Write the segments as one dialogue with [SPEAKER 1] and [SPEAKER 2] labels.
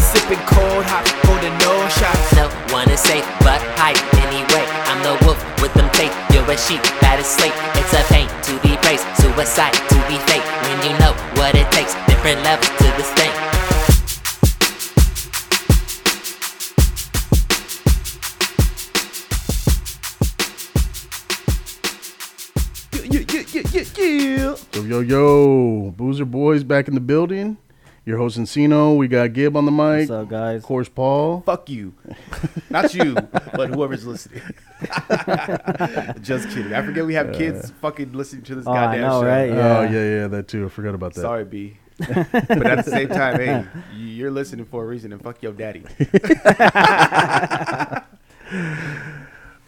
[SPEAKER 1] Sipping cold hot, holding no shots.
[SPEAKER 2] No one is safe but hype anyway. I'm the wolf with them fake. You're a sheep that is slate. It's a pain to be praised, suicide to be fake. When you know what it takes, different levels to this thing.
[SPEAKER 3] Yeah, yeah, yeah, yeah, yeah. Yo, yo, yo. Boozer Boys back in the building. Your host Encino. We got Gib on the mic.
[SPEAKER 4] What's up, guys?
[SPEAKER 3] Of course, Paul.
[SPEAKER 5] fuck you. Not you, but whoever's listening. Just kidding. I forget we have kids fucking listening to this
[SPEAKER 4] Oh, I
[SPEAKER 5] goddamn
[SPEAKER 4] know,
[SPEAKER 5] show.
[SPEAKER 4] right? Yeah.
[SPEAKER 3] Oh, yeah, yeah, that too. I forgot about that.
[SPEAKER 5] Sorry, B. but at the same time, hey, you're listening for a reason, and fuck your daddy.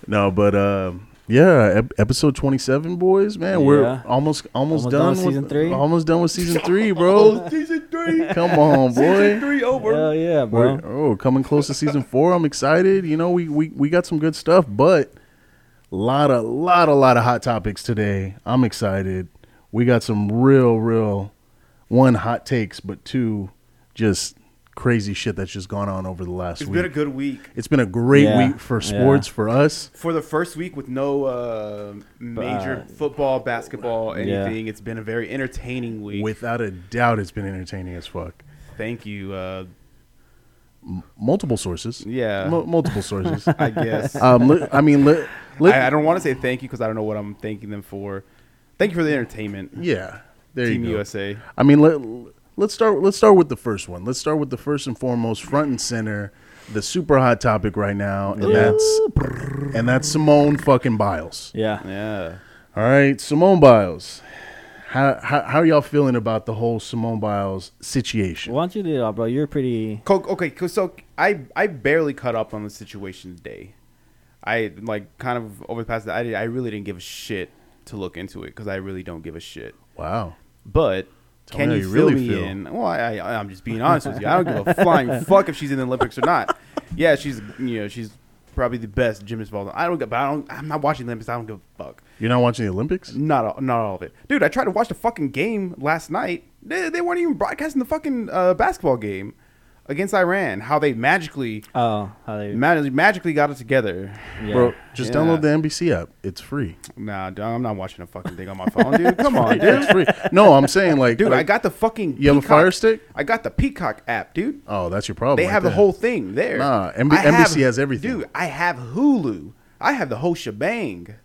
[SPEAKER 3] No, but uh, yeah, ep- episode twenty-seven, boys. Man,
[SPEAKER 4] Yeah.
[SPEAKER 3] we're almost almost, done,
[SPEAKER 4] Almost done with
[SPEAKER 3] with
[SPEAKER 4] season three?
[SPEAKER 3] Almost done with season three, bro.
[SPEAKER 5] Season three,
[SPEAKER 3] Come on, boy.
[SPEAKER 5] three over.
[SPEAKER 4] Hell yeah,
[SPEAKER 3] We're-
[SPEAKER 4] bro.
[SPEAKER 3] oh, coming close to season four. I'm excited. You know, we we, we got some good stuff, but lot a lot a lot of hot topics today. I'm excited. We got some real real one hot takes, but two just crazy shit that's just gone on over the last
[SPEAKER 5] It's
[SPEAKER 3] week.
[SPEAKER 5] been a good week.
[SPEAKER 3] it's been a great
[SPEAKER 4] Yeah.
[SPEAKER 3] week for
[SPEAKER 4] Yeah.
[SPEAKER 3] sports for us.
[SPEAKER 5] For the first week with no uh, major
[SPEAKER 4] Uh,
[SPEAKER 5] football, basketball,
[SPEAKER 4] yeah.
[SPEAKER 5] anything, it's been a very entertaining week.
[SPEAKER 3] Without a doubt, it's been entertaining as fuck.
[SPEAKER 5] Thank you. Uh,
[SPEAKER 3] Multiple sources.
[SPEAKER 5] Yeah.
[SPEAKER 3] Mu- multiple sources.
[SPEAKER 5] I guess.
[SPEAKER 3] um, li- I mean, li- li-
[SPEAKER 5] I, I don't want to say thank you because I don't know what I'm thanking them for. Thank you for the entertainment,
[SPEAKER 3] yeah. There
[SPEAKER 5] Team
[SPEAKER 3] you go.
[SPEAKER 5] USA.
[SPEAKER 3] I mean, let let's start let's start with the first one. Let's start with the first and foremost, front and center, the super hot topic right now, and that's and that's Simone fucking Biles.
[SPEAKER 4] Yeah.
[SPEAKER 5] Yeah.
[SPEAKER 3] All right, Simone Biles. How, how, how y'all feeling about the whole Simone Biles situation?
[SPEAKER 4] Why don't you do it all, bro? You're pretty.
[SPEAKER 5] Co- Okay, co- so I I barely caught up on the situation today. I like kind of over the past. I did, I really didn't give a shit to look into it because I really don't give a shit.
[SPEAKER 3] Wow.
[SPEAKER 5] But
[SPEAKER 3] Tell
[SPEAKER 5] can
[SPEAKER 3] me how
[SPEAKER 5] you,
[SPEAKER 3] you
[SPEAKER 5] fill
[SPEAKER 3] really
[SPEAKER 5] me
[SPEAKER 3] feel.
[SPEAKER 5] in? Well, I, I I'm just being honest with you. I don't give a flying fuck if she's in the Olympics or not. Yeah, she's you know she's probably the best gymnast of all time. I don't get, but I don't. I'm not watching the Olympics. I don't give a fuck.
[SPEAKER 3] You're not watching the Olympics?
[SPEAKER 5] Not all, not all of it, dude. I tried to watch the fucking game last night. They, they weren't even broadcasting the fucking uh, basketball game against Iran. How they magically
[SPEAKER 4] Oh, how they.
[SPEAKER 5] mag- magically got it together.
[SPEAKER 4] yeah.
[SPEAKER 3] Bro, just
[SPEAKER 5] Yeah.
[SPEAKER 3] download the NBC app. It's free.
[SPEAKER 5] Nah, dude, I'm not watching a fucking thing on my phone, dude. Come on, dude.
[SPEAKER 3] It's free. No, I'm saying like
[SPEAKER 5] Oh, Dude,
[SPEAKER 3] like-
[SPEAKER 5] I got the fucking.
[SPEAKER 3] You have a Fire Stick?
[SPEAKER 5] I got the Peacock app, dude.
[SPEAKER 3] Oh, that's your problem.
[SPEAKER 5] They
[SPEAKER 3] right
[SPEAKER 5] have the
[SPEAKER 3] there.
[SPEAKER 5] whole thing there.
[SPEAKER 3] Nah, MB-
[SPEAKER 5] I have-
[SPEAKER 3] NBC has everything.
[SPEAKER 5] Dude, I have Hulu. I have the whole shebang.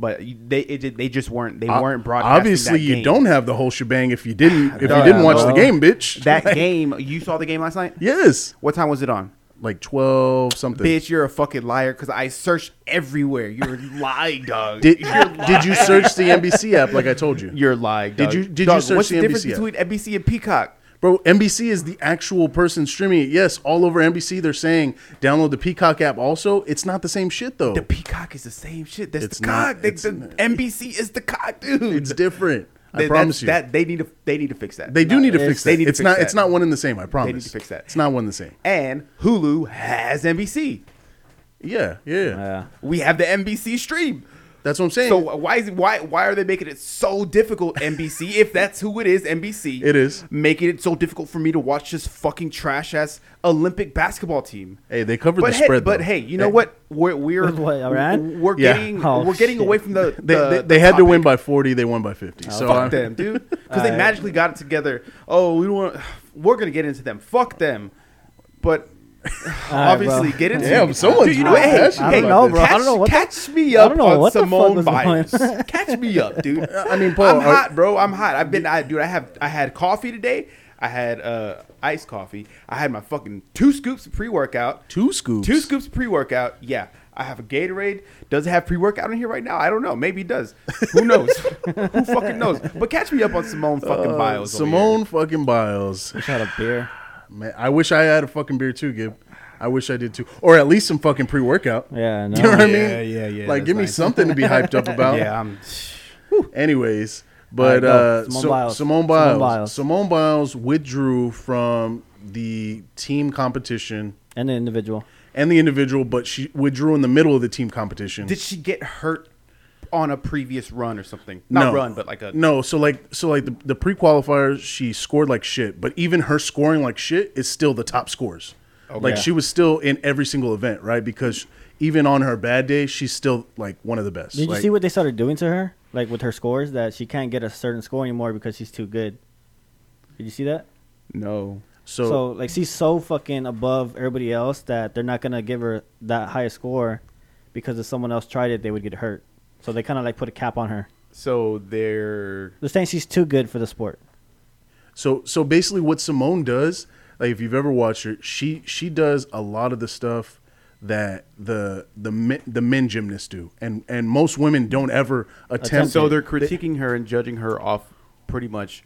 [SPEAKER 5] But you- they it, did- they just weren't they
[SPEAKER 3] O-
[SPEAKER 5] weren't broadcasting.
[SPEAKER 3] Obviously,
[SPEAKER 5] that
[SPEAKER 3] you
[SPEAKER 5] game.
[SPEAKER 3] don't have the whole shebang if you didn't if you
[SPEAKER 5] Yeah,
[SPEAKER 3] didn't watch the
[SPEAKER 4] well,
[SPEAKER 3] game, bitch.
[SPEAKER 5] that game. You saw the game last night.
[SPEAKER 3] yes.
[SPEAKER 5] What time was it on?
[SPEAKER 3] like 12 something.
[SPEAKER 5] Bitch, you're a fucking liar because I searched everywhere. You're lying, dog.
[SPEAKER 3] Did, did you search the NBC app like I told you?
[SPEAKER 5] you're lying.
[SPEAKER 3] Did
[SPEAKER 5] Dog.
[SPEAKER 3] you- did you
[SPEAKER 5] dog,
[SPEAKER 3] search
[SPEAKER 5] What's
[SPEAKER 3] the
[SPEAKER 5] the difference
[SPEAKER 3] NBC app?
[SPEAKER 5] between NBC and Peacock?
[SPEAKER 3] Bro, NBC is the actual person streaming it. Yes, all over NBC they're saying download the Peacock app also. It's not the same shit though.
[SPEAKER 5] The Peacock is the same shit. That's
[SPEAKER 3] It's
[SPEAKER 5] the
[SPEAKER 3] not-
[SPEAKER 5] cock. They-
[SPEAKER 3] it's
[SPEAKER 5] the
[SPEAKER 3] not.
[SPEAKER 5] NBC is the cock, dude.
[SPEAKER 3] it's different. I
[SPEAKER 5] That-
[SPEAKER 3] promise
[SPEAKER 5] that's-
[SPEAKER 3] you.
[SPEAKER 5] That they need to they need to fix that.
[SPEAKER 3] they do
[SPEAKER 5] No,
[SPEAKER 3] need to
[SPEAKER 5] it's-
[SPEAKER 3] fix that.
[SPEAKER 5] They need
[SPEAKER 3] it's
[SPEAKER 5] to fix
[SPEAKER 3] not
[SPEAKER 5] that.
[SPEAKER 3] it's not one and the same, I promise.
[SPEAKER 5] fix that.
[SPEAKER 3] It's not one and the same.
[SPEAKER 5] And Hulu has NBC.
[SPEAKER 3] Yeah, yeah.
[SPEAKER 4] Yeah.
[SPEAKER 5] We have the NBC stream.
[SPEAKER 3] That's what I'm saying.
[SPEAKER 5] So why is why why are they making it so difficult? NBC, if that's who it is, NBC.
[SPEAKER 3] It is.
[SPEAKER 5] making it so difficult for me to watch this fucking trash ass Olympic basketball team.
[SPEAKER 3] hey, they covered
[SPEAKER 5] But
[SPEAKER 3] the
[SPEAKER 5] hey,
[SPEAKER 3] spread
[SPEAKER 5] but
[SPEAKER 3] though.
[SPEAKER 5] hey, you
[SPEAKER 3] They-
[SPEAKER 5] know what? We're we're
[SPEAKER 4] What, Iran?
[SPEAKER 5] we're
[SPEAKER 3] Yeah.
[SPEAKER 5] getting
[SPEAKER 4] Oh,
[SPEAKER 5] we're getting
[SPEAKER 4] shit.
[SPEAKER 5] away from the,
[SPEAKER 3] They,
[SPEAKER 5] the-
[SPEAKER 3] they,
[SPEAKER 5] the
[SPEAKER 3] they had to
[SPEAKER 5] topic. Oh,
[SPEAKER 3] win by 40, they won by 50. so uh, I-
[SPEAKER 5] Fuck them, dude. Because they magically got it together. Oh, we don't want. We're gonna get into them. Fuck them. But obviously,
[SPEAKER 4] bro.
[SPEAKER 5] get into.
[SPEAKER 3] Damn,
[SPEAKER 5] it.
[SPEAKER 3] someone's
[SPEAKER 5] Dude, you know
[SPEAKER 3] real
[SPEAKER 5] what? Hey,
[SPEAKER 3] passionate
[SPEAKER 5] hey,
[SPEAKER 4] I don't know, bro. I
[SPEAKER 5] Catch,
[SPEAKER 4] don't know what the-
[SPEAKER 5] catch me
[SPEAKER 4] I
[SPEAKER 5] up
[SPEAKER 4] don't know
[SPEAKER 5] on
[SPEAKER 4] what the fuck
[SPEAKER 5] Simone
[SPEAKER 4] was
[SPEAKER 5] Biles.
[SPEAKER 4] going
[SPEAKER 5] catch me up, dude.
[SPEAKER 3] I mean, Paul,
[SPEAKER 5] I'm
[SPEAKER 3] are-
[SPEAKER 5] hot, bro. I'm hot. I've been, I, dude. I have, I had coffee today. I had uh, iced coffee. I had my fucking two scoops of pre workout.
[SPEAKER 3] Two scoops?
[SPEAKER 5] Two scoops of pre workout. Yeah. I have a Gatorade. Does it have pre workout in here right now? I don't know. Maybe it does. Who knows? Who fucking knows? But catch me up on Simone fucking Biles. over
[SPEAKER 3] Uh, Simone fucking Biles.
[SPEAKER 4] Just had a beer.
[SPEAKER 3] Man, I wish I had a fucking beer too, Gib. I wish I did too, or at least some fucking pre workout.
[SPEAKER 4] Yeah,
[SPEAKER 3] you know
[SPEAKER 4] no.
[SPEAKER 3] what I mean?
[SPEAKER 5] Yeah, yeah, yeah,
[SPEAKER 3] Like,
[SPEAKER 5] that's
[SPEAKER 3] give me
[SPEAKER 5] nice.
[SPEAKER 3] something to be hyped up
[SPEAKER 5] here.
[SPEAKER 3] about.
[SPEAKER 5] Yeah. I'm,
[SPEAKER 3] Anyways, but
[SPEAKER 4] All right,
[SPEAKER 3] uh,
[SPEAKER 4] go. Simone
[SPEAKER 3] so-
[SPEAKER 4] Biles.
[SPEAKER 3] Simone
[SPEAKER 4] Simone
[SPEAKER 3] Biles. Simone Biles.
[SPEAKER 4] Biles.
[SPEAKER 3] withdrew from the team competition
[SPEAKER 4] and the individual.
[SPEAKER 3] and the individual, but she withdrew in the middle of the team competition.
[SPEAKER 5] Did she get hurt on a previous run or something? Not run, but like a
[SPEAKER 3] no. So like so like the, the pre qualifiers, she scored like shit. But even her scoring like shit is still the top scores. Like
[SPEAKER 5] Okay.
[SPEAKER 3] she was still in every single event, right? Because even on her bad day, she's still like one of the best.
[SPEAKER 4] Did
[SPEAKER 3] Like,
[SPEAKER 4] you see what they started doing to her? Like with her scores, that she can't get a certain score anymore because she's too good. Did you see that?
[SPEAKER 5] no.
[SPEAKER 4] So, like she's so fucking above everybody else that they're not gonna give her that high a score because if someone else tried it, they would get hurt. So they kind of like put a cap on her.
[SPEAKER 5] So they're
[SPEAKER 4] They're saying she's too good for the sport.
[SPEAKER 3] So so basically, what Simone does, like if you've ever watched her, she she does a lot of the stuff that the the men, the men gymnasts do, and and most women don't ever attempt.
[SPEAKER 5] so
[SPEAKER 3] it.
[SPEAKER 5] they're critiquing her and judging her off pretty much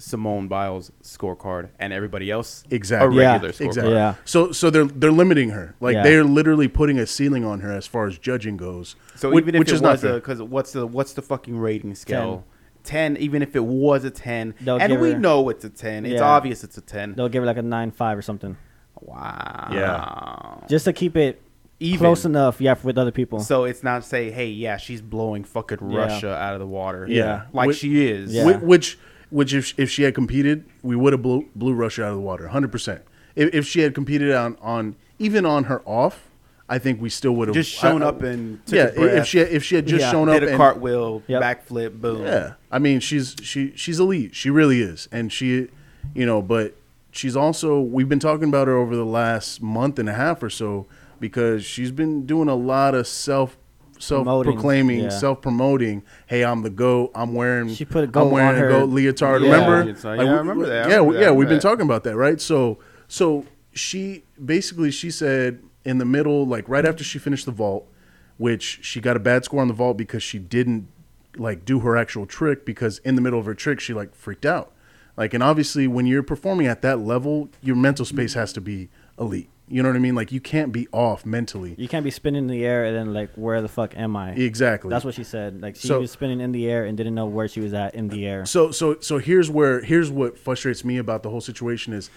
[SPEAKER 5] Simone Biles' scorecard and everybody else
[SPEAKER 3] Exactly.
[SPEAKER 5] a
[SPEAKER 4] Yeah.
[SPEAKER 5] regular scorecard.
[SPEAKER 3] exactly.
[SPEAKER 4] Yeah.
[SPEAKER 3] So so they're they're limiting her, like
[SPEAKER 4] Yeah.
[SPEAKER 3] they're literally putting a ceiling on her as far as judging goes.
[SPEAKER 5] So
[SPEAKER 3] whi-
[SPEAKER 5] even if
[SPEAKER 3] which
[SPEAKER 5] it was
[SPEAKER 3] is not
[SPEAKER 5] a
[SPEAKER 3] fair.
[SPEAKER 5] because what's the what's the fucking rating scale? 10 even if it was a 10
[SPEAKER 4] They'll
[SPEAKER 5] and
[SPEAKER 4] give
[SPEAKER 5] we
[SPEAKER 4] her-
[SPEAKER 5] know it's a 10 it's
[SPEAKER 4] Yeah.
[SPEAKER 5] obvious it's a 10
[SPEAKER 4] They'll give her like a nine five or something
[SPEAKER 5] wow
[SPEAKER 4] just to keep it
[SPEAKER 5] Even.
[SPEAKER 4] close enough. Yeah, with other people.
[SPEAKER 5] so it's not say hey yeah she's blowing fucking
[SPEAKER 4] Yeah.
[SPEAKER 5] russia out of the water
[SPEAKER 3] Yeah.
[SPEAKER 5] like
[SPEAKER 3] Whi-
[SPEAKER 5] she is
[SPEAKER 4] Yeah.
[SPEAKER 3] Whi- which which if if she had competed, we would have blew, blew Russia out of the water, hundred percent. If, if she had competed on on even on her off, I think we still would have
[SPEAKER 5] Just shown
[SPEAKER 3] I-
[SPEAKER 5] up and took a
[SPEAKER 3] yeah. i-
[SPEAKER 5] breath.
[SPEAKER 3] If she had, if she had just
[SPEAKER 5] Yeah.
[SPEAKER 3] shown up
[SPEAKER 5] did a
[SPEAKER 3] and
[SPEAKER 5] cartwheel
[SPEAKER 4] Yep.
[SPEAKER 5] backflip boom
[SPEAKER 3] yeah, I mean she's she she's elite. She really is, and she you know, but she's also we've been talking about her over the last month and a half or so because she's been doing a lot of self. Self proclaiming,
[SPEAKER 4] yeah.
[SPEAKER 3] self promoting. Hey, I'm the goat. I'm wearing.
[SPEAKER 4] She put a
[SPEAKER 3] I'm
[SPEAKER 4] goat
[SPEAKER 3] wearing
[SPEAKER 4] on
[SPEAKER 3] a
[SPEAKER 4] her-
[SPEAKER 3] goat leotard.
[SPEAKER 4] Yeah.
[SPEAKER 3] Remember?
[SPEAKER 5] It's like, yeah, I
[SPEAKER 3] we-
[SPEAKER 5] remember that. I
[SPEAKER 3] Yeah,
[SPEAKER 5] remember
[SPEAKER 3] we-
[SPEAKER 5] that.
[SPEAKER 3] yeah,
[SPEAKER 5] I
[SPEAKER 3] we've been
[SPEAKER 5] remember that.
[SPEAKER 3] talking about that, right? So, so she basically she said in the middle, like right after she finished the vault, which she got a bad score on the vault because she didn't like do her actual trick because in the middle of her trick she like freaked out, like and obviously when you're performing at that level, your mental space has to be elite. You know what I mean? Like you can't be off mentally.
[SPEAKER 4] you can't be spinning in the air and then like, where the fuck am I?
[SPEAKER 3] Exactly.
[SPEAKER 4] That's what she said. Like she
[SPEAKER 3] So-
[SPEAKER 4] was spinning in the air and didn't know where she was at in the air.
[SPEAKER 3] So so so here's where here's what frustrates me about the whole situation is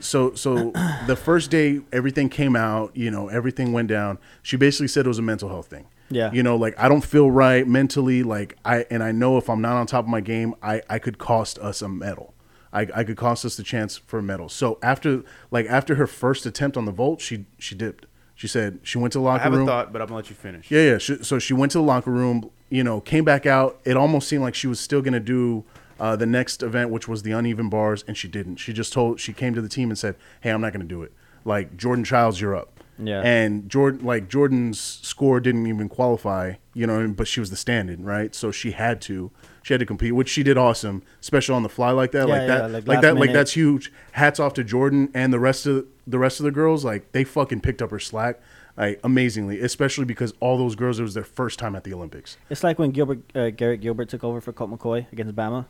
[SPEAKER 3] so so the first day everything came out, you know, everything went down. She basically said it was a mental health thing.
[SPEAKER 4] Yeah.
[SPEAKER 3] You know, like I don't feel right mentally, like I and I know if I'm not on top of my game, I I could cost us a medal. I, I could cost us the chance for a medal. So after like after her first attempt on the vault, she she dipped. She said she went to the
[SPEAKER 5] i
[SPEAKER 3] locker
[SPEAKER 5] have
[SPEAKER 3] room.
[SPEAKER 5] a thought but i'm gonna let you finish
[SPEAKER 3] Yeah, yeah. She, so she went to the locker room, you know, came back out. It almost seemed like she was still going to do uh, the next event, which was the uneven bars, and she didn't. She just told, she came to the team and said, hey, I'm not going to do it. Like, Jordan Childs, you're up.
[SPEAKER 4] Yeah.
[SPEAKER 3] And Jordan, like, Jordan's score didn't even qualify, you know, but she was the stand in, right? So she had to. She had to compete, which she did awesome, especially on the fly like that,
[SPEAKER 4] Yeah,
[SPEAKER 3] like
[SPEAKER 4] yeah,
[SPEAKER 3] that,
[SPEAKER 4] like
[SPEAKER 3] like,
[SPEAKER 4] last
[SPEAKER 3] that, like
[SPEAKER 4] minute.
[SPEAKER 3] that's huge. Hats off to Jordan and the rest of the rest of the girls. Like they fucking picked up her slack, like amazingly, especially because all those girls it was their first time at the Olympics.
[SPEAKER 4] It's like when Gilbert uh, Garrett Gilbert took over for Colt McCoy against Bama.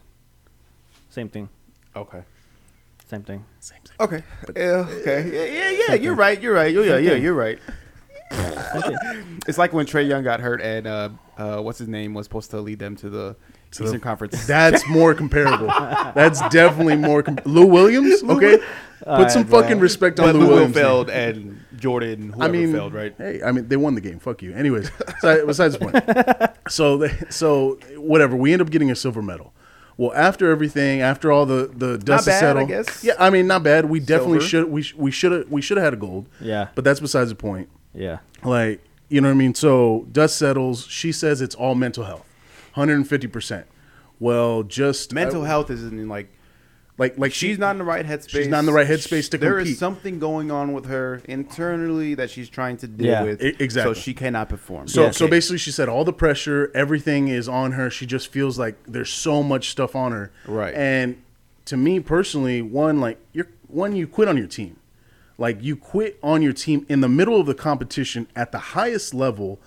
[SPEAKER 4] Same thing.
[SPEAKER 5] okay
[SPEAKER 4] Same thing.
[SPEAKER 5] okay yeah okay yeah yeah, yeah you're right you're right Oh, yeah yeah you're right it's like when Trey Young got hurt and uh, uh, what's his name was supposed to lead them to the
[SPEAKER 3] To the-
[SPEAKER 5] Eastern Conference.
[SPEAKER 3] That's more comparable. That's definitely more. Com- Lou Williams, okay, put some fucking respect on
[SPEAKER 5] but
[SPEAKER 3] Lou,
[SPEAKER 5] Lou
[SPEAKER 3] Williams. name.
[SPEAKER 5] failed and Jordan whoever
[SPEAKER 3] I mean,
[SPEAKER 5] failed, right?
[SPEAKER 3] Hey, I mean, they won the game. Fuck you. Anyways, so- besides the point. So, they, so whatever. We end up getting a silver medal. Well, after everything, after all the the dust
[SPEAKER 5] bad, I
[SPEAKER 3] settled,
[SPEAKER 5] guess.
[SPEAKER 3] yeah, I mean, not bad. We definitely
[SPEAKER 5] Silver.
[SPEAKER 3] should we sh- we should have we should have had a gold.
[SPEAKER 4] Yeah.
[SPEAKER 3] but that's besides the point.
[SPEAKER 4] Yeah.
[SPEAKER 3] Like, you know what I mean? So dust settles. She says it's all mental health, hundred and fifty percent. Well, just
[SPEAKER 5] Mental
[SPEAKER 3] I-
[SPEAKER 5] health isn't in, like
[SPEAKER 3] like like
[SPEAKER 5] she's
[SPEAKER 3] she-
[SPEAKER 5] not in the right headspace.
[SPEAKER 3] She's not in the right headspace to
[SPEAKER 5] There is
[SPEAKER 3] compete.
[SPEAKER 5] something going on with her internally that she's trying to deal
[SPEAKER 4] Yeah.
[SPEAKER 5] with.
[SPEAKER 3] E- exactly.
[SPEAKER 5] So she cannot perform.
[SPEAKER 3] So,
[SPEAKER 5] Okay.
[SPEAKER 3] so basically, she said all the pressure, everything is on her. She just feels like there's so much stuff on her.
[SPEAKER 5] Right.
[SPEAKER 3] And to me personally, one like you're one you quit on your team, like you quit on your team in the middle of the competition at the highest level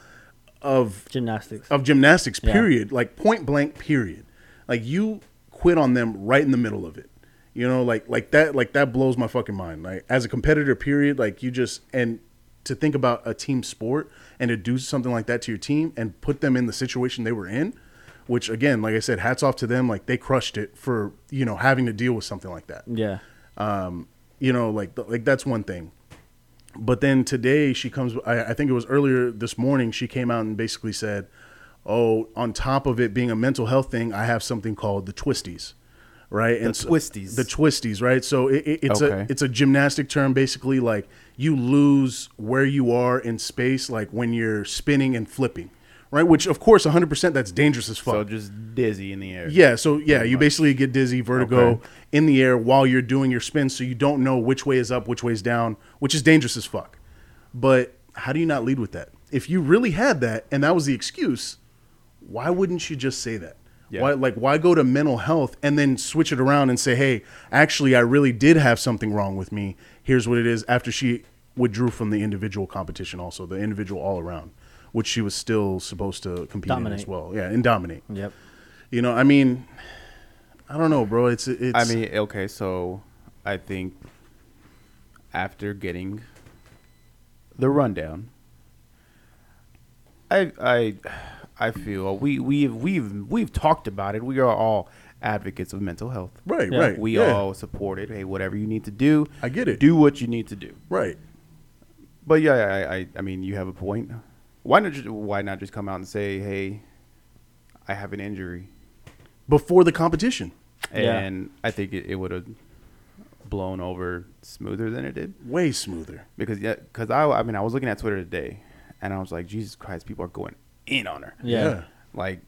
[SPEAKER 3] of
[SPEAKER 4] Gymnastics.
[SPEAKER 3] of gymnastics.
[SPEAKER 4] Yeah.
[SPEAKER 3] Period. Like point blank. Period. Like you quit on them right in the middle of it. You know, like like that like that blows my fucking mind. Like as a competitor, period. Like you just and to think about a team sport and to do something like that to your team and put them in the situation they were in which again, like I said, hats off to them. Like they crushed it for you know having to deal with something like that.
[SPEAKER 4] Yeah.
[SPEAKER 3] Um, You know, like like that's one thing. But then today she comes. I, I think it was earlier this morning. She came out and basically said, "Oh, on top of it being a mental health thing, I have something called the twisties." Right
[SPEAKER 5] The twisties.
[SPEAKER 3] the twisties, right? So it, it, it's a
[SPEAKER 5] Okay.
[SPEAKER 3] it's a gymnastic term, basically like you lose where you are in space, like when you're spinning and flipping, right? Which of course, 100 percent that's dangerous as fuck.
[SPEAKER 5] So just dizzy in the air.
[SPEAKER 3] Yeah, so yeah, you basically get dizzy, vertigo
[SPEAKER 5] Okay.
[SPEAKER 3] in the air while you're doing your spin, so you don't know which way is up, which way is down, which is dangerous as fuck. But how do you not lead with that? If you really had that and that was the excuse, why wouldn't you just say that?
[SPEAKER 5] Yeah.
[SPEAKER 3] Why like why go to mental health and then switch it around and say, "Hey, actually I really did have something wrong with me. Here's what it is." After she withdrew from the individual competition also, the individual all around, which she was still supposed to compete in as
[SPEAKER 4] Dominate.
[SPEAKER 3] well. Yeah, and dominate.
[SPEAKER 4] Yep.
[SPEAKER 3] You know, I mean, I don't know, bro. It's it's.
[SPEAKER 5] I mean, okay, so I think after getting the rundown, I I I feel we we've we've we've talked about it. We are all advocates of mental health.
[SPEAKER 3] right,
[SPEAKER 4] yeah,
[SPEAKER 3] right.
[SPEAKER 5] We
[SPEAKER 3] yeah,
[SPEAKER 5] all support it. Hey, whatever you need to do,
[SPEAKER 3] I get it.
[SPEAKER 5] Do what you need to do.
[SPEAKER 3] right.
[SPEAKER 5] But yeah, I, I, I mean, you have a point. Why not? Just, why not just come out and say, "Hey, I have an injury,"
[SPEAKER 3] Before the competition,
[SPEAKER 4] Yeah.
[SPEAKER 5] and I think it, it would have blown over smoother than it did
[SPEAKER 3] way smoother.
[SPEAKER 5] because yeah, because I, I mean, I was looking at Twitter today, and I was like, "Jesus Christ, people are going in on her."
[SPEAKER 4] Yeah.
[SPEAKER 5] Like,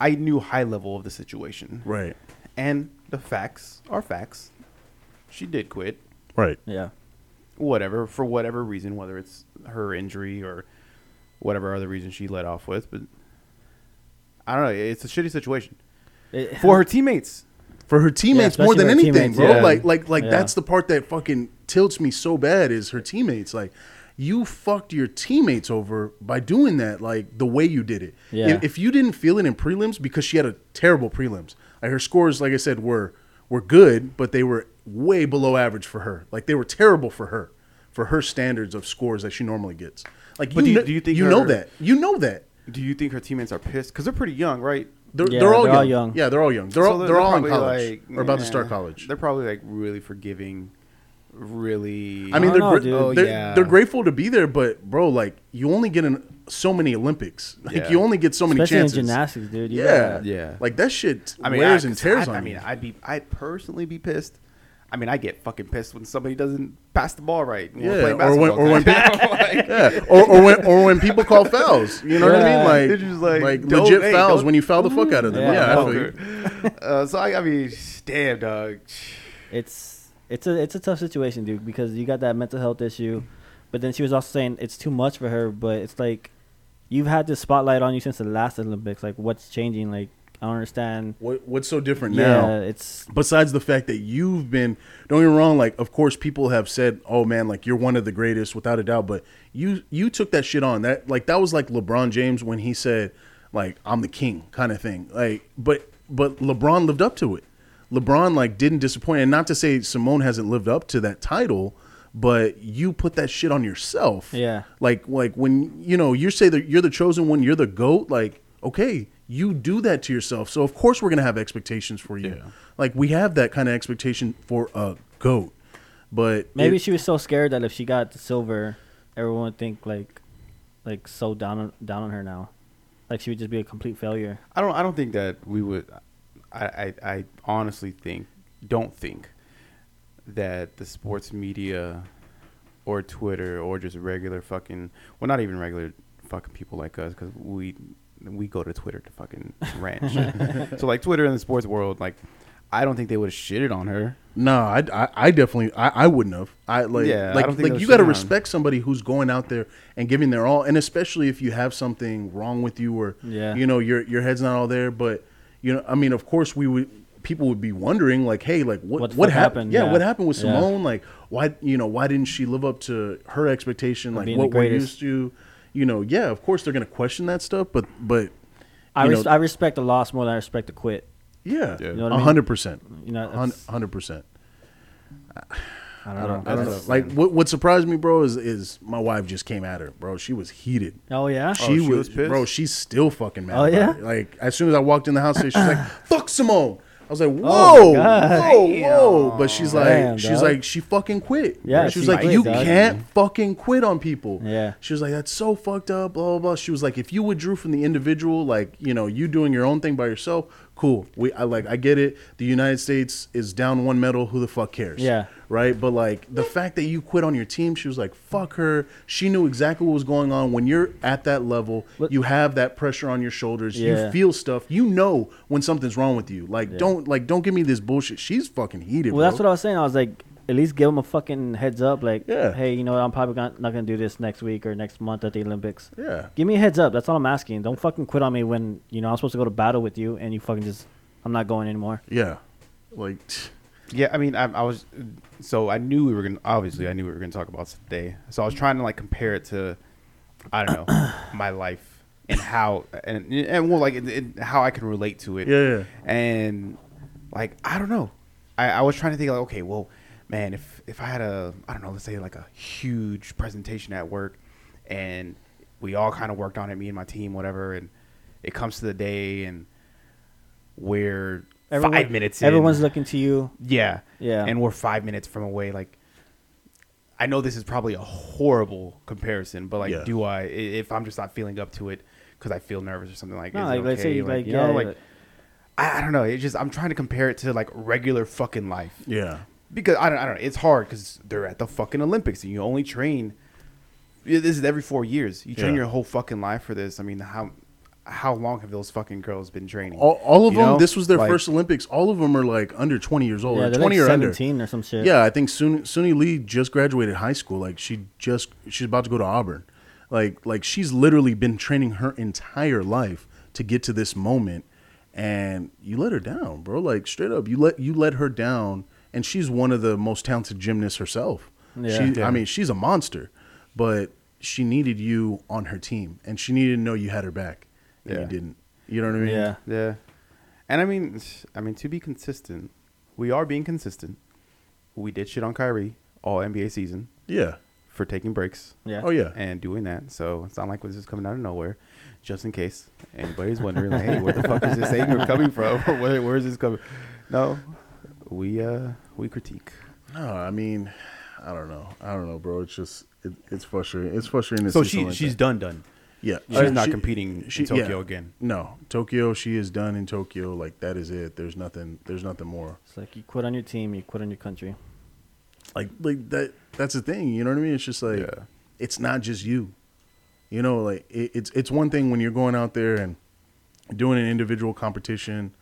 [SPEAKER 5] I knew high level of the situation,
[SPEAKER 3] Right.
[SPEAKER 5] and the facts are facts. She did quit.
[SPEAKER 3] Right.
[SPEAKER 4] Yeah.
[SPEAKER 5] whatever for whatever reason, whether it's her injury or whatever other reason she let off with. But I don't know. It's a shitty situation
[SPEAKER 4] It-
[SPEAKER 5] for her teammates.
[SPEAKER 3] For her teammates more
[SPEAKER 4] especially
[SPEAKER 3] than
[SPEAKER 4] her
[SPEAKER 3] anything,
[SPEAKER 4] teammates,
[SPEAKER 3] bro.
[SPEAKER 5] yeah.
[SPEAKER 3] Like like like
[SPEAKER 4] Yeah.
[SPEAKER 3] that's the part that fucking tilts me so bad is her teammates. Like you fucked your teammates over by doing that. Like the way you did it.
[SPEAKER 4] Yeah.
[SPEAKER 3] If, if you didn't feel it in prelims because she had a terrible prelims. Like her scores, like I said, were were good, but they were way below average for her. Like they were terrible for her, for her standards of scores that she normally gets. Like,
[SPEAKER 5] But
[SPEAKER 3] you,
[SPEAKER 5] do you-
[SPEAKER 3] kn-
[SPEAKER 5] do you think
[SPEAKER 3] you know
[SPEAKER 5] her-
[SPEAKER 3] that? You know that.
[SPEAKER 5] Do you think her teammates are pissed? Because they're pretty young, right?
[SPEAKER 3] They're,
[SPEAKER 4] Yeah,
[SPEAKER 3] they're, all,
[SPEAKER 4] they're
[SPEAKER 3] young.
[SPEAKER 4] all young.
[SPEAKER 3] Yeah, they're all young. They're
[SPEAKER 5] So
[SPEAKER 3] all they're, all in
[SPEAKER 5] probably
[SPEAKER 3] college
[SPEAKER 5] like,
[SPEAKER 3] or about to
[SPEAKER 5] yeah,
[SPEAKER 3] start college.
[SPEAKER 5] They're probably like really forgiving, really.
[SPEAKER 3] I mean,
[SPEAKER 4] I
[SPEAKER 3] they're
[SPEAKER 4] don't
[SPEAKER 3] gr-
[SPEAKER 4] know, dude.
[SPEAKER 5] Oh,
[SPEAKER 3] they're,
[SPEAKER 5] yeah.
[SPEAKER 3] they're grateful to be there, but bro, like you only get in so many Olympics. Like
[SPEAKER 5] Yeah.
[SPEAKER 3] you only get so many
[SPEAKER 4] Especially
[SPEAKER 3] chances.
[SPEAKER 4] in gymnastics, dude. You
[SPEAKER 3] Yeah,
[SPEAKER 4] gotta-
[SPEAKER 5] Yeah.
[SPEAKER 3] Like that shit
[SPEAKER 5] I mean,
[SPEAKER 3] wears
[SPEAKER 5] I,
[SPEAKER 3] and tears
[SPEAKER 5] I,
[SPEAKER 3] on
[SPEAKER 5] I
[SPEAKER 3] you.
[SPEAKER 5] mean, I'd be, I'd personally be pissed. I mean, I get fucking pissed when somebody doesn't pass the ball right. when we're
[SPEAKER 3] Yeah,
[SPEAKER 5] playing
[SPEAKER 3] or when-
[SPEAKER 5] basketball,
[SPEAKER 3] or when
[SPEAKER 5] guys. Like,
[SPEAKER 3] yeah, or, or when or when people call fouls, you know what I mean?
[SPEAKER 4] Yeah.
[SPEAKER 3] Like,
[SPEAKER 5] They're just like, don't-
[SPEAKER 3] legit
[SPEAKER 5] hey,
[SPEAKER 3] fouls
[SPEAKER 5] don't-
[SPEAKER 3] when you foul the fuck out of them.
[SPEAKER 4] Yeah,
[SPEAKER 3] Yeah, I feel you.
[SPEAKER 5] uh, so I, I mean, damn, dog.
[SPEAKER 4] It's it's a it's a tough situation, dude, because you got that mental health issue, but then she was also saying it's too much for her. But it's like you've had this spotlight on you since the last Olympics. Like, what's changing? Like, I don't understand.
[SPEAKER 3] What, what's so different now?
[SPEAKER 4] yeah, it's
[SPEAKER 3] besides the fact that you've been don't get me wrong like of course people have said oh man like you're one of the greatest without a doubt but you you took that shit on that like that was like lebron james when he said like i'm the king kind of thing like but but lebron lived up to it lebron like didn't disappoint and not to say simone hasn't lived up to that title but you put that shit on yourself
[SPEAKER 4] Yeah.
[SPEAKER 3] like like when you know you say that you're the chosen one you're the goat like okay you do that to yourself so of course we're gonna have expectations for you like we have that kind of expectation for a goat but
[SPEAKER 4] Maybe
[SPEAKER 3] it-
[SPEAKER 4] she was so scared that if she got the silver, everyone would think like, like so down on, down on her now, like she would just be a complete failure.
[SPEAKER 5] I don't. I don't think that we would. I, I, I honestly think, don't think, that the sports media, or Twitter, or just regular fucking, well, not even regular fucking people like us, because we we go to Twitter to fucking rant. and shit. so like Twitter and the sports world, like, I don't think they would have shitted on her.
[SPEAKER 3] no I, I I definitely I, I wouldn't have I like
[SPEAKER 5] Yeah, I
[SPEAKER 3] like
[SPEAKER 5] don't think
[SPEAKER 3] like
[SPEAKER 5] they'll
[SPEAKER 3] you got to
[SPEAKER 5] sit down.
[SPEAKER 3] respect somebody who's going out there and giving their all and especially if you have something wrong with you or
[SPEAKER 4] Yeah.
[SPEAKER 3] you know your your head's not all there but you know I mean of course we would people would be wondering like hey like what
[SPEAKER 4] What
[SPEAKER 3] what,
[SPEAKER 4] the fuck
[SPEAKER 3] happened
[SPEAKER 4] happened?
[SPEAKER 3] yeah,
[SPEAKER 4] Yeah.
[SPEAKER 3] what happened with
[SPEAKER 4] Yeah.
[SPEAKER 3] Simone like why you know why didn't she live up to her expectation like
[SPEAKER 4] being
[SPEAKER 3] what
[SPEAKER 4] the
[SPEAKER 3] we're used
[SPEAKER 4] greatest.
[SPEAKER 3] to you know yeah of course they're gonna question that stuff but but
[SPEAKER 4] I,
[SPEAKER 3] You
[SPEAKER 4] res-
[SPEAKER 3] know-
[SPEAKER 4] I respect the loss more than I respect the quit.
[SPEAKER 3] yeah
[SPEAKER 5] You
[SPEAKER 4] know what I
[SPEAKER 3] a
[SPEAKER 4] mean?
[SPEAKER 3] hundred percent
[SPEAKER 4] You know,
[SPEAKER 3] Hun-
[SPEAKER 4] that's-
[SPEAKER 3] hundred percent. I-
[SPEAKER 4] I don't know.
[SPEAKER 3] I don't know.
[SPEAKER 5] That's-
[SPEAKER 3] Like what, what surprised me, bro, is is my wife just came at her, bro. She was heated.
[SPEAKER 4] Oh yeah.
[SPEAKER 3] She,
[SPEAKER 5] she
[SPEAKER 3] was,
[SPEAKER 5] was pissed?
[SPEAKER 3] bro. She's still fucking mad.
[SPEAKER 4] Oh,
[SPEAKER 3] about
[SPEAKER 4] yeah?
[SPEAKER 3] it. Like as soon as I walked in the house, she's like, "Fuck Simone." I was like, "Whoa,
[SPEAKER 4] Oh, my God.
[SPEAKER 3] whoa, whoa!" But she's like,
[SPEAKER 4] Damn,
[SPEAKER 3] she's
[SPEAKER 4] dog.
[SPEAKER 3] like, she fucking quit.
[SPEAKER 4] Yeah,
[SPEAKER 3] she was
[SPEAKER 4] she
[SPEAKER 3] like,
[SPEAKER 4] quit,
[SPEAKER 3] "You
[SPEAKER 4] dog.
[SPEAKER 3] can't fucking quit on people."
[SPEAKER 4] Yeah.
[SPEAKER 3] she was like, "That's so fucked up." Blah blah blah. She was like, "If you withdrew from the individual, like you know, you doing your own thing by yourself, cool. We, I like, I get it. The United States is down one medal. Who the fuck cares?"
[SPEAKER 4] Yeah.
[SPEAKER 3] right? But like the fact that you quit on your team, she was like, "Fuck her." She knew exactly what was going on. When you're at that level,
[SPEAKER 4] Let-
[SPEAKER 3] you have that pressure on your shoulders. You
[SPEAKER 4] Yeah.
[SPEAKER 3] feel stuff. You know when something's wrong with you. Like don't like don't give me this bullshit. She's fucking heated.
[SPEAKER 4] Well, that's what I was saying. I was like, at least give them a fucking heads up. Like,
[SPEAKER 3] Yeah.
[SPEAKER 4] hey, you know, what? I'm probably gonna, not going to do this next week or next month at the Olympics.
[SPEAKER 3] Yeah.
[SPEAKER 4] Give me a heads up. That's all I'm asking. Don't fucking quit on me when you know I'm supposed to go to battle with you and you fucking just I'm not going anymore.
[SPEAKER 3] yeah, like tch,
[SPEAKER 5] Yeah, I mean, I, I was so I knew we were gonna. Obviously, I knew we were gonna talk about this today. So I was trying to like compare it to, I don't know, my life and how and and well, like it, it- how I can relate to it.
[SPEAKER 3] Yeah, yeah.
[SPEAKER 5] And like I don't know, I, I was trying to think like, okay, well, man, if if I had a, I don't know, let's say like a huge presentation at work, and we all kind of worked on it, me and my team, whatever, and it comes to the day and we're five minutes. in.
[SPEAKER 4] Everyone's looking to you.
[SPEAKER 5] Yeah.
[SPEAKER 4] Yeah.
[SPEAKER 5] And we're five minutes from away. Like, I know this is probably a horrible comparison, but like,
[SPEAKER 3] Yeah.
[SPEAKER 5] do I, i- if I'm just not feeling up to it because I feel nervous or something like,
[SPEAKER 4] No,
[SPEAKER 5] is
[SPEAKER 4] like,
[SPEAKER 5] it okay?
[SPEAKER 4] let's say you,
[SPEAKER 5] like,
[SPEAKER 4] like,
[SPEAKER 5] you
[SPEAKER 4] yeah,
[SPEAKER 5] know, like,
[SPEAKER 4] like-
[SPEAKER 5] I, I don't know. It's just, I'm trying to compare it to like regular fucking life.
[SPEAKER 3] yeah,
[SPEAKER 5] Because I don't, I don't know. It's hard because they're at the fucking Olympics and you only train. yeah, This is every four years. You train
[SPEAKER 3] Yeah.
[SPEAKER 5] your whole fucking life for this. I mean, how how long have those fucking girls been training?
[SPEAKER 3] all, all of
[SPEAKER 5] You
[SPEAKER 3] them.
[SPEAKER 5] know?
[SPEAKER 3] This was their
[SPEAKER 5] Like-
[SPEAKER 3] first Olympics. All of them are like under twenty years old,
[SPEAKER 4] yeah,
[SPEAKER 3] or
[SPEAKER 4] they're
[SPEAKER 3] twenty
[SPEAKER 4] like
[SPEAKER 3] or under.
[SPEAKER 4] 17 or some shit.
[SPEAKER 3] Yeah, I think Sun Suni Lee just graduated high school. Like she just she's about to go to Auburn. Like like she's literally been training her entire life to get to this moment and you let her down, bro. Like straight up, you let you let her down and she's one of the most talented gymnasts herself.
[SPEAKER 4] Yeah.
[SPEAKER 3] She I mean, she's a monster, but she needed you on her team and she needed to know you had her back and you
[SPEAKER 5] Yeah.
[SPEAKER 3] didn't. You know what I mean?
[SPEAKER 4] Yeah.
[SPEAKER 5] Yeah, and I mean, I mean to be consistent, we are being consistent. We did shit on Kyrie all NBA season
[SPEAKER 3] Yeah.
[SPEAKER 5] for taking breaks
[SPEAKER 4] Yeah.
[SPEAKER 3] Oh yeah.
[SPEAKER 5] and doing that. So it's not like this is coming out of nowhere. Just in case anybody's wondering, like, hey, where the fuck is this anger coming from? where, where is this coming? No, we uh we critique.
[SPEAKER 3] No, I mean, I don't know. I don't know, bro. It's just it, it's frustrating. It's frustrating. To
[SPEAKER 5] So
[SPEAKER 3] see
[SPEAKER 5] she
[SPEAKER 3] something like
[SPEAKER 5] she's
[SPEAKER 3] that.
[SPEAKER 5] done done.
[SPEAKER 3] yeah. Uh,
[SPEAKER 5] she's not competing in Tokyo again.
[SPEAKER 3] No, Tokyo. She is done in Tokyo. Like that is it. There's nothing. There's nothing more.
[SPEAKER 4] It's like you quit on your team, you quit on your country.
[SPEAKER 3] Like like that. That's the thing. You know what I mean? It's just like
[SPEAKER 5] Yeah.
[SPEAKER 3] it's not just you. You know, like it, it's it's one thing when you're going out there and doing an individual competition,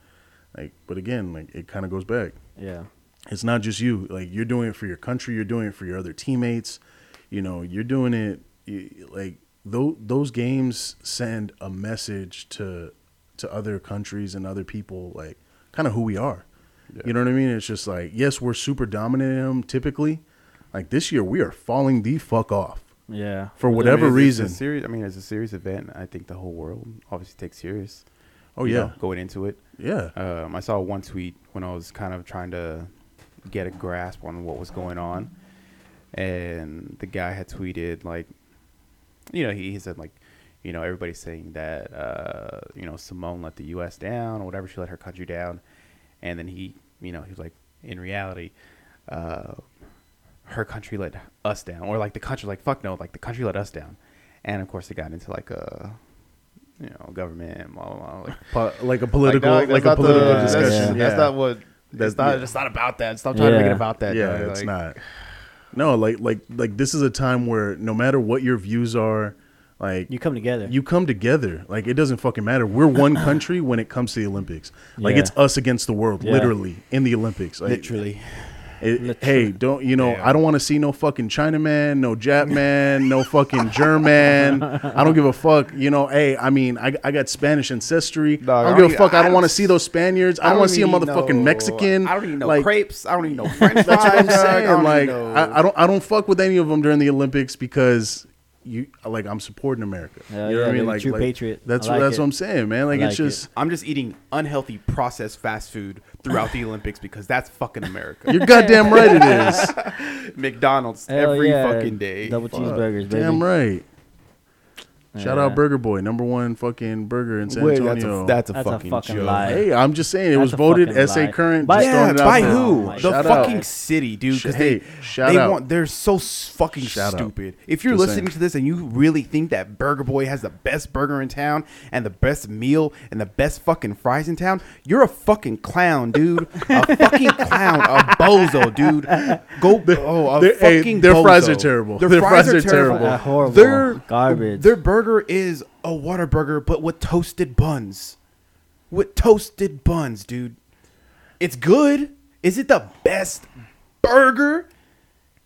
[SPEAKER 3] like. But again, like it kind of goes back.
[SPEAKER 4] Yeah.
[SPEAKER 3] it's not just you like you're doing it for your country you're doing it for your other teammates you know you're doing it you, like those those games send a message to to other countries and other people like kind of who we are you know what i mean it's just like yes we're super dominant in them typically like this year we are falling the fuck off
[SPEAKER 4] Yeah.
[SPEAKER 3] for
[SPEAKER 5] I mean, it's-
[SPEAKER 3] whatever
[SPEAKER 5] it's a
[SPEAKER 3] reason
[SPEAKER 5] serious. I mean, it's a serious event. I think the whole world obviously takes serious.
[SPEAKER 3] oh
[SPEAKER 5] you
[SPEAKER 3] yeah Uh,
[SPEAKER 5] know, going into it.
[SPEAKER 3] yeah
[SPEAKER 5] Um, I saw one tweet when I was kind of trying to get a grasp on what was going on, and the guy had tweeted like, you know, he, he said like, you know, everybody's saying that uh, you know Simone let the U.S. down or whatever, she let her country down, and then he, you know, he was like, in reality, uh, her country let us down, or like the country, like fuck no, like the country let us down, and of course it got into like a, you know, government, blah blah blah. Like,
[SPEAKER 3] Po- like a political
[SPEAKER 5] dog,
[SPEAKER 3] like,
[SPEAKER 5] that's
[SPEAKER 3] a
[SPEAKER 5] not the-
[SPEAKER 3] political
[SPEAKER 5] that's-
[SPEAKER 3] discussion
[SPEAKER 5] That's,
[SPEAKER 3] yeah.
[SPEAKER 5] not what.
[SPEAKER 3] That's-
[SPEAKER 5] it's not.
[SPEAKER 3] yeah.
[SPEAKER 5] It's not about that. Stop trying to make
[SPEAKER 4] Yeah.
[SPEAKER 5] it about that.
[SPEAKER 3] Yeah,
[SPEAKER 5] dog.
[SPEAKER 3] it's
[SPEAKER 5] Like,
[SPEAKER 3] not. No, like like like this is a time where no matter what your views are, like
[SPEAKER 4] You come together.
[SPEAKER 3] you come together. Like it doesn't fucking matter. We're one country when it comes to the Olympics. Like
[SPEAKER 4] Yeah.
[SPEAKER 3] it's us against the world,
[SPEAKER 4] Yeah.
[SPEAKER 3] literally in the Olympics. Like,
[SPEAKER 5] Literally.
[SPEAKER 3] it- hey, don't you know? I don't want to see no fucking Chinaman, no Jap man, no fucking German. I don't give a fuck. You know, hey, I mean, I, I got Spanish ancestry.
[SPEAKER 5] Dog,
[SPEAKER 3] I
[SPEAKER 5] I
[SPEAKER 3] don't
[SPEAKER 5] don't
[SPEAKER 3] give a fuck.
[SPEAKER 5] e-
[SPEAKER 3] I
[SPEAKER 5] I
[SPEAKER 3] don't
[SPEAKER 5] don't
[SPEAKER 3] want to
[SPEAKER 5] s-
[SPEAKER 3] see those Spaniards. I don't want to see a motherfucking Mexican.
[SPEAKER 5] I don't need no
[SPEAKER 3] Like,
[SPEAKER 5] crepes. I don't need no French fries.
[SPEAKER 3] that's what I'm
[SPEAKER 5] dog. I
[SPEAKER 3] saying.
[SPEAKER 5] don't
[SPEAKER 3] like,
[SPEAKER 5] need no-
[SPEAKER 3] I, I don't, I don't fuck with any of them during the Olympics because you like I'm supporting America.
[SPEAKER 4] Hell
[SPEAKER 3] you know what
[SPEAKER 4] yeah,
[SPEAKER 3] I mean?
[SPEAKER 4] baby,
[SPEAKER 3] Like
[SPEAKER 4] true
[SPEAKER 3] like,
[SPEAKER 4] patriot. I
[SPEAKER 3] That's
[SPEAKER 4] like
[SPEAKER 3] that's
[SPEAKER 4] it.
[SPEAKER 3] what I'm saying, man. Like,
[SPEAKER 4] I
[SPEAKER 3] it's
[SPEAKER 4] like it.
[SPEAKER 3] just
[SPEAKER 5] I'm just eating unhealthy processed fast food throughout the Olympics because that's fucking America.
[SPEAKER 3] you're goddamn right it is.
[SPEAKER 5] McDonald's
[SPEAKER 4] Hell
[SPEAKER 5] every
[SPEAKER 4] yeah,
[SPEAKER 5] fucking day.
[SPEAKER 4] Double
[SPEAKER 5] Fuck.
[SPEAKER 4] cheeseburgers, baby.
[SPEAKER 3] Damn right. Shout
[SPEAKER 4] Yeah.
[SPEAKER 3] out Burger Boy, number one fucking burger in San
[SPEAKER 5] Wait, that's
[SPEAKER 3] Antonio.
[SPEAKER 5] a, that's a
[SPEAKER 4] That's a
[SPEAKER 5] fucking,
[SPEAKER 4] fucking
[SPEAKER 5] joke.
[SPEAKER 4] lie.
[SPEAKER 3] hey, I'm just saying it
[SPEAKER 4] That's
[SPEAKER 3] was
[SPEAKER 4] a
[SPEAKER 3] voted
[SPEAKER 4] fucking
[SPEAKER 3] SA
[SPEAKER 4] lie.
[SPEAKER 3] current.
[SPEAKER 4] By- Oh
[SPEAKER 3] just throwing
[SPEAKER 5] Yeah,
[SPEAKER 3] it out
[SPEAKER 5] by
[SPEAKER 3] there. Oh
[SPEAKER 5] who?
[SPEAKER 4] my
[SPEAKER 5] the
[SPEAKER 3] Shout out.
[SPEAKER 5] fucking city, dude. Because
[SPEAKER 3] Hey,
[SPEAKER 5] they,
[SPEAKER 3] shout
[SPEAKER 5] they
[SPEAKER 3] out.
[SPEAKER 5] want they're so s- fucking
[SPEAKER 3] Shout out.
[SPEAKER 5] stupid. If you're
[SPEAKER 3] Just
[SPEAKER 5] listening
[SPEAKER 3] saying.
[SPEAKER 5] to this and you really think that Burger Boy has the best burger in town and the best meal and the best fucking fries in town, you're a fucking clown, dude. a fucking clown, a bozo, dude. Go oh, a
[SPEAKER 3] they're- hey,
[SPEAKER 5] fucking
[SPEAKER 3] their fries
[SPEAKER 5] bozo.
[SPEAKER 3] are terrible. Their fries are terrible.
[SPEAKER 4] Uh, horrible.
[SPEAKER 5] Their
[SPEAKER 4] Garbage.
[SPEAKER 5] Their burger is a water burger, but with toasted buns. With toasted buns, dude. It's good. Is it the best burger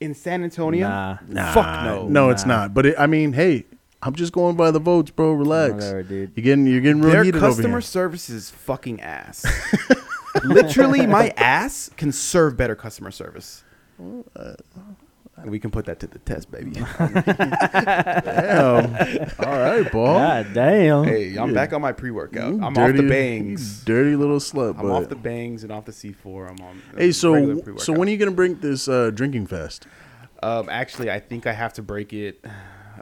[SPEAKER 5] in San Antonio?
[SPEAKER 4] Nah.
[SPEAKER 3] Nah,
[SPEAKER 5] Fuck no.
[SPEAKER 3] No,
[SPEAKER 4] Oh
[SPEAKER 3] it's not. But it, I mean, hey, I'm just going by the votes, bro. Relax.
[SPEAKER 4] Whatever, dude.
[SPEAKER 3] You're getting you're getting real
[SPEAKER 5] Their
[SPEAKER 3] heated over
[SPEAKER 5] customer
[SPEAKER 3] here.
[SPEAKER 5] service is fucking ass. Literally, my ass can serve better customer service. We can put that to the test, baby.
[SPEAKER 3] Damn. All right, Paul.
[SPEAKER 4] God damn.
[SPEAKER 5] hey, I'm back on my pre-workout.
[SPEAKER 3] You
[SPEAKER 5] I'm off
[SPEAKER 3] dirty-
[SPEAKER 5] the bangs.
[SPEAKER 3] you Dirty little slut.
[SPEAKER 5] I'm
[SPEAKER 3] but-
[SPEAKER 5] off the bangs and off the C4. I'm on.
[SPEAKER 3] Hey, so
[SPEAKER 5] regular
[SPEAKER 3] so
[SPEAKER 5] pre-workout.
[SPEAKER 3] when are you gonna bring this uh, drinking fest?
[SPEAKER 5] Um, actually, I think I have to break it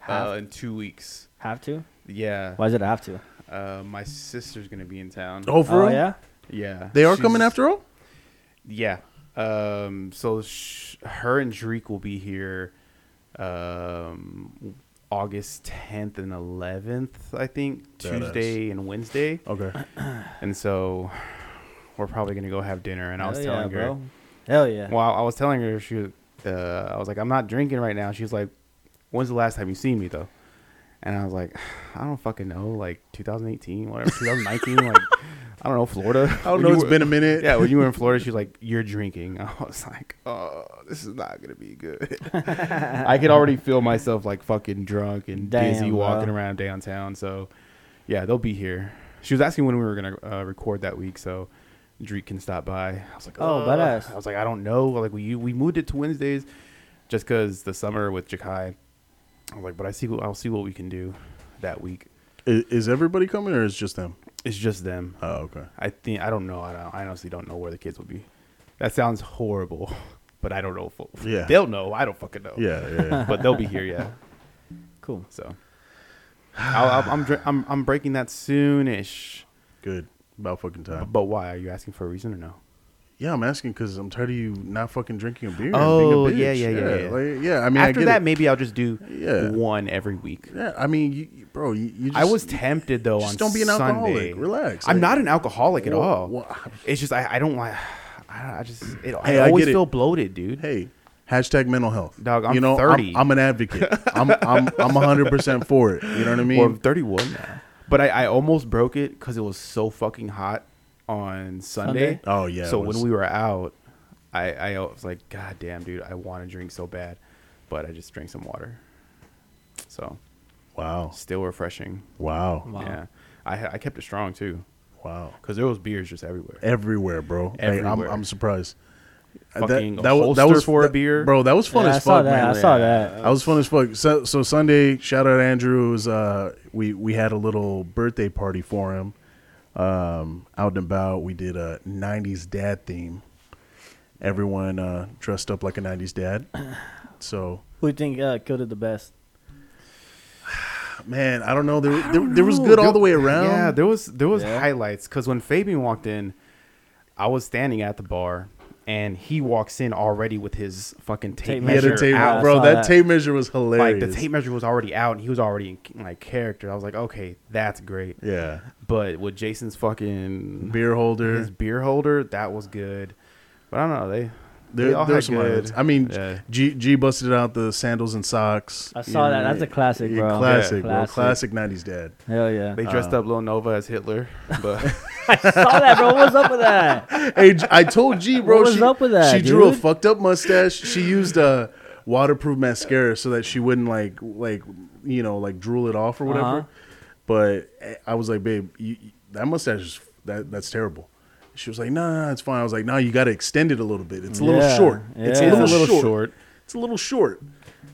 [SPEAKER 5] uh, in two weeks.
[SPEAKER 4] Have to?
[SPEAKER 5] Yeah,
[SPEAKER 4] Why did I have to?
[SPEAKER 5] uh, my sister's gonna be in town.
[SPEAKER 3] Oh, for
[SPEAKER 4] oh
[SPEAKER 3] real?
[SPEAKER 4] yeah.
[SPEAKER 5] yeah,
[SPEAKER 3] They are
[SPEAKER 5] she's-
[SPEAKER 3] coming after all.
[SPEAKER 5] Yeah. Um, so sh- her and Drake will be here um, August 10th and 11th, I think,
[SPEAKER 3] Badass. Oh.
[SPEAKER 5] Tuesday and Wednesday.
[SPEAKER 3] Okay.
[SPEAKER 5] And so we're probably gonna go have dinner. And I was
[SPEAKER 4] Hell
[SPEAKER 5] telling
[SPEAKER 4] yeah,
[SPEAKER 5] her,
[SPEAKER 4] Bro. Hell yeah.
[SPEAKER 5] Well, I was telling her she, was- uh, I was like, I'm not drinking right now. She was like, When's the last time you seen me though? And I was like, I don't fucking know, like 2018, whatever, 2019, like I don't know, Florida.
[SPEAKER 3] I don't know. It's been a minute.
[SPEAKER 5] yeah, when you were in Florida, she was like, You're drinking. I was like, Oh, this is not gonna be good. I could already feel myself like fucking drunk and
[SPEAKER 4] Damn,
[SPEAKER 5] dizzy
[SPEAKER 4] bro.
[SPEAKER 5] walking around downtown. So yeah, they'll be here. She was asking when we were gonna uh, record that week, so Drake can stop by. I was like,
[SPEAKER 4] Oh,
[SPEAKER 5] "Ugh."
[SPEAKER 4] badass.
[SPEAKER 5] I was like, I don't know. Like we we moved it to Wednesdays, just because the summer with Jakai. I was like, but I see what I'll see what we can do that week.
[SPEAKER 3] I- Is, everybody coming or is just them?
[SPEAKER 5] It's just them.
[SPEAKER 3] Oh, okay.
[SPEAKER 5] I think I don't know. I, don't, I honestly don't know where the kids will be. That sounds horrible, but I don't know. If,
[SPEAKER 3] Yeah.
[SPEAKER 5] they'll know. I don't fucking know.
[SPEAKER 3] Yeah, yeah. yeah.
[SPEAKER 5] but they'll be here. Yeah.
[SPEAKER 4] cool.
[SPEAKER 5] So I'll, I'll, I'm, dr- I'm I'm breaking that soonish.
[SPEAKER 3] Good. About fucking time.
[SPEAKER 5] But why are you asking for a reason or no?
[SPEAKER 3] Yeah, I'm asking because I'm tired of you not fucking drinking a beer.
[SPEAKER 5] Oh,
[SPEAKER 3] and being
[SPEAKER 5] yeah,
[SPEAKER 3] a bitch.
[SPEAKER 5] yeah, yeah, yeah.
[SPEAKER 3] like, yeah, I mean, I
[SPEAKER 5] After
[SPEAKER 3] get
[SPEAKER 5] that,
[SPEAKER 3] it.
[SPEAKER 5] maybe I'll just do
[SPEAKER 3] Yeah.
[SPEAKER 5] one every week.
[SPEAKER 3] yeah, I mean, you, you- bro, you, you just,
[SPEAKER 5] I was tempted though.
[SPEAKER 3] just
[SPEAKER 5] on
[SPEAKER 3] don't be an
[SPEAKER 5] Sunday.
[SPEAKER 3] alcoholic. Relax.
[SPEAKER 5] I'm
[SPEAKER 3] Like,
[SPEAKER 5] not an alcoholic at
[SPEAKER 3] wha-
[SPEAKER 5] all.
[SPEAKER 3] wha-
[SPEAKER 5] It's just I, I don't like. I, I just it,
[SPEAKER 3] Hey,
[SPEAKER 5] I
[SPEAKER 3] I
[SPEAKER 5] always
[SPEAKER 3] get it.
[SPEAKER 5] feel bloated, dude.
[SPEAKER 3] hey, hashtag mental health.
[SPEAKER 5] Dog, I'm
[SPEAKER 3] you know,
[SPEAKER 5] 30.
[SPEAKER 3] I'm, I'm an advocate. I'm, I'm, I'm 100% for it. You know what I mean?
[SPEAKER 5] well, I'm 31 now, but I, I almost broke it because it was so fucking hot on Sunday.
[SPEAKER 4] Sunday?
[SPEAKER 3] Oh, yeah,
[SPEAKER 5] So
[SPEAKER 3] it
[SPEAKER 5] when
[SPEAKER 3] was-
[SPEAKER 5] we were out, I I was like, God damn, dude, I want to drink so bad, but I just drank some water. So
[SPEAKER 3] wow.
[SPEAKER 5] still refreshing.
[SPEAKER 3] Wow. Wow.
[SPEAKER 5] Yeah, I I kept it strong too
[SPEAKER 3] Wow.
[SPEAKER 5] because there was beers just everywhere.
[SPEAKER 3] Everywhere, bro. Like, I'm,
[SPEAKER 5] Everywhere.
[SPEAKER 3] I'm surprised. Uh,
[SPEAKER 5] Fucking holster for a
[SPEAKER 3] that-
[SPEAKER 5] beer.
[SPEAKER 3] bro. That was fun
[SPEAKER 4] Yeah,
[SPEAKER 3] as
[SPEAKER 4] I
[SPEAKER 3] fuck,
[SPEAKER 4] saw that.
[SPEAKER 3] man.
[SPEAKER 4] I saw that.
[SPEAKER 3] I was fun as fuck. So, so Sunday, shout out Andrew. It was, uh, we we had a little birthday party for him. Um, out and about, we did a '90s dad theme. Everyone uh, dressed up like a '90s dad. So,
[SPEAKER 4] Who you think uh, killed it the best?
[SPEAKER 3] man, I don't know. There,
[SPEAKER 5] I
[SPEAKER 3] there,
[SPEAKER 5] don't
[SPEAKER 3] there was
[SPEAKER 5] know.
[SPEAKER 3] good all
[SPEAKER 5] There-
[SPEAKER 3] the way around.
[SPEAKER 5] Yeah, there was there was
[SPEAKER 4] Yeah.
[SPEAKER 5] highlights because when Fabian walked in, I was standing at the bar, and he walks in already with his fucking tape
[SPEAKER 4] Tape
[SPEAKER 3] he had
[SPEAKER 5] measure
[SPEAKER 3] a tape,
[SPEAKER 5] out.
[SPEAKER 3] bro.
[SPEAKER 4] saw
[SPEAKER 3] That,
[SPEAKER 4] that.
[SPEAKER 3] tape measure was
[SPEAKER 5] Like
[SPEAKER 3] hilarious.
[SPEAKER 5] the tape measure was already out, and he was already in like character. I was like, okay, that's great.
[SPEAKER 3] Yeah,
[SPEAKER 5] But with Jason's fucking
[SPEAKER 3] beer holder.
[SPEAKER 5] his beer holder, that was good. But I don't know they. they
[SPEAKER 3] There,
[SPEAKER 5] all
[SPEAKER 3] there's
[SPEAKER 5] had
[SPEAKER 3] some highlights.
[SPEAKER 5] good-
[SPEAKER 3] I mean,
[SPEAKER 5] Yeah.
[SPEAKER 3] G G busted out the sandals and socks.
[SPEAKER 4] I saw that. That's a classic,
[SPEAKER 3] Yeah,
[SPEAKER 4] bro.
[SPEAKER 3] Classic, bro.
[SPEAKER 4] Classic.
[SPEAKER 3] Classic '90s dad.
[SPEAKER 4] Hell yeah.
[SPEAKER 5] they dressed up Lil Nova as Hitler, but
[SPEAKER 4] saw that, bro. What's up with that?
[SPEAKER 3] Hey, G- I told G, bro.
[SPEAKER 4] What was
[SPEAKER 3] she,
[SPEAKER 4] up with that,
[SPEAKER 3] She drew a
[SPEAKER 4] dude?
[SPEAKER 3] fucked up mustache. She used a waterproof mascara so that she wouldn't like, like, you know, like drool it off or whatever.
[SPEAKER 4] Uh-huh.
[SPEAKER 3] But eh, I was like, babe, you, you- that mustache is that that's terrible. She was like, no, nah, it's fine. I was like, no, you got to extend it a little bit. It's a little
[SPEAKER 4] Yeah,
[SPEAKER 3] short. It's a
[SPEAKER 4] yeah.
[SPEAKER 3] little,
[SPEAKER 4] It's
[SPEAKER 5] a little
[SPEAKER 3] short.
[SPEAKER 5] short.
[SPEAKER 3] it's a little short.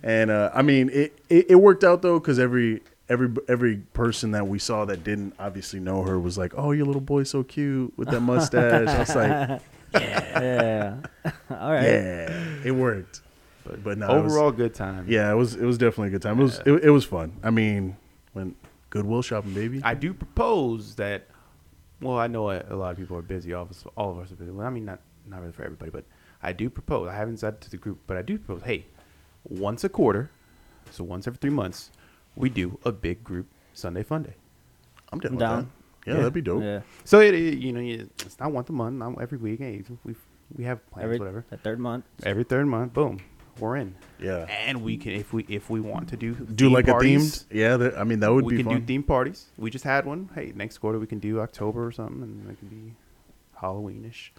[SPEAKER 3] And uh, I mean, it, it, it worked out though because every every every person that we saw that didn't obviously know her was like, "Oh, your little boy's so cute with that mustache." I was like,
[SPEAKER 4] yeah. All right.
[SPEAKER 3] "Yeah, it worked." But, but no, it was-
[SPEAKER 5] Overall, good time.
[SPEAKER 3] yeah, it was it was definitely a good time. It was it, it was fun. I mean, when Goodwill shopping, baby.
[SPEAKER 5] I do propose that. Well, I know a, a lot of people are busy. All of us, all of us are busy. Well, I mean, not not really for everybody, but I do propose. I haven't said it to the group, but I do propose. Hey, once a quarter, so once every three months, we do a big group Sunday Fun Day.
[SPEAKER 3] I'm down.
[SPEAKER 4] I'm
[SPEAKER 3] With
[SPEAKER 4] down.
[SPEAKER 3] That. Yeah, that'd be dope.
[SPEAKER 4] Yeah.
[SPEAKER 5] So it, it- you know you- it's not once a month, not every week. Hey, we we have plans,
[SPEAKER 4] Every
[SPEAKER 5] whatever.
[SPEAKER 4] the third month.
[SPEAKER 5] Every third month, boom, we're in.
[SPEAKER 3] Yeah.
[SPEAKER 5] and we can if we if we want to do
[SPEAKER 3] Do
[SPEAKER 5] theme
[SPEAKER 3] like
[SPEAKER 5] parties,
[SPEAKER 3] a themed. Yeah, that, I mean that would
[SPEAKER 5] we
[SPEAKER 3] be
[SPEAKER 5] can
[SPEAKER 3] fun.
[SPEAKER 5] do theme parties. We just had one. Hey, next quarter we can do October or something, and it can be Halloweenish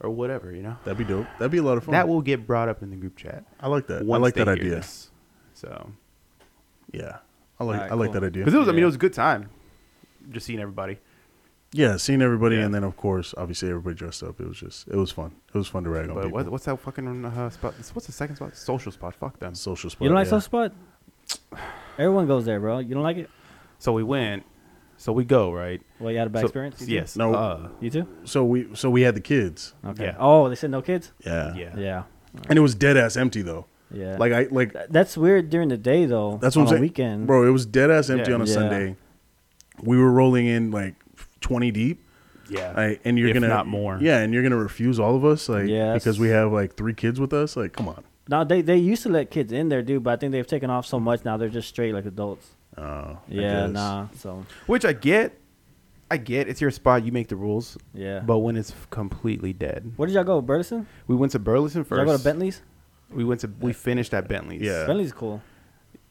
[SPEAKER 5] or whatever. You know,
[SPEAKER 3] That'd be dope. That'd be a lot of fun.
[SPEAKER 5] that will get brought up in the group chat.
[SPEAKER 3] I like that. I
[SPEAKER 5] once
[SPEAKER 3] like
[SPEAKER 5] they
[SPEAKER 3] that
[SPEAKER 5] hear
[SPEAKER 3] idea.
[SPEAKER 5] this. So,
[SPEAKER 3] Yeah. I like
[SPEAKER 4] Alright,
[SPEAKER 3] I like
[SPEAKER 4] cool.
[SPEAKER 3] that idea.
[SPEAKER 5] because it was, I mean,
[SPEAKER 4] Yeah.
[SPEAKER 5] it was a good time, just seeing everybody.
[SPEAKER 3] Yeah, seeing everybody
[SPEAKER 5] Yeah.
[SPEAKER 3] and then of course obviously everybody dressed up. It was just it was fun. It was fun to rag on
[SPEAKER 5] But
[SPEAKER 3] people.
[SPEAKER 5] what, what's that fucking uh, spot? What's the second spot? Social spot. Fuck them.
[SPEAKER 3] Social spot.
[SPEAKER 4] You don't like
[SPEAKER 3] yeah.
[SPEAKER 4] Soft Spot? Everyone goes there, bro. You don't like it?
[SPEAKER 5] So we went. So we go right.
[SPEAKER 4] Well, you had a bad
[SPEAKER 5] So-
[SPEAKER 4] experience? You too?
[SPEAKER 5] Yes.
[SPEAKER 3] No.
[SPEAKER 5] Uh,
[SPEAKER 4] You too?
[SPEAKER 3] So we so we had the kids.
[SPEAKER 4] Okay.
[SPEAKER 5] Yeah.
[SPEAKER 4] Oh, they said no kids?
[SPEAKER 3] Yeah.
[SPEAKER 5] Uh, yeah.
[SPEAKER 4] Yeah.
[SPEAKER 3] And it was dead ass empty though.
[SPEAKER 4] Yeah.
[SPEAKER 3] Like I like
[SPEAKER 4] Th- that's weird during the day though.
[SPEAKER 3] that's what I'm
[SPEAKER 4] on a
[SPEAKER 3] saying.
[SPEAKER 4] weekend.
[SPEAKER 3] Bro, it was dead ass empty
[SPEAKER 5] Yeah.
[SPEAKER 3] on a
[SPEAKER 4] Yeah.
[SPEAKER 3] Sunday. We were rolling in like 20 deep.
[SPEAKER 5] Yeah.
[SPEAKER 3] Like, and you're
[SPEAKER 5] If
[SPEAKER 3] gonna
[SPEAKER 5] not more.
[SPEAKER 3] Yeah, and you're gonna refuse all of us, like
[SPEAKER 4] Yes.
[SPEAKER 3] because we have like three kids with us. Like, come on.
[SPEAKER 4] Now they they used to let kids in there, dude, but I think they've taken off so much now they're just straight like adults.
[SPEAKER 3] Oh, I
[SPEAKER 4] Yeah,
[SPEAKER 3] guess.
[SPEAKER 4] nah. So
[SPEAKER 5] Which I get. I get. It's your spot. You make the rules.
[SPEAKER 4] yeah.
[SPEAKER 5] But when it's completely dead,
[SPEAKER 4] where did y'all go? Burleson?
[SPEAKER 5] we went to Burleson
[SPEAKER 4] Did
[SPEAKER 5] first.
[SPEAKER 4] y'all go to Bentley's?
[SPEAKER 5] We went to. We finished at Bentley's.
[SPEAKER 3] Yeah.
[SPEAKER 4] Bentley's cool.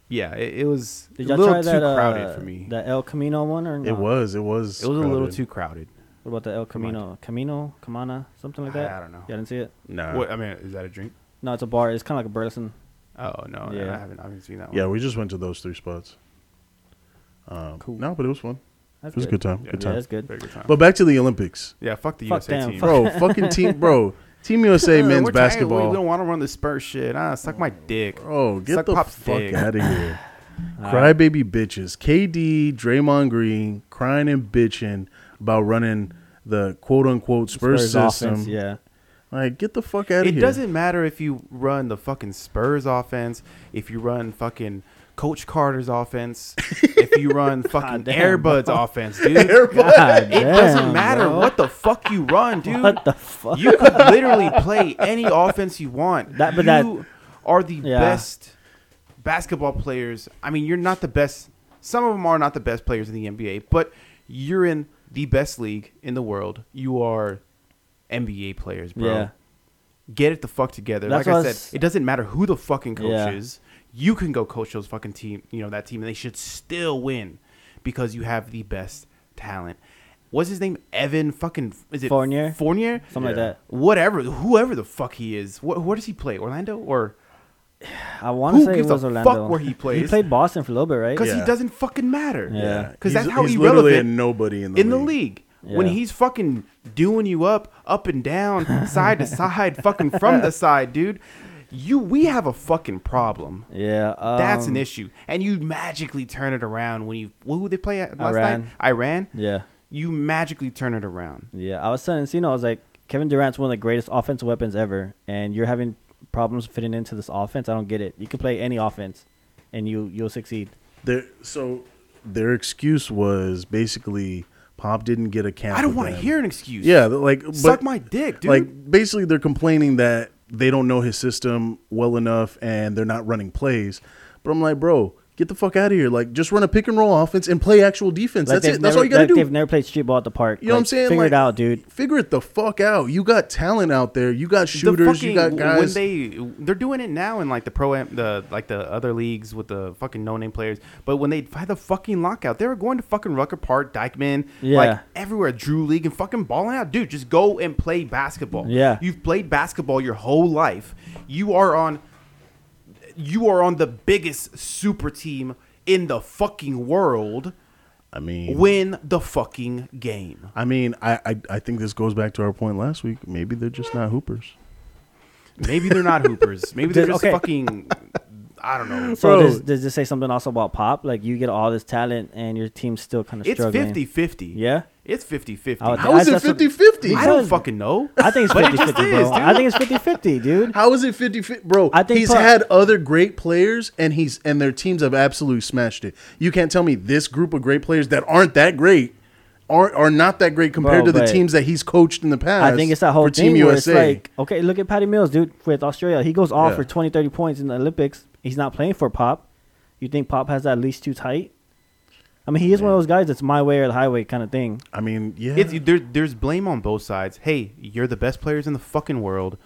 [SPEAKER 5] Yeah. It, it was
[SPEAKER 4] Did
[SPEAKER 5] a
[SPEAKER 4] y'all
[SPEAKER 5] little
[SPEAKER 4] try
[SPEAKER 5] too
[SPEAKER 4] that?
[SPEAKER 5] crowded
[SPEAKER 4] uh,
[SPEAKER 5] for me.
[SPEAKER 4] The El Camino one or
[SPEAKER 3] It
[SPEAKER 4] no?
[SPEAKER 3] was. It was.
[SPEAKER 5] it was a little
[SPEAKER 3] crowded.
[SPEAKER 5] too crowded.
[SPEAKER 4] What about the El Camino? Camino, Camana, something like
[SPEAKER 5] I-
[SPEAKER 4] that.
[SPEAKER 5] I don't know.
[SPEAKER 4] Yeah, I didn't see it.
[SPEAKER 3] Nah.
[SPEAKER 5] what, I mean, is that a drink?
[SPEAKER 4] No, it's a bar. It's kind of like a Burleson.
[SPEAKER 5] Oh no,
[SPEAKER 4] Yeah.
[SPEAKER 5] I haven't. I haven't seen that one.
[SPEAKER 3] Yeah, we just went to those three spots. Um,
[SPEAKER 4] Cool.
[SPEAKER 3] No, but it was fun.
[SPEAKER 4] That's
[SPEAKER 3] it was a good time.
[SPEAKER 5] Yeah.
[SPEAKER 3] Good
[SPEAKER 4] Yeah,
[SPEAKER 3] time.
[SPEAKER 4] that's good.
[SPEAKER 5] Very good time.
[SPEAKER 3] But back to the Olympics,
[SPEAKER 5] yeah, fuck the
[SPEAKER 4] Fuck
[SPEAKER 5] USA
[SPEAKER 4] them,
[SPEAKER 5] team.
[SPEAKER 4] fuck
[SPEAKER 3] bro. fucking team, bro. Team USA
[SPEAKER 5] Uh,
[SPEAKER 3] men's
[SPEAKER 5] we're tired.
[SPEAKER 3] basketball.
[SPEAKER 5] We don't want to run the Spurs shit. Ah, suck my dick.
[SPEAKER 3] Oh, get
[SPEAKER 5] Suck
[SPEAKER 3] the
[SPEAKER 5] Pop's
[SPEAKER 3] fuck
[SPEAKER 5] dick.
[SPEAKER 3] out of here. Crybaby bitches. KD, Draymond Green crying and bitching about running the quote unquote Spurs, system.
[SPEAKER 4] offense. Yeah.
[SPEAKER 3] Like, get the fuck out of
[SPEAKER 5] It
[SPEAKER 3] here.
[SPEAKER 5] doesn't matter if you run the fucking Spurs offense, if you run fucking Coach Carter's offense, if you run fucking
[SPEAKER 4] damn,
[SPEAKER 5] Airbud's offense, dude.
[SPEAKER 4] God
[SPEAKER 5] It doesn't
[SPEAKER 4] Ah, damn,
[SPEAKER 5] matter
[SPEAKER 4] bro.
[SPEAKER 5] what the fuck you run, dude.
[SPEAKER 4] What the fuck?
[SPEAKER 5] You could literally play any offense you want.
[SPEAKER 4] That- but that-
[SPEAKER 5] you are the
[SPEAKER 4] Yeah.
[SPEAKER 5] best basketball players. I mean, you're not the best. Some of them are not the best players in the NBA, but you're in the best league in the world. You are NBA players, bro
[SPEAKER 4] Yeah.
[SPEAKER 5] get it the fuck together.
[SPEAKER 4] That's
[SPEAKER 5] like I
[SPEAKER 4] what I
[SPEAKER 5] said,
[SPEAKER 4] was-
[SPEAKER 5] it doesn't matter who the fucking coach
[SPEAKER 4] Yeah.
[SPEAKER 5] is. You can go coach those fucking team, you know, that team, and they should still win because you have the best talent. What's his name? Evan fucking is it
[SPEAKER 4] Fournier?
[SPEAKER 5] Fournier,
[SPEAKER 4] Something like that.
[SPEAKER 5] Whatever, whoever the fuck he is. What where does he play? Orlando or
[SPEAKER 4] I want to
[SPEAKER 5] Who
[SPEAKER 4] say it
[SPEAKER 5] gives a
[SPEAKER 4] was
[SPEAKER 5] fuck
[SPEAKER 4] Orlando.
[SPEAKER 5] where he
[SPEAKER 4] He
[SPEAKER 5] plays?
[SPEAKER 4] played Boston for a little bit, right?
[SPEAKER 5] because
[SPEAKER 3] Yeah.
[SPEAKER 5] he doesn't fucking matter.
[SPEAKER 4] Yeah.
[SPEAKER 5] because
[SPEAKER 3] He's-
[SPEAKER 5] that's how
[SPEAKER 3] he's
[SPEAKER 5] irrelevant
[SPEAKER 3] literally a nobody in the
[SPEAKER 5] in the
[SPEAKER 3] league.
[SPEAKER 5] league. When
[SPEAKER 4] Yeah.
[SPEAKER 5] he's fucking doing you up, up and down, side to side, fucking from the side, dude, you we have a fucking problem.
[SPEAKER 4] Yeah. Um,
[SPEAKER 5] That's an issue, and you magically turn it around when you who they play at last
[SPEAKER 4] Iran.
[SPEAKER 5] night? Iran.
[SPEAKER 4] Yeah.
[SPEAKER 5] You magically turn it around.
[SPEAKER 4] Yeah, I was telling Encino, I was like, Kevin Durant's one of the greatest offensive weapons ever, and you're having problems fitting into this offense. I don't get it. You can play any offense, and you you'll succeed.
[SPEAKER 3] Their, so their excuse was basically Pop didn't get a camp.
[SPEAKER 5] I don't
[SPEAKER 3] with
[SPEAKER 5] want to
[SPEAKER 3] them.
[SPEAKER 5] hear an excuse.
[SPEAKER 3] Yeah, they're like but,
[SPEAKER 5] Suck my dick, dude.
[SPEAKER 3] Like basically, they're complaining that they don't know his system well enough and they're not running plays. But I'm like, bro, get the fuck out of here! Like, just run a pick and roll offense and play actual defense. That's
[SPEAKER 4] they've
[SPEAKER 3] it. That's
[SPEAKER 4] never-
[SPEAKER 3] all you gotta
[SPEAKER 4] like
[SPEAKER 3] do.
[SPEAKER 4] They've never played street ball at the park.
[SPEAKER 3] you know what I'm
[SPEAKER 4] Like,
[SPEAKER 3] saying?
[SPEAKER 4] Figure
[SPEAKER 3] Like,
[SPEAKER 4] it out, dude.
[SPEAKER 3] Figure it the fuck out. You got talent out there. You got
[SPEAKER 5] The
[SPEAKER 3] shooters. you got
[SPEAKER 5] fucking-
[SPEAKER 3] guys.
[SPEAKER 5] when they they're doing it now in like the pro am the like the other leagues with the fucking no name players. But when they had the fucking lockout, they were going to fucking Rucker Park, Dykeman, like
[SPEAKER 4] Yeah.
[SPEAKER 5] everywhere, Drew League, and fucking balling out, dude. Just go and play basketball.
[SPEAKER 4] Yeah.
[SPEAKER 5] you've played basketball your whole life. You are on. You are on the biggest super team in the fucking world.
[SPEAKER 3] I mean,
[SPEAKER 5] Win the fucking game.
[SPEAKER 3] I mean, I, I I think this goes back to our point last week. Maybe they're just not hoopers.
[SPEAKER 5] Maybe they're not hoopers. Maybe they're
[SPEAKER 4] Did-
[SPEAKER 5] just
[SPEAKER 4] okay.
[SPEAKER 5] fucking. I don't know.
[SPEAKER 4] So
[SPEAKER 3] Bro.
[SPEAKER 4] does, does this say something also about pop? Like you get all this talent and your team's still kind of
[SPEAKER 5] It's
[SPEAKER 4] struggling.
[SPEAKER 5] 50 50.
[SPEAKER 4] Yeah.
[SPEAKER 5] It's 50 50.
[SPEAKER 4] I would-
[SPEAKER 3] How is it
[SPEAKER 4] that's what-
[SPEAKER 3] 50 50?
[SPEAKER 5] I don't fucking know.
[SPEAKER 4] I think it's
[SPEAKER 5] But it
[SPEAKER 4] 50
[SPEAKER 5] just
[SPEAKER 4] 50,
[SPEAKER 5] is,
[SPEAKER 4] bro.
[SPEAKER 5] dude.
[SPEAKER 4] I think it's 50 50, dude.
[SPEAKER 3] How is it 50 50? Bro,
[SPEAKER 4] I think
[SPEAKER 3] he's
[SPEAKER 4] Puck-
[SPEAKER 3] had other great players and he's and their teams have absolutely smashed it. You can't tell me this group of great players that aren't that great are, are not that great compared to
[SPEAKER 4] Bro,
[SPEAKER 3] the
[SPEAKER 4] but-
[SPEAKER 3] teams that he's coached in the past.
[SPEAKER 4] I think it's that whole
[SPEAKER 3] for
[SPEAKER 4] thing where it's like, okay, look at Patty Mills, dude, with Australia. He goes off
[SPEAKER 3] Yeah.
[SPEAKER 4] for 20, 30 points in the Olympics. He's not playing for Pop. You think Pop has that leash too tight? I mean, he is one of those guys that's my way or the highway kind of thing.
[SPEAKER 3] I mean, yeah.
[SPEAKER 5] It's, there, there's blame on both sides. Hey, you're the best players in the fucking world.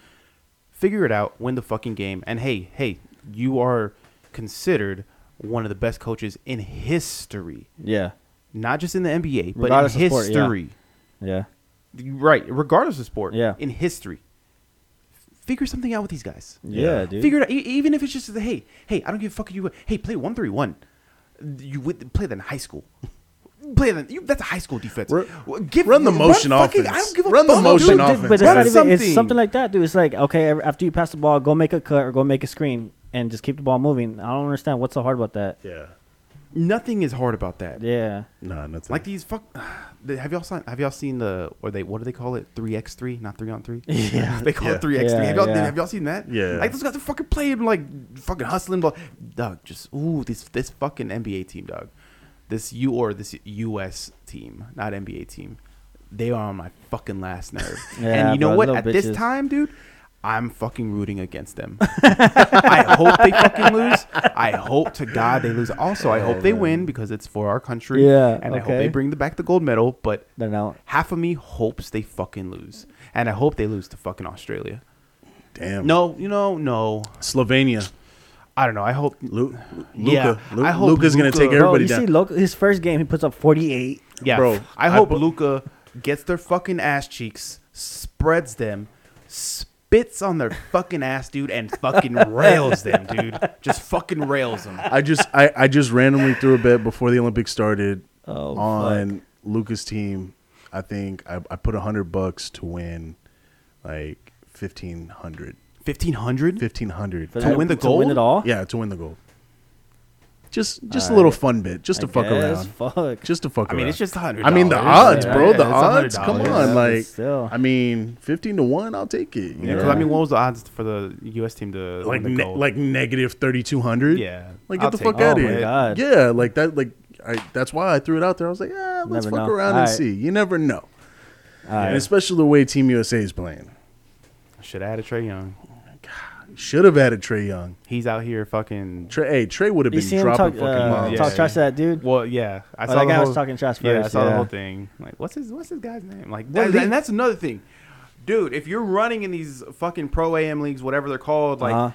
[SPEAKER 5] Figure it out. Win the fucking game. And hey, hey, you are considered one of the best coaches in history,
[SPEAKER 4] Yeah.
[SPEAKER 5] not just in the NBA, but
[SPEAKER 4] Regardless
[SPEAKER 5] in
[SPEAKER 4] of sport, yeah.
[SPEAKER 5] history.
[SPEAKER 4] Yeah.
[SPEAKER 5] You- Right, regardless of sport.
[SPEAKER 4] Yeah.
[SPEAKER 5] in history. Figure something out with these guys.
[SPEAKER 4] Yeah, dude.
[SPEAKER 5] Figure it out. E- Even if it's just the, hey, hey, I don't give a fuck. if You hey, play one three one. You would play that in high school. Play that. You, that's a high school defense.
[SPEAKER 3] Run-
[SPEAKER 5] Well, give-
[SPEAKER 3] run the motion
[SPEAKER 5] fucking- I
[SPEAKER 3] offense.
[SPEAKER 5] don't give a
[SPEAKER 3] Run the
[SPEAKER 5] fuck,
[SPEAKER 3] motion
[SPEAKER 5] dude.
[SPEAKER 4] Dude,
[SPEAKER 3] offense.
[SPEAKER 4] but it's,
[SPEAKER 5] Run
[SPEAKER 4] not even, it's
[SPEAKER 5] something.
[SPEAKER 4] something like that, dude. It's like, okay, ev- after you pass the ball, go make a cut or go make a screen and just keep the ball moving. I don't understand what's so hard about that.
[SPEAKER 3] yeah.
[SPEAKER 5] Nothing is hard about that.
[SPEAKER 4] Yeah.
[SPEAKER 3] Nah, nothing.
[SPEAKER 5] Like these fuck. Have y'all seen? Have y'all seen the or they what do they call it? Three x three, not three on three. Yeah, they call
[SPEAKER 3] Yeah.
[SPEAKER 5] it three x three.
[SPEAKER 4] Yeah,
[SPEAKER 5] Have y'all
[SPEAKER 4] yeah.
[SPEAKER 5] have y'all seen that?
[SPEAKER 3] Yeah.
[SPEAKER 5] like those guys are fucking playing like fucking hustling ball. Dog, just ooh this this fucking NBA team, dog. This U or this U.S. team, not NBA team. They are on my fucking last nerve.
[SPEAKER 4] Yeah,
[SPEAKER 5] and you know
[SPEAKER 4] bro,
[SPEAKER 5] what?
[SPEAKER 4] little
[SPEAKER 5] At this
[SPEAKER 4] bitches.
[SPEAKER 5] time, dude. I'm fucking rooting against them. I hope they fucking lose. I hope to God they lose. Also, I hope they win because it's for our country.
[SPEAKER 4] Yeah,
[SPEAKER 5] And I hope they
[SPEAKER 4] okay.
[SPEAKER 5] bring the, back the gold medal, but
[SPEAKER 4] They're not.
[SPEAKER 5] half of me hopes they fucking lose. And I hope they lose to fucking Australia.
[SPEAKER 3] damn.
[SPEAKER 5] No, you know, no.
[SPEAKER 3] Slovenia.
[SPEAKER 5] I don't know. I hope.
[SPEAKER 3] Lu- Luca.
[SPEAKER 5] Yeah,
[SPEAKER 3] Lu-
[SPEAKER 5] I hope
[SPEAKER 3] Luca's going to
[SPEAKER 5] Luka-
[SPEAKER 3] take
[SPEAKER 5] Bro,
[SPEAKER 4] Bro,
[SPEAKER 3] everybody
[SPEAKER 4] you see,
[SPEAKER 3] down.
[SPEAKER 4] Loco, his first game, he puts up 48.
[SPEAKER 5] Yeah.
[SPEAKER 3] Bro,
[SPEAKER 5] I
[SPEAKER 3] I
[SPEAKER 5] hope
[SPEAKER 3] bu-
[SPEAKER 5] Luca gets their fucking ass cheeks, spreads them, spits on their fucking ass, dude, and fucking rails them, dude. Just fucking rails them.
[SPEAKER 3] I just I, I just randomly threw a bet before the Olympics started
[SPEAKER 4] Oh,
[SPEAKER 3] on Luca's team. I think I, I put hundred bucks to win like 1500
[SPEAKER 5] 1500?
[SPEAKER 3] 1500
[SPEAKER 4] For
[SPEAKER 3] to
[SPEAKER 4] that-
[SPEAKER 5] win the
[SPEAKER 4] to win
[SPEAKER 5] gold?
[SPEAKER 4] it all?
[SPEAKER 3] Yeah, to win the gold. Just just a little
[SPEAKER 4] Alright.
[SPEAKER 3] fun bit, just to
[SPEAKER 4] I
[SPEAKER 3] fuck
[SPEAKER 4] guess,
[SPEAKER 3] around,
[SPEAKER 4] Fuck.
[SPEAKER 3] just to
[SPEAKER 5] I
[SPEAKER 3] fuck around.
[SPEAKER 5] mean, it's just $100.
[SPEAKER 3] I mean the odds,
[SPEAKER 4] yeah,
[SPEAKER 3] bro.
[SPEAKER 5] Yeah,
[SPEAKER 3] the
[SPEAKER 5] it's
[SPEAKER 3] odds. Come
[SPEAKER 5] $100.
[SPEAKER 3] on,
[SPEAKER 4] Yeah,
[SPEAKER 3] like
[SPEAKER 4] but still.
[SPEAKER 3] I mean, fifteen to one, I'll take it. You
[SPEAKER 5] Yeah, because
[SPEAKER 3] know?
[SPEAKER 5] I mean, what was the odds for the U.S. team to win
[SPEAKER 3] like
[SPEAKER 5] the
[SPEAKER 3] ne-
[SPEAKER 5] gold?
[SPEAKER 3] like negative thirty two hundred.
[SPEAKER 5] Yeah.
[SPEAKER 3] like
[SPEAKER 5] I'll
[SPEAKER 3] get the
[SPEAKER 5] take
[SPEAKER 3] fuck
[SPEAKER 4] it.
[SPEAKER 3] out of
[SPEAKER 4] Oh my
[SPEAKER 3] here.
[SPEAKER 4] God.
[SPEAKER 3] Yeah, like that. Like I, that's why I threw it out there. I was like, ah, let's
[SPEAKER 4] Never
[SPEAKER 3] fuck
[SPEAKER 4] know.
[SPEAKER 3] around and
[SPEAKER 4] Alright.
[SPEAKER 3] see. You never know,
[SPEAKER 4] Alright.
[SPEAKER 3] and especially the way Team USA is playing.
[SPEAKER 5] should add a Trey Young.
[SPEAKER 3] Should have added Trey Young.
[SPEAKER 5] He's out here fucking.
[SPEAKER 3] Trey, hey, Trey would have
[SPEAKER 4] You
[SPEAKER 3] been
[SPEAKER 4] see him
[SPEAKER 3] dropping
[SPEAKER 4] talk,
[SPEAKER 3] fucking
[SPEAKER 4] uh,
[SPEAKER 3] bombs.
[SPEAKER 4] talk
[SPEAKER 5] Yeah.
[SPEAKER 4] trash to that dude?
[SPEAKER 5] Well, yeah, I
[SPEAKER 4] Oh, that
[SPEAKER 5] the
[SPEAKER 4] guy was
[SPEAKER 5] whole-
[SPEAKER 4] talking trash
[SPEAKER 5] Yeah, I
[SPEAKER 4] first,
[SPEAKER 5] saw the
[SPEAKER 4] yeah.
[SPEAKER 5] whole thing. Like, what's his what's his guy's name? Like,
[SPEAKER 4] What
[SPEAKER 5] that-
[SPEAKER 4] league-
[SPEAKER 5] and that's another thing, dude. If you're running in these fucking pro am leagues, whatever they're called, like
[SPEAKER 4] Uh-huh.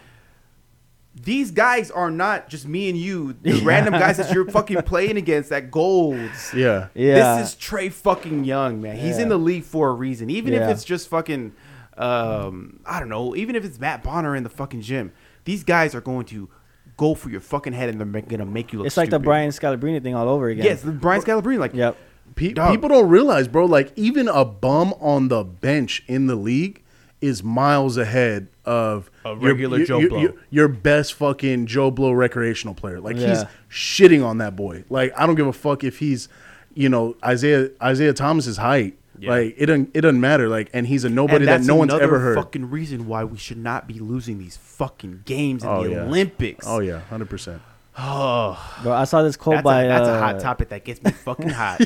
[SPEAKER 5] these guys are not just me and you, the random guys that you're fucking playing against at golds.
[SPEAKER 3] Yeah,
[SPEAKER 4] yeah.
[SPEAKER 5] This is Trey fucking Young, man. He's
[SPEAKER 4] Yeah.
[SPEAKER 5] in the league for a reason. Even
[SPEAKER 4] Yeah.
[SPEAKER 5] if it's just fucking, um, I don't know. Even if it's Matt Bonner in the fucking gym, these guys are going to go for your fucking head and they're ma- gonna make you look.
[SPEAKER 4] it's like the
[SPEAKER 5] stupid.
[SPEAKER 4] Brian Scalabrine thing all over again.
[SPEAKER 5] Yes, the Brian Scalabrine. Like,
[SPEAKER 4] Yep.
[SPEAKER 3] Pe-
[SPEAKER 5] Dog.
[SPEAKER 3] people don't realize, bro. Like even a bum on the bench in the league is miles ahead of
[SPEAKER 5] A regular Joe Blow.
[SPEAKER 3] Your, your best fucking Joe Blow recreational player. Like he's
[SPEAKER 4] Yeah.
[SPEAKER 3] shitting on that boy. Like I don't give a fuck if he's, you know, Isaiah Isaiah Thomas's height.
[SPEAKER 5] Yeah.
[SPEAKER 3] Like it doesn't it doesn't matter. Like and he's a nobody that
[SPEAKER 5] that's
[SPEAKER 3] no one's
[SPEAKER 5] another
[SPEAKER 3] ever heard.
[SPEAKER 5] Fucking reason why we should not be losing these fucking games in
[SPEAKER 3] Oh,
[SPEAKER 5] the
[SPEAKER 3] yeah.
[SPEAKER 5] Olympics.
[SPEAKER 3] Oh yeah, hundred percent.
[SPEAKER 5] Oh,
[SPEAKER 4] Bro, I saw this quote
[SPEAKER 5] that's,
[SPEAKER 4] by
[SPEAKER 5] a, that's
[SPEAKER 4] uh,
[SPEAKER 5] a hot topic that gets me fucking hot.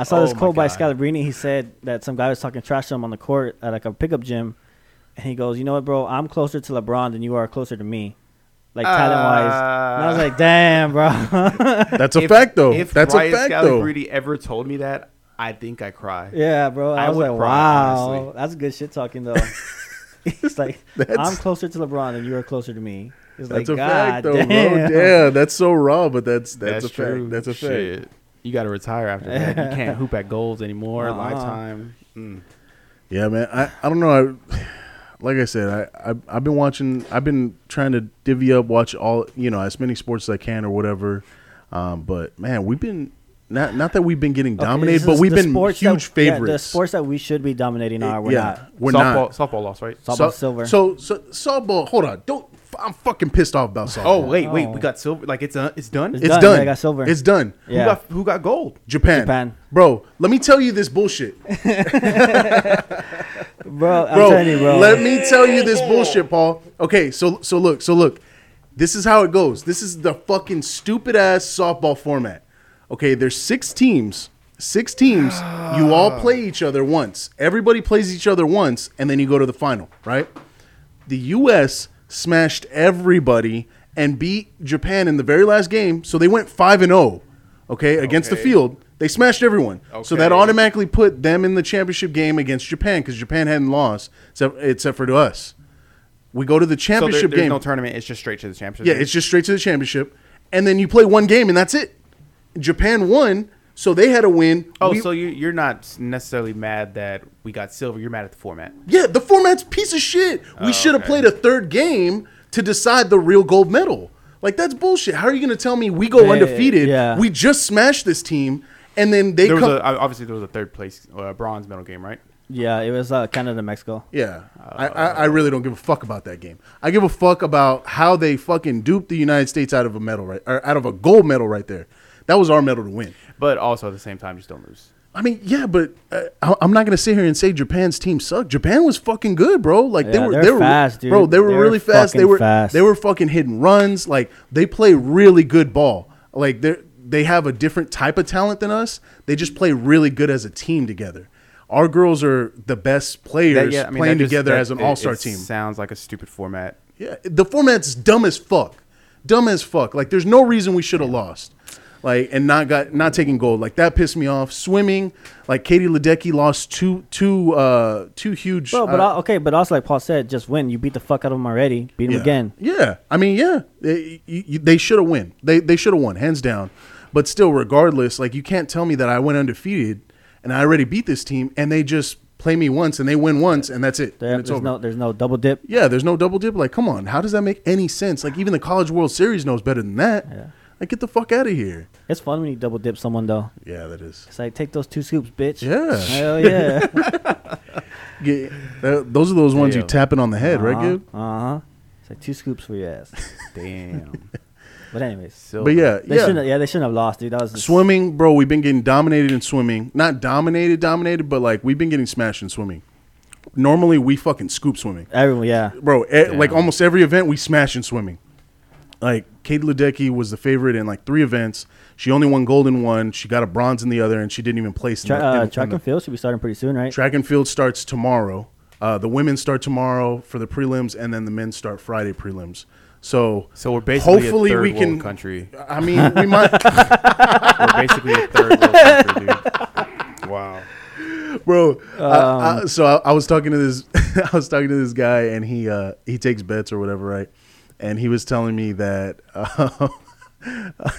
[SPEAKER 4] I saw this
[SPEAKER 5] Oh my
[SPEAKER 4] quote by
[SPEAKER 5] God.
[SPEAKER 4] Scalabrine. He said that some guy was talking trash to him on the court at like a pickup gym, and he goes, "You know what, bro? I'm closer to LeBron than you are closer to me, like talent wise." And I was
[SPEAKER 3] Uh.
[SPEAKER 4] like, "Damn, bro."
[SPEAKER 3] That's a
[SPEAKER 5] If-
[SPEAKER 3] fact though.
[SPEAKER 5] If
[SPEAKER 3] That's
[SPEAKER 5] Brian
[SPEAKER 3] a fact though.
[SPEAKER 5] Scalabrine ever told me that, I think I cry.
[SPEAKER 4] yeah, bro. I,
[SPEAKER 5] I
[SPEAKER 4] was
[SPEAKER 5] would
[SPEAKER 4] like,
[SPEAKER 5] cry,
[SPEAKER 4] "Wow,
[SPEAKER 5] honestly.
[SPEAKER 4] that's good shit talking though." it's like I'm closer to LeBron than you are closer to me. It's
[SPEAKER 3] That's
[SPEAKER 4] like,
[SPEAKER 3] a fact
[SPEAKER 4] God
[SPEAKER 3] though, bro.
[SPEAKER 4] damn.
[SPEAKER 3] Damn, that's so raw, but that's that's, a fact. That's a fact.
[SPEAKER 5] Shit. You got to retire after that. You can't hoop at goals anymore.
[SPEAKER 4] Uh-uh.
[SPEAKER 5] Lifetime. Mm.
[SPEAKER 3] Yeah, man. I, I don't know. I like I said, I, I I've been watching. I've been trying to divvy up, watch all you know as many sports as I can or whatever. Um, but man, we've been Not not that we've been getting
[SPEAKER 4] Okay,
[SPEAKER 3] dominated,
[SPEAKER 4] this
[SPEAKER 3] but
[SPEAKER 4] is
[SPEAKER 3] we've
[SPEAKER 4] the
[SPEAKER 3] been
[SPEAKER 4] sports
[SPEAKER 3] huge
[SPEAKER 4] that- yeah,
[SPEAKER 3] favorites.
[SPEAKER 4] the sports that we should be dominating are we're
[SPEAKER 3] yeah,
[SPEAKER 4] not.
[SPEAKER 5] softball,
[SPEAKER 3] we're not.
[SPEAKER 5] softball loss, right?
[SPEAKER 4] Softball
[SPEAKER 3] So-
[SPEAKER 4] silver.
[SPEAKER 3] So, so softball. Hold on. Don't. I'm fucking pissed off about softball.
[SPEAKER 5] Oh wait, wait,
[SPEAKER 4] Oh.
[SPEAKER 5] we got silver. Like it's uh, it's done.
[SPEAKER 4] It's
[SPEAKER 3] it's
[SPEAKER 4] done.
[SPEAKER 3] done.
[SPEAKER 4] They got silver.
[SPEAKER 3] It's done.
[SPEAKER 4] Yeah.
[SPEAKER 5] Who got who got gold?
[SPEAKER 3] Japan.
[SPEAKER 4] Japan.
[SPEAKER 3] Bro, let me tell you this bullshit.
[SPEAKER 4] bro, I'm
[SPEAKER 3] Bro,
[SPEAKER 4] telling you, bro.
[SPEAKER 3] let me tell you this bullshit, Paul. Okay, so so look, so look. This is how it goes. This is the fucking stupid ass softball format. Okay, there's six teams. Six teams. You
[SPEAKER 4] Ah.
[SPEAKER 3] all play each other once. Everybody plays each other once, and then you go to the final, right? The U.S. smashed everybody and beat Japan in the very last game, so they went five and zero. Okay, against the
[SPEAKER 5] Okay.
[SPEAKER 3] field, they smashed everyone. So that
[SPEAKER 5] Okay.
[SPEAKER 3] automatically automatically put them in the championship game against Japan because Japan hadn't lost except, except for to us. We go to the
[SPEAKER 5] So there,
[SPEAKER 3] championship
[SPEAKER 5] there's
[SPEAKER 3] game.
[SPEAKER 5] no tournament. It's just straight to the championship.
[SPEAKER 3] yeah,
[SPEAKER 5] game?
[SPEAKER 3] it's just straight to the championship, and then you play one game and that's it. Japan won, so they had a win.
[SPEAKER 5] Oh,
[SPEAKER 3] We-
[SPEAKER 5] so you, you're not necessarily mad that we got silver. You're mad at the format.
[SPEAKER 3] yeah, the format's piece of shit. We should have
[SPEAKER 5] Oh, okay.
[SPEAKER 3] played a third game to decide the real gold medal. Like that's bullshit. How are you going to tell me we go
[SPEAKER 4] Yeah,
[SPEAKER 3] undefeated?
[SPEAKER 4] yeah.
[SPEAKER 3] We just smashed this team, and then they
[SPEAKER 5] There was
[SPEAKER 3] come.
[SPEAKER 5] a, obviously there was a third place uh, bronze medal game, right?
[SPEAKER 4] yeah, it was uh, Canada Mexico.
[SPEAKER 3] Yeah, I, I, I really don't give a fuck about that game. I give a fuck about how they fucking duped the United States out of a medal, right? Or out of a gold medal right there. That was our medal to win.
[SPEAKER 5] But also at the same time, just don't lose.
[SPEAKER 3] I mean, yeah, but uh, I- I'm not gonna sit here and say Japan's team sucked. Japan was fucking good, bro. Like they
[SPEAKER 4] Yeah,
[SPEAKER 3] were,
[SPEAKER 4] they're
[SPEAKER 3] they were
[SPEAKER 4] fast, dude.
[SPEAKER 3] bro. They were
[SPEAKER 4] They're
[SPEAKER 3] really fast. They
[SPEAKER 4] fucking
[SPEAKER 3] were
[SPEAKER 4] fast.
[SPEAKER 3] they were fucking hitting runs. Like they play really good ball. Like they they have a different type of talent than us. They just play really good as a team together. Our girls are the best
[SPEAKER 5] That-
[SPEAKER 3] players
[SPEAKER 5] yeah, I mean,
[SPEAKER 3] playing
[SPEAKER 5] that just-
[SPEAKER 3] together
[SPEAKER 5] that-
[SPEAKER 3] as an
[SPEAKER 5] it-
[SPEAKER 3] all star
[SPEAKER 5] it
[SPEAKER 3] team.
[SPEAKER 5] Sounds like a stupid format.
[SPEAKER 3] Yeah, the format's dumb as fuck. Dumb as fuck. Like there's no reason we should have lost. Like and not got not taking gold. Like that pissed me off. Swimming, like Katie Ledecky lost two two uh two huge
[SPEAKER 4] Bro, but
[SPEAKER 3] uh,
[SPEAKER 4] al- okay, but also like Paul said, just win. You beat the fuck out of them already. Beat them
[SPEAKER 3] yeah.
[SPEAKER 4] again.
[SPEAKER 3] Yeah. I mean, yeah. They, you- you- they should have won. They they should have won hands down. But still regardless, like you can't tell me that I went undefeated and I already beat this team and they just play me once and they win once and that's it.
[SPEAKER 4] There,
[SPEAKER 3] and it's
[SPEAKER 4] there's
[SPEAKER 3] over.
[SPEAKER 4] no, there's no double dip.
[SPEAKER 3] Yeah, there's no double dip. Like, come on, how does that make any sense? Like, even the College World Series knows better than that. Like, get the fuck out of here.
[SPEAKER 4] It's fun when you double dip someone though.
[SPEAKER 3] Yeah, that is.
[SPEAKER 4] It's like take those two scoops, bitch.
[SPEAKER 3] Yeah.
[SPEAKER 4] Hell yeah.
[SPEAKER 3] Yeah, th- those are those ones you
[SPEAKER 5] Damn.
[SPEAKER 3] tap it on the head, right,
[SPEAKER 4] uh
[SPEAKER 3] dude?
[SPEAKER 4] huh. It's like two scoops for your ass.
[SPEAKER 5] Damn.
[SPEAKER 4] But anyways,
[SPEAKER 5] Silver.
[SPEAKER 3] But yeah,
[SPEAKER 4] they
[SPEAKER 3] yeah.
[SPEAKER 4] shouldn't. Yeah, they shouldn't have lost, dude. That was just-
[SPEAKER 3] Swimming, bro, we've been getting dominated in swimming. Not dominated, dominated, but like we've been getting smashed in swimming. Normally, we fucking scoop swimming.
[SPEAKER 4] Everyone, yeah.
[SPEAKER 3] bro. e- like
[SPEAKER 5] Damn.
[SPEAKER 3] almost every event, we smash in swimming. Like Kate Ledecky was the favorite in like three events. She only won gold in one. She got a bronze in the other, and she didn't even place. In
[SPEAKER 4] Tra-
[SPEAKER 3] the, in
[SPEAKER 4] uh,
[SPEAKER 3] the- in
[SPEAKER 4] track
[SPEAKER 3] the-
[SPEAKER 4] and field should be starting pretty soon, right?
[SPEAKER 3] Track and field starts tomorrow. Uh, the women start tomorrow for the prelims, and then the men start Friday prelims. So,
[SPEAKER 5] So we're basically
[SPEAKER 3] hopefully
[SPEAKER 5] a third
[SPEAKER 3] we
[SPEAKER 5] world
[SPEAKER 3] can.
[SPEAKER 5] country.
[SPEAKER 3] I mean, we might,
[SPEAKER 5] We're basically a third world country, dude. Wow.
[SPEAKER 3] bro.
[SPEAKER 4] Um,
[SPEAKER 3] I, I, so I, I was talking to this, I was talking to this guy, and he uh, he takes bets or whatever, right? And he was telling me that uh,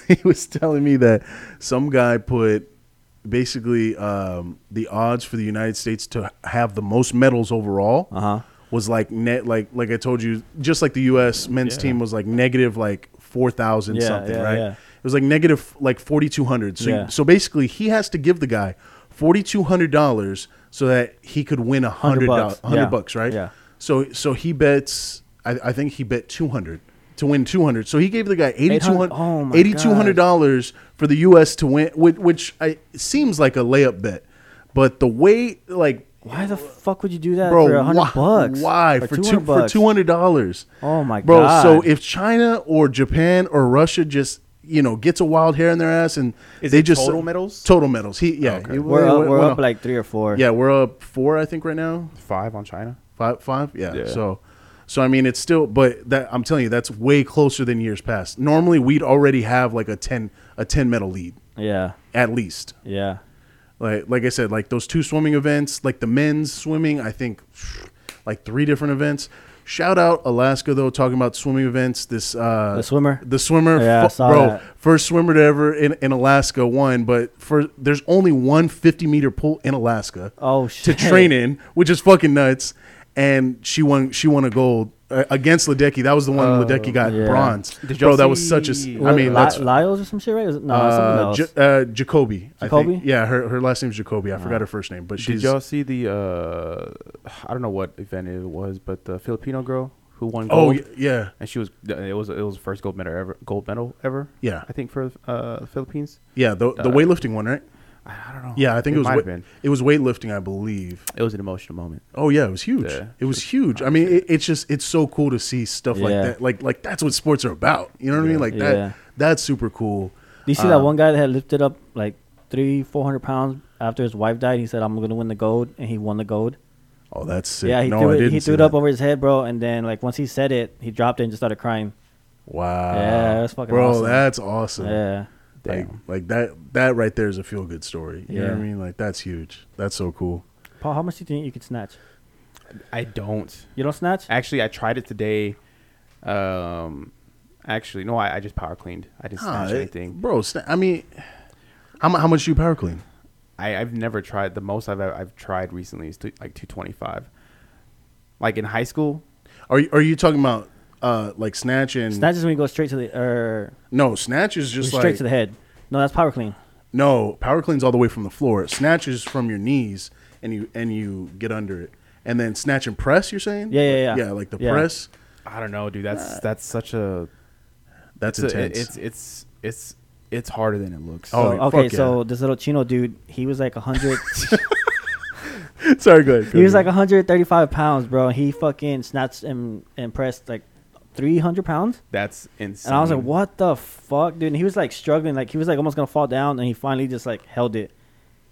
[SPEAKER 3] he was telling me that some guy put basically um, the odds for the United States to have the most medals overall
[SPEAKER 4] Uh-huh.
[SPEAKER 3] was like net like like I told you, just like the U.S. men's team was like negative like four thousand
[SPEAKER 4] Yeah,
[SPEAKER 3] something,
[SPEAKER 4] yeah,
[SPEAKER 3] right?
[SPEAKER 4] yeah.
[SPEAKER 3] It was like negative like forty two hundred. So
[SPEAKER 4] Yeah.
[SPEAKER 3] so basically, he has to give the guy forty two hundred dollars so that he could win a hundred dollars,
[SPEAKER 4] bucks,
[SPEAKER 3] hundred
[SPEAKER 4] yeah,
[SPEAKER 3] bucks, right?
[SPEAKER 4] yeah.
[SPEAKER 3] So so he bets. I, I think he bet two hundred to win two hundred. So he gave the guy eighty two
[SPEAKER 4] 800 oh my
[SPEAKER 3] hundred eighty two hundred dollars for the U.S. to win, which, which I seems like a layup bet, but the way like
[SPEAKER 4] Why the fuck would you do that
[SPEAKER 3] bro,
[SPEAKER 4] for a hundred
[SPEAKER 3] why,
[SPEAKER 4] bucks?
[SPEAKER 3] Why for two
[SPEAKER 4] 200 bucks?
[SPEAKER 3] for two hundred dollars?
[SPEAKER 4] Oh my
[SPEAKER 3] bro,
[SPEAKER 4] God.
[SPEAKER 3] So if China or Japan or Russia just you know gets a wild hair in their ass and
[SPEAKER 5] Is
[SPEAKER 3] they
[SPEAKER 5] it
[SPEAKER 3] just
[SPEAKER 5] total medals?
[SPEAKER 3] total medals. He yeah,
[SPEAKER 5] Okay.
[SPEAKER 3] he-
[SPEAKER 4] We're,
[SPEAKER 3] he
[SPEAKER 4] up,
[SPEAKER 3] went-
[SPEAKER 4] we're
[SPEAKER 3] went
[SPEAKER 4] up like three or four.
[SPEAKER 3] yeah, we're up four I think right now
[SPEAKER 5] Five on China.
[SPEAKER 3] five five yeah.
[SPEAKER 5] Yeah.
[SPEAKER 3] so so i mean it's still but that i'm telling you that's way closer than years past normally we'd already have like a 10 a 10 medal lead
[SPEAKER 4] Yeah.
[SPEAKER 3] at least
[SPEAKER 4] Yeah.
[SPEAKER 3] like like i said like those two swimming events like the men's swimming i think like three different events shout out alaska though talking about swimming events this uh
[SPEAKER 4] The swimmer?
[SPEAKER 3] the swimmer
[SPEAKER 4] Yeah, I
[SPEAKER 3] fu-
[SPEAKER 4] saw
[SPEAKER 3] bro
[SPEAKER 4] that.
[SPEAKER 3] first swimmer to ever in, in alaska won but for there's only one 50 meter pool in alaska
[SPEAKER 4] Oh shit.
[SPEAKER 3] to train in, which is fucking nuts. And she won she won a gold uh, against Ledecky. That was the one
[SPEAKER 5] Oh,
[SPEAKER 3] Ledecky got
[SPEAKER 4] yeah.
[SPEAKER 3] bronze.
[SPEAKER 5] Did
[SPEAKER 3] Bro,
[SPEAKER 5] y'all
[SPEAKER 3] that was such a. s-
[SPEAKER 5] see-
[SPEAKER 3] I mean,
[SPEAKER 4] Li-
[SPEAKER 3] that's
[SPEAKER 4] Lyles or some shit, right? Was it- No, something
[SPEAKER 3] uh,
[SPEAKER 4] else.
[SPEAKER 3] J- uh, Jacoby. I think.
[SPEAKER 4] Jacoby?
[SPEAKER 3] Yeah, her her last name's Jacoby. I forgot her first name, but she's
[SPEAKER 5] Did y'all see the? Uh, I don't know what event it was, but the Filipino girl who won
[SPEAKER 3] Oh
[SPEAKER 5] gold.
[SPEAKER 3] y- yeah,
[SPEAKER 5] and she was uh, it was it was the first gold medal ever gold medal ever.
[SPEAKER 3] Yeah.
[SPEAKER 5] I think for uh, the Philippines.
[SPEAKER 3] yeah. The the
[SPEAKER 5] Uh,
[SPEAKER 3] weightlifting one, right?
[SPEAKER 5] I, I don't know.
[SPEAKER 3] Yeah, I think it, was
[SPEAKER 5] might have
[SPEAKER 3] wei-
[SPEAKER 5] been.
[SPEAKER 3] it was weightlifting, I believe.
[SPEAKER 5] It was an emotional moment.
[SPEAKER 3] Oh yeah, it was huge.
[SPEAKER 5] Yeah.
[SPEAKER 3] It was huge. I mean, it, it's just it's so cool to see stuff like
[SPEAKER 4] Yeah.
[SPEAKER 3] that. Like like that's what sports are about. You know what I mean? Like that.
[SPEAKER 4] Yeah.
[SPEAKER 3] That's super cool.
[SPEAKER 4] Do you see
[SPEAKER 3] uh,
[SPEAKER 4] that one guy that had lifted up like three, four hundred pounds after his wife died? He said, "I'm gonna win the gold," and he won the gold.
[SPEAKER 3] Oh, that's sick.
[SPEAKER 4] Yeah, he
[SPEAKER 3] no,
[SPEAKER 4] threw
[SPEAKER 3] I
[SPEAKER 4] it.
[SPEAKER 3] didn't
[SPEAKER 4] He
[SPEAKER 3] see
[SPEAKER 4] threw it
[SPEAKER 3] that.
[SPEAKER 4] up over his head, bro. And then like once he said it, he dropped it and just started crying.
[SPEAKER 3] Wow.
[SPEAKER 4] Yeah, that's fucking
[SPEAKER 3] Bro,
[SPEAKER 4] awesome.
[SPEAKER 3] that's awesome.
[SPEAKER 4] Yeah,
[SPEAKER 3] Like,
[SPEAKER 5] Damn.
[SPEAKER 3] like that that right there is a feel good story. You know what I
[SPEAKER 4] Yeah.
[SPEAKER 3] mean? Like that's huge. That's so cool.
[SPEAKER 4] Paul, how much do you think you could snatch?
[SPEAKER 5] I don't.
[SPEAKER 4] You don't snatch?
[SPEAKER 5] Actually, I tried it today. Um, actually, no, I, I just power cleaned. I didn't
[SPEAKER 3] Nah,
[SPEAKER 5] snatch
[SPEAKER 3] it-
[SPEAKER 5] anything.
[SPEAKER 3] Bro, sna- I mean how, mu- how much do you power clean?
[SPEAKER 5] I, I've never tried. The most I've I've tried recently is two, like two twenty five. Like in high school,
[SPEAKER 3] Are you are you talking about uh like snatch and
[SPEAKER 4] Snatch is when you go straight to the or
[SPEAKER 3] No, snatch is just
[SPEAKER 4] straight
[SPEAKER 3] like
[SPEAKER 4] to the head. No, that's power clean.
[SPEAKER 3] No, power clean's all the way from the floor. Snatch is from your knees and you and you get under it. And then snatch and press, you're saying?
[SPEAKER 4] Yeah, yeah,
[SPEAKER 3] Like-
[SPEAKER 4] yeah.
[SPEAKER 3] Yeah, like the
[SPEAKER 4] Yeah.
[SPEAKER 3] press.
[SPEAKER 5] I don't know, dude. That's that's such a
[SPEAKER 3] That's
[SPEAKER 5] it's a-
[SPEAKER 3] intense.
[SPEAKER 5] it's it's it's it's harder than it looks.
[SPEAKER 3] Oh,
[SPEAKER 4] So,
[SPEAKER 3] yeah,
[SPEAKER 4] okay,
[SPEAKER 3] fuck yeah.
[SPEAKER 4] so this little Chino dude, he was like hundred.
[SPEAKER 3] Sorry, go ahead. go
[SPEAKER 4] he was like
[SPEAKER 3] ahead.
[SPEAKER 4] 135 pounds, bro. And he fucking snatched and and pressed like 300 pounds.
[SPEAKER 5] that's insane.
[SPEAKER 4] And I was like, what the fuck, dude? And he was like struggling, like he was like almost gonna fall down, and he finally just like held it.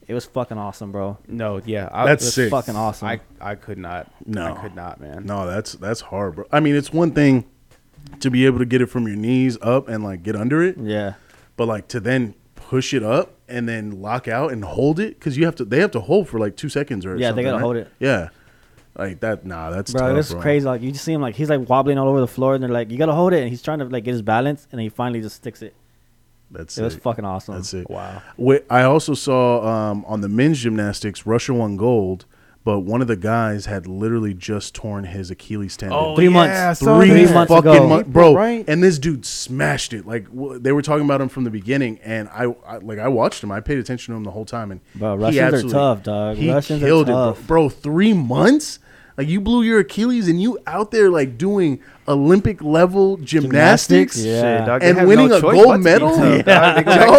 [SPEAKER 4] It was fucking awesome, bro.
[SPEAKER 5] No, yeah, I,
[SPEAKER 3] That's
[SPEAKER 4] It was
[SPEAKER 3] Sick.
[SPEAKER 4] fucking awesome.
[SPEAKER 5] I I could not.
[SPEAKER 3] No.
[SPEAKER 5] I could not, man.
[SPEAKER 3] No, that's that's hard, bro. I mean, it's one thing to be able to get it from your knees up and like get under it,
[SPEAKER 4] yeah,
[SPEAKER 3] but like to then push it up and then lock out and hold it because you have to. They have to hold for like two seconds or
[SPEAKER 4] Yeah, they
[SPEAKER 3] something,
[SPEAKER 4] gotta
[SPEAKER 3] right?
[SPEAKER 4] hold it.
[SPEAKER 3] Yeah, like that. Nah, that's
[SPEAKER 4] bro,
[SPEAKER 3] tough,
[SPEAKER 4] it was
[SPEAKER 3] bro.
[SPEAKER 4] crazy. Like you just see him, like he's like wobbling all over the floor, and they're like, you gotta hold it, and he's trying to like get his balance, and he finally just sticks it.
[SPEAKER 3] That's
[SPEAKER 4] It was
[SPEAKER 3] sick.
[SPEAKER 4] fucking awesome.
[SPEAKER 3] That's it.
[SPEAKER 5] Wow.
[SPEAKER 3] Wait, I also saw um, on the men's gymnastics, Russia won gold, but one of the guys had literally just torn his Achilles tendon.
[SPEAKER 5] Oh,
[SPEAKER 4] Three months.
[SPEAKER 3] three,
[SPEAKER 4] Three
[SPEAKER 3] months
[SPEAKER 4] months ago.
[SPEAKER 3] fucking months, bro.
[SPEAKER 5] Right?
[SPEAKER 3] And this dude smashed it. Like w- they were talking about him from the beginning, and I, I like I watched him. I paid attention to him the whole time. And
[SPEAKER 4] Bro,
[SPEAKER 3] he
[SPEAKER 4] Russians are
[SPEAKER 3] absolutely-
[SPEAKER 4] tough, dog.
[SPEAKER 3] He
[SPEAKER 4] Russians are
[SPEAKER 3] killed it,
[SPEAKER 4] tough.
[SPEAKER 3] bro. bro. Three months. Like you blew your Achilles, and you out there like doing Olympic level gymnastics.
[SPEAKER 4] Gymnastics, yeah.
[SPEAKER 5] they
[SPEAKER 3] And
[SPEAKER 5] have
[SPEAKER 3] winning a
[SPEAKER 5] choice
[SPEAKER 3] gold
[SPEAKER 5] but to be
[SPEAKER 3] medal?
[SPEAKER 5] tough, dog. They, go back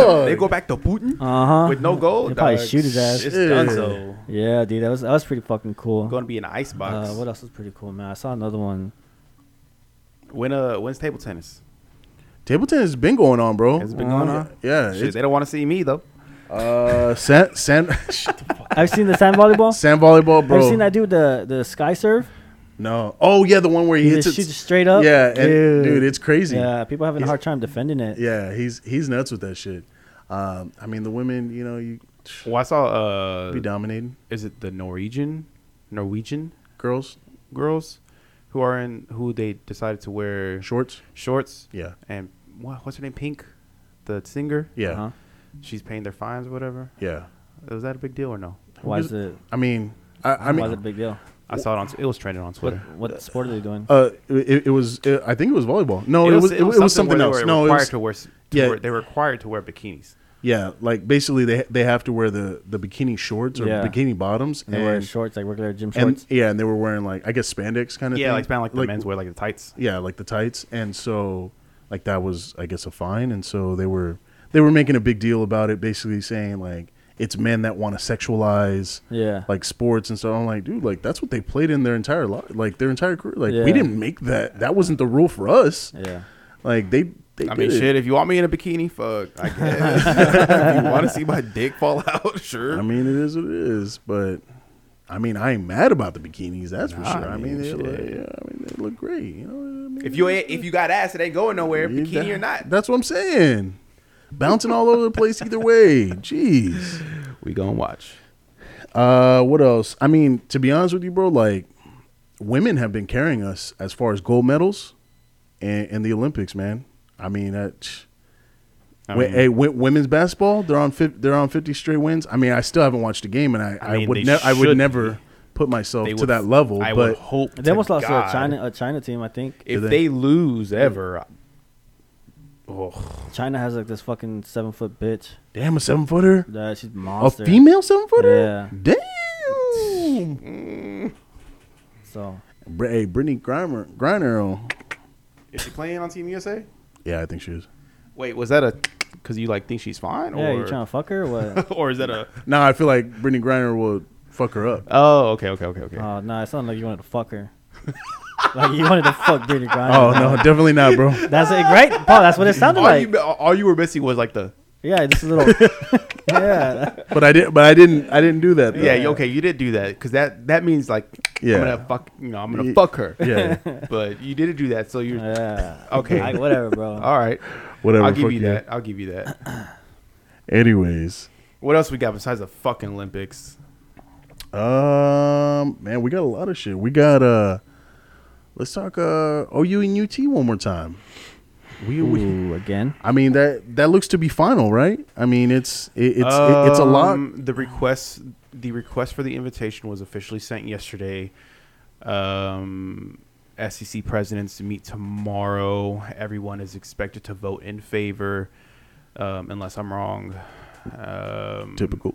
[SPEAKER 5] to,
[SPEAKER 3] Yeah.
[SPEAKER 5] they go back to Putin
[SPEAKER 4] Uh huh.
[SPEAKER 5] with no gold.
[SPEAKER 4] They probably
[SPEAKER 5] dog.
[SPEAKER 4] shoot his ass.
[SPEAKER 5] It's
[SPEAKER 3] Yeah.
[SPEAKER 5] donezo.
[SPEAKER 4] Yeah, dude, that was that was pretty fucking cool.
[SPEAKER 5] Going to be in an ice
[SPEAKER 4] Uh,
[SPEAKER 5] box.
[SPEAKER 4] what else was pretty cool, man? I saw another one.
[SPEAKER 5] When uh, when's table tennis?
[SPEAKER 3] Table tennis has been going on, bro.
[SPEAKER 5] Has it been
[SPEAKER 4] Uh-huh.
[SPEAKER 5] going
[SPEAKER 3] Uh,
[SPEAKER 5] on?
[SPEAKER 3] Yeah.
[SPEAKER 5] Shit,
[SPEAKER 3] it's-
[SPEAKER 5] they don't want to see me though.
[SPEAKER 3] Uh, sand, sand,
[SPEAKER 4] I've seen the sand volleyball.
[SPEAKER 3] sand volleyball, bro.
[SPEAKER 4] I've seen that dude the the sky surf.
[SPEAKER 3] No. Oh yeah, the one where he,
[SPEAKER 4] He
[SPEAKER 3] hits
[SPEAKER 4] just
[SPEAKER 3] it
[SPEAKER 4] shoots it straight up.
[SPEAKER 3] Yeah, and,
[SPEAKER 4] Dude.
[SPEAKER 3] dude. it's crazy.
[SPEAKER 4] Yeah, people having a
[SPEAKER 3] He's-
[SPEAKER 4] hard time defending it.
[SPEAKER 3] Yeah, he's he's nuts with that shit. Um, I mean, the women, you know, you
[SPEAKER 5] Well, I saw. Uh,
[SPEAKER 3] be dominating
[SPEAKER 5] is it the Norwegian, Norwegian
[SPEAKER 3] girls
[SPEAKER 5] girls, who are in who they decided to wear
[SPEAKER 3] shorts.
[SPEAKER 5] shorts?
[SPEAKER 3] Yeah,
[SPEAKER 5] And what, what's her name? Pink, the singer.
[SPEAKER 3] yeah,
[SPEAKER 4] Uh-huh.
[SPEAKER 5] She's paying their fines or whatever.
[SPEAKER 3] yeah.
[SPEAKER 5] Was that a big deal or no?
[SPEAKER 4] Why
[SPEAKER 3] Who's-
[SPEAKER 4] is it?
[SPEAKER 3] I mean, I, I
[SPEAKER 4] why is it a
[SPEAKER 3] mean,
[SPEAKER 4] big deal?
[SPEAKER 5] I saw it on. It was trending on
[SPEAKER 4] What
[SPEAKER 5] Twitter.
[SPEAKER 4] what sport are they doing?
[SPEAKER 3] uh, it, it was. uh I think it was volleyball. No, it, was it, was something,
[SPEAKER 5] where
[SPEAKER 3] else.
[SPEAKER 5] They were
[SPEAKER 3] No, it
[SPEAKER 5] required
[SPEAKER 3] was,
[SPEAKER 5] to wear. s- to
[SPEAKER 3] yeah.
[SPEAKER 5] wear- they were required to wear bikinis.
[SPEAKER 3] yeah, like basically they they have to wear the the bikini shorts or
[SPEAKER 4] Yeah.
[SPEAKER 3] bikini bottoms
[SPEAKER 4] they wear
[SPEAKER 3] and.
[SPEAKER 4] shorts like regular gym
[SPEAKER 3] And
[SPEAKER 4] shorts.
[SPEAKER 3] yeah, and they were wearing like I guess spandex kind of
[SPEAKER 5] Yeah,
[SPEAKER 3] thing.
[SPEAKER 5] like span like the men's wear like the tights.
[SPEAKER 3] yeah like the tights and so like that was i guess a fine and so they were they were making a big deal about it basically saying like it's men that want to sexualize
[SPEAKER 4] yeah.
[SPEAKER 3] like sports and stuff i'm like dude like that's what they played in their entire life like their entire career like
[SPEAKER 4] Yeah.
[SPEAKER 3] we didn't make that that wasn't the rule for us
[SPEAKER 4] yeah.
[SPEAKER 3] like they they
[SPEAKER 5] I
[SPEAKER 3] did
[SPEAKER 5] mean,
[SPEAKER 3] it.
[SPEAKER 5] shit. If you want me in a bikini, fuck. I guess. you want to see my dick fall out? Sure.
[SPEAKER 3] i mean it is what it is but i mean i ain't mad about the bikinis that's for
[SPEAKER 5] Nah,
[SPEAKER 3] sure
[SPEAKER 5] I
[SPEAKER 3] i mean,
[SPEAKER 5] mean,
[SPEAKER 3] they
[SPEAKER 5] shit.
[SPEAKER 3] look, yeah, i mean they look great you know what I mean?
[SPEAKER 5] if you ain't, if you got ass, it ain't going nowhere.
[SPEAKER 3] Yeah,
[SPEAKER 5] Bikini
[SPEAKER 3] that-
[SPEAKER 5] or not,
[SPEAKER 3] That's what I'm saying. Bouncing all over the place either way. Jeez.
[SPEAKER 5] we gonna watch.
[SPEAKER 3] Uh, what else? I mean, to be honest with you, bro, like women have been carrying us as far as gold medals and, and the Olympics, man. I mean, that.
[SPEAKER 5] I
[SPEAKER 3] Wi-
[SPEAKER 5] mean-
[SPEAKER 3] hey, wi- women's basketball—they're on fif- they're on fifty straight wins. I mean, I still haven't watched a game, and I,
[SPEAKER 5] I
[SPEAKER 3] I,
[SPEAKER 5] mean,
[SPEAKER 3] would
[SPEAKER 5] they
[SPEAKER 3] never I
[SPEAKER 5] should
[SPEAKER 3] would never
[SPEAKER 5] be.
[SPEAKER 3] put myself
[SPEAKER 5] They
[SPEAKER 3] to
[SPEAKER 5] would-
[SPEAKER 3] that level.
[SPEAKER 5] I would
[SPEAKER 3] but
[SPEAKER 5] hope
[SPEAKER 4] They almost
[SPEAKER 5] to
[SPEAKER 4] lost to
[SPEAKER 5] God
[SPEAKER 4] a China a China team. I think
[SPEAKER 5] If
[SPEAKER 3] they-
[SPEAKER 5] they, lose ever, oh,
[SPEAKER 4] China has like this fucking seven foot bitch.
[SPEAKER 3] damn, a seven footer,
[SPEAKER 4] Yeah, she's a
[SPEAKER 3] a
[SPEAKER 4] monster.
[SPEAKER 3] female seven footer.
[SPEAKER 4] Yeah.
[SPEAKER 3] Damn.
[SPEAKER 4] So
[SPEAKER 3] Br- Hey, Brittany Griner. Griner. oh.
[SPEAKER 5] is she playing on Team USA?
[SPEAKER 3] Yeah, I think she is.
[SPEAKER 5] Wait, was that a? Because you like think she's fine,
[SPEAKER 4] yeah,
[SPEAKER 5] or
[SPEAKER 4] you trying to fuck her? Or what?
[SPEAKER 5] or is that a?
[SPEAKER 3] Now I feel like Brittany Griner will fuck her up.
[SPEAKER 5] Oh, okay, okay, okay, okay.
[SPEAKER 4] Oh no, it sounded like you wanted to fuck her. like you wanted to fuck Brittany Griner.
[SPEAKER 3] Oh no, definitely not, bro.
[SPEAKER 4] that's it, right? Paul, that's what it sounded
[SPEAKER 5] all
[SPEAKER 4] like.
[SPEAKER 5] you all you were missing was like the
[SPEAKER 4] yeah, just a little. yeah,
[SPEAKER 3] But I did. But I didn't. I didn't do that. Though.
[SPEAKER 5] yeah, you- okay you did do that because that that means like
[SPEAKER 3] Yeah.
[SPEAKER 5] I'm gonna fuck you know I'm gonna
[SPEAKER 3] Ye-
[SPEAKER 5] fuck her
[SPEAKER 3] Yeah.
[SPEAKER 5] but you did do that so you're
[SPEAKER 4] yeah.
[SPEAKER 5] Okay.
[SPEAKER 4] Like, whatever, bro.
[SPEAKER 5] all right
[SPEAKER 3] Whatever.
[SPEAKER 5] I'll give
[SPEAKER 3] fuck
[SPEAKER 5] you
[SPEAKER 3] yeah.
[SPEAKER 5] that I'll give you that
[SPEAKER 3] Anyways,
[SPEAKER 5] what else we got besides the fucking Olympics
[SPEAKER 3] um, man, we got a lot of shit. We got uh, let's talk uh OU and UT one more time. We, we
[SPEAKER 4] Ooh, again.
[SPEAKER 3] I mean that that looks to be final, right? I mean it's it, it's it, it's a lot.
[SPEAKER 5] Um, the request the request for the invitation was officially sent yesterday um SEC presidents to meet tomorrow everyone is expected to vote in favor um, unless I'm wrong um,
[SPEAKER 3] Typical.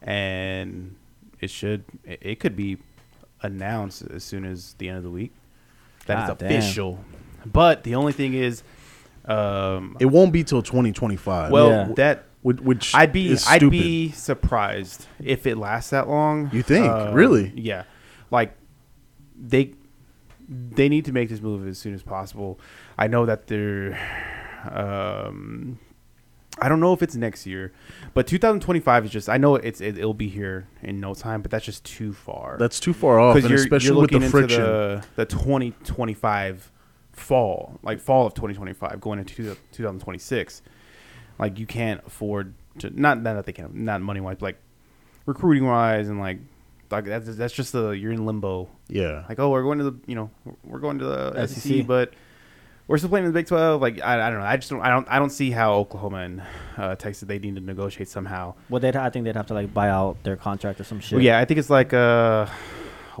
[SPEAKER 5] and it should it it could be announced as soon as the end of the week
[SPEAKER 3] Ah,
[SPEAKER 5] That is
[SPEAKER 4] God damn.
[SPEAKER 5] official but the only thing is um
[SPEAKER 3] It won't be till 2025.
[SPEAKER 5] well
[SPEAKER 4] Yeah.
[SPEAKER 5] that
[SPEAKER 3] which, which
[SPEAKER 5] I'd be
[SPEAKER 3] is
[SPEAKER 5] I'd
[SPEAKER 3] stupid.
[SPEAKER 5] be surprised if it lasts that long. Uh,
[SPEAKER 3] You think? Really?
[SPEAKER 5] Yeah. Like they they need to make this move as soon as possible. I know that they're um I don't know if it's next year, but 2025 is just I know it's it, it'll be here in no time, but that's just too far.
[SPEAKER 3] that's too far off, and Oh, especially with the friction.
[SPEAKER 5] into the, the 2025 fall, like fall of 2025, going into two- 2026. Like you can't afford to not not that they can not money wise, like recruiting wise, and like like that's that's just the you're in limbo.
[SPEAKER 3] yeah, E
[SPEAKER 5] Like oh, we're going to the you know we're going to the SEC,
[SPEAKER 4] SEC.
[SPEAKER 5] but. We're still playing in the Big Twelve. Like I, I don't know. I just don't. I don't. I don't see how Oklahoma and uh, Texas they need to negotiate somehow.
[SPEAKER 4] Well, they'd I think they'd have to like buy out their contract or some shit.
[SPEAKER 5] Well, yeah, I think it's like uh,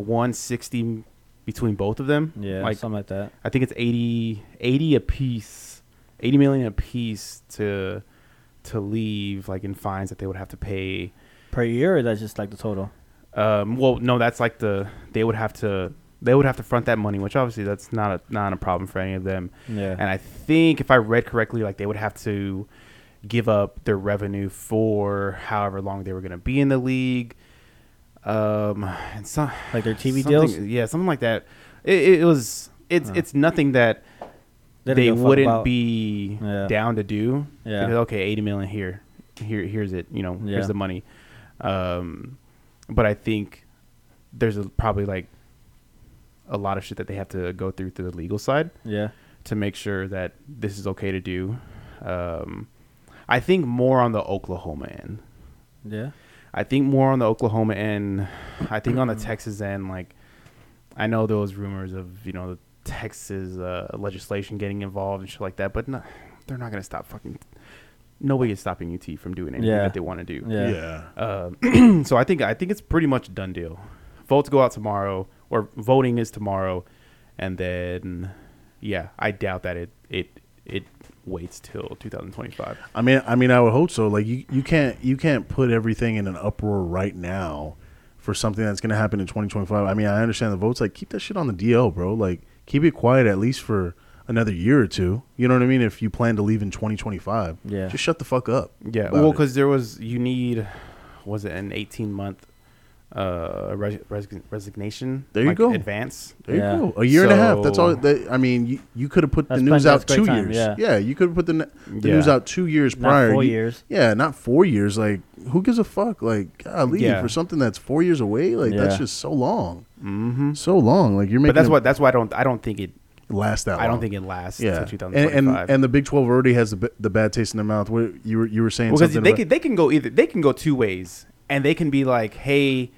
[SPEAKER 5] 160 between both of them.
[SPEAKER 4] yeah,
[SPEAKER 5] like
[SPEAKER 4] something like that.
[SPEAKER 5] I think it's 80, 80 a piece, 80 million a piece to to leave, like in fines that they would have to pay.
[SPEAKER 4] Per year, or that's just like the total.
[SPEAKER 5] Um, well, no, that's like the they would have to they would have to front that money, which obviously that's not a not a problem for any of them.
[SPEAKER 4] Yeah.
[SPEAKER 5] And I think if I read correctly, like they would have to give up their revenue for however long they were going to be in the league. Um, and some
[SPEAKER 4] Like their TV
[SPEAKER 5] something-
[SPEAKER 4] deals?
[SPEAKER 5] yeah, something like that. It, it was it's it's nothing that
[SPEAKER 4] They
[SPEAKER 5] they,
[SPEAKER 4] don't give a fuck
[SPEAKER 5] wouldn't
[SPEAKER 4] about-
[SPEAKER 5] be
[SPEAKER 4] Yeah.
[SPEAKER 5] down to do.
[SPEAKER 4] Yeah.
[SPEAKER 5] Because, okay, eighty million here, here, here's it. You know,
[SPEAKER 4] Yeah.
[SPEAKER 5] here's the money. Um, but I think there's a, probably like a lot of shit that they have to go through through the legal side
[SPEAKER 4] Yeah.
[SPEAKER 5] to make sure that this is okay to do. Um, I think more on the Oklahoma end.
[SPEAKER 4] Yeah.
[SPEAKER 5] I think more on the Oklahoma end. I think
[SPEAKER 4] Mm-hmm.
[SPEAKER 5] on the Texas end, like I know there was rumors of you know the Texas uh, legislation getting involved and shit like that, but no, they're not gonna stop fucking. Nobody is stopping UT from doing anything
[SPEAKER 4] Yeah.
[SPEAKER 5] that they want to do.
[SPEAKER 4] Yeah.
[SPEAKER 3] yeah.
[SPEAKER 5] So I think I think it's pretty much a done deal. Votes go out tomorrow, or voting is tomorrow, and then yeah, I doubt that it it it waits till 2025.
[SPEAKER 3] I mean, I mean, I would hope so. Like you, you can't, you can't put everything in an uproar right now for something that's going to happen in 2025. I mean, I understand the votes. Like, keep that shit on the DL, bro. Like, keep it quiet at least for another year or two. You know what I mean? If you plan to leave in 2025,
[SPEAKER 4] Yeah.
[SPEAKER 3] just shut the fuck up.
[SPEAKER 5] Yeah,
[SPEAKER 3] about
[SPEAKER 5] well,
[SPEAKER 3] it.
[SPEAKER 5] because there was you need was it an eighteen month uh res- res- resignation?
[SPEAKER 3] There you
[SPEAKER 5] like,
[SPEAKER 3] go.
[SPEAKER 5] Advance.
[SPEAKER 3] there
[SPEAKER 4] Yeah.
[SPEAKER 3] you go, a year and a half. That's all.
[SPEAKER 5] So-
[SPEAKER 3] That, I mean, you, you could have put the
[SPEAKER 4] That's
[SPEAKER 3] news
[SPEAKER 4] plenty-
[SPEAKER 3] out
[SPEAKER 4] that's
[SPEAKER 3] two
[SPEAKER 4] great time,
[SPEAKER 3] years.
[SPEAKER 4] yeah.
[SPEAKER 3] you could have put the, ne- the
[SPEAKER 5] Yeah.
[SPEAKER 3] news out two years
[SPEAKER 4] Not
[SPEAKER 3] prior.
[SPEAKER 4] four
[SPEAKER 3] You-
[SPEAKER 4] years.
[SPEAKER 3] Yeah, not four years. Like, who gives a fuck? Like, golly,
[SPEAKER 5] Yeah.
[SPEAKER 3] for something that's four years away, like that's
[SPEAKER 4] Yeah.
[SPEAKER 3] just so long. Mm-hmm. So long. Like you're making.
[SPEAKER 5] But that's
[SPEAKER 3] it
[SPEAKER 5] what that's why I don't I don't think it
[SPEAKER 3] last that.
[SPEAKER 5] I
[SPEAKER 3] long.
[SPEAKER 5] don't think it lasts
[SPEAKER 3] Oh, Yeah,
[SPEAKER 5] till
[SPEAKER 3] and,
[SPEAKER 5] 2025.
[SPEAKER 3] and and the Big Twelve already has the, b- the bad taste in their mouth. Where you were you were saying
[SPEAKER 5] because
[SPEAKER 3] something
[SPEAKER 5] they
[SPEAKER 3] about-
[SPEAKER 5] can they can go either they can go two ways and they can be like hey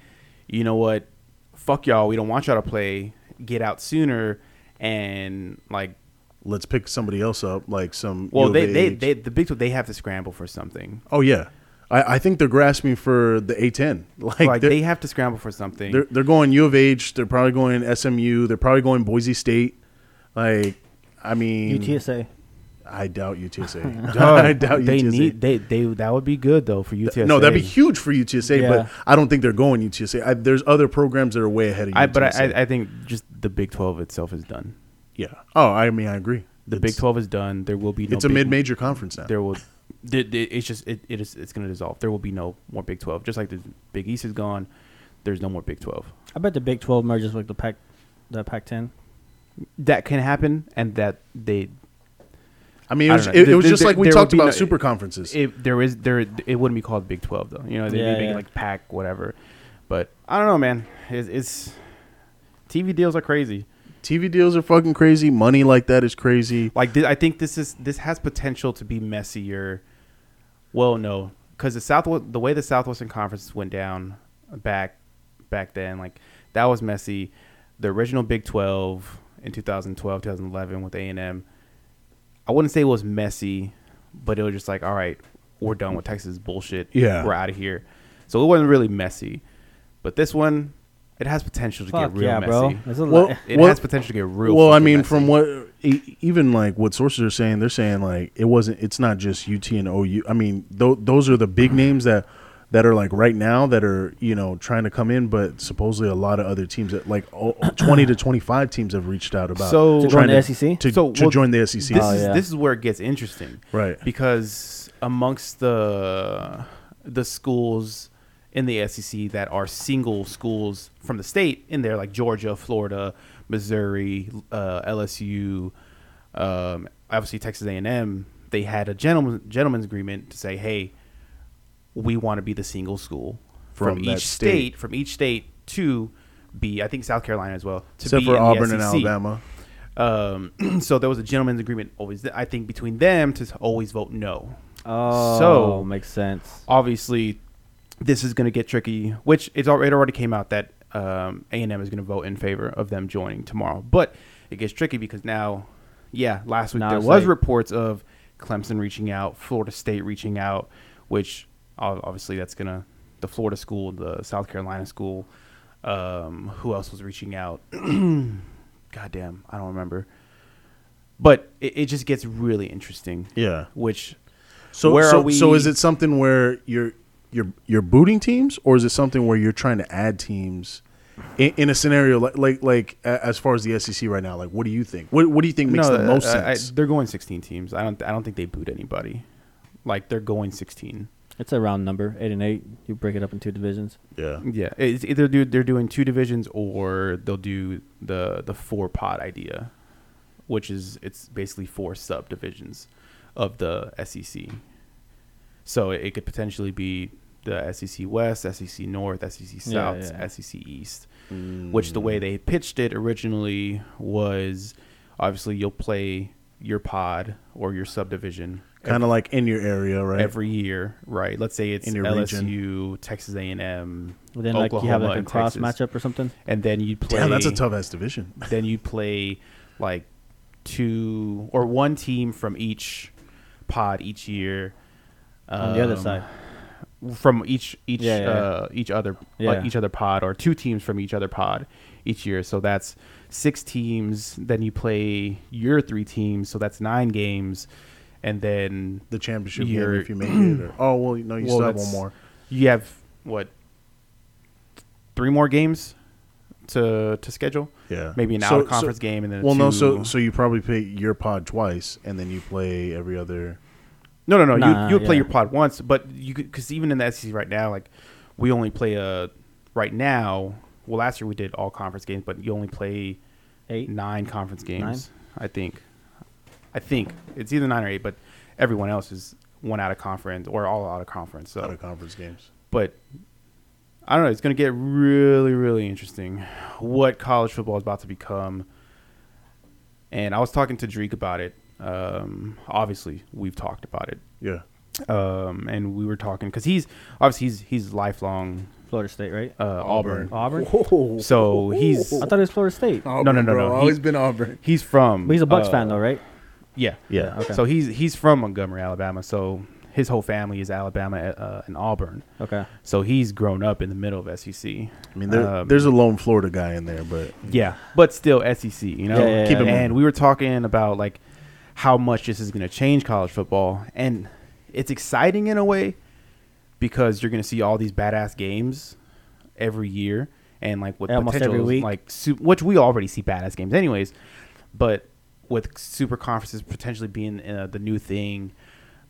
[SPEAKER 5] you know what fuck y'all we don't want y'all to play get out sooner and like
[SPEAKER 3] let's pick somebody else up, like some. U
[SPEAKER 5] well
[SPEAKER 3] of
[SPEAKER 5] they, they
[SPEAKER 3] H.
[SPEAKER 5] they the big Twelve, they have to scramble for something
[SPEAKER 3] Oh yeah, I, I think they're grasping for the A10. Like,
[SPEAKER 5] Like
[SPEAKER 3] they're,
[SPEAKER 5] they have to scramble for something.
[SPEAKER 3] they're they're going U of H. They're probably going SMU. They're probably going Boise State. Like, I mean,
[SPEAKER 4] UTSA.
[SPEAKER 3] I doubt UTSA.
[SPEAKER 6] Dog,
[SPEAKER 5] Oh,
[SPEAKER 3] I doubt UTSA.
[SPEAKER 6] they need they they that would be good though for UTSA.
[SPEAKER 3] No, that'd be huge for UTSA,
[SPEAKER 4] Yeah.
[SPEAKER 3] but I don't think they're going UTSA. I, there's other programs that are way ahead of UTSA.
[SPEAKER 5] I, but I, I, I think just the Big Twelve itself is done.
[SPEAKER 3] yeah. Oh, I mean, I agree.
[SPEAKER 5] The
[SPEAKER 3] It's-
[SPEAKER 5] Big Twelve is done. There will be no
[SPEAKER 3] It's a
[SPEAKER 5] Big-
[SPEAKER 3] mid-major conference now.
[SPEAKER 5] There will. there- there- It's just it, it is it's going to dissolve. There will be no more Big Twelve. Just like the Big East is gone, there's no more Big Twelve.
[SPEAKER 4] I bet the Big Twelve merges with the Pac, the Pac-10.
[SPEAKER 5] That can happen, and that they
[SPEAKER 3] I mean, it
[SPEAKER 5] I
[SPEAKER 3] was,
[SPEAKER 5] don't know.
[SPEAKER 3] it, it was
[SPEAKER 5] There-
[SPEAKER 3] just
[SPEAKER 5] there-
[SPEAKER 3] like we
[SPEAKER 5] there
[SPEAKER 3] talked
[SPEAKER 5] would be
[SPEAKER 3] about
[SPEAKER 5] no-
[SPEAKER 3] super conferences.
[SPEAKER 5] it, there is there it wouldn't be called Big Twelve though. You know, they'd
[SPEAKER 4] Yeah,
[SPEAKER 5] be big,
[SPEAKER 4] yeah.
[SPEAKER 5] like Pac, whatever. But I don't know, man. It's, it's TV deals are crazy.
[SPEAKER 3] TV deals are fucking crazy. Money like that is crazy.
[SPEAKER 5] Like thi- I think this is this has potential to be messier. Well, no, because the south the way the Southwestern Conference went down back back then, like that was messy. The original Big Twelve in 2012, 2011 with A and M. I wouldn't say it was messy, but it was just like, all right, we're done with Texas bullshit.
[SPEAKER 3] Yeah.
[SPEAKER 5] we're out of here. So it wasn't really messy, but this one, it has potential to
[SPEAKER 4] Fuck
[SPEAKER 5] get real
[SPEAKER 4] yeah,
[SPEAKER 5] messy.
[SPEAKER 4] bro. That's a
[SPEAKER 3] Well-
[SPEAKER 4] lot.
[SPEAKER 5] It
[SPEAKER 3] Well-
[SPEAKER 5] has potential to get real.
[SPEAKER 3] well, I
[SPEAKER 5] fucking
[SPEAKER 3] mean,
[SPEAKER 5] messy.
[SPEAKER 3] from what e- even like what sources are saying, they're saying like it wasn't. It's not just UT and OU. I mean, th- those are the big names that that are like right now that are you know trying to come in, but supposedly a lot of other teams that like all, twenty to twenty five teams have reached out about
[SPEAKER 5] So- To
[SPEAKER 4] join the SEC?
[SPEAKER 3] to,
[SPEAKER 5] E So,
[SPEAKER 3] to
[SPEAKER 5] well,
[SPEAKER 3] join the E SEC.
[SPEAKER 5] this
[SPEAKER 4] Oh,
[SPEAKER 5] is
[SPEAKER 4] yeah.
[SPEAKER 5] this is where it gets interesting,
[SPEAKER 3] Right.
[SPEAKER 5] Because amongst the the schools in the SEC that are single schools from the state in there, like Georgia, Florida, Missouri, uh, LSU, um, obviously Texas A and M, they had a gentleman gentleman's agreement to say, hey, we want to be the single school
[SPEAKER 3] From
[SPEAKER 5] from,
[SPEAKER 3] that
[SPEAKER 5] each
[SPEAKER 3] state.
[SPEAKER 5] state. from each state to be, I think South Carolina as well, to
[SPEAKER 3] Except
[SPEAKER 5] be
[SPEAKER 3] for
[SPEAKER 5] in the E
[SPEAKER 3] Auburn and
[SPEAKER 5] SEC.
[SPEAKER 3] Alabama.
[SPEAKER 5] Um, so there was a gentleman's agreement always, I think, between them to always vote no.
[SPEAKER 4] Oh,
[SPEAKER 5] So-
[SPEAKER 4] makes sense.
[SPEAKER 5] Obviously, this is going to get tricky, which it's already, it already came out that um, A&M is going to vote in favor of them joining tomorrow. But it gets tricky because now, yeah, last week
[SPEAKER 4] Now
[SPEAKER 5] there
[SPEAKER 4] it's
[SPEAKER 5] was
[SPEAKER 4] like-
[SPEAKER 5] reports of Clemson reaching out, Florida State reaching out, which ob- obviously that's going to, the Florida school, the South Carolina school, um, who else was reaching out? Goddamn, I don't remember. But it, it just gets really interesting.
[SPEAKER 3] Yeah.
[SPEAKER 5] Which
[SPEAKER 3] So
[SPEAKER 5] Where
[SPEAKER 3] so,
[SPEAKER 5] are we-
[SPEAKER 3] so is it something where you're you're you're booting teams, or is it something where you're trying to add teams in, in a scenario like like like a- as far as the SEC right now? Like, what do you think? What what do you think makes the
[SPEAKER 5] uh,
[SPEAKER 3] most
[SPEAKER 5] uh, I-
[SPEAKER 3] sense?
[SPEAKER 5] they're going 16 teams. I don't. I don't think they boot anybody. Like they're going 16.
[SPEAKER 4] It's a round number, eight and eight. You break it up in two divisions.
[SPEAKER 3] yeah,
[SPEAKER 5] Yeah, it's either do they're doing two divisions or they'll do the the four pod idea, which is it's basically four subdivisions of the SEC. So it, it could potentially be the SEC West, SEC North, SEC
[SPEAKER 4] Yeah,
[SPEAKER 5] South,
[SPEAKER 4] yeah. Mm.
[SPEAKER 5] SEC East, which the way they pitched it originally was obviously you'll play your pod or your subdivision
[SPEAKER 3] kind of like in your area, right?
[SPEAKER 5] every year, right? Let's say it's
[SPEAKER 3] In your
[SPEAKER 5] LSU,
[SPEAKER 3] region.
[SPEAKER 5] Texas A and M,
[SPEAKER 4] Well, then, like you have like a cross matchup or something.
[SPEAKER 5] and then you play.
[SPEAKER 3] Damn, that's a tough ass division.
[SPEAKER 5] Then you play like two or one team from each pod each year.
[SPEAKER 4] on the other
[SPEAKER 5] um,
[SPEAKER 4] side,
[SPEAKER 5] from each each
[SPEAKER 4] Yeah, yeah, yeah.
[SPEAKER 5] uh, each other like
[SPEAKER 4] Yeah.
[SPEAKER 5] each other pod or two teams from each other pod each year. So that's six teams. Then you play your three teams, so that's nine games, and then
[SPEAKER 3] The championship
[SPEAKER 5] You're-
[SPEAKER 3] game, if you make it. Or, oh well, no, you still have one
[SPEAKER 5] that's-
[SPEAKER 3] more.
[SPEAKER 5] You have what? Three more games to to schedule.
[SPEAKER 3] Yeah,
[SPEAKER 5] maybe an
[SPEAKER 3] So-
[SPEAKER 5] out of conference
[SPEAKER 3] so-
[SPEAKER 5] game and then.
[SPEAKER 3] Well, no,
[SPEAKER 5] two-
[SPEAKER 3] so so you probably play your pod twice, and then you play every other.
[SPEAKER 5] no, no, no.
[SPEAKER 4] Nah,
[SPEAKER 5] you you would play
[SPEAKER 4] yeah.
[SPEAKER 5] your pod once, but you because even in the SEC right now, like we only play a right now. Well, last year we did all conference games, but you only play
[SPEAKER 4] eight.
[SPEAKER 5] nine conference games. I think, I think it's either nine or eight, but everyone else is one out of conference or all out of conference. So
[SPEAKER 3] Out of conference games.
[SPEAKER 5] but I don't know. It's going to get really, really interesting what college football is about to become. And I was talking to Drake about it. Um, obviously, we've talked about it,
[SPEAKER 3] Yeah,
[SPEAKER 5] um, and we were talking because he's obviously he's he's lifelong
[SPEAKER 4] Florida State, right?
[SPEAKER 5] uh, Auburn.
[SPEAKER 4] Auburn.
[SPEAKER 5] So he's
[SPEAKER 4] I thought it was Florida State.
[SPEAKER 5] no, no, no, no. He-
[SPEAKER 3] been Auburn.
[SPEAKER 5] he's from.
[SPEAKER 4] But he's a Bucks
[SPEAKER 5] Um, uh,
[SPEAKER 4] fan though, right?
[SPEAKER 5] Yeah,
[SPEAKER 3] Yeah.
[SPEAKER 4] Okay.
[SPEAKER 5] So he's he's from Montgomery, Alabama. So his whole family is Alabama uh, and Auburn,
[SPEAKER 4] Okay.
[SPEAKER 5] so he's grown up in the middle of SEC.
[SPEAKER 3] I mean, there,
[SPEAKER 5] Um,
[SPEAKER 3] there's a lone Florida guy in there, but
[SPEAKER 5] Yeah, but still SEC, you know.
[SPEAKER 4] Yeah, yeah,
[SPEAKER 3] Keep yeah, it yeah.
[SPEAKER 5] and we were talking about like how much this is going to change college football, and it's exciting in a way because you're going to see all these badass games every year, and like with
[SPEAKER 4] Yeah, almost
[SPEAKER 5] potential,
[SPEAKER 4] every week.
[SPEAKER 5] like su- which we already see badass games anyways, but with super conferences potentially being uh, the new thing.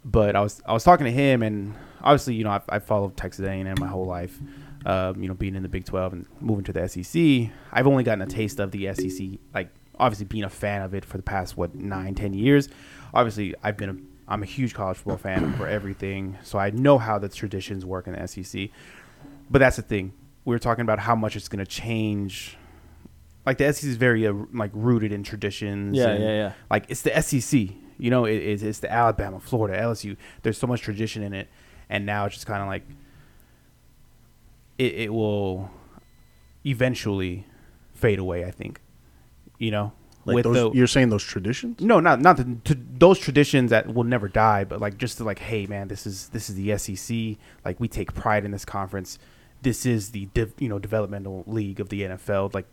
[SPEAKER 5] But I was I was talking to him, and obviously you know I, I followed Texas A&M my whole life. Um, you know, being in the Big Twelve and moving to the SEC, I've only gotten a taste of the SEC. Like obviously being a fan of it for the past what nine ten years. Obviously I've been a, I'm a huge college football fan for everything, so I know how the traditions work in the E SEC. But that's the thing. We were talking about how much it's going to change. Like the SEC is very uh, like rooted in traditions.
[SPEAKER 4] Yeah,
[SPEAKER 5] and,
[SPEAKER 4] yeah, yeah.
[SPEAKER 5] Like it's the SEC. You know, it, it's, it's the Alabama, Florida, LSU. There's so much tradition in it, and now it's just kind of like it, it will eventually fade away. I think. You know,
[SPEAKER 3] like
[SPEAKER 5] with
[SPEAKER 3] those,
[SPEAKER 5] the-
[SPEAKER 3] you're saying those traditions.
[SPEAKER 5] no, not not the, to those traditions that will never die, but like just to like, hey man, this is this is the SEC. Like we take pride in this conference. This is the div, you know developmental league of the NFL. Like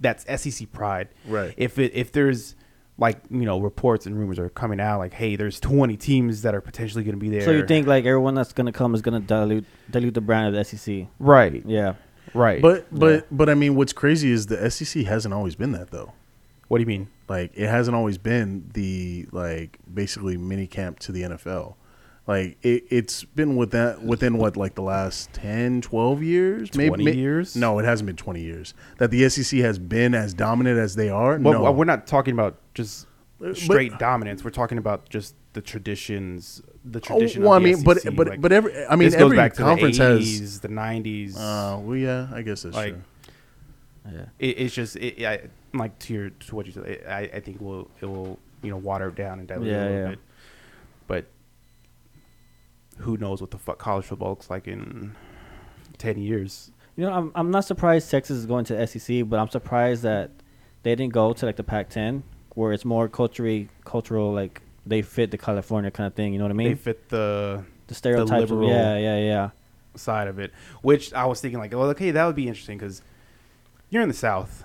[SPEAKER 5] that's SEC pride.
[SPEAKER 3] Right.
[SPEAKER 5] If it if there's like you know reports and rumors are coming out like, hey, there's 20 teams that are potentially going to be there.
[SPEAKER 4] So you think like everyone that's gonna come is gonna dilute dilute the brand of the SEC?
[SPEAKER 5] right?
[SPEAKER 4] Yeah.
[SPEAKER 5] Right.
[SPEAKER 3] But but but I mean, what's crazy is the SEC hasn't always been that though.
[SPEAKER 5] what do you mean?
[SPEAKER 3] Like it hasn't always been the like basically mini camp to the NFL. Like it, it's been with that within what like the last 10, 12 years,
[SPEAKER 5] 20 years?
[SPEAKER 3] No, it hasn't been twenty years that the SEC has been as dominant as they are.
[SPEAKER 5] Well,
[SPEAKER 3] no, Uh,
[SPEAKER 5] well, we're not talking about just
[SPEAKER 3] But-
[SPEAKER 5] straight dominance. We're talking about just the traditions, the tradition.
[SPEAKER 3] Oh, well,
[SPEAKER 5] of
[SPEAKER 3] I
[SPEAKER 5] the
[SPEAKER 3] mean, but-
[SPEAKER 5] SEC,
[SPEAKER 3] but-
[SPEAKER 5] like,
[SPEAKER 3] but every- I mean,
[SPEAKER 5] this goes
[SPEAKER 3] every
[SPEAKER 5] back to
[SPEAKER 3] conference
[SPEAKER 5] the
[SPEAKER 3] has-
[SPEAKER 5] 80s, the nineties.
[SPEAKER 3] Uh, well, yeah, I guess that's
[SPEAKER 5] like
[SPEAKER 3] true.
[SPEAKER 4] Yeah.
[SPEAKER 5] it, it's just it, I, like to your to what you said. it- I, I think will it will you know water it down and dilute it a
[SPEAKER 4] Yeah,
[SPEAKER 5] little
[SPEAKER 4] yeah.
[SPEAKER 5] bit. But who knows what the fuck college football looks like in ten years?
[SPEAKER 4] You know, I'm I'm not surprised Texas is going to SEC, but I'm surprised that they didn't go to like the Pac-10, where it's more culturally cultural, like they fit the California kind of thing. You know what I mean?
[SPEAKER 5] They fit the
[SPEAKER 4] the stereotypes. of-
[SPEAKER 5] liberal-
[SPEAKER 4] yeah, yeah, yeah.
[SPEAKER 5] side of it, which I was thinking like, well, okay, that would be interesting because you're in the South.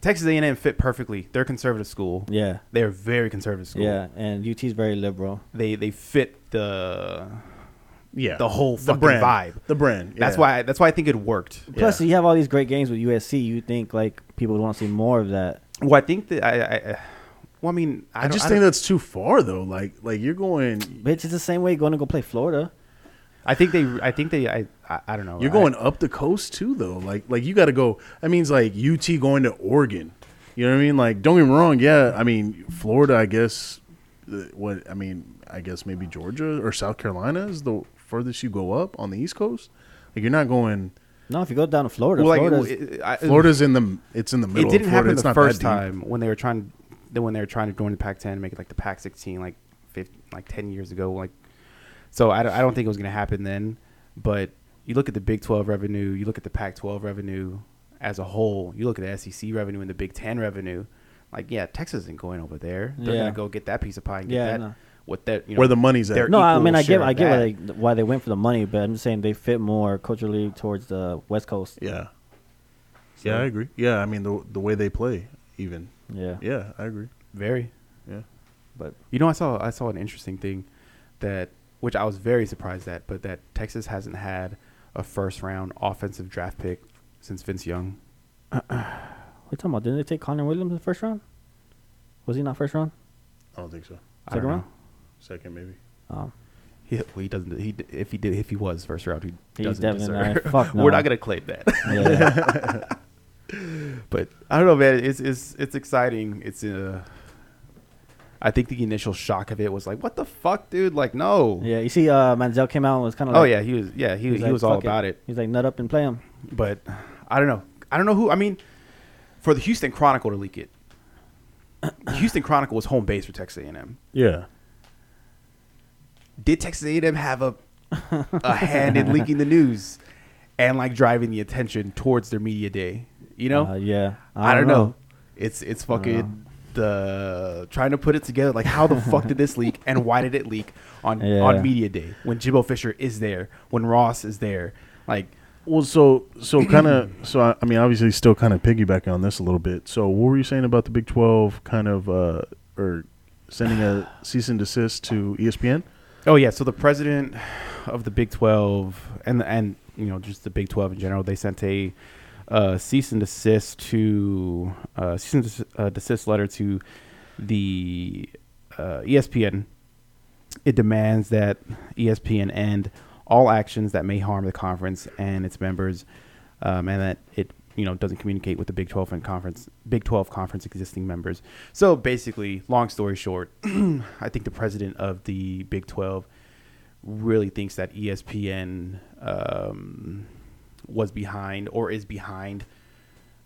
[SPEAKER 5] Texas A&M fit perfectly. They're a conservative school.
[SPEAKER 4] Yeah.
[SPEAKER 5] They're a very conservative school.
[SPEAKER 4] Yeah, and UT is very liberal.
[SPEAKER 5] They they fit the
[SPEAKER 3] Yeah,
[SPEAKER 5] the whole fucking
[SPEAKER 3] brand,
[SPEAKER 5] vibe.
[SPEAKER 3] the brand.
[SPEAKER 5] That's
[SPEAKER 3] yeah.
[SPEAKER 5] why that's why I think it worked.
[SPEAKER 4] Plus,
[SPEAKER 3] Yeah.
[SPEAKER 4] you have all these great games with USC. You think like people would want to see more of that?
[SPEAKER 5] Well, I think that I, I I- well, I mean, I,
[SPEAKER 3] I,
[SPEAKER 5] don't-
[SPEAKER 3] just
[SPEAKER 5] I
[SPEAKER 3] think
[SPEAKER 5] don't-
[SPEAKER 3] that's too far though. Like like you're going
[SPEAKER 4] Bitch, it's the same way going to go play Florida.
[SPEAKER 5] I think they I think they I I, I don't know.
[SPEAKER 3] you're
[SPEAKER 5] I-
[SPEAKER 3] going up the coast too though. Like like you got to go. That means like UT going to Oregon. You know what I mean? Like don't get me wrong. Yeah, I mean Florida. I guess uh, what I mean. I guess maybe Georgia or South Carolina is the furthest you go up on the East Coast. Like you're not going.
[SPEAKER 4] No, if you go down to Florida,
[SPEAKER 5] well, like
[SPEAKER 4] Florida's-
[SPEAKER 5] it, I,
[SPEAKER 3] Florida's in the it's in the middle.
[SPEAKER 5] it didn't
[SPEAKER 3] of Florida.
[SPEAKER 5] happen
[SPEAKER 3] it's
[SPEAKER 5] the
[SPEAKER 3] not that
[SPEAKER 5] first
[SPEAKER 3] deep.
[SPEAKER 5] time when they were trying then when they were trying to join the Pac-10 and make it like the Pac-16 like 15, like 10 years ago like so I don't, I don't think it was going to happen then but you look at the Big 12 revenue you look at the Pac-12 revenue as a whole you look at the SEC revenue and the Big 10 revenue like yeah Texas isn't going over there they're
[SPEAKER 4] Yeah.
[SPEAKER 5] going to go get that piece of pie and get
[SPEAKER 4] Yeah, I
[SPEAKER 5] that
[SPEAKER 4] know.
[SPEAKER 5] what that you know
[SPEAKER 3] Where the money's at.
[SPEAKER 5] their
[SPEAKER 4] No, I
[SPEAKER 5] equal
[SPEAKER 4] mean I
[SPEAKER 5] share
[SPEAKER 4] get
[SPEAKER 5] of
[SPEAKER 4] I get
[SPEAKER 5] that.
[SPEAKER 4] why they, why they went for the money, but I'm just saying they fit more culturally towards the West Coast.
[SPEAKER 3] Yeah. Yeah, I agree. Yeah, I mean the the way they play, even.
[SPEAKER 4] Yeah.
[SPEAKER 3] Yeah, I agree.
[SPEAKER 5] very
[SPEAKER 3] Yeah.
[SPEAKER 4] But
[SPEAKER 5] You know, I saw I saw an interesting thing that which I was very surprised at, but that Texas hasn't had a first round offensive draft pick since Vince Young.
[SPEAKER 4] we're talking about didn't they take Connor Williams in the first round? Was he not first round?
[SPEAKER 3] I don't think
[SPEAKER 5] I
[SPEAKER 3] so.
[SPEAKER 5] don't
[SPEAKER 4] Second
[SPEAKER 5] know.
[SPEAKER 4] round?
[SPEAKER 3] Second maybe.
[SPEAKER 4] Oh.
[SPEAKER 5] He, well, he doesn't. He d- if he did if he was first round, he
[SPEAKER 4] He's
[SPEAKER 5] doesn't
[SPEAKER 4] definitely
[SPEAKER 5] deserve.
[SPEAKER 4] not. Fuck no.
[SPEAKER 5] We're not gonna claim that.
[SPEAKER 4] Yeah.
[SPEAKER 5] but I don't know, man. It's it's it's exciting. It's uh, I think the initial shock of it was like, what the fuck, dude? Like, no.
[SPEAKER 4] yeah. You see, uh, Manziel came out and was kind of.
[SPEAKER 5] Oh
[SPEAKER 4] like,
[SPEAKER 5] yeah, he was. Yeah, he,
[SPEAKER 4] he's
[SPEAKER 5] he
[SPEAKER 4] like,
[SPEAKER 5] was all
[SPEAKER 4] "Fuck
[SPEAKER 5] about it.
[SPEAKER 4] He's like, nut up and play him.
[SPEAKER 5] but I don't know. I don't know who. I mean, for the Houston Chronicle to leak it, Houston Chronicle was home base for Texas A&M.
[SPEAKER 3] Yeah.
[SPEAKER 5] Did Texas A&M have a a hand in leaking the news and like driving the Uh, attention towards their media day? You know,
[SPEAKER 4] Uh, yeah.
[SPEAKER 5] I, don't know. It's it's fucking the trying to put it together like how the fuck did this leak and why did it leak on
[SPEAKER 4] Yeah.
[SPEAKER 5] on media day when Jimbo Fisher is there when Ross is there like
[SPEAKER 3] Well, so so kind of so I, I mean, obviously, still kind of piggybacking on this a little bit. So, what were you saying about the Big Twelve kind of uh, or sending a cease and desist to E ESPN?
[SPEAKER 5] Oh yeah, so the president of the Big Twelve and and you know just the Big Twelve in general, they sent a uh, cease and desist to uh, cease and des- uh, desist letter to the uh, ESPN. It demands that E ESPN end all actions that may harm the conference and its members, um, and that it you know doesn't communicate with the Big Twelve and conference Big Twelve conference existing members. So basically, long story short, I think the president of the Big Twelve really thinks that E ESPN um, was behind or is behind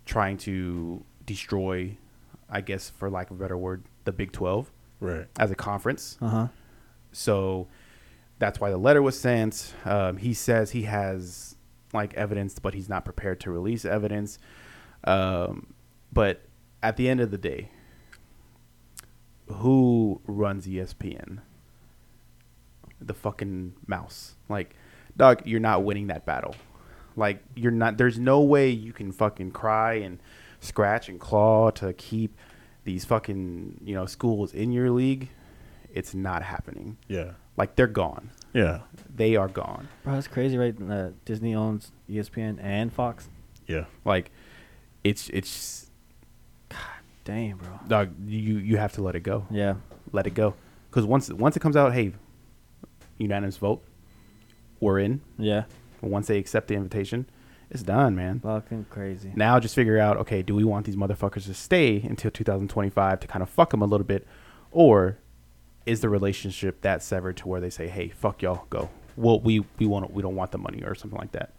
[SPEAKER 5] trying to destroy, I guess, for lack of a better word, the Big Twelve
[SPEAKER 3] Right.
[SPEAKER 5] as a conference.
[SPEAKER 4] Uh huh.
[SPEAKER 5] So that's why the letter was sent. Um, he says he has like evidence, but he's not prepared to release evidence. Um, but at the end of the day, who runs E ESPN? The fucking mouse. Like, dog, you're not winning that battle. Like, you're not. There's no way you can fucking cry and scratch and claw to keep these fucking you know schools in your league. It's not happening.
[SPEAKER 3] Yeah.
[SPEAKER 5] Like they're gone.
[SPEAKER 3] Yeah.
[SPEAKER 5] They are gone.
[SPEAKER 4] Bro, that's crazy, right? That Disney owns E ESPN and Fox.
[SPEAKER 3] Yeah.
[SPEAKER 5] Like it's it's
[SPEAKER 4] Damn, bro.
[SPEAKER 5] dog. You you have to let it go.
[SPEAKER 4] Yeah.
[SPEAKER 5] Let it go. Because once once it comes out, hey, unanimous vote, we're in.
[SPEAKER 4] Yeah.
[SPEAKER 5] Once they accept the invitation, it's done, man.
[SPEAKER 4] Fucking crazy.
[SPEAKER 5] Now just figure out, okay, do we want these motherfuckers to stay until 2025 to kind of fuck them a little bit, or is the relationship that severed to where they say, hey, fuck y'all, go. Well, we we want we don't want the money or something like that.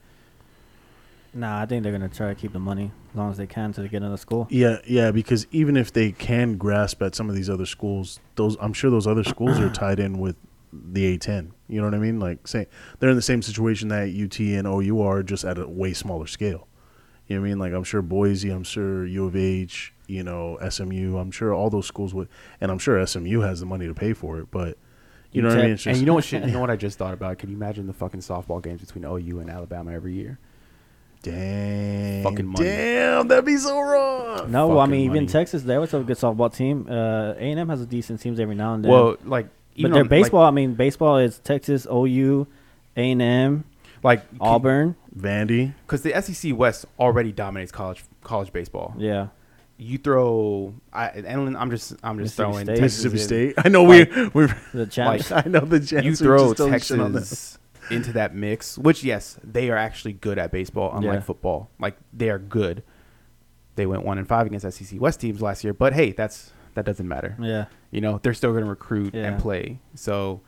[SPEAKER 4] Nah, I think they're gonna try to keep the money as long as they can to get into school.
[SPEAKER 3] Yeah. Yeah. Because even if they can grasp at some of these other schools, those I'm sure those other schools are tied in with the A10. You know what I mean? Like, say they're in the same situation that UT and OU are, just at a way smaller scale. You know what I mean? Like I'm sure Boise, I'm sure U of H, you know, SMU, I'm sure all those schools would and I'm sure SMU has the money to pay for it, but you know what I mean? It's
[SPEAKER 5] and
[SPEAKER 3] just,
[SPEAKER 5] you know what? Shit, you know what I just thought about? Can you imagine the fucking softball games between OU and Alabama every year?
[SPEAKER 3] dang,
[SPEAKER 5] Fucking money.
[SPEAKER 3] damn, that'd be so wrong.
[SPEAKER 4] No, well, I
[SPEAKER 5] fucking
[SPEAKER 4] mean even
[SPEAKER 5] money.
[SPEAKER 4] Texas, they always have a good softball team. Uh, A and M has a decent teams every now and then.
[SPEAKER 5] Well, like
[SPEAKER 4] but
[SPEAKER 5] even
[SPEAKER 4] their
[SPEAKER 5] on, like-
[SPEAKER 4] baseball, I mean baseball is Texas, OU, A and M,
[SPEAKER 5] like,
[SPEAKER 4] Auburn.
[SPEAKER 3] Vandy,
[SPEAKER 5] because the SEC West already dominates college college baseball.
[SPEAKER 4] Yeah.
[SPEAKER 5] You throw, I, and I'm just I'm just
[SPEAKER 4] Mississippi
[SPEAKER 5] throwing
[SPEAKER 4] State.
[SPEAKER 5] Texas
[SPEAKER 3] Mississippi
[SPEAKER 5] in.
[SPEAKER 3] State. I know we we
[SPEAKER 4] The champs.
[SPEAKER 3] I know the Jets.
[SPEAKER 5] you
[SPEAKER 3] we
[SPEAKER 5] throw
[SPEAKER 3] just don't shit on them.
[SPEAKER 5] Texas into that mix, which yes, they are actually good at baseball, unlike
[SPEAKER 4] Yeah.
[SPEAKER 5] football. Like they are good. They went one and five against SEC West teams last year, but hey, that's that doesn't matter.
[SPEAKER 4] yeah.
[SPEAKER 5] You know, they're still going to recruit
[SPEAKER 4] Yeah.
[SPEAKER 5] and play. So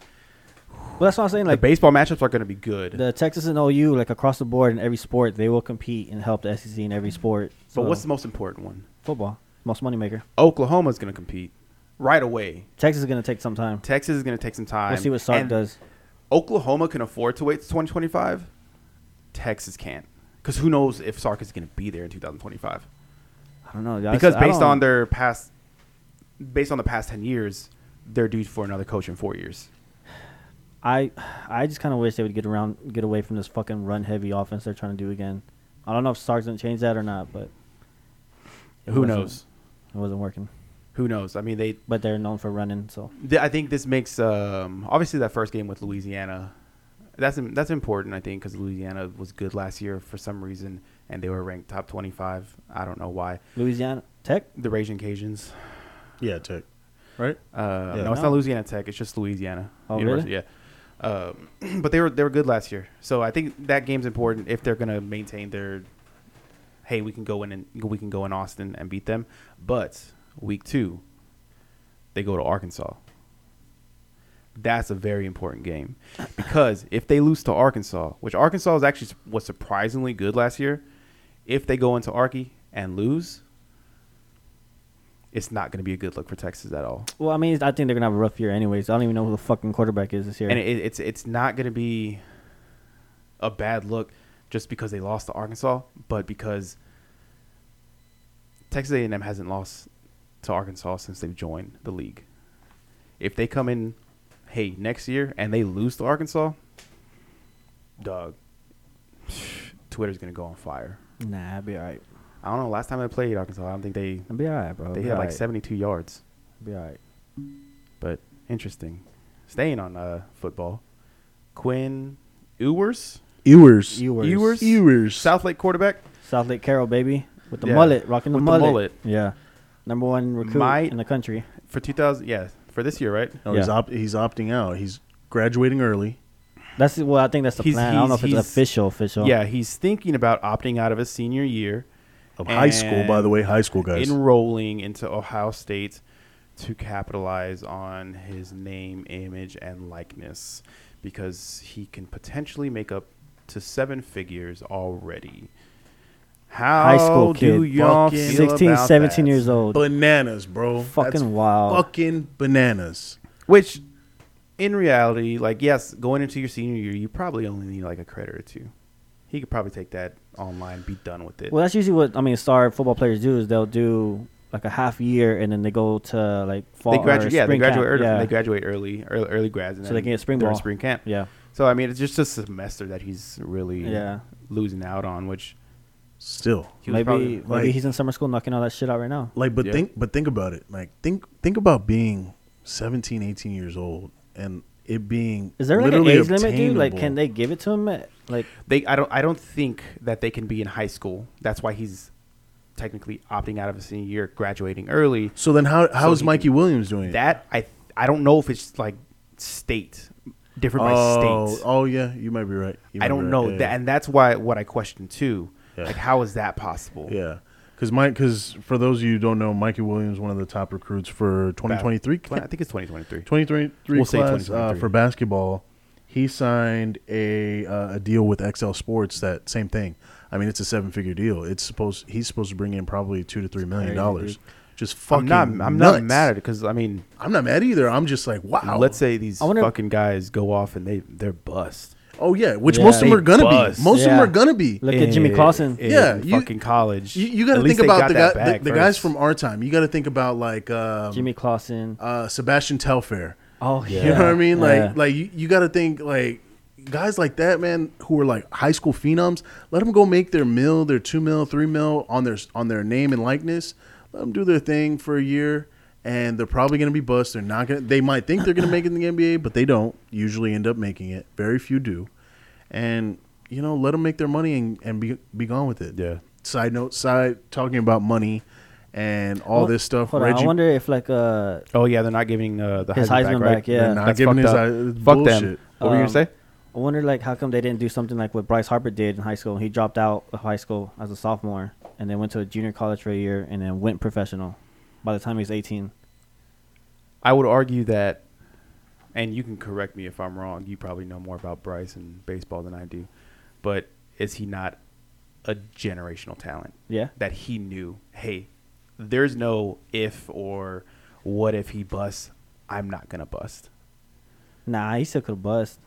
[SPEAKER 4] Well that's what I'm saying,
[SPEAKER 5] the
[SPEAKER 4] like
[SPEAKER 5] baseball matchups are going to be good.
[SPEAKER 4] the Texas and OU, like across the board in every sport, they will compete and help the SEC in every sport.
[SPEAKER 5] but what's the
[SPEAKER 4] So,
[SPEAKER 5] most important one?
[SPEAKER 4] football? Most moneymaker.
[SPEAKER 5] Oklahoma's going to compete right away.
[SPEAKER 4] Texas is gonna take some time.
[SPEAKER 5] Texas is going to take some time.
[SPEAKER 4] We'll see what Sark
[SPEAKER 5] And
[SPEAKER 4] does.
[SPEAKER 5] Oklahoma can afford to wait to 2025. Texas can't. Because who knows if Sark is going to be there in 2025.
[SPEAKER 4] I don't know. y'all-
[SPEAKER 5] because
[SPEAKER 4] I
[SPEAKER 5] based
[SPEAKER 4] don't-
[SPEAKER 5] on their past, based on the past ten years, they're due for another coach in four years.
[SPEAKER 4] I I just kind of wish they would get around, get away from this fucking run heavy offense they're trying to do again. I don't know if Sark's gonna change that or not, but it
[SPEAKER 5] Who
[SPEAKER 4] wasn't-
[SPEAKER 5] knows?
[SPEAKER 4] It wasn't working,
[SPEAKER 5] Who knows? I mean, they.
[SPEAKER 4] but they're known for running, so
[SPEAKER 5] th- I think this makes um, obviously that first game with Louisiana. That's im- that's important, I think, because Louisiana was good last year for some reason, and they were ranked top twenty-five. I don't know why.
[SPEAKER 4] Louisiana Tech.
[SPEAKER 5] The Raging Cajuns.
[SPEAKER 3] Yeah, Tech. Right?
[SPEAKER 5] Uh,
[SPEAKER 3] Yeah.
[SPEAKER 5] No, it's
[SPEAKER 4] No.
[SPEAKER 5] not Louisiana Tech. It's just Louisiana.
[SPEAKER 4] Oh,
[SPEAKER 5] University, Yeah. Um, but they were they were good last year, so I think that game's important if they're gonna maintain their. Hey, we can go in and we can go in Austin and beat them, but week two, they go to Arkansas. That's a very important game because if they lose to Arkansas, which Arkansas is actually was surprisingly good last year, if they go into Arky and lose, it's not going to be a good look for Texas at all.
[SPEAKER 4] Well, I mean, I think they're gonna have a rough year, anyways. I don't even know who the fucking quarterback is this year.
[SPEAKER 5] and it, it's it's not going to be a bad look just because they lost to Arkansas, but because Texas A&M hasn't lost to Arkansas since they've joined the league. If they come in, hey, next year and they lose to Arkansas, dog, Twitter's gonna go on fire.
[SPEAKER 4] Nah, I'd be all right.
[SPEAKER 5] I don't know. Last time I played Arkansas, I don't think they
[SPEAKER 4] I'd be all right, bro. I'd
[SPEAKER 5] they
[SPEAKER 4] be
[SPEAKER 5] had like
[SPEAKER 4] alright.
[SPEAKER 5] 72 yards.
[SPEAKER 4] I'd Be all right.
[SPEAKER 5] But interesting. Staying on uh, football, Quinn Ewers,
[SPEAKER 3] Ewers.
[SPEAKER 4] Ewers.
[SPEAKER 5] Ewers?
[SPEAKER 3] Ewers.
[SPEAKER 5] South Lake quarterback.
[SPEAKER 4] South Lake Carroll, baby, with the
[SPEAKER 5] Yeah.
[SPEAKER 4] mullet, rocking the
[SPEAKER 5] With the
[SPEAKER 4] mullet.
[SPEAKER 5] mullet.
[SPEAKER 4] Yeah, number one recruit
[SPEAKER 5] Might-
[SPEAKER 4] in the country.
[SPEAKER 5] for 2000 yeah for this year right
[SPEAKER 3] No, he's,
[SPEAKER 4] Yeah.
[SPEAKER 3] op- he's opting out. He's graduating early.
[SPEAKER 4] That's well, I think that's the
[SPEAKER 5] He's-
[SPEAKER 4] plan. I don't know
[SPEAKER 5] he's-
[SPEAKER 4] if it's
[SPEAKER 5] he's-
[SPEAKER 4] official, official.
[SPEAKER 5] yeah he's thinking about opting out of his senior year
[SPEAKER 3] Of high school, by
[SPEAKER 5] And
[SPEAKER 3] the way, high school guys.
[SPEAKER 5] enrolling into ohio state to capitalize on his name image and likeness because he can potentially make up to seven figures already how
[SPEAKER 4] school
[SPEAKER 5] do
[SPEAKER 4] kid.
[SPEAKER 5] y'all
[SPEAKER 3] Fucking-
[SPEAKER 5] feel
[SPEAKER 4] 16,
[SPEAKER 5] about
[SPEAKER 4] 17
[SPEAKER 5] that?
[SPEAKER 4] years old.
[SPEAKER 3] bananas, bro.
[SPEAKER 4] Fucking
[SPEAKER 3] That's
[SPEAKER 4] wild.
[SPEAKER 3] Fucking bananas.
[SPEAKER 5] which in reality like yes going into your senior year you probably only need like a credit or two he could probably take that online be done with it
[SPEAKER 4] Well, that's usually what I mean. Star football players do is they'll do like a half year and then they go to like fall.
[SPEAKER 5] they graduate.
[SPEAKER 4] or
[SPEAKER 5] Yeah, they
[SPEAKER 4] spring
[SPEAKER 5] graduate
[SPEAKER 4] camp.
[SPEAKER 5] early.
[SPEAKER 4] Yeah.
[SPEAKER 5] They graduate early, early, early grads, and
[SPEAKER 4] So they
[SPEAKER 5] then
[SPEAKER 4] can get spring
[SPEAKER 5] they're in
[SPEAKER 4] ball.
[SPEAKER 5] spring camp.
[SPEAKER 4] yeah,
[SPEAKER 5] So I mean, it's just a semester that he's really
[SPEAKER 4] Yeah.
[SPEAKER 5] losing out on, which
[SPEAKER 3] Still.
[SPEAKER 5] he was
[SPEAKER 4] maybe
[SPEAKER 5] probably,
[SPEAKER 4] maybe
[SPEAKER 3] like-
[SPEAKER 4] he's in summer school knocking all that shit out right now.
[SPEAKER 3] Like but
[SPEAKER 5] Yeah.
[SPEAKER 3] think but think about it. Like think think about being 17, 18 years old and it being
[SPEAKER 4] Is there like an
[SPEAKER 3] literally
[SPEAKER 4] age limit, dude? Like,
[SPEAKER 3] obtainable.
[SPEAKER 4] can they give it to him? At, like,
[SPEAKER 5] they. I don't. I don't think that they can be in high school. That's why he's technically opting out of his senior year, graduating early.
[SPEAKER 3] So then how how
[SPEAKER 5] So
[SPEAKER 3] is
[SPEAKER 5] he
[SPEAKER 3] Mikey
[SPEAKER 5] can-
[SPEAKER 3] Williams doing it?
[SPEAKER 5] That I. I don't know if it's like state different by
[SPEAKER 3] oh,
[SPEAKER 5] state.
[SPEAKER 3] oh yeah, you might be right. You
[SPEAKER 5] I
[SPEAKER 3] might be
[SPEAKER 5] don't
[SPEAKER 3] right.
[SPEAKER 5] know
[SPEAKER 3] Yeah,
[SPEAKER 5] that,
[SPEAKER 3] yeah.
[SPEAKER 5] and that's why what I question too.
[SPEAKER 3] Yeah.
[SPEAKER 5] Like, how is that possible?
[SPEAKER 3] Yeah, because Mike, because for those of you who don't know, Mikey Williams, one of the top recruits for 2023,
[SPEAKER 5] I think it's 2023.
[SPEAKER 3] 2023
[SPEAKER 5] We'll say
[SPEAKER 3] class uh,
[SPEAKER 5] 2023.
[SPEAKER 3] for basketball. He signed a uh, a deal with XL Sports. That same thing. I mean, it's a seven figure deal. It's supposed he's supposed to bring in probably two to three million dollars. Just
[SPEAKER 5] I'm
[SPEAKER 3] fucking.
[SPEAKER 5] not. I'm
[SPEAKER 3] nuts.
[SPEAKER 5] not mad at it because I mean,
[SPEAKER 3] I'm not mad either. I'm just like, wow.
[SPEAKER 5] let's say these
[SPEAKER 4] I wonder-
[SPEAKER 5] fucking guys go off and they they're bust.
[SPEAKER 3] Oh yeah, which
[SPEAKER 4] Yeah.
[SPEAKER 3] most of them
[SPEAKER 5] They
[SPEAKER 3] are gonna
[SPEAKER 5] bust.
[SPEAKER 3] be. Most of them
[SPEAKER 4] Yeah.
[SPEAKER 3] are gonna be.
[SPEAKER 4] look at Jimmy
[SPEAKER 5] Eh,
[SPEAKER 4] Clausen.
[SPEAKER 5] eh,
[SPEAKER 3] Yeah,
[SPEAKER 5] in
[SPEAKER 3] you-
[SPEAKER 5] fucking college.
[SPEAKER 3] You, you got
[SPEAKER 5] At
[SPEAKER 3] to
[SPEAKER 5] least
[SPEAKER 3] think
[SPEAKER 5] they
[SPEAKER 3] about
[SPEAKER 5] got
[SPEAKER 3] the,
[SPEAKER 5] that
[SPEAKER 3] guy, the,
[SPEAKER 5] back
[SPEAKER 3] the guys
[SPEAKER 5] first.
[SPEAKER 3] from our time. You got to think about like um,
[SPEAKER 4] Jimmy Clausen.
[SPEAKER 3] uh, Sebastian Telfair.
[SPEAKER 4] Oh, yeah.
[SPEAKER 3] You know what I mean? Like,
[SPEAKER 4] Yeah.
[SPEAKER 3] like you, you got to think like guys like that, man, who are like high school phenoms. Let them go make their mill, their two mil, three mil on their on their name and likeness. Let them do their thing for a year, and they're probably going to be bust. They're not going. to They might think they're going to make it in the NBA, but they don't. Usually end up making it. Very few do, and you know, let them make their money and, and be be gone with it.
[SPEAKER 5] Yeah.
[SPEAKER 3] Side note, side talking about money and all
[SPEAKER 4] Hold-
[SPEAKER 3] this stuff.
[SPEAKER 4] Hold on, I wonder if like uh,
[SPEAKER 5] Oh yeah, they're not giving uh, the Heisman,
[SPEAKER 4] His
[SPEAKER 5] back,
[SPEAKER 4] Heisman
[SPEAKER 5] right?
[SPEAKER 4] back, yeah. They're not
[SPEAKER 5] That's
[SPEAKER 3] giving
[SPEAKER 5] fucked
[SPEAKER 3] his
[SPEAKER 5] up.
[SPEAKER 3] Heis-
[SPEAKER 5] Fuck them.
[SPEAKER 3] bullshit.
[SPEAKER 5] What were you gonna
[SPEAKER 4] Um,
[SPEAKER 5] say?
[SPEAKER 4] I wonder like how come they didn't do something like what Bryce Harper did in high school. He dropped out of high school as a sophomore and then went to a junior college for a year and then went professional. By the time he was eighteen,
[SPEAKER 5] I would argue that, and you can correct me if I'm wrong. You probably know more about Bryce and baseball than I do, but is he not a generational talent?
[SPEAKER 4] Yeah.
[SPEAKER 5] that he knew. Hey, there's no if or what if he busts. I'm not gonna bust.
[SPEAKER 4] nah, he still could have bust.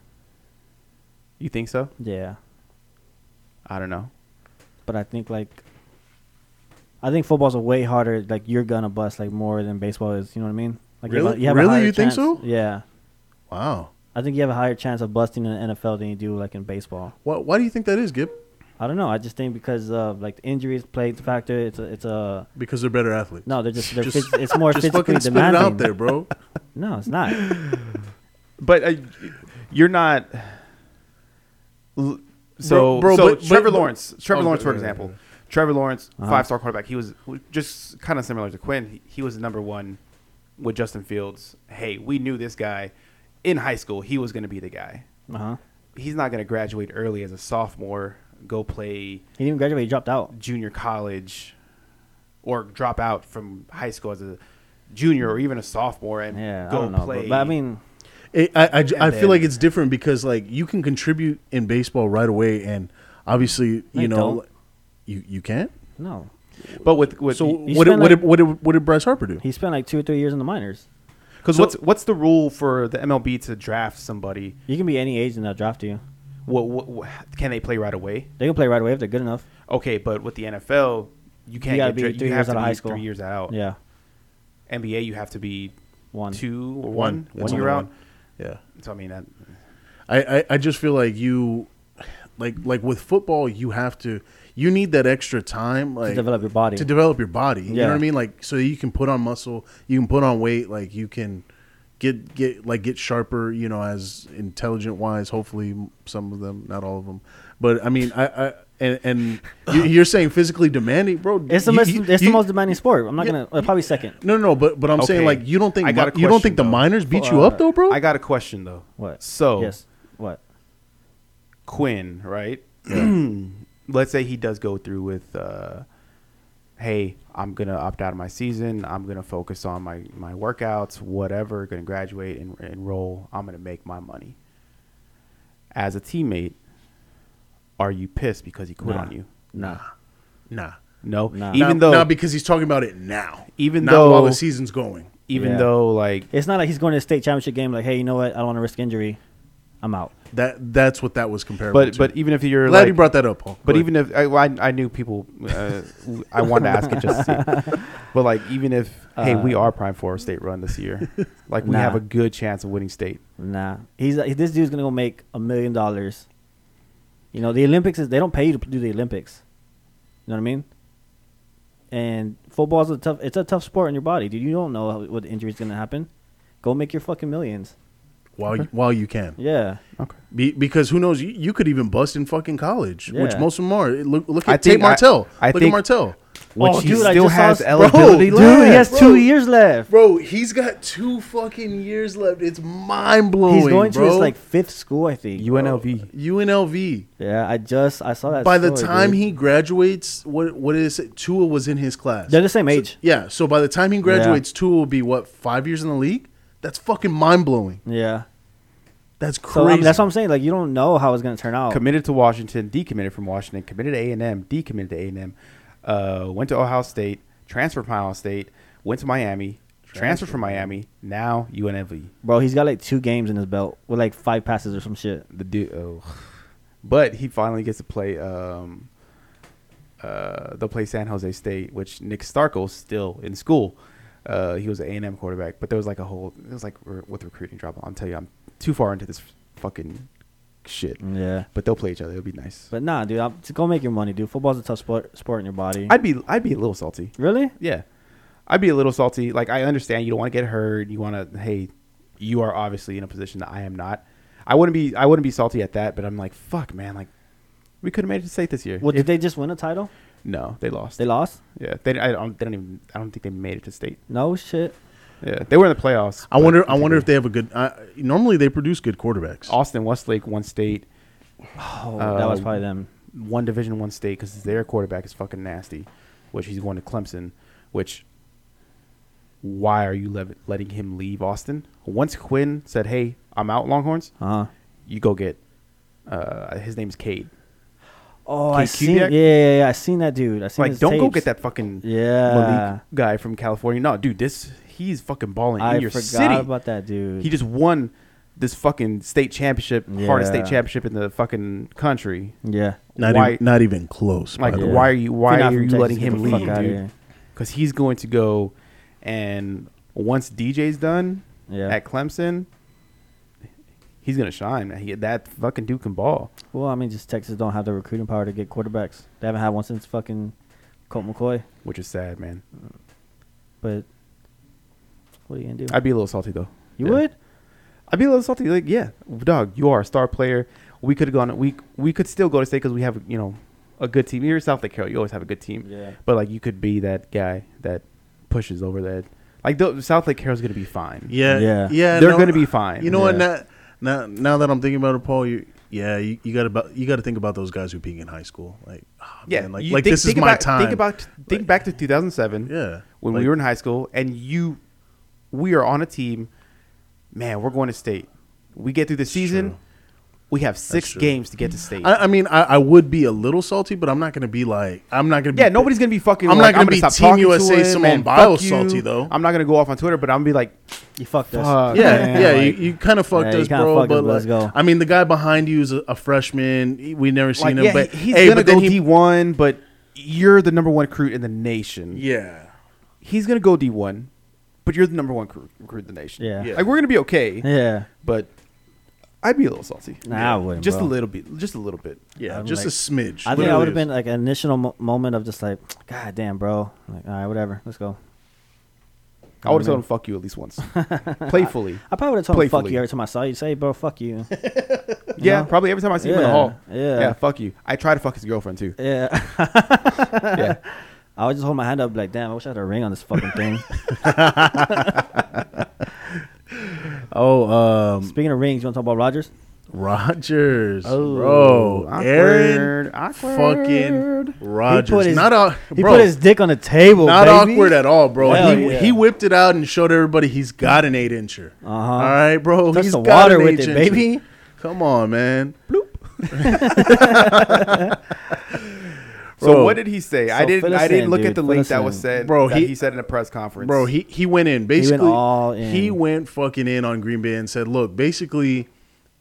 [SPEAKER 5] You think so?
[SPEAKER 4] Yeah,
[SPEAKER 5] I don't know.
[SPEAKER 4] but I think like I think football's a way harder. Like you're gonna bust like more than baseball is. You know what I mean? Like
[SPEAKER 3] Really?
[SPEAKER 4] You have a, you have a
[SPEAKER 3] Really?
[SPEAKER 4] higher
[SPEAKER 3] You think
[SPEAKER 4] chance-
[SPEAKER 3] so?
[SPEAKER 4] Yeah,
[SPEAKER 3] Wow.
[SPEAKER 4] I think you have a higher chance of busting in the NFL than you do like in baseball.
[SPEAKER 3] Why, why do you think that is, Gib?
[SPEAKER 4] I don't know. I just think because of like the injuries played the factor. It's a, it's a
[SPEAKER 3] Because they're better athletes.
[SPEAKER 4] no. They're just they're
[SPEAKER 3] Just-
[SPEAKER 4] phys- it's more
[SPEAKER 3] just
[SPEAKER 4] physically
[SPEAKER 3] fucking spit it
[SPEAKER 4] demanding.
[SPEAKER 3] out there, bro.
[SPEAKER 4] No, it's not. Uh-huh.
[SPEAKER 5] But uh, you're not. l- So,
[SPEAKER 3] bro,
[SPEAKER 5] so
[SPEAKER 3] but- but-
[SPEAKER 5] Trevor
[SPEAKER 3] but-
[SPEAKER 5] Lawrence, Trevor
[SPEAKER 3] Oh,
[SPEAKER 5] Lawrence, for
[SPEAKER 3] yeah, yeah,
[SPEAKER 5] example,
[SPEAKER 3] yeah.
[SPEAKER 5] Trevor Lawrence,
[SPEAKER 4] Uh-huh.
[SPEAKER 5] five star quarterback. He was just kind of similar to Quinn. He, he was number one with Justin Fields. Hey, we knew this guy in high school. He was going to be the guy.
[SPEAKER 4] Uh huh.
[SPEAKER 5] He's not going to graduate early as a sophomore, go play
[SPEAKER 4] He didn't even graduate. He dropped out.
[SPEAKER 5] junior college, or drop out from high school as a junior or even a sophomore and
[SPEAKER 4] Yeah, I
[SPEAKER 5] go
[SPEAKER 4] don't know.
[SPEAKER 5] play.
[SPEAKER 4] But, but I mean,
[SPEAKER 3] It- I, I, j- I
[SPEAKER 5] And
[SPEAKER 3] feel like
[SPEAKER 5] then-
[SPEAKER 3] it's different because like you can contribute in baseball right away, and obviously
[SPEAKER 4] No,
[SPEAKER 3] you
[SPEAKER 4] you
[SPEAKER 3] know
[SPEAKER 4] don't.
[SPEAKER 3] you you can't.
[SPEAKER 4] no.
[SPEAKER 5] but with with
[SPEAKER 3] So
[SPEAKER 4] you
[SPEAKER 3] what did,
[SPEAKER 4] spend
[SPEAKER 3] what,
[SPEAKER 4] like-
[SPEAKER 3] did, what did what did Bryce Harper do?
[SPEAKER 4] He spent like two or three years in the minors.
[SPEAKER 5] Because
[SPEAKER 3] So-
[SPEAKER 5] what's what's the rule for the MLB to draft somebody?
[SPEAKER 4] You can be any age and they'll draft you.
[SPEAKER 5] What, what, what can they play right away?
[SPEAKER 4] They can play right away if they're good enough.
[SPEAKER 5] Okay, but with the NFL, you can't
[SPEAKER 4] gotta
[SPEAKER 5] get
[SPEAKER 4] be
[SPEAKER 5] dra-
[SPEAKER 4] three
[SPEAKER 5] you
[SPEAKER 4] years
[SPEAKER 5] have to be
[SPEAKER 4] out of
[SPEAKER 5] Oh.
[SPEAKER 4] high school.
[SPEAKER 5] three years out.
[SPEAKER 4] Yeah.
[SPEAKER 5] NBA, you have to be
[SPEAKER 4] One.
[SPEAKER 5] two or
[SPEAKER 3] One.
[SPEAKER 5] one
[SPEAKER 3] It's
[SPEAKER 5] when you're
[SPEAKER 3] only
[SPEAKER 5] out.
[SPEAKER 3] one. Yeah.
[SPEAKER 5] So I mean, that,
[SPEAKER 3] I, I, I just feel like you like like with football you have to you need that extra time like
[SPEAKER 4] develop your body.
[SPEAKER 3] to develop your body you know what i
[SPEAKER 4] Yeah.
[SPEAKER 3] mean like so you can put on muscle you can put on weight like you can get get like get sharper you know as intelligent wise hopefully some of them not all of them but i mean i i and, and you- you're saying physically demanding bro
[SPEAKER 4] It's the
[SPEAKER 3] you-
[SPEAKER 4] most.
[SPEAKER 3] you-
[SPEAKER 4] it's
[SPEAKER 3] you-
[SPEAKER 4] the most demanding sport. I'm not
[SPEAKER 3] Yeah.
[SPEAKER 4] gonna uh, probably second.
[SPEAKER 3] no no no, but but i'm saying
[SPEAKER 5] Okay.
[SPEAKER 3] like you don't think
[SPEAKER 5] I got a
[SPEAKER 3] mi- you don't
[SPEAKER 5] question,
[SPEAKER 3] think the
[SPEAKER 5] though.
[SPEAKER 3] minors beat you
[SPEAKER 4] uh,
[SPEAKER 3] up though bro
[SPEAKER 5] I got a question though.
[SPEAKER 4] What?
[SPEAKER 5] So
[SPEAKER 4] yes. What?
[SPEAKER 5] Quinn, right? Let's say he does go through with, uh, hey, I'm gonna opt out of my season. I'm gonna focus on my my workouts, whatever. Gonna graduate and enroll. I'm gonna make my money. As a teammate, are you pissed because he quit
[SPEAKER 4] Nah.
[SPEAKER 5] on you?
[SPEAKER 4] Nah.
[SPEAKER 3] nah
[SPEAKER 5] No,
[SPEAKER 4] Nah.
[SPEAKER 5] even
[SPEAKER 3] Nah,
[SPEAKER 5] though
[SPEAKER 3] nah, because he's talking about it now
[SPEAKER 5] even
[SPEAKER 3] not
[SPEAKER 5] though
[SPEAKER 3] while the season's going
[SPEAKER 5] even
[SPEAKER 4] Yeah.
[SPEAKER 5] though like
[SPEAKER 4] It's not like he's going to the state championship game. Like, hey, you know what? I don't want to risk injury. I'm out.
[SPEAKER 3] That that's what that was comparable.
[SPEAKER 5] but
[SPEAKER 3] to.
[SPEAKER 5] but even if you're
[SPEAKER 3] glad
[SPEAKER 5] like,
[SPEAKER 3] you brought that up, Paul.
[SPEAKER 5] But
[SPEAKER 3] Go
[SPEAKER 5] even if I, well, I, I knew people, uh, w- I wanted to ask it just to see. But like, even if hey, we are prime for a state run this year, like we
[SPEAKER 4] Uh. Nah.
[SPEAKER 5] have a good chance of winning state.
[SPEAKER 4] Nah. He's uh, this dude's gonna go make a million dollars. You know, the Olympics is they don't pay you to do the Olympics. You know what I mean? And football's a tough. It's a tough sport on your body, dude. You don't know how, what injury's gonna happen. Go make your fucking millions.
[SPEAKER 3] ahead. while you, while you can,
[SPEAKER 4] Yeah.
[SPEAKER 5] Okay.
[SPEAKER 3] Be, because who knows? You, you could even bust in fucking college, which
[SPEAKER 4] Yeah.
[SPEAKER 3] most of them are. Look look
[SPEAKER 5] I
[SPEAKER 3] at Tate
[SPEAKER 5] think I-
[SPEAKER 3] Martell.
[SPEAKER 5] I
[SPEAKER 3] look
[SPEAKER 5] think-
[SPEAKER 3] at Martell,
[SPEAKER 5] Which
[SPEAKER 4] Oh,
[SPEAKER 5] he
[SPEAKER 4] dude, I
[SPEAKER 5] still
[SPEAKER 4] just saw
[SPEAKER 5] has
[SPEAKER 4] s- Bro,
[SPEAKER 5] eligibility.
[SPEAKER 3] dude,
[SPEAKER 4] Dude, he has
[SPEAKER 3] Bro.
[SPEAKER 4] two years left.
[SPEAKER 3] bro. He's got two fucking years left. It's mind blowing.
[SPEAKER 4] He's going
[SPEAKER 3] bro.
[SPEAKER 4] to his like fifth school, I think.
[SPEAKER 5] UNLV.
[SPEAKER 3] UNLV.
[SPEAKER 4] Yeah, I just I saw that.
[SPEAKER 3] By the
[SPEAKER 4] story,
[SPEAKER 3] time
[SPEAKER 4] dude.
[SPEAKER 3] he graduates, what what is it? Tua was in his class.
[SPEAKER 4] They're the same age.
[SPEAKER 3] yeah. So by the time he graduates, Tua will be what five years in the league. That's fucking mind blowing.
[SPEAKER 4] yeah.
[SPEAKER 3] um, That's
[SPEAKER 4] So I
[SPEAKER 3] crazy.
[SPEAKER 4] mean, that's what I'm saying. Like you don't know how it's gonna turn out.
[SPEAKER 5] Committed to Washington, decommitted from Washington, committed to A and M, decommitted to A and M, uh, went to Ohio State, transferred from Ohio State, went to Miami, transferred from Miami, now UNLV.
[SPEAKER 4] Bro, he's got like two games in his belt with like five passes or some shit.
[SPEAKER 5] The dude, oh. but he finally gets to play. Um, uh, they'll play San Jose State, which Nick Starkel's still in school. Uh, he was an A&M quarterback, but there was like a whole. It was like re- with recruiting drop. I'll tell you, I'm too far into this fucking shit.
[SPEAKER 4] Yeah.
[SPEAKER 5] But they'll play each other. It'll be nice.
[SPEAKER 4] But nah, dude, I'm, go make your money, dude. Football's a tough sport, sport in your body.
[SPEAKER 5] I'd be I'd be a little salty.
[SPEAKER 4] really?
[SPEAKER 5] Yeah, I'd be a little salty. Like I understand you don't want to get hurt. You want to hey, you are obviously in a position that I am not. I wouldn't be I wouldn't be salty at that. But I'm like fuck, man. Like we could have made it to state this year.
[SPEAKER 4] Well, did they just win a title?
[SPEAKER 5] No, they lost.
[SPEAKER 4] They lost?
[SPEAKER 5] Yeah, they. I don't. They don't even. I don't think they made it to state.
[SPEAKER 4] No shit.
[SPEAKER 5] Yeah, they were in the playoffs.
[SPEAKER 3] I
[SPEAKER 5] but
[SPEAKER 3] wonder. I wonder if they have a good. I normally, they produce good quarterbacks.
[SPEAKER 5] Austin Westlake won state,
[SPEAKER 4] Oh, that was
[SPEAKER 5] Uh,
[SPEAKER 4] probably them.
[SPEAKER 5] one division, one state because their quarterback is fucking nasty, which he's going to Clemson. Which, why are you lev- letting him leave Austin? Once Quinn said, "Hey, I'm out, Longhorns,"
[SPEAKER 4] Uh huh.
[SPEAKER 5] you go get. Uh, his name's Cade.
[SPEAKER 4] Oh,
[SPEAKER 5] Kate
[SPEAKER 4] I seen. Yeah,
[SPEAKER 5] Kubiak?
[SPEAKER 4] yeah, yeah. I seen that dude. I seen.
[SPEAKER 5] Like,
[SPEAKER 4] his
[SPEAKER 5] don't go
[SPEAKER 4] tapes.
[SPEAKER 5] get that fucking
[SPEAKER 4] Yeah.
[SPEAKER 5] Malik guy from California. No, dude, this he's fucking balling
[SPEAKER 4] I
[SPEAKER 5] in your
[SPEAKER 4] forgot
[SPEAKER 5] city.
[SPEAKER 4] about that dude.
[SPEAKER 5] He just won this fucking state championship, hardest state
[SPEAKER 4] Yeah.
[SPEAKER 5] championship in the fucking country.
[SPEAKER 4] yeah.
[SPEAKER 3] Not
[SPEAKER 5] why-
[SPEAKER 3] even, not even close. by
[SPEAKER 5] Like,
[SPEAKER 3] the
[SPEAKER 4] Yeah.
[SPEAKER 5] Uh,
[SPEAKER 3] way.
[SPEAKER 5] why are you
[SPEAKER 4] If
[SPEAKER 5] why
[SPEAKER 4] you're
[SPEAKER 5] are
[SPEAKER 4] not
[SPEAKER 5] you
[SPEAKER 4] from Texas,
[SPEAKER 5] letting
[SPEAKER 4] get
[SPEAKER 5] him
[SPEAKER 4] the fuck
[SPEAKER 5] leave,
[SPEAKER 4] outta
[SPEAKER 5] dude?
[SPEAKER 4] here.
[SPEAKER 5] Because he's going to go, and once DJ's done
[SPEAKER 4] Yeah.
[SPEAKER 5] at Clemson, he's gonna shine. He, that fucking dude can ball.
[SPEAKER 4] Well, I mean, just Texas don't have the recruiting power to get quarterbacks. They haven't had one since fucking Colt McCoy.
[SPEAKER 5] Which is sad, man.
[SPEAKER 4] But what are you gonna do?
[SPEAKER 5] I'd be a little salty though.
[SPEAKER 4] you
[SPEAKER 5] Yeah.
[SPEAKER 4] would?
[SPEAKER 5] I'd be a little salty. Like, yeah, dog, you are a star player. We could have gone. We we could still go to state because we have you know a good team. You're South Lake Carroll. You always have a good team.
[SPEAKER 4] Yeah.
[SPEAKER 5] But like, you could be that guy that pushes over that. Like, the, South Lake Carroll's gonna be fine.
[SPEAKER 3] Yeah, yeah,
[SPEAKER 4] Yeah.
[SPEAKER 3] yeah.
[SPEAKER 5] They're gonna be fine.
[SPEAKER 3] You know what?
[SPEAKER 4] Yeah.
[SPEAKER 3] Now, now, now that I'm thinking about it, Paul, you, yeah, you, you got about you got to think about those guys who peak in high school. Like, ah,
[SPEAKER 5] Yeah.
[SPEAKER 3] man, like,
[SPEAKER 5] you
[SPEAKER 3] like
[SPEAKER 5] think-
[SPEAKER 3] this
[SPEAKER 5] think
[SPEAKER 3] is my
[SPEAKER 5] about,
[SPEAKER 3] time.
[SPEAKER 5] Think about think back to 2007.
[SPEAKER 3] Yeah.
[SPEAKER 5] When
[SPEAKER 3] Like-
[SPEAKER 5] we were in high school, and you, we are on a team. Man, we're going to state. We get through the season.
[SPEAKER 3] true.
[SPEAKER 5] We have six
[SPEAKER 3] true.
[SPEAKER 5] games to get to state.
[SPEAKER 3] I, I mean, I, I would be a little salty, but I'm not gonna be like I'm not gonna. Be,
[SPEAKER 5] Yeah, nobody's gonna be fucking.
[SPEAKER 3] I'm
[SPEAKER 5] like,
[SPEAKER 3] not gonna be
[SPEAKER 5] stop
[SPEAKER 3] Team
[SPEAKER 5] talking to
[SPEAKER 3] USA
[SPEAKER 5] him
[SPEAKER 3] Simone
[SPEAKER 5] and
[SPEAKER 3] Biles
[SPEAKER 5] fuck you.
[SPEAKER 3] salty, though.
[SPEAKER 5] I'm not gonna go off on Twitter, but I'm gonna be like,
[SPEAKER 4] You fucked us.
[SPEAKER 5] fuck,
[SPEAKER 3] Yeah,
[SPEAKER 5] man,
[SPEAKER 3] yeah,
[SPEAKER 5] like-
[SPEAKER 3] you, you kind of fucked
[SPEAKER 4] Yeah, you
[SPEAKER 3] us,
[SPEAKER 4] kinda
[SPEAKER 3] bro.
[SPEAKER 4] fucked us,
[SPEAKER 3] but
[SPEAKER 4] but let's
[SPEAKER 3] like,
[SPEAKER 4] go.
[SPEAKER 3] I mean, the guy behind you is a, a freshman. He- We never seen
[SPEAKER 5] like,
[SPEAKER 3] him,
[SPEAKER 5] yeah,
[SPEAKER 3] but
[SPEAKER 5] he- he's
[SPEAKER 3] hey,
[SPEAKER 5] gonna
[SPEAKER 3] but then
[SPEAKER 5] go
[SPEAKER 3] he,
[SPEAKER 5] D1, but you're the number one recruit in the nation.
[SPEAKER 3] yeah,
[SPEAKER 5] He's gonna go D1, but but you're the number one cr- recruit in the nation.
[SPEAKER 4] Yeah.
[SPEAKER 5] Like we're gonna be okay,
[SPEAKER 4] Yeah.
[SPEAKER 5] but I'd be a little salty.
[SPEAKER 4] Nah, I wouldn't,
[SPEAKER 5] Just
[SPEAKER 4] bro.
[SPEAKER 5] a little bit. Just a little bit.
[SPEAKER 3] Yeah,
[SPEAKER 4] I'm
[SPEAKER 3] just
[SPEAKER 4] like-
[SPEAKER 3] a smidge.
[SPEAKER 4] I think I
[SPEAKER 3] Literally
[SPEAKER 4] would have
[SPEAKER 3] is.
[SPEAKER 4] been like an initial mo- moment of just like, God damn, bro. Like, all right, whatever. Let's go.
[SPEAKER 5] I would have told him "fuck you" at least once, playfully.
[SPEAKER 4] I probably would have told him, fuck
[SPEAKER 5] Playfully.
[SPEAKER 4] you every time I saw you. Say, bro, fuck you.
[SPEAKER 5] yeah,
[SPEAKER 4] know?
[SPEAKER 5] probably every time I see him in the
[SPEAKER 4] Yeah,
[SPEAKER 5] hall.
[SPEAKER 4] yeah.
[SPEAKER 5] yeah. Fuck you. I try to fuck his girlfriend too.
[SPEAKER 4] yeah.
[SPEAKER 5] yeah.
[SPEAKER 4] I would just hold my hand up like, damn, I wish I had a ring on this fucking thing.
[SPEAKER 3] Oh, um,
[SPEAKER 4] Speaking of rings, you want to talk about Rogers?
[SPEAKER 3] Rogers,
[SPEAKER 5] Oh,
[SPEAKER 3] bro, Aaron,
[SPEAKER 5] awkward, awkward.
[SPEAKER 3] fucking Rogers.
[SPEAKER 4] He put his,
[SPEAKER 3] not all,
[SPEAKER 4] he
[SPEAKER 3] bro,
[SPEAKER 4] put his dick on the table.
[SPEAKER 3] not
[SPEAKER 4] baby.
[SPEAKER 3] awkward at all, bro.
[SPEAKER 4] Hell
[SPEAKER 3] he,
[SPEAKER 4] yeah.
[SPEAKER 3] he whipped it out and showed everybody he's got an eight incher.
[SPEAKER 4] Uh-huh.
[SPEAKER 3] All right, bro,
[SPEAKER 4] Touch
[SPEAKER 3] he's
[SPEAKER 4] the
[SPEAKER 3] got
[SPEAKER 4] water
[SPEAKER 3] an
[SPEAKER 4] with
[SPEAKER 3] eight
[SPEAKER 4] it,
[SPEAKER 3] incher.
[SPEAKER 4] baby.
[SPEAKER 3] Come on, man.
[SPEAKER 5] So
[SPEAKER 3] Bro.
[SPEAKER 5] what did he say? I
[SPEAKER 4] So
[SPEAKER 5] didn't.
[SPEAKER 4] fill us
[SPEAKER 5] I didn't
[SPEAKER 4] in,
[SPEAKER 5] look
[SPEAKER 4] dude.
[SPEAKER 5] at the
[SPEAKER 4] Fill
[SPEAKER 5] link
[SPEAKER 4] us
[SPEAKER 5] that
[SPEAKER 4] in.
[SPEAKER 5] was said.
[SPEAKER 3] Bro,
[SPEAKER 5] that
[SPEAKER 3] he-
[SPEAKER 5] he, said in a press conference.
[SPEAKER 3] Bro, he he went in basically.
[SPEAKER 4] all in.
[SPEAKER 3] he went fucking in on Green Bay and said, "Look, basically,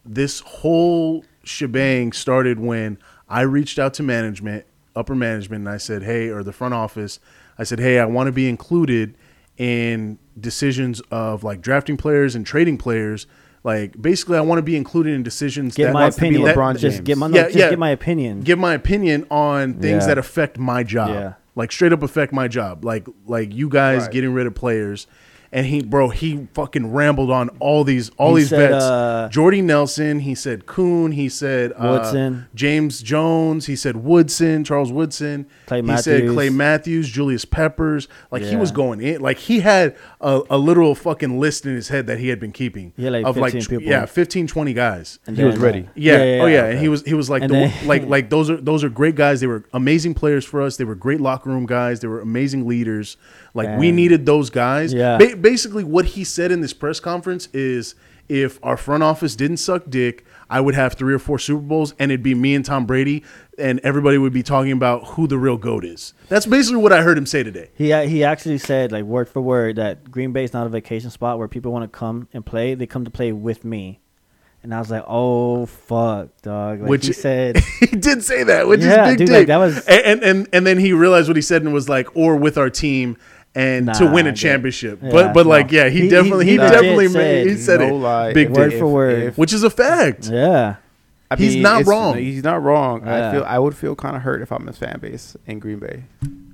[SPEAKER 3] this whole shebang started when I reached out to management, upper management, and I said, hey, or the front office, I said, hey, I want to be included in decisions of like drafting players and trading players. Like, basically, I want to be included in decisions
[SPEAKER 4] Get
[SPEAKER 3] that
[SPEAKER 4] my
[SPEAKER 5] wants to be
[SPEAKER 4] opinion.
[SPEAKER 5] LeBron
[SPEAKER 4] Just
[SPEAKER 5] James.
[SPEAKER 4] get my, no,
[SPEAKER 3] Yeah,
[SPEAKER 4] just
[SPEAKER 3] yeah.
[SPEAKER 4] get my opinion.
[SPEAKER 3] give my opinion on things
[SPEAKER 4] Yeah.
[SPEAKER 3] that affect my job.
[SPEAKER 4] Yeah.
[SPEAKER 3] Like straight up affect my job. Like like you guys
[SPEAKER 5] Right.
[SPEAKER 3] getting rid of players. And he bro, he fucking rambled on all these all
[SPEAKER 4] He
[SPEAKER 3] these
[SPEAKER 4] said,
[SPEAKER 3] vets.
[SPEAKER 4] uh,
[SPEAKER 3] Jordy Nelson, he said Kuhn, he said uh,
[SPEAKER 4] Woodson.
[SPEAKER 3] James Jones, he said Woodson, Charles Woodson,
[SPEAKER 4] Clay
[SPEAKER 3] he said
[SPEAKER 4] Matthews.
[SPEAKER 3] Clay Matthews, Julius Peppers. Like he
[SPEAKER 4] Yeah.
[SPEAKER 3] was going in, like he had a, a literal fucking list in his head that he had been keeping.
[SPEAKER 4] He had, like, 15
[SPEAKER 3] tw-
[SPEAKER 4] people.
[SPEAKER 3] yeah, 15, 20 guys.
[SPEAKER 4] And
[SPEAKER 5] He was
[SPEAKER 4] then- uh,
[SPEAKER 5] ready.
[SPEAKER 3] Yeah. oh yeah. And he was he was like
[SPEAKER 4] And
[SPEAKER 3] the,
[SPEAKER 4] then-
[SPEAKER 3] one- like like those are those are great guys. They were amazing players for us. They were great locker room guys. They were amazing leaders. Like we
[SPEAKER 4] Dang.
[SPEAKER 3] needed those guys.
[SPEAKER 4] Yeah.
[SPEAKER 3] Ba- basically, what he said in this press conference is, if our front office didn't suck dick, I would have three or four Super Bowls, and it'd be me and Tom Brady, and everybody would be talking about who the real goat is. That's basically what I heard him say today.
[SPEAKER 4] He he actually said like word for word that Green Bay is not a vacation spot where people want to come and play. They come to play with me, and I was like, oh fuck, dog. Like
[SPEAKER 3] Which-
[SPEAKER 4] he said,
[SPEAKER 3] he did say that, which
[SPEAKER 4] Yeah,
[SPEAKER 3] is big
[SPEAKER 4] dude,
[SPEAKER 3] dick.
[SPEAKER 4] like, that was-
[SPEAKER 3] and, and and and then he realized what he said and was like, or with our team and to
[SPEAKER 4] Nah,
[SPEAKER 3] win
[SPEAKER 4] I
[SPEAKER 3] a
[SPEAKER 4] get it.
[SPEAKER 3] championship.
[SPEAKER 4] Yeah,
[SPEAKER 3] but but
[SPEAKER 4] no.
[SPEAKER 3] like yeah, he,
[SPEAKER 4] He- he-
[SPEAKER 3] definitely he,
[SPEAKER 4] he legit
[SPEAKER 3] definitely
[SPEAKER 4] said,
[SPEAKER 3] made, he said
[SPEAKER 5] no
[SPEAKER 3] it
[SPEAKER 5] lie,
[SPEAKER 3] big
[SPEAKER 5] if-
[SPEAKER 3] dick,
[SPEAKER 4] word for word.
[SPEAKER 5] if-
[SPEAKER 3] which is a fact.
[SPEAKER 4] yeah,
[SPEAKER 5] I
[SPEAKER 3] He's not
[SPEAKER 5] it's-
[SPEAKER 3] wrong.
[SPEAKER 5] He's not wrong.
[SPEAKER 4] Yeah.
[SPEAKER 5] I feel. I would feel kind of hurt if I'm his fan base in Green Bay.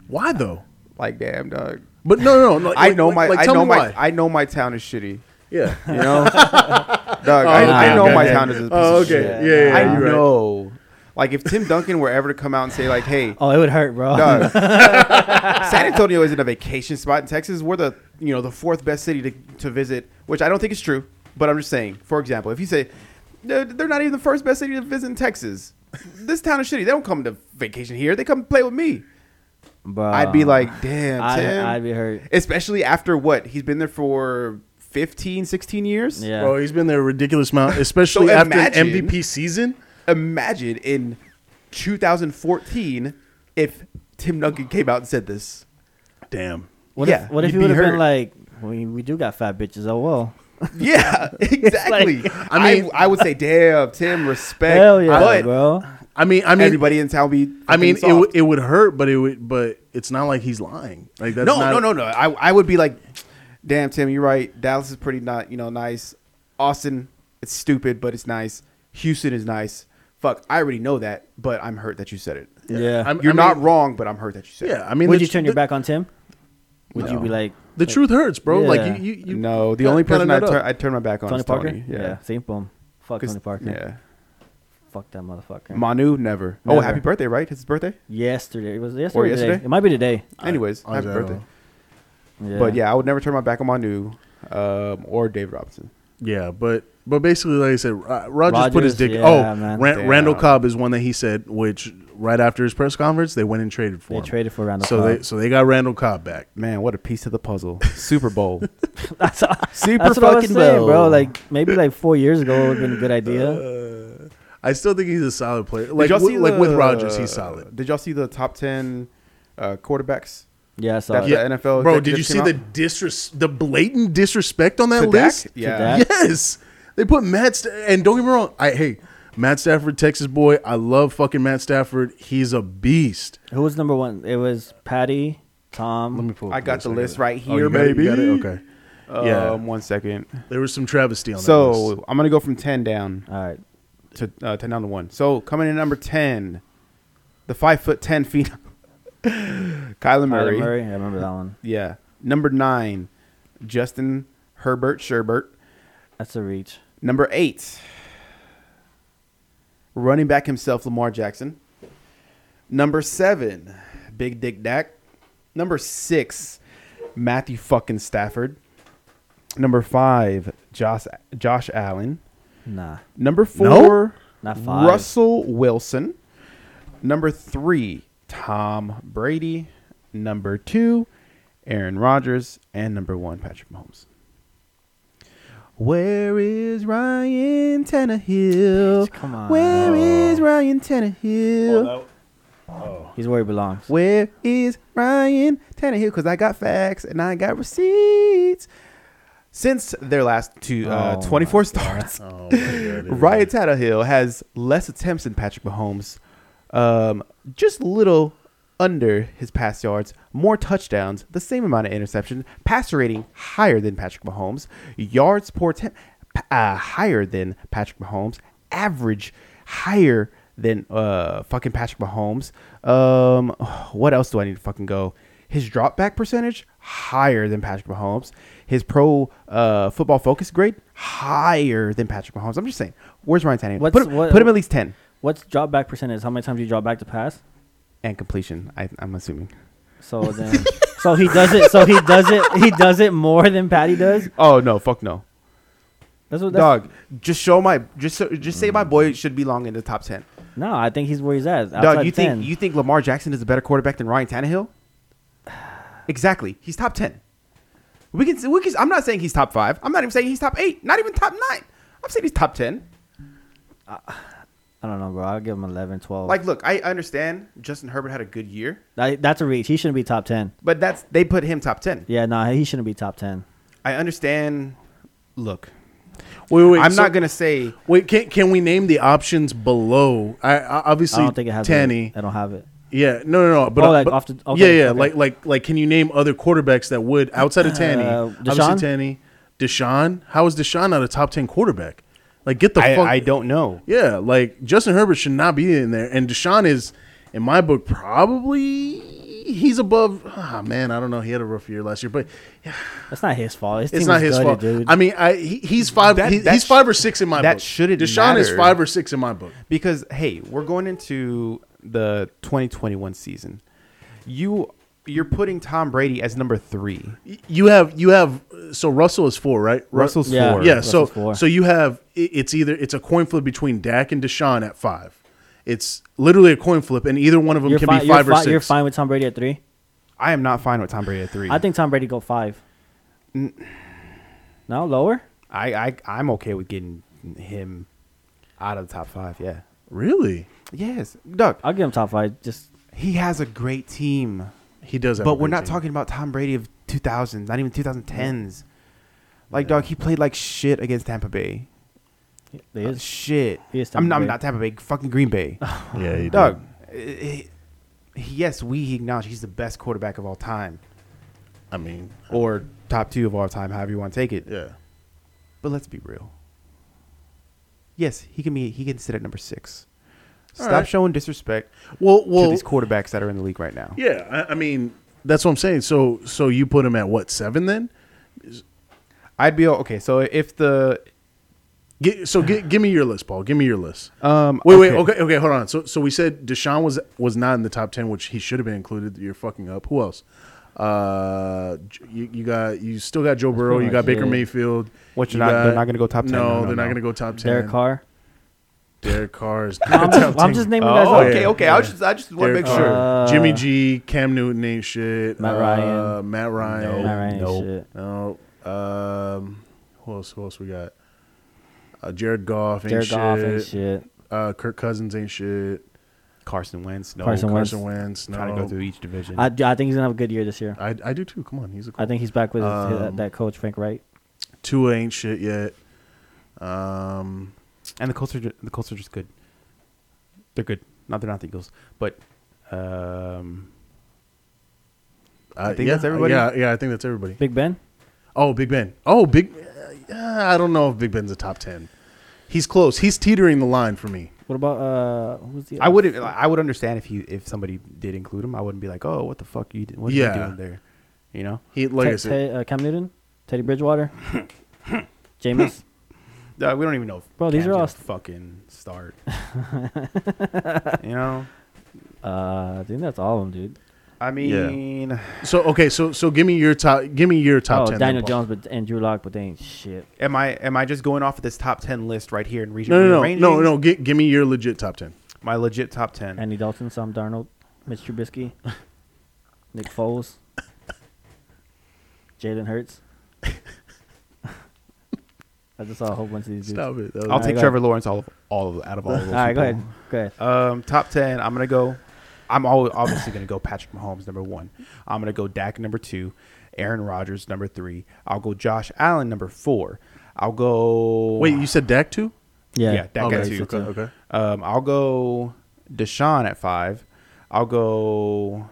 [SPEAKER 3] Why though?
[SPEAKER 5] Like, damn, dog.
[SPEAKER 3] But no, no, no. like-
[SPEAKER 5] I know
[SPEAKER 3] like-
[SPEAKER 5] my.
[SPEAKER 3] Like,
[SPEAKER 5] I
[SPEAKER 3] tell
[SPEAKER 5] know
[SPEAKER 3] me
[SPEAKER 5] my.
[SPEAKER 3] why.
[SPEAKER 5] I know my town is shitty.
[SPEAKER 3] yeah.
[SPEAKER 5] You know, dog. I,
[SPEAKER 3] Oh,
[SPEAKER 5] I
[SPEAKER 3] okay,
[SPEAKER 5] know my
[SPEAKER 3] okay.
[SPEAKER 5] town is. A piece
[SPEAKER 3] Oh,
[SPEAKER 5] of
[SPEAKER 3] okay.
[SPEAKER 5] shit.
[SPEAKER 3] Yeah, yeah, yeah,
[SPEAKER 5] I
[SPEAKER 3] you're right.
[SPEAKER 5] know. Like, if Tim Duncan were ever to come out and say, like, "Hey,
[SPEAKER 4] oh it would hurt, bro.
[SPEAKER 5] Dog. San Antonio isn't a vacation spot in Texas. We're the you know the fourth best city to, to visit, which I don't think is true. But I'm just saying. For example, if you say they're, they're not even the first best city to visit in Texas, this town is shitty. They don't come to vacation here. They come play with me.
[SPEAKER 4] Bro.
[SPEAKER 5] I'd be like, damn,
[SPEAKER 4] I'd,
[SPEAKER 5] Tim.
[SPEAKER 4] Uh, I'd be hurt.
[SPEAKER 5] Especially after what he's been there for 15, 16 years.
[SPEAKER 4] Yeah.
[SPEAKER 3] Bro, he's been there a ridiculous amount, especially
[SPEAKER 5] So
[SPEAKER 3] after
[SPEAKER 5] imagine-
[SPEAKER 3] an MVP season.
[SPEAKER 5] Imagine in 2014 if Tim Duncan came out and said this.
[SPEAKER 3] Damn.
[SPEAKER 4] What
[SPEAKER 5] yeah,
[SPEAKER 4] if what
[SPEAKER 5] you'd
[SPEAKER 4] if he would
[SPEAKER 5] be
[SPEAKER 4] have been
[SPEAKER 5] hurt.
[SPEAKER 4] like, we we do got fat bitches. Oh well,
[SPEAKER 5] Yeah, exactly.
[SPEAKER 3] I
[SPEAKER 5] I
[SPEAKER 3] mean-
[SPEAKER 5] mean, I, would say, damn, Tim, respect.
[SPEAKER 4] hell yeah,
[SPEAKER 5] but
[SPEAKER 4] bro.
[SPEAKER 3] I mean, I mean,
[SPEAKER 5] everybody in town be.
[SPEAKER 3] I mean, it,
[SPEAKER 5] fucking
[SPEAKER 3] w-
[SPEAKER 5] soft.
[SPEAKER 3] it would hurt, but it would, but it's not like he's lying. Like that's
[SPEAKER 5] no,
[SPEAKER 3] not,
[SPEAKER 5] no, no, no. I, I would be like, damn, Tim, you're right. Dallas is pretty not, you know, nice. Austin, it's stupid, but it's nice. Houston is nice. Fuck, I already know that, but I'm hurt that you said it.
[SPEAKER 4] Yeah.
[SPEAKER 3] I'm-
[SPEAKER 5] You're
[SPEAKER 3] I mean-
[SPEAKER 5] not wrong, but I'm hurt that you said
[SPEAKER 3] Yeah,
[SPEAKER 5] it.
[SPEAKER 3] I mean,
[SPEAKER 4] would
[SPEAKER 3] the
[SPEAKER 4] you
[SPEAKER 3] tr-
[SPEAKER 4] turn your
[SPEAKER 3] the-
[SPEAKER 4] back on Tim? Would you be like
[SPEAKER 3] The truth hurts, bro.
[SPEAKER 4] Yeah.
[SPEAKER 3] Like you, you, you
[SPEAKER 5] no, the
[SPEAKER 3] gotta-
[SPEAKER 5] only
[SPEAKER 3] gotta
[SPEAKER 5] person I
[SPEAKER 3] nut up.
[SPEAKER 5] turn I turn my back on
[SPEAKER 4] Tony
[SPEAKER 5] is
[SPEAKER 4] Parker?
[SPEAKER 5] Tony. Yeah,
[SPEAKER 4] same boom. Fuck
[SPEAKER 5] 'Cause-
[SPEAKER 4] Tony Parker. Fuck that motherfucker.
[SPEAKER 5] yeah. Manu never. Oh,
[SPEAKER 4] Never.
[SPEAKER 5] happy birthday, right? It's his birthday.
[SPEAKER 4] yesterday. It was yesterday. or
[SPEAKER 5] yesterday?
[SPEAKER 4] Today. It might be today.
[SPEAKER 5] Anyways,
[SPEAKER 3] I
[SPEAKER 5] happy
[SPEAKER 3] don't
[SPEAKER 5] birthday.
[SPEAKER 3] know.
[SPEAKER 5] But yeah, I would never turn my back on Manu um, or Dave Robinson.
[SPEAKER 3] Yeah, but but basically, like I said, Ro- Rogers, put his
[SPEAKER 4] Rodgers,
[SPEAKER 3] dick.
[SPEAKER 4] yeah,
[SPEAKER 3] oh,
[SPEAKER 4] man.
[SPEAKER 3] Ran-
[SPEAKER 5] Damn.
[SPEAKER 3] Randall Cobb is one that he said, which right after his press conference, they went and traded for.
[SPEAKER 4] They
[SPEAKER 3] him.
[SPEAKER 4] traded for Randall
[SPEAKER 3] so
[SPEAKER 4] Cobb.
[SPEAKER 3] they so they got Randall Cobb back.
[SPEAKER 5] Man, what a piece of the puzzle. Super Bowl.
[SPEAKER 4] that's, that's
[SPEAKER 5] Super
[SPEAKER 4] what I was
[SPEAKER 5] fucking
[SPEAKER 4] saying,
[SPEAKER 5] Bowl.
[SPEAKER 4] bro. Like maybe like four years ago would have been a good idea.
[SPEAKER 5] Uh,
[SPEAKER 3] I still think he's a solid player. Like
[SPEAKER 5] Did y'all
[SPEAKER 3] wi-
[SPEAKER 5] see
[SPEAKER 3] like with
[SPEAKER 5] the- uh,
[SPEAKER 3] Rogers, he's solid.
[SPEAKER 5] Did y'all see the top 10 uh, quarterbacks?
[SPEAKER 4] yeah, I saw
[SPEAKER 5] That's
[SPEAKER 4] it.
[SPEAKER 5] the NFL
[SPEAKER 3] bro.
[SPEAKER 5] executives
[SPEAKER 3] Did you see
[SPEAKER 5] came
[SPEAKER 3] the
[SPEAKER 5] out?
[SPEAKER 3] disres- the blatant disrespect on that
[SPEAKER 5] To Dak?
[SPEAKER 3] list?
[SPEAKER 5] Yeah.
[SPEAKER 4] Dak?
[SPEAKER 3] Yes, they put Matt Sta- and don't get me wrong. I hey Matt Stafford, Texas boy. I love fucking Matt Stafford. He's a beast.
[SPEAKER 4] Who was number one? It was Patty, Tom.
[SPEAKER 3] Let me pull.
[SPEAKER 5] I got the list right
[SPEAKER 3] Oh,
[SPEAKER 5] here,
[SPEAKER 3] you got it?
[SPEAKER 5] baby.
[SPEAKER 3] You got it? Okay.
[SPEAKER 5] Um,
[SPEAKER 3] Yeah.
[SPEAKER 5] One second.
[SPEAKER 3] There was some travesty on that. list.
[SPEAKER 5] So I'm gonna go from ten down
[SPEAKER 4] All right.
[SPEAKER 5] to uh, ten down to one. So coming in at number ten, the five foot ten feet, Kyler
[SPEAKER 4] Kyler
[SPEAKER 5] Murray.
[SPEAKER 4] Murray. I remember that one.
[SPEAKER 5] Yeah. Number nine, Justin Herbert Sherbert.
[SPEAKER 4] That's a reach.
[SPEAKER 5] Number eight, running back himself, Lamar Jackson. Number seven, Big Dick Dak. Number six, Matthew fucking Stafford. Number five, Josh Josh Allen.
[SPEAKER 4] Nah.
[SPEAKER 5] Number four,
[SPEAKER 4] Not five.
[SPEAKER 5] Russell Wilson. Number three, Tom Brady. Number two, Aaron Rodgers. And number one, Patrick Mahomes. Where is Ryan Tannehill?
[SPEAKER 4] Come on.
[SPEAKER 5] Where is Ryan Tannehill?
[SPEAKER 4] He's where he belongs.
[SPEAKER 5] Where is Ryan Tannehill? Because I got facts and I got receipts. Since their last two, uh,
[SPEAKER 4] Oh
[SPEAKER 5] 24 starts,
[SPEAKER 3] Oh, my God, dude.
[SPEAKER 5] Ryan Tannehill has less attempts than Patrick Mahomes, um, just a little under his pass yards, more touchdowns, the same amount of interceptions, passer rating higher than Patrick Mahomes, yards per attempt uh, higher than Patrick Mahomes, average higher than uh, fucking Patrick Mahomes. Um, what else do I need to fucking go? His drop back percentage higher than Patrick Mahomes. His pro uh, football focus grade higher than Patrick Mahomes. I'm just saying. Where's Ryan Tannehill?
[SPEAKER 4] What's-
[SPEAKER 5] put, him,
[SPEAKER 4] what-
[SPEAKER 5] put him at least ten
[SPEAKER 4] What's drop back percentage? How many times do you drop back to pass?
[SPEAKER 5] and completion. I, I'm assuming.
[SPEAKER 4] So then, so he does it. So he does it. He does it more than Patty does.
[SPEAKER 5] Oh no! Fuck no,
[SPEAKER 4] That's what. That's,
[SPEAKER 5] dog. Just show my just so, just say my boy should belong in the top ten.
[SPEAKER 4] No, I think he's where he's at. Outside
[SPEAKER 5] Dog, you
[SPEAKER 4] 10.
[SPEAKER 5] think you think Lamar Jackson is a better quarterback than Ryan Tannehill? Exactly. He's top ten. We can. We can. I'm not saying he's top five. I'm not even saying he's top eight. Not even top nine. I'm saying he's top ten.
[SPEAKER 4] I don't know, bro. I'll give him 11, 12.
[SPEAKER 5] Like, look, I understand Justin Herbert had a good year,
[SPEAKER 4] That- that's a reach. He shouldn't be top ten.
[SPEAKER 5] but that's they put him top ten.
[SPEAKER 4] Yeah, nah, he shouldn't be top ten.
[SPEAKER 5] I understand. Look,
[SPEAKER 3] wait, wait,
[SPEAKER 5] I'm
[SPEAKER 3] so-
[SPEAKER 5] not gonna say
[SPEAKER 3] Wait, can can we name the options below? I, I obviously
[SPEAKER 4] I don't think it has.
[SPEAKER 3] Tanny.
[SPEAKER 4] It. I don't have it.
[SPEAKER 3] Yeah, no, no, no. But, uh,
[SPEAKER 4] Oh, like
[SPEAKER 3] but-
[SPEAKER 4] off the-
[SPEAKER 3] yeah,
[SPEAKER 4] okay,
[SPEAKER 3] yeah.
[SPEAKER 4] okay.
[SPEAKER 3] Like, like, like. Can you name other quarterbacks that would outside of Tanny?
[SPEAKER 4] Uh, Deshaun?
[SPEAKER 3] Obviously, Tanny, Deshaun. How is Deshaun not a top ten quarterback? Like, get the
[SPEAKER 5] I,
[SPEAKER 3] fuck.
[SPEAKER 5] I don't know.
[SPEAKER 3] Yeah, like Justin Herbert should not be in there, and Deshaun is, in my book, probably he's above. Ah, man, I don't know. He had a rough year last year, but
[SPEAKER 4] That's not his fault. His
[SPEAKER 3] it's
[SPEAKER 4] team
[SPEAKER 3] not
[SPEAKER 4] was
[SPEAKER 3] his
[SPEAKER 4] gutted,
[SPEAKER 3] fault.
[SPEAKER 4] dude.
[SPEAKER 3] I mean, I he, he's five.
[SPEAKER 5] That-
[SPEAKER 3] he-
[SPEAKER 5] that
[SPEAKER 3] he's
[SPEAKER 5] sh-
[SPEAKER 3] five or six in my
[SPEAKER 5] that
[SPEAKER 3] book.
[SPEAKER 5] shouldn't
[SPEAKER 3] Deshaun is
[SPEAKER 5] matter.
[SPEAKER 3] five or six in my book.
[SPEAKER 5] because hey, we're going into the 2021 season. You you're putting Tom Brady as number three.
[SPEAKER 3] Y- You have you have so Russell is four, right? Ru-
[SPEAKER 5] Russell's
[SPEAKER 4] Yeah.
[SPEAKER 5] four.
[SPEAKER 3] Yeah, so
[SPEAKER 4] Russell's four.
[SPEAKER 3] so you have i- it's either it's a coin flip between Dak and Deshaun at five. It's literally a coin flip, and either one of them
[SPEAKER 4] you're
[SPEAKER 3] can
[SPEAKER 4] fine.
[SPEAKER 3] be
[SPEAKER 4] you're,
[SPEAKER 3] 5 or
[SPEAKER 4] fi-
[SPEAKER 3] 6
[SPEAKER 4] you're fine with Tom Brady at three.
[SPEAKER 5] I am not fine with Tom Brady at three.
[SPEAKER 4] I think Tom Brady go five. No lower.
[SPEAKER 5] I, I I'm okay with getting him out of the top five. Yeah.
[SPEAKER 3] Really,
[SPEAKER 5] Yes, Doug.
[SPEAKER 4] I'll give him top five. Just
[SPEAKER 5] He has a great team,
[SPEAKER 3] he does. Have a
[SPEAKER 5] but we're
[SPEAKER 3] great
[SPEAKER 5] not
[SPEAKER 3] team.
[SPEAKER 5] talking about Tom Brady of 2000s, not even 2010s. Like, dog, he played like shit against Tampa Bay.
[SPEAKER 4] he is.
[SPEAKER 5] Shit.
[SPEAKER 4] He is
[SPEAKER 5] I'm,
[SPEAKER 4] Tampa
[SPEAKER 5] not, I'm
[SPEAKER 4] Bay.
[SPEAKER 5] not Tampa Bay. Fucking Green Bay.
[SPEAKER 3] Yeah, he
[SPEAKER 5] Doug, eh, eh, yes, we acknowledge he's the best quarterback of all time,
[SPEAKER 3] I mean,
[SPEAKER 5] or top two of all time, however you want to take it.
[SPEAKER 3] yeah.
[SPEAKER 5] But let's be real. Yes, he can be. He can sit at number six. Stop
[SPEAKER 3] right.
[SPEAKER 5] showing disrespect
[SPEAKER 3] Well, well,
[SPEAKER 5] to these quarterbacks that are in the league right now.
[SPEAKER 3] yeah. I, I mean, that's what I'm saying. So, so you put him at what seven then?
[SPEAKER 5] I'd be o- okay. So if the
[SPEAKER 3] Gi- so, gi- give me your list, Paul. Give me your list.
[SPEAKER 5] um,
[SPEAKER 3] Wait, wait, okay, okay, hold on. So, so we said Deshaun was was not in the top ten, which he should have been included. You're fucking up. Who else? Uh, J- you, you got you still got Joe Burrow.
[SPEAKER 4] pretty
[SPEAKER 3] You got
[SPEAKER 4] much
[SPEAKER 3] Baker
[SPEAKER 4] it.
[SPEAKER 3] Mayfield.
[SPEAKER 5] Which
[SPEAKER 3] you
[SPEAKER 5] they're not- they're not gonna go top 10.
[SPEAKER 3] No,
[SPEAKER 5] No, no,
[SPEAKER 3] they're not
[SPEAKER 5] no.
[SPEAKER 3] going to go top ten.
[SPEAKER 4] Derek Carr.
[SPEAKER 3] Derek Carr is
[SPEAKER 4] I'm just, I'm just naming guys
[SPEAKER 5] Oh,
[SPEAKER 4] up.
[SPEAKER 5] okay,
[SPEAKER 3] yeah,
[SPEAKER 5] okay. I was just, I just want to make
[SPEAKER 3] Derek Carr.
[SPEAKER 5] sure.
[SPEAKER 4] Uh,
[SPEAKER 3] Jimmy G, Cam Newton ain't shit.
[SPEAKER 4] Matt
[SPEAKER 3] uh,
[SPEAKER 4] Ryan.
[SPEAKER 3] Matt Ryan.
[SPEAKER 4] Matt Ryan ain't Nope. shit.
[SPEAKER 3] No. Um, who else? Who else we got? Uh, Jared Goff ain't
[SPEAKER 4] Jared
[SPEAKER 3] shit.
[SPEAKER 4] Goff and shit.
[SPEAKER 3] Uh, Kirk Cousins ain't shit.
[SPEAKER 5] Carson Wentz. No,
[SPEAKER 4] Carson Wentz.
[SPEAKER 3] Carson Wentz. No.
[SPEAKER 5] Trying to go through each division.
[SPEAKER 4] I, I think he's gonna have a good year this year.
[SPEAKER 3] I, I do too. Come on, he's a
[SPEAKER 4] I
[SPEAKER 3] cool.
[SPEAKER 4] think he's back with his, his-
[SPEAKER 3] Um,
[SPEAKER 4] that coach Frank Wright.
[SPEAKER 3] Tua ain't shit yet. Um,
[SPEAKER 5] and the Colts are ju- the Colts are just good. They're good. Not they're not the Eagles, but um,
[SPEAKER 3] I,
[SPEAKER 5] think
[SPEAKER 3] yeah,
[SPEAKER 5] that's everybody?
[SPEAKER 3] Yeah, yeah, I think that's everybody.
[SPEAKER 4] Big Ben.
[SPEAKER 3] Oh, Big Ben. Oh, Big. Uh, I don't know if Big Ben's a top ten. He's close. He's teetering the line for me.
[SPEAKER 4] What about uh? Who's the?
[SPEAKER 5] I would not I would understand if he if somebody did include him. I wouldn't be like, oh, what the fuck you did- what are
[SPEAKER 3] Yeah.
[SPEAKER 5] you doing there? You know,
[SPEAKER 3] He like I
[SPEAKER 4] Te-
[SPEAKER 3] said,
[SPEAKER 4] Te- uh, Cam Newton, Teddy Bridgewater, Jameis.
[SPEAKER 5] Uh, we don't even know. If
[SPEAKER 4] Bro, these
[SPEAKER 5] Cam's
[SPEAKER 4] are all
[SPEAKER 5] gonna
[SPEAKER 4] st-
[SPEAKER 5] fucking start. you know,
[SPEAKER 4] Uh, I think that's all of them, dude.
[SPEAKER 5] I mean,
[SPEAKER 3] so okay. So so give me your top. Give me your top
[SPEAKER 4] oh,
[SPEAKER 3] ten. then,
[SPEAKER 4] Daniel
[SPEAKER 3] Paul.
[SPEAKER 4] Jones, but and Drew Lock, but they ain't shit.
[SPEAKER 5] am I am I just going off of this top ten list right here and re-
[SPEAKER 3] No no no
[SPEAKER 5] rearranging
[SPEAKER 3] no no. Gi- give me your legit top ten.
[SPEAKER 5] my legit top ten?
[SPEAKER 4] Andy Dalton, Sam Darnold, Mitch Trubisky, Nick Foles, Jalen Hurts. I just saw a whole bunch of these dudes.
[SPEAKER 3] Stop it. That was-
[SPEAKER 5] I'll
[SPEAKER 4] Alright,
[SPEAKER 5] take
[SPEAKER 4] go
[SPEAKER 5] Trevor Lawrence all of all of out of all of those.
[SPEAKER 4] All right, go
[SPEAKER 5] people.
[SPEAKER 4] ahead. Go ahead.
[SPEAKER 3] Uh,
[SPEAKER 5] Um, top ten. I'm gonna go. I'm always, obviously gonna go Patrick Mahomes number one. I'm gonna go Dak number two, Aaron Rodgers number three. I'll go Josh Allen number four. I'll go.
[SPEAKER 3] Wait, you said Dak too?
[SPEAKER 4] Yeah,
[SPEAKER 5] yeah, that guy
[SPEAKER 3] Okay,
[SPEAKER 5] too.
[SPEAKER 3] okay, okay.
[SPEAKER 5] Um, I'll go Deshaun at five. I'll go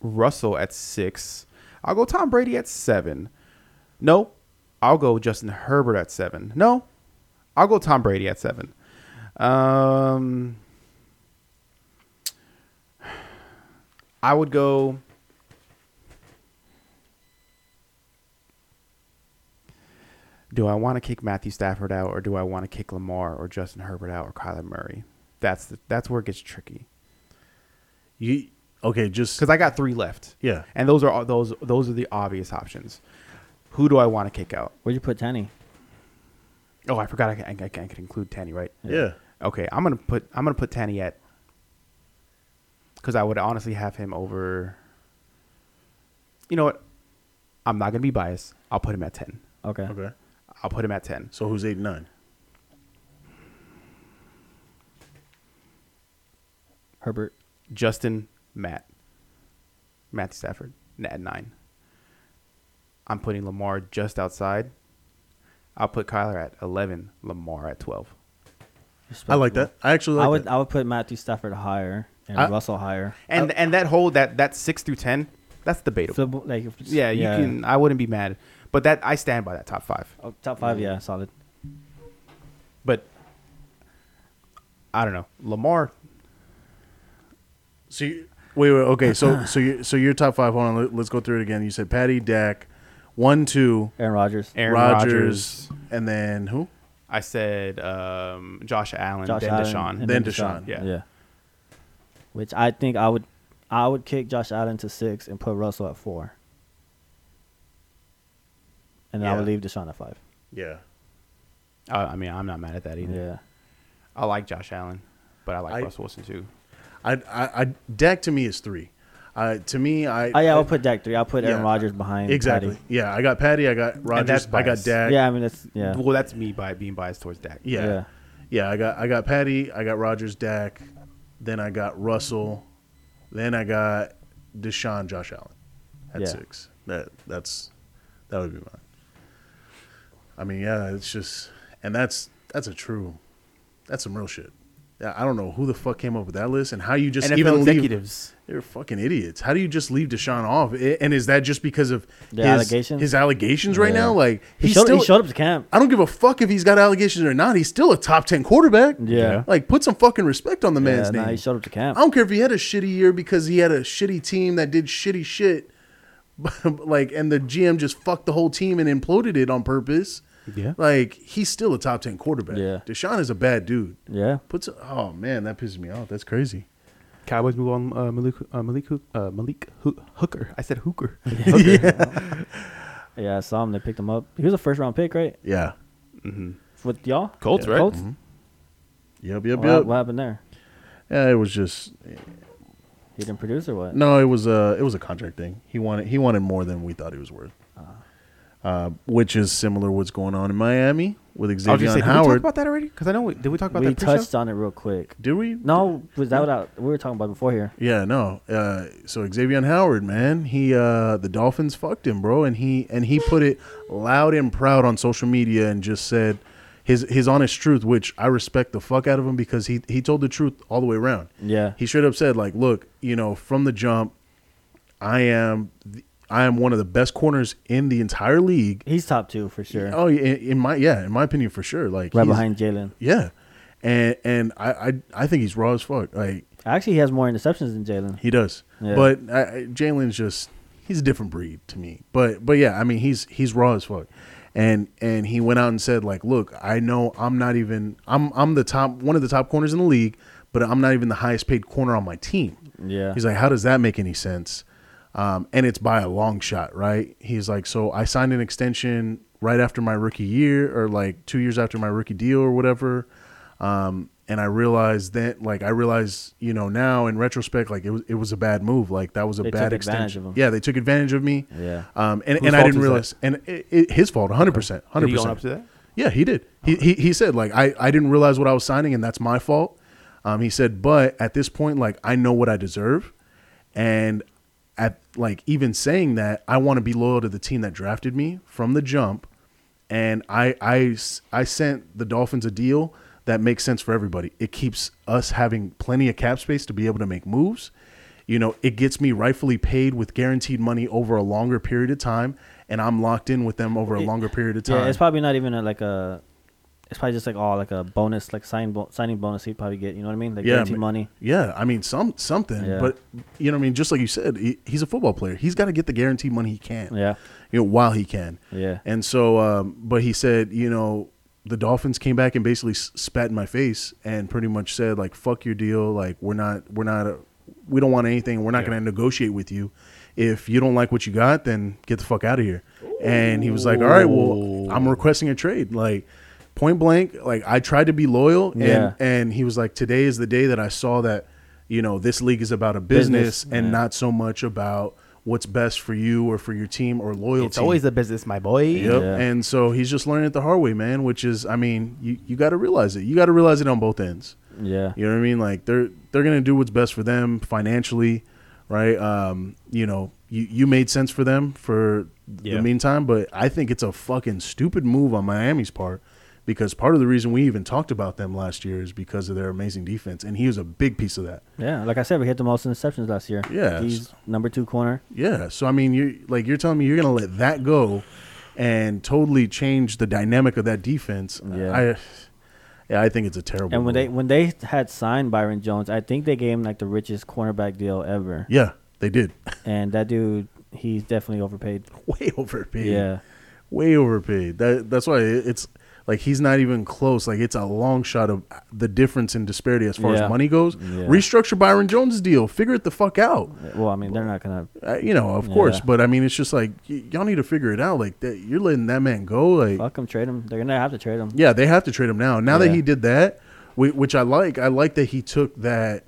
[SPEAKER 5] Russell at six. I'll go Tom Brady at seven. No, I'll go Justin Herbert at seven. No, I'll go Tom Brady at seven. Um, I would go. Do I want to kick Matthew Stafford out, or do I want to kick Lamar or Justin Herbert out, or Kyler Murray? That's the, that's where it gets tricky
[SPEAKER 3] You okay? Just
[SPEAKER 5] because I got three left.
[SPEAKER 3] Yeah.
[SPEAKER 5] and those are all, those those are the obvious options. Who do I want to kick out?
[SPEAKER 4] Where'd you put Tanny?
[SPEAKER 5] Oh, I forgot I can, I can, I can include Tanny, right?
[SPEAKER 3] yeah.
[SPEAKER 5] Okay, I'm gonna put I'm gonna put Tanny at because I would honestly have him over. You know what? I'm not gonna be biased. I'll put him at ten.
[SPEAKER 4] Okay.
[SPEAKER 3] Okay.
[SPEAKER 5] I'll put him at ten.
[SPEAKER 3] So who's eight and nine?
[SPEAKER 4] Herbert.
[SPEAKER 5] Justin, Matt, Matthew Stafford at nine. I'm putting Lamar just outside. I'll put Kyler at eleven. Lamar at twelve.
[SPEAKER 3] I like that. I actually like
[SPEAKER 4] I would
[SPEAKER 3] that.
[SPEAKER 4] I would put Matthew Stafford higher and
[SPEAKER 3] I-
[SPEAKER 4] Russell higher.
[SPEAKER 5] And and that whole that that six through ten, that's debatable.
[SPEAKER 4] Flip- like if-
[SPEAKER 5] yeah, you can. I wouldn't be mad, but that I stand by that top five.
[SPEAKER 4] Oh, top five, yeah, solid.
[SPEAKER 5] But I don't know. Lamar,
[SPEAKER 3] So you, wait, wait, okay. So so you so your top five. Hold on, let, us go through it again. You said Patty, Dak, one, two,
[SPEAKER 4] Aaron Rodgers.
[SPEAKER 5] Aaron
[SPEAKER 3] Rodgers,
[SPEAKER 5] Rodgers.
[SPEAKER 3] and then who?
[SPEAKER 5] I said um, Josh Allen,
[SPEAKER 4] Josh
[SPEAKER 5] then
[SPEAKER 4] Allen,
[SPEAKER 5] Deshaun.
[SPEAKER 4] and
[SPEAKER 3] Then Deshaun,
[SPEAKER 5] yeah.
[SPEAKER 4] Yeah. Which I think I would I would kick Josh Allen to six and put Russell at four. And then I would
[SPEAKER 5] Yeah.
[SPEAKER 4] leave Deshaun at five.
[SPEAKER 3] Yeah.
[SPEAKER 5] Uh, I mean, I'm not mad at that either.
[SPEAKER 4] Yeah.
[SPEAKER 5] I like Josh Allen, but I like
[SPEAKER 3] I-
[SPEAKER 5] Russell Wilson too.
[SPEAKER 3] I I, I Dak to me is three. I to me I
[SPEAKER 4] Oh yeah, I'll put Dak three. I'll put Aaron
[SPEAKER 3] Yeah.
[SPEAKER 4] Rodgers behind.
[SPEAKER 3] exactly.
[SPEAKER 4] Patty.
[SPEAKER 3] Yeah, I got Patty. I got
[SPEAKER 5] that's
[SPEAKER 3] Rogers. I got
[SPEAKER 5] biased.
[SPEAKER 3] Dak.
[SPEAKER 4] Yeah, I mean that's yeah.
[SPEAKER 5] Well, that's me by being biased towards Dak.
[SPEAKER 3] Yeah.
[SPEAKER 4] Yeah.
[SPEAKER 3] yeah. I got I got Patty, I got Rogers Dak, then I got Russell, then I got Deshaun Josh Allen at
[SPEAKER 4] Yeah.
[SPEAKER 3] six. That that's that would be mine. I mean, yeah, it's just and that's that's a true that's some real shit. Yeah, I don't know who the fuck came up with that list and how you just
[SPEAKER 5] NFL
[SPEAKER 3] even leave
[SPEAKER 5] executives.
[SPEAKER 3] they're fucking idiots. How do you just leave Deshaun off? I- And is that just because of
[SPEAKER 4] The
[SPEAKER 3] his
[SPEAKER 4] allegations?
[SPEAKER 3] His allegations right
[SPEAKER 4] Yeah.
[SPEAKER 3] now, like
[SPEAKER 4] He
[SPEAKER 3] he's
[SPEAKER 4] showed,
[SPEAKER 3] still
[SPEAKER 4] he showed up to camp.
[SPEAKER 3] I don't give a fuck if he's got allegations or not. He's still a top 10 quarterback.
[SPEAKER 4] Yeah.
[SPEAKER 3] Like, put some fucking respect on the man's
[SPEAKER 4] yeah, nah,
[SPEAKER 3] name. Oh.
[SPEAKER 4] he showed up to
[SPEAKER 3] I
[SPEAKER 4] camp.
[SPEAKER 3] don't care if he had a shitty year because he had a shitty team that did shitty shit. But, like, and the GM just fucked the whole team and imploded it on purpose.
[SPEAKER 5] Yeah.
[SPEAKER 3] Like, he's still a top 10 quarterback.
[SPEAKER 4] Yeah.
[SPEAKER 3] Deshaun is a bad dude.
[SPEAKER 4] Yeah.
[SPEAKER 3] Puts, oh man, that pisses me off. That's crazy.
[SPEAKER 5] Cowboys move on uh, Malik uh, Malik Hook- uh, Malik Hoo- Hooker. I said Hooker.
[SPEAKER 4] Yeah, I saw him. They picked him up. He was a first round pick, right?
[SPEAKER 3] Yeah.
[SPEAKER 4] With y'all?
[SPEAKER 5] Colts, right?
[SPEAKER 4] Colts?
[SPEAKER 3] Yep, yep,
[SPEAKER 4] What,
[SPEAKER 3] Mm-hmm. yep.
[SPEAKER 4] what happened there?
[SPEAKER 3] Yeah, it was just
[SPEAKER 4] He didn't produce or what?
[SPEAKER 3] No, it was a it was a contract thing. He wanted he wanted more than we thought he was worth,
[SPEAKER 5] Ah.
[SPEAKER 3] uh, which is similar what's going on in Miami with
[SPEAKER 5] I was
[SPEAKER 3] Xavier
[SPEAKER 5] just saying, did we talk
[SPEAKER 3] Howard.
[SPEAKER 5] about that already? Because I know we, did we talk about
[SPEAKER 4] we
[SPEAKER 5] that pre-show?
[SPEAKER 4] touched on it real quick.
[SPEAKER 3] Did we?
[SPEAKER 4] No, was that what I, we were talking about before here?
[SPEAKER 3] Yeah, no. Uh, so Xavier Howard, man, he uh, the Dolphins fucked him, bro, and he and he put it loud and proud on social media and just said his his honest truth, which I respect the fuck out of him because he he told the truth all the way around.
[SPEAKER 4] Yeah.
[SPEAKER 3] he straight up said like, look, you know, from the jump, I am. The, I am one of the best corners in the entire league.
[SPEAKER 4] He's top two for sure.
[SPEAKER 3] Oh, yeah, in, in my yeah, in my opinion, for sure. Like
[SPEAKER 4] right
[SPEAKER 3] he's-
[SPEAKER 4] behind Jalen.
[SPEAKER 3] Yeah, and and I, I I think he's raw as fuck. Like
[SPEAKER 4] Actually, he has more interceptions than Jalen.
[SPEAKER 3] he does,
[SPEAKER 4] Yeah.
[SPEAKER 3] but I, I- Jalen's just he's a different breed to me. But but yeah, I mean he's he's raw as fuck, and and he went out and said like, look, I know I'm not even I'm I'm the top one of the top corners in the league, but I'm not even the highest paid corner on my team.
[SPEAKER 4] Yeah.
[SPEAKER 3] he's like, how does that make any sense? Um, and it's by a long shot, right? He's like, so I signed an extension right after my rookie year, or like two years after my rookie deal, or whatever. Um, and I realized that, like, I realized, you know, now in retrospect, like it was it was a bad move. Like that was a
[SPEAKER 4] They
[SPEAKER 3] bad
[SPEAKER 4] took advantage
[SPEAKER 3] extension.
[SPEAKER 4] of him.
[SPEAKER 3] Yeah, they took advantage of me.
[SPEAKER 4] Yeah.
[SPEAKER 3] Um, and,
[SPEAKER 5] Whose
[SPEAKER 3] and I
[SPEAKER 5] fault
[SPEAKER 3] didn't
[SPEAKER 5] is
[SPEAKER 3] realize, and it, it, his fault, hundred percent,
[SPEAKER 5] Did
[SPEAKER 3] hundred
[SPEAKER 5] he own up
[SPEAKER 3] percent.
[SPEAKER 5] to that?
[SPEAKER 3] Yeah, he did. He, he he said like I I didn't realize what I was signing and that's my fault. Um, he said, but at this point, like I know what I deserve, and at like even saying that, I want to be loyal to the team that drafted me from the jump, and I I s- I sent the Dolphins a deal that makes sense for everybody. It keeps us having plenty of cap space to be able to make moves. You know, it gets me rightfully paid with guaranteed money over a longer period of time, and I'm locked in with them over a
[SPEAKER 4] It-
[SPEAKER 3] longer period of time.
[SPEAKER 4] Yeah, it's probably not even a, like a. It's probably just like oh, like a bonus, like sign bo- signing bonus he'd probably get. You know what I mean? Like
[SPEAKER 3] Yeah, I
[SPEAKER 4] guaranteed
[SPEAKER 3] mean-
[SPEAKER 4] money.
[SPEAKER 3] Yeah, I mean some something,
[SPEAKER 4] Yeah.
[SPEAKER 3] but you know what I mean. Just like you said, he, he's a football player. He's got to get the guaranteed money he can.
[SPEAKER 4] Yeah.
[SPEAKER 3] you know while he can.
[SPEAKER 4] Yeah.
[SPEAKER 3] and so, um, but he said, you know, the Dolphins came back and basically s- spat in my face and pretty much said like, "Fuck your deal. Like we're not, we're not, a, we don't want anything. We're not going to negotiate with you. If you don't like what you got, then get the fuck out of here." And he was like, "All right, well, I'm requesting a trade." Like. Point blank, like I tried to be loyal, and
[SPEAKER 4] Yeah.
[SPEAKER 3] and he was like, "Today is the day that I saw that, you know, this league is about a business,
[SPEAKER 4] Business,
[SPEAKER 3] and
[SPEAKER 4] yeah.
[SPEAKER 3] not so much about what's best for you or for your team or loyalty."
[SPEAKER 6] It's always the business, my boy.
[SPEAKER 3] Yep.
[SPEAKER 4] Yeah.
[SPEAKER 3] And so he's just learning it the hard way, man. Which is, I mean, you, you got to realize it. You got to realize it on both ends.
[SPEAKER 4] Yeah.
[SPEAKER 3] You know what I mean? Like they're they're gonna do what's best for them financially, right? Um, you know, you you made sense for them for
[SPEAKER 6] Yeah.
[SPEAKER 3] the meantime, but I think it's a fucking stupid move on Miami's part because part of the reason we even talked about them last year is because of their amazing defense, and he was a big piece of that.
[SPEAKER 4] Yeah. Like I said, we hit the most interceptions last year.
[SPEAKER 3] Yeah.
[SPEAKER 4] He's number two corner.
[SPEAKER 3] Yeah. So I mean, you like you're telling me you're gonna let that go and totally change the dynamic of that defense.
[SPEAKER 4] Yeah.
[SPEAKER 3] I, yeah, I think it's a terrible.
[SPEAKER 4] And when they
[SPEAKER 3] move.
[SPEAKER 4] when they had signed Byron Jones, I think they gave him like the richest cornerback deal ever.
[SPEAKER 3] yeah, they did
[SPEAKER 4] And that dude, he's definitely overpaid.
[SPEAKER 3] way overpaid.
[SPEAKER 4] Yeah.
[SPEAKER 3] way overpaid. That that's why it- it's like he's not even close. Like it's a long shot of the difference in disparity as far
[SPEAKER 4] Yeah.
[SPEAKER 3] as money goes.
[SPEAKER 4] Yeah.
[SPEAKER 3] Restructure Byron Jones' deal. Figure it the fuck out.
[SPEAKER 4] Well, I mean, they're not gonna.
[SPEAKER 3] Uh, you know, of course,
[SPEAKER 4] Yeah.
[SPEAKER 3] but I mean, it's just like y- y'all need to figure it out. Like that, you're letting that man go. Like
[SPEAKER 4] Fuck him, trade him. They're gonna have to trade him.
[SPEAKER 3] Yeah, they have to trade him now. Now that
[SPEAKER 4] Yeah.
[SPEAKER 3] he did that, whi- which I like, I like that he took that,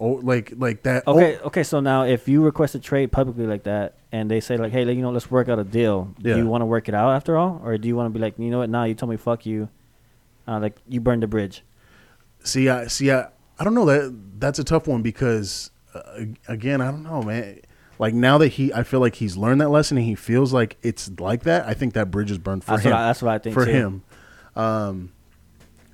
[SPEAKER 3] oh, like like that. oh,
[SPEAKER 4] Okay, okay. So now, if you request a trade publicly like that, and they say like, "Hey, like, you know, let's work out a deal,"
[SPEAKER 3] Yeah.
[SPEAKER 4] do you want to work it out after all, or do you want to be like, you know what? Now you told me fuck you, uh, like you burned the bridge.
[SPEAKER 3] oh, see, I see, I, I don't know that that's a tough one because uh, ag- again, I don't know, man. Like now that he, I feel like he's learned that lesson and he feels like it's like that. I think that bridge is burned for
[SPEAKER 4] That's
[SPEAKER 3] him.
[SPEAKER 4] what I- that's what I think,
[SPEAKER 3] for
[SPEAKER 4] too.
[SPEAKER 3] him. Um,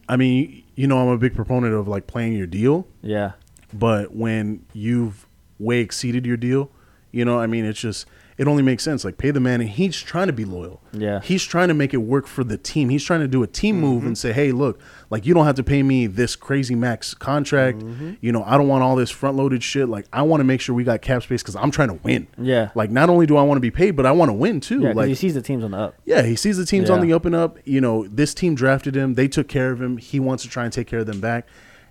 [SPEAKER 3] I mean, you, you know, I'm a big proponent of like playing your deal.
[SPEAKER 4] Yeah,
[SPEAKER 3] but when you've way exceeded your deal, you know, I mean, it's just it only makes sense. Like pay the man, and he's trying to be loyal.
[SPEAKER 4] Yeah. Mm-hmm.
[SPEAKER 3] he's trying to make it work for the team. He's trying to do a team move and say, hey, look, like you don't have to pay me this crazy max contract.
[SPEAKER 4] Mm-hmm.
[SPEAKER 3] You know, I don't want all this front loaded shit. Like I want to make sure we got cap space because I'm trying to win.
[SPEAKER 4] Yeah.
[SPEAKER 3] like not only do I want to be paid, but I want to win too.
[SPEAKER 4] yeah. 'cause
[SPEAKER 3] like
[SPEAKER 4] he sees the teams on the up.
[SPEAKER 3] yeah, he sees the team's on
[SPEAKER 4] Yeah.
[SPEAKER 3] the up and up. You know, this team drafted him. They took care of him. He wants to try and take care of them back.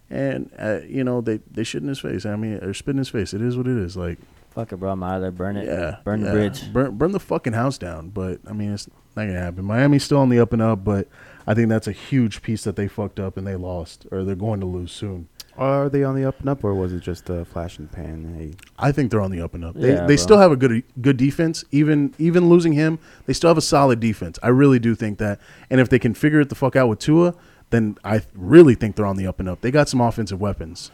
[SPEAKER 3] And, uh, you know, they, they shit in his face. I mean, or spit in his face. It is what it is. Like,
[SPEAKER 4] Fuck it, bro. I'm out of there. Burn it.
[SPEAKER 3] yeah.
[SPEAKER 4] Burn
[SPEAKER 3] yeah.
[SPEAKER 4] the bridge.
[SPEAKER 3] Burn, burn the fucking house down. But, I mean, it's not going to happen. Miami's still on the up and up, but I think that's a huge piece that they fucked up and they lost or they're going to lose soon.
[SPEAKER 5] Are they on the up and up, or was it just a flash and pan? Hey,
[SPEAKER 3] I think they're on the up and up. They,
[SPEAKER 4] Yeah,
[SPEAKER 3] they
[SPEAKER 4] bro.
[SPEAKER 3] still have a good good defense. Even even losing him, they still have a solid defense. I really do think that. And if they can figure it the fuck out with Tua, then I really think they're on the up and up. They got some offensive weapons.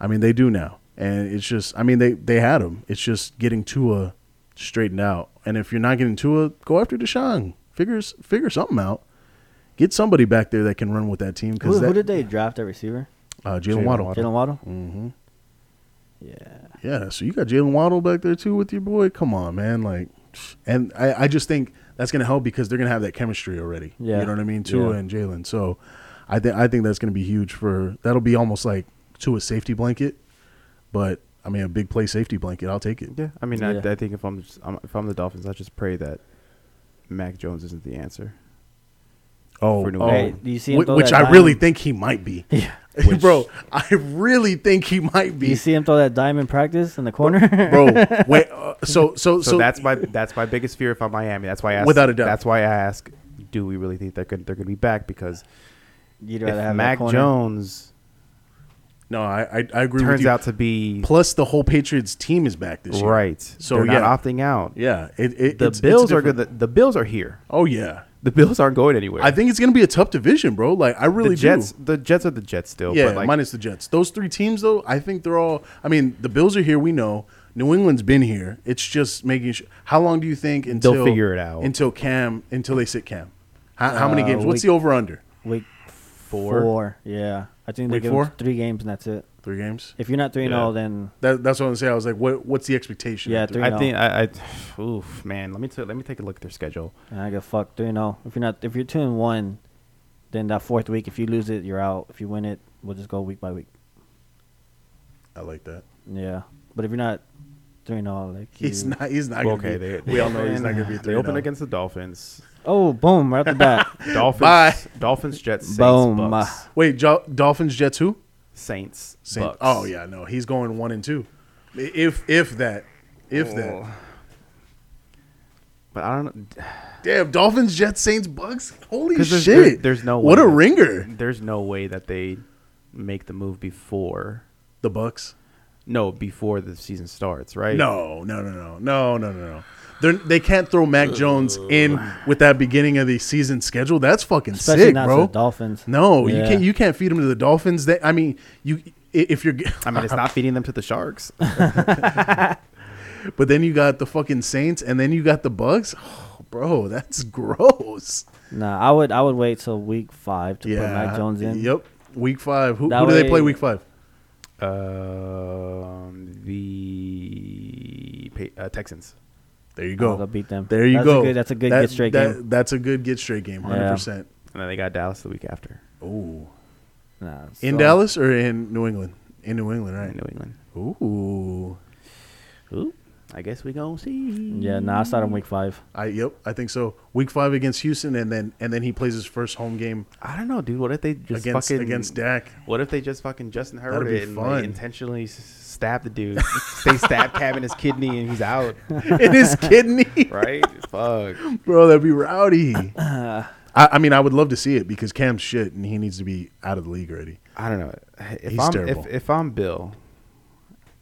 [SPEAKER 3] I mean, they do now, and it's just I mean they they had him. It's just getting Tua straightened out. And if you're not getting Tua, go after Deshaun. Figures figure something out. Get somebody back there that can run with that team
[SPEAKER 4] Who,
[SPEAKER 3] because
[SPEAKER 4] who did they draft at receiver?
[SPEAKER 3] uh, Jalen Waddle.
[SPEAKER 4] Jalen Waddle. Mm-hmm. Yeah.
[SPEAKER 3] Yeah, so you got Jalen Waddle back there too with your boy. Come on, man. Like, and I, I just think that's gonna help because they're gonna have that chemistry already.
[SPEAKER 4] Yeah.
[SPEAKER 3] you know what I mean. Tua
[SPEAKER 4] Yeah.
[SPEAKER 3] and Jalen. So, I think I think that's gonna be huge for that'll be almost like Tua's safety blanket, but I mean a big play safety blanket. I'll take it.
[SPEAKER 5] Yeah, I mean,
[SPEAKER 4] Yeah.
[SPEAKER 5] I, I think if I'm, just, I'm if I'm the Dolphins, I just pray that Mac Jones isn't the answer.
[SPEAKER 3] Oh,
[SPEAKER 5] For New
[SPEAKER 3] oh.
[SPEAKER 5] England.
[SPEAKER 4] Hey, do you see him
[SPEAKER 3] Whi-
[SPEAKER 4] throw
[SPEAKER 3] which
[SPEAKER 4] that
[SPEAKER 3] I really
[SPEAKER 4] dime?
[SPEAKER 3] think he might be.
[SPEAKER 4] Yeah.
[SPEAKER 5] Which-
[SPEAKER 3] bro, I really think he might
[SPEAKER 4] Do you
[SPEAKER 3] be.
[SPEAKER 4] see him throw that dime in practice in the corner?
[SPEAKER 3] Bro, wait, uh, so, so so
[SPEAKER 5] So, that's my that's my biggest fear if I'm Miami. That's why I ask,
[SPEAKER 3] Without a doubt.
[SPEAKER 5] That's why I ask, do we really think they're gonna, they're going to be back? Because
[SPEAKER 4] You'd rather
[SPEAKER 5] if
[SPEAKER 4] have
[SPEAKER 5] Mac
[SPEAKER 4] that corner.
[SPEAKER 5] Jones
[SPEAKER 3] no, I I, I agree with
[SPEAKER 5] turns
[SPEAKER 3] you.
[SPEAKER 5] out to be
[SPEAKER 3] Plus, the whole Patriots team is back this year.
[SPEAKER 5] right,
[SPEAKER 3] So,
[SPEAKER 5] so they're
[SPEAKER 3] yeah.
[SPEAKER 5] not opting out.
[SPEAKER 3] Yeah, it, it,
[SPEAKER 5] The
[SPEAKER 3] it's- it's
[SPEAKER 5] Bills are
[SPEAKER 3] different.
[SPEAKER 5] good. The, the Bills are here.
[SPEAKER 3] Oh yeah,
[SPEAKER 5] The Bills aren't going anywhere.
[SPEAKER 3] I think it's gonna be a tough division, bro. Like I really
[SPEAKER 5] the Jets.
[SPEAKER 3] do.
[SPEAKER 5] The Jets are the Jets still.
[SPEAKER 3] Yeah,
[SPEAKER 5] but like,
[SPEAKER 3] minus the Jets. Those three teams, though, I think they're all. I mean, the Bills are here. We know New England's been here. It's just making. Sure, how long do you think until
[SPEAKER 5] figure it out.
[SPEAKER 3] Until Cam, until they sit Cam. How, how many
[SPEAKER 4] Uh,
[SPEAKER 3] games? What's
[SPEAKER 4] we-
[SPEAKER 3] the over under?
[SPEAKER 4] Week
[SPEAKER 5] Four?
[SPEAKER 4] four. Yeah. I think they
[SPEAKER 3] Week
[SPEAKER 4] give
[SPEAKER 3] four?
[SPEAKER 4] him three games and that's it.
[SPEAKER 3] Three games.
[SPEAKER 4] If you're not 3 and
[SPEAKER 5] Yeah.
[SPEAKER 4] 0, then
[SPEAKER 3] That, that's what I'm saying. I was like, what? What's the expectation?
[SPEAKER 4] Yeah,
[SPEAKER 3] after-
[SPEAKER 4] three-
[SPEAKER 5] I
[SPEAKER 4] No.
[SPEAKER 5] think I, I oof man. Let me t- let me take a look at their schedule.
[SPEAKER 4] and I go fuck 3 and 0. If you're not if you're 2 and 1, then that fourth week if you lose it, you're out. If you win it, we'll just go week by week.
[SPEAKER 3] I like that.
[SPEAKER 4] Yeah. But if you're not 3 and 0, like
[SPEAKER 3] He's
[SPEAKER 4] you-
[SPEAKER 3] not. He's not.
[SPEAKER 5] Well,
[SPEAKER 3] gonna
[SPEAKER 5] okay,
[SPEAKER 3] be-
[SPEAKER 5] they-
[SPEAKER 3] we all know he's not going to be.
[SPEAKER 5] They
[SPEAKER 3] three oh.
[SPEAKER 5] open
[SPEAKER 3] now.
[SPEAKER 5] against the Dolphins.
[SPEAKER 4] Oh, boom, right off the bat.
[SPEAKER 5] Dolphins.
[SPEAKER 3] Bye.
[SPEAKER 5] Dolphins. Jets. Saints.
[SPEAKER 4] Boom.
[SPEAKER 5] Bucks.
[SPEAKER 3] Wait, jo- Dolphins, Jets, who?
[SPEAKER 5] Saints.
[SPEAKER 3] Saint-
[SPEAKER 5] Bucks.
[SPEAKER 3] Oh yeah, no, he's going one and two. If if that, if
[SPEAKER 5] Oh.
[SPEAKER 3] that.
[SPEAKER 5] But I don't. know.
[SPEAKER 3] Damn, Dolphins, Jets, Saints, Bucks. Holy
[SPEAKER 5] 'Cause
[SPEAKER 3] shit!
[SPEAKER 5] there's- there- there's no
[SPEAKER 3] what
[SPEAKER 5] way
[SPEAKER 3] a
[SPEAKER 5] that-
[SPEAKER 3] ringer.
[SPEAKER 5] There's no way that they make the move before.
[SPEAKER 3] The Bucks.
[SPEAKER 5] No, before the season starts, right?
[SPEAKER 3] No, no, no, no, no, no, no, no. They're, they can't throw Mac Jones in with that beginning of the season schedule. That's fucking
[SPEAKER 4] Especially
[SPEAKER 3] sick,
[SPEAKER 4] not to
[SPEAKER 3] bro.
[SPEAKER 4] the Dolphins.
[SPEAKER 3] No, you
[SPEAKER 4] Yeah.
[SPEAKER 3] can't. You can't feed him to the Dolphins. They, I mean, you i- if you're.
[SPEAKER 5] I mean, it's not feeding them to the Sharks.
[SPEAKER 3] But then you got the fucking Saints, and then you got the Bucks. Oh, bro, that's gross.
[SPEAKER 4] Nah, I would I would wait till week 5 to
[SPEAKER 3] yeah,
[SPEAKER 4] put Mac Jones in.
[SPEAKER 3] Yep, week five. Who,
[SPEAKER 4] That
[SPEAKER 3] who do they
[SPEAKER 4] way-
[SPEAKER 3] play week five?
[SPEAKER 5] um, the pa- uh, Texans.
[SPEAKER 3] There you
[SPEAKER 4] Oh,
[SPEAKER 3] go.
[SPEAKER 4] they'll beat them.
[SPEAKER 3] There you
[SPEAKER 4] That's a
[SPEAKER 3] go.
[SPEAKER 4] good- that's a good get straight game.
[SPEAKER 3] That's a good get straight game. Hundred
[SPEAKER 4] Yeah.
[SPEAKER 3] percent.
[SPEAKER 5] And then they got Dallas the week after
[SPEAKER 3] Ooh,
[SPEAKER 4] Nah,
[SPEAKER 3] in
[SPEAKER 4] so-
[SPEAKER 3] Dallas or in New England? In New England,
[SPEAKER 5] in
[SPEAKER 3] right?
[SPEAKER 5] New England.
[SPEAKER 3] Ooh,
[SPEAKER 5] Ooh, I guess we gonna see.
[SPEAKER 4] Yeah, nah, I start in week 5.
[SPEAKER 3] I yep, I think so. Week five against Houston, and then and then he plays his first home game
[SPEAKER 5] I don't know, dude. What if they just
[SPEAKER 3] against
[SPEAKER 5] fucking
[SPEAKER 3] against Dak.
[SPEAKER 5] What if they just fucking Justin
[SPEAKER 3] That'd
[SPEAKER 5] Herbert
[SPEAKER 3] be
[SPEAKER 5] it and like,
[SPEAKER 3] fun.
[SPEAKER 5] intentionally s- stab the dude? they stab Cam in his kidney and he's out,
[SPEAKER 3] in his kidney,
[SPEAKER 5] right? Fuck.
[SPEAKER 3] bro. That'd be rowdy. I, I mean, I would love to see it because Cam's shit, and he needs to be out of the league already.
[SPEAKER 5] I don't know. If
[SPEAKER 3] He's
[SPEAKER 5] I'm
[SPEAKER 3] terrible.
[SPEAKER 5] if, if I'm Bill,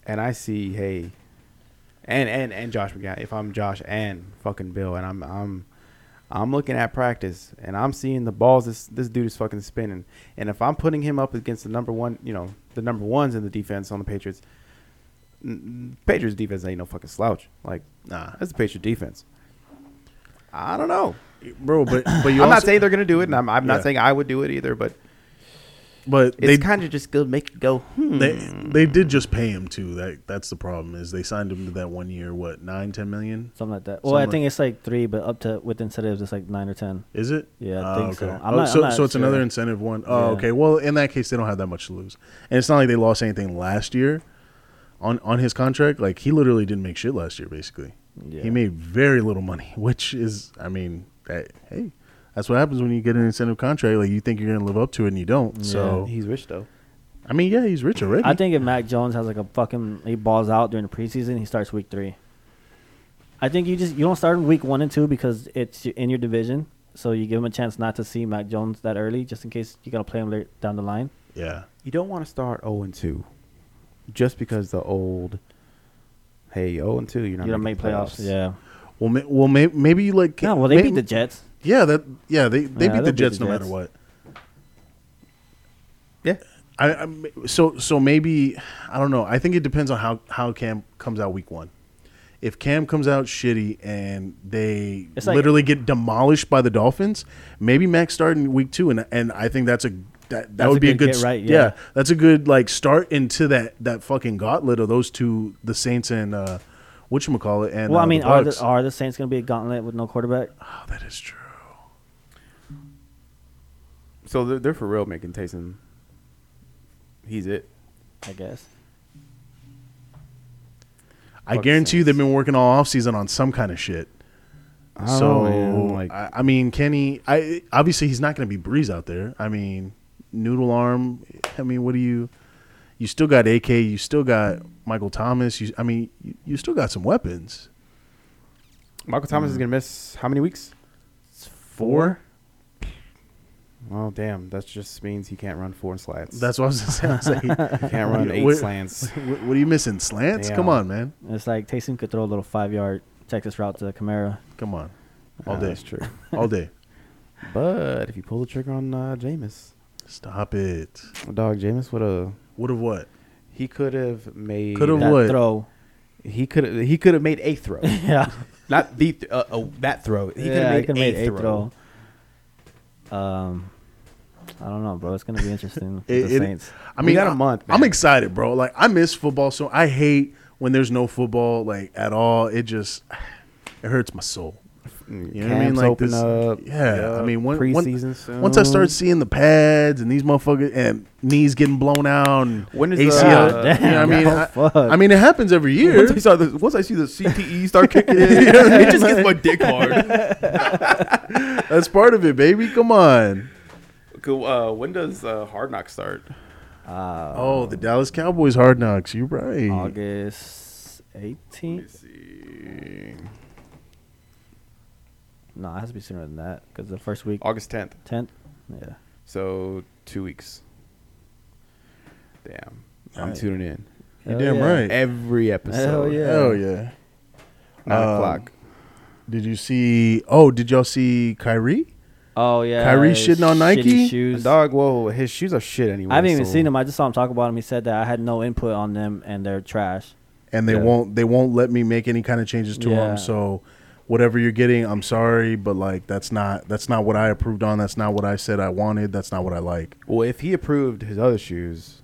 [SPEAKER 5] and I see hey, and and and Josh McGowan. If I'm Josh and fucking Bill, and I'm I'm I'm looking at practice and I'm seeing the balls this this dude is fucking spinning, and if I'm putting him up against the number one, you know, the number ones in the defense on the Patriots, n- Patriots defense ain't no fucking slouch. Like nah, that's the Patriot defense. I don't know.
[SPEAKER 3] Bro, but but you
[SPEAKER 5] I'm not
[SPEAKER 3] also-
[SPEAKER 5] saying they're gonna do it, and I'm, I'm
[SPEAKER 3] Yeah.
[SPEAKER 5] not saying I would do it either. But
[SPEAKER 3] but
[SPEAKER 5] it's
[SPEAKER 3] they
[SPEAKER 5] kind of just gonna make you go. Hmm.
[SPEAKER 3] they they did just pay him too. That that's the problem is they signed him to that one year what nine ten million
[SPEAKER 4] Something like that. Well, I
[SPEAKER 3] Something
[SPEAKER 4] think it's like 3, but up to with incentives it's like 9 or 10.
[SPEAKER 3] is it?
[SPEAKER 4] Yeah, I
[SPEAKER 3] Ah,
[SPEAKER 4] think so. I'm
[SPEAKER 3] Oh,
[SPEAKER 4] not-
[SPEAKER 3] so
[SPEAKER 4] I'm not
[SPEAKER 3] so it's another
[SPEAKER 4] sure.
[SPEAKER 3] incentive one. Oh,
[SPEAKER 4] Yeah.
[SPEAKER 3] okay. Well, in that case, they don't have that much to lose, and it's not like they lost anything last year on on his contract. Like he literally didn't make shit last year. Basically,
[SPEAKER 4] Yeah.
[SPEAKER 3] he made very little money, which is, I mean, that, hey, that's what happens when you get an incentive contract. Like you think you're gonna live up to it, and you don't. So
[SPEAKER 5] He's rich though.
[SPEAKER 3] I mean, yeah, he's rich already.
[SPEAKER 4] I think if Mac Jones has like a fucking he balls out during the preseason, he starts week three. I think you just you don't start in week one and two because it's y- in your division, so you give him a chance not to see Mac Jones that early, just in case you're gonna play him later down the line.
[SPEAKER 3] yeah.
[SPEAKER 5] You don't want to start 0 and 2 just because the old hey, 0 and 2, you're not
[SPEAKER 4] you don't make
[SPEAKER 5] making
[SPEAKER 4] playoffs. Yeah.
[SPEAKER 3] Well, may, well, may, maybe you like.
[SPEAKER 4] No, well they
[SPEAKER 3] may-
[SPEAKER 4] beat the Jets.
[SPEAKER 3] Yeah, that yeah they they
[SPEAKER 4] Yeah,
[SPEAKER 3] beat
[SPEAKER 4] they'll
[SPEAKER 3] the
[SPEAKER 4] beat
[SPEAKER 3] Jets
[SPEAKER 4] the
[SPEAKER 3] no
[SPEAKER 4] Jets.
[SPEAKER 3] matter what.
[SPEAKER 5] Yeah.
[SPEAKER 3] I, I so so maybe I don't know. I think it depends on how how Cam comes out week one. If Cam comes out shitty and they
[SPEAKER 4] It's like-
[SPEAKER 3] literally get demolished by the Dolphins, maybe Max starting week two, and and I think that's a that that
[SPEAKER 4] That's
[SPEAKER 3] would
[SPEAKER 4] a
[SPEAKER 3] be a
[SPEAKER 4] good
[SPEAKER 3] good
[SPEAKER 4] get
[SPEAKER 3] s-
[SPEAKER 4] right,
[SPEAKER 3] yeah.
[SPEAKER 4] yeah.
[SPEAKER 3] that's a good like start into that that fucking gauntlet of those two, the Saints and uh, what you call it. And
[SPEAKER 4] Well,
[SPEAKER 3] uh,
[SPEAKER 4] I mean,
[SPEAKER 3] the
[SPEAKER 4] are
[SPEAKER 3] Bucks.
[SPEAKER 4] the, are the Saints going to be a gauntlet with no quarterback?
[SPEAKER 3] oh, that is true.
[SPEAKER 5] So they're, they're for real making Taysom. He's it.
[SPEAKER 4] I guess.
[SPEAKER 3] I
[SPEAKER 5] Fuck
[SPEAKER 3] guarantee you
[SPEAKER 5] Saints.
[SPEAKER 3] they've been working all offseason on some kind of shit.
[SPEAKER 5] don't
[SPEAKER 3] so
[SPEAKER 5] know, man, like-
[SPEAKER 3] I, I mean, Kenny. I obviously he's not going to be Breeze out there. I mean, Noodle Arm. I mean, what do you? You still got AK. You still got Michael Thomas. You, I mean, you, you still got some weapons.
[SPEAKER 5] Michael Thomas is gonna miss how many weeks?
[SPEAKER 3] Four.
[SPEAKER 5] Oh damn, that just means he can't run four slants.
[SPEAKER 3] That's what I was gonna say. I was like,
[SPEAKER 5] he can't run eight
[SPEAKER 3] What-
[SPEAKER 5] slants.
[SPEAKER 3] what, what are you missing? Slants? Come
[SPEAKER 5] Damn.
[SPEAKER 3] on, man.
[SPEAKER 4] And It's like Taysom could throw a little five yard Texas route to Camara.
[SPEAKER 3] Come on. All
[SPEAKER 5] Uh,
[SPEAKER 3] day.
[SPEAKER 5] That's true.
[SPEAKER 3] All day.
[SPEAKER 5] But if you pull the trigger on uh, Jameis,
[SPEAKER 3] Stop it.
[SPEAKER 5] dog, Jameis would have.
[SPEAKER 3] What of what?
[SPEAKER 5] He could have made.
[SPEAKER 3] Coulda
[SPEAKER 4] That
[SPEAKER 3] What?
[SPEAKER 4] throw.
[SPEAKER 5] He could have. He could have made a throw,
[SPEAKER 4] yeah.
[SPEAKER 5] not the th- uh, uh, that throw. He could
[SPEAKER 4] Yeah,
[SPEAKER 5] have
[SPEAKER 4] coulda
[SPEAKER 5] made, a throw.
[SPEAKER 4] throw. Um, I don't know, bro. It's going to be interesting. for
[SPEAKER 3] It-
[SPEAKER 4] the
[SPEAKER 3] it-
[SPEAKER 4] Saints.
[SPEAKER 3] I
[SPEAKER 5] We
[SPEAKER 3] mean,
[SPEAKER 5] got a
[SPEAKER 3] I-
[SPEAKER 5] month,
[SPEAKER 3] I'm
[SPEAKER 5] man.
[SPEAKER 3] excited, bro. Like I miss football, so I hate when there's no football, like at all. It just it hurts my soul. You know what I mean?
[SPEAKER 5] Camps
[SPEAKER 3] Like
[SPEAKER 5] open
[SPEAKER 3] this,
[SPEAKER 5] up.
[SPEAKER 3] yeah. I
[SPEAKER 5] Yup.
[SPEAKER 3] mean, when,
[SPEAKER 5] preseason
[SPEAKER 3] when,
[SPEAKER 5] soon.
[SPEAKER 3] once I start seeing the pads and these motherfuckers and knees getting blown out, and
[SPEAKER 5] When is uh, the-
[SPEAKER 3] ACL?
[SPEAKER 5] God
[SPEAKER 3] you know what I mean?
[SPEAKER 4] Oh,
[SPEAKER 3] I-
[SPEAKER 4] fuck.
[SPEAKER 3] I, mean, it happens every year.
[SPEAKER 5] Once I, saw the, once I see the CTE start kicking in, it just gets my dick hard.
[SPEAKER 3] That's part of it, baby. Come on.
[SPEAKER 5] Cool. Uh, when does uh, Hard Knock start?
[SPEAKER 4] Uh,
[SPEAKER 3] Oh, the Dallas Cowboys hard knocks. You're right.
[SPEAKER 4] August 18th?
[SPEAKER 5] see.
[SPEAKER 4] No, it has to be sooner than that because the first week,
[SPEAKER 5] August 10th.
[SPEAKER 4] 10th? Yeah.
[SPEAKER 5] So two weeks. Damn. I'm
[SPEAKER 3] Alright.
[SPEAKER 5] tuning in.
[SPEAKER 3] You're
[SPEAKER 4] Hell
[SPEAKER 3] damn
[SPEAKER 4] yeah.
[SPEAKER 3] right.
[SPEAKER 5] Every episode.
[SPEAKER 4] Hell yeah.
[SPEAKER 3] Hell yeah.
[SPEAKER 5] Nine
[SPEAKER 3] Um,
[SPEAKER 5] o'clock.
[SPEAKER 3] Did you see? Oh, did y'all see Kyrie?
[SPEAKER 4] Oh, yeah.
[SPEAKER 3] Kyrie
[SPEAKER 4] his
[SPEAKER 3] shitting on
[SPEAKER 4] shitty
[SPEAKER 3] Nike?
[SPEAKER 4] Shoes.
[SPEAKER 5] Dog, whoa, his shoes are shit anyway.
[SPEAKER 4] I haven't even
[SPEAKER 5] so-
[SPEAKER 4] seen him. I just saw him talk about him. He said that I had no input on them and they're trash.
[SPEAKER 3] And they
[SPEAKER 5] Yeah.
[SPEAKER 3] won't. They won't let me make any kind of changes to
[SPEAKER 4] Yeah.
[SPEAKER 3] them. So, whatever you're getting, I'm sorry, but like that's not that's not what I approved on. That's not what I said I wanted. That's not what I like.
[SPEAKER 5] Well, if he approved his other shoes,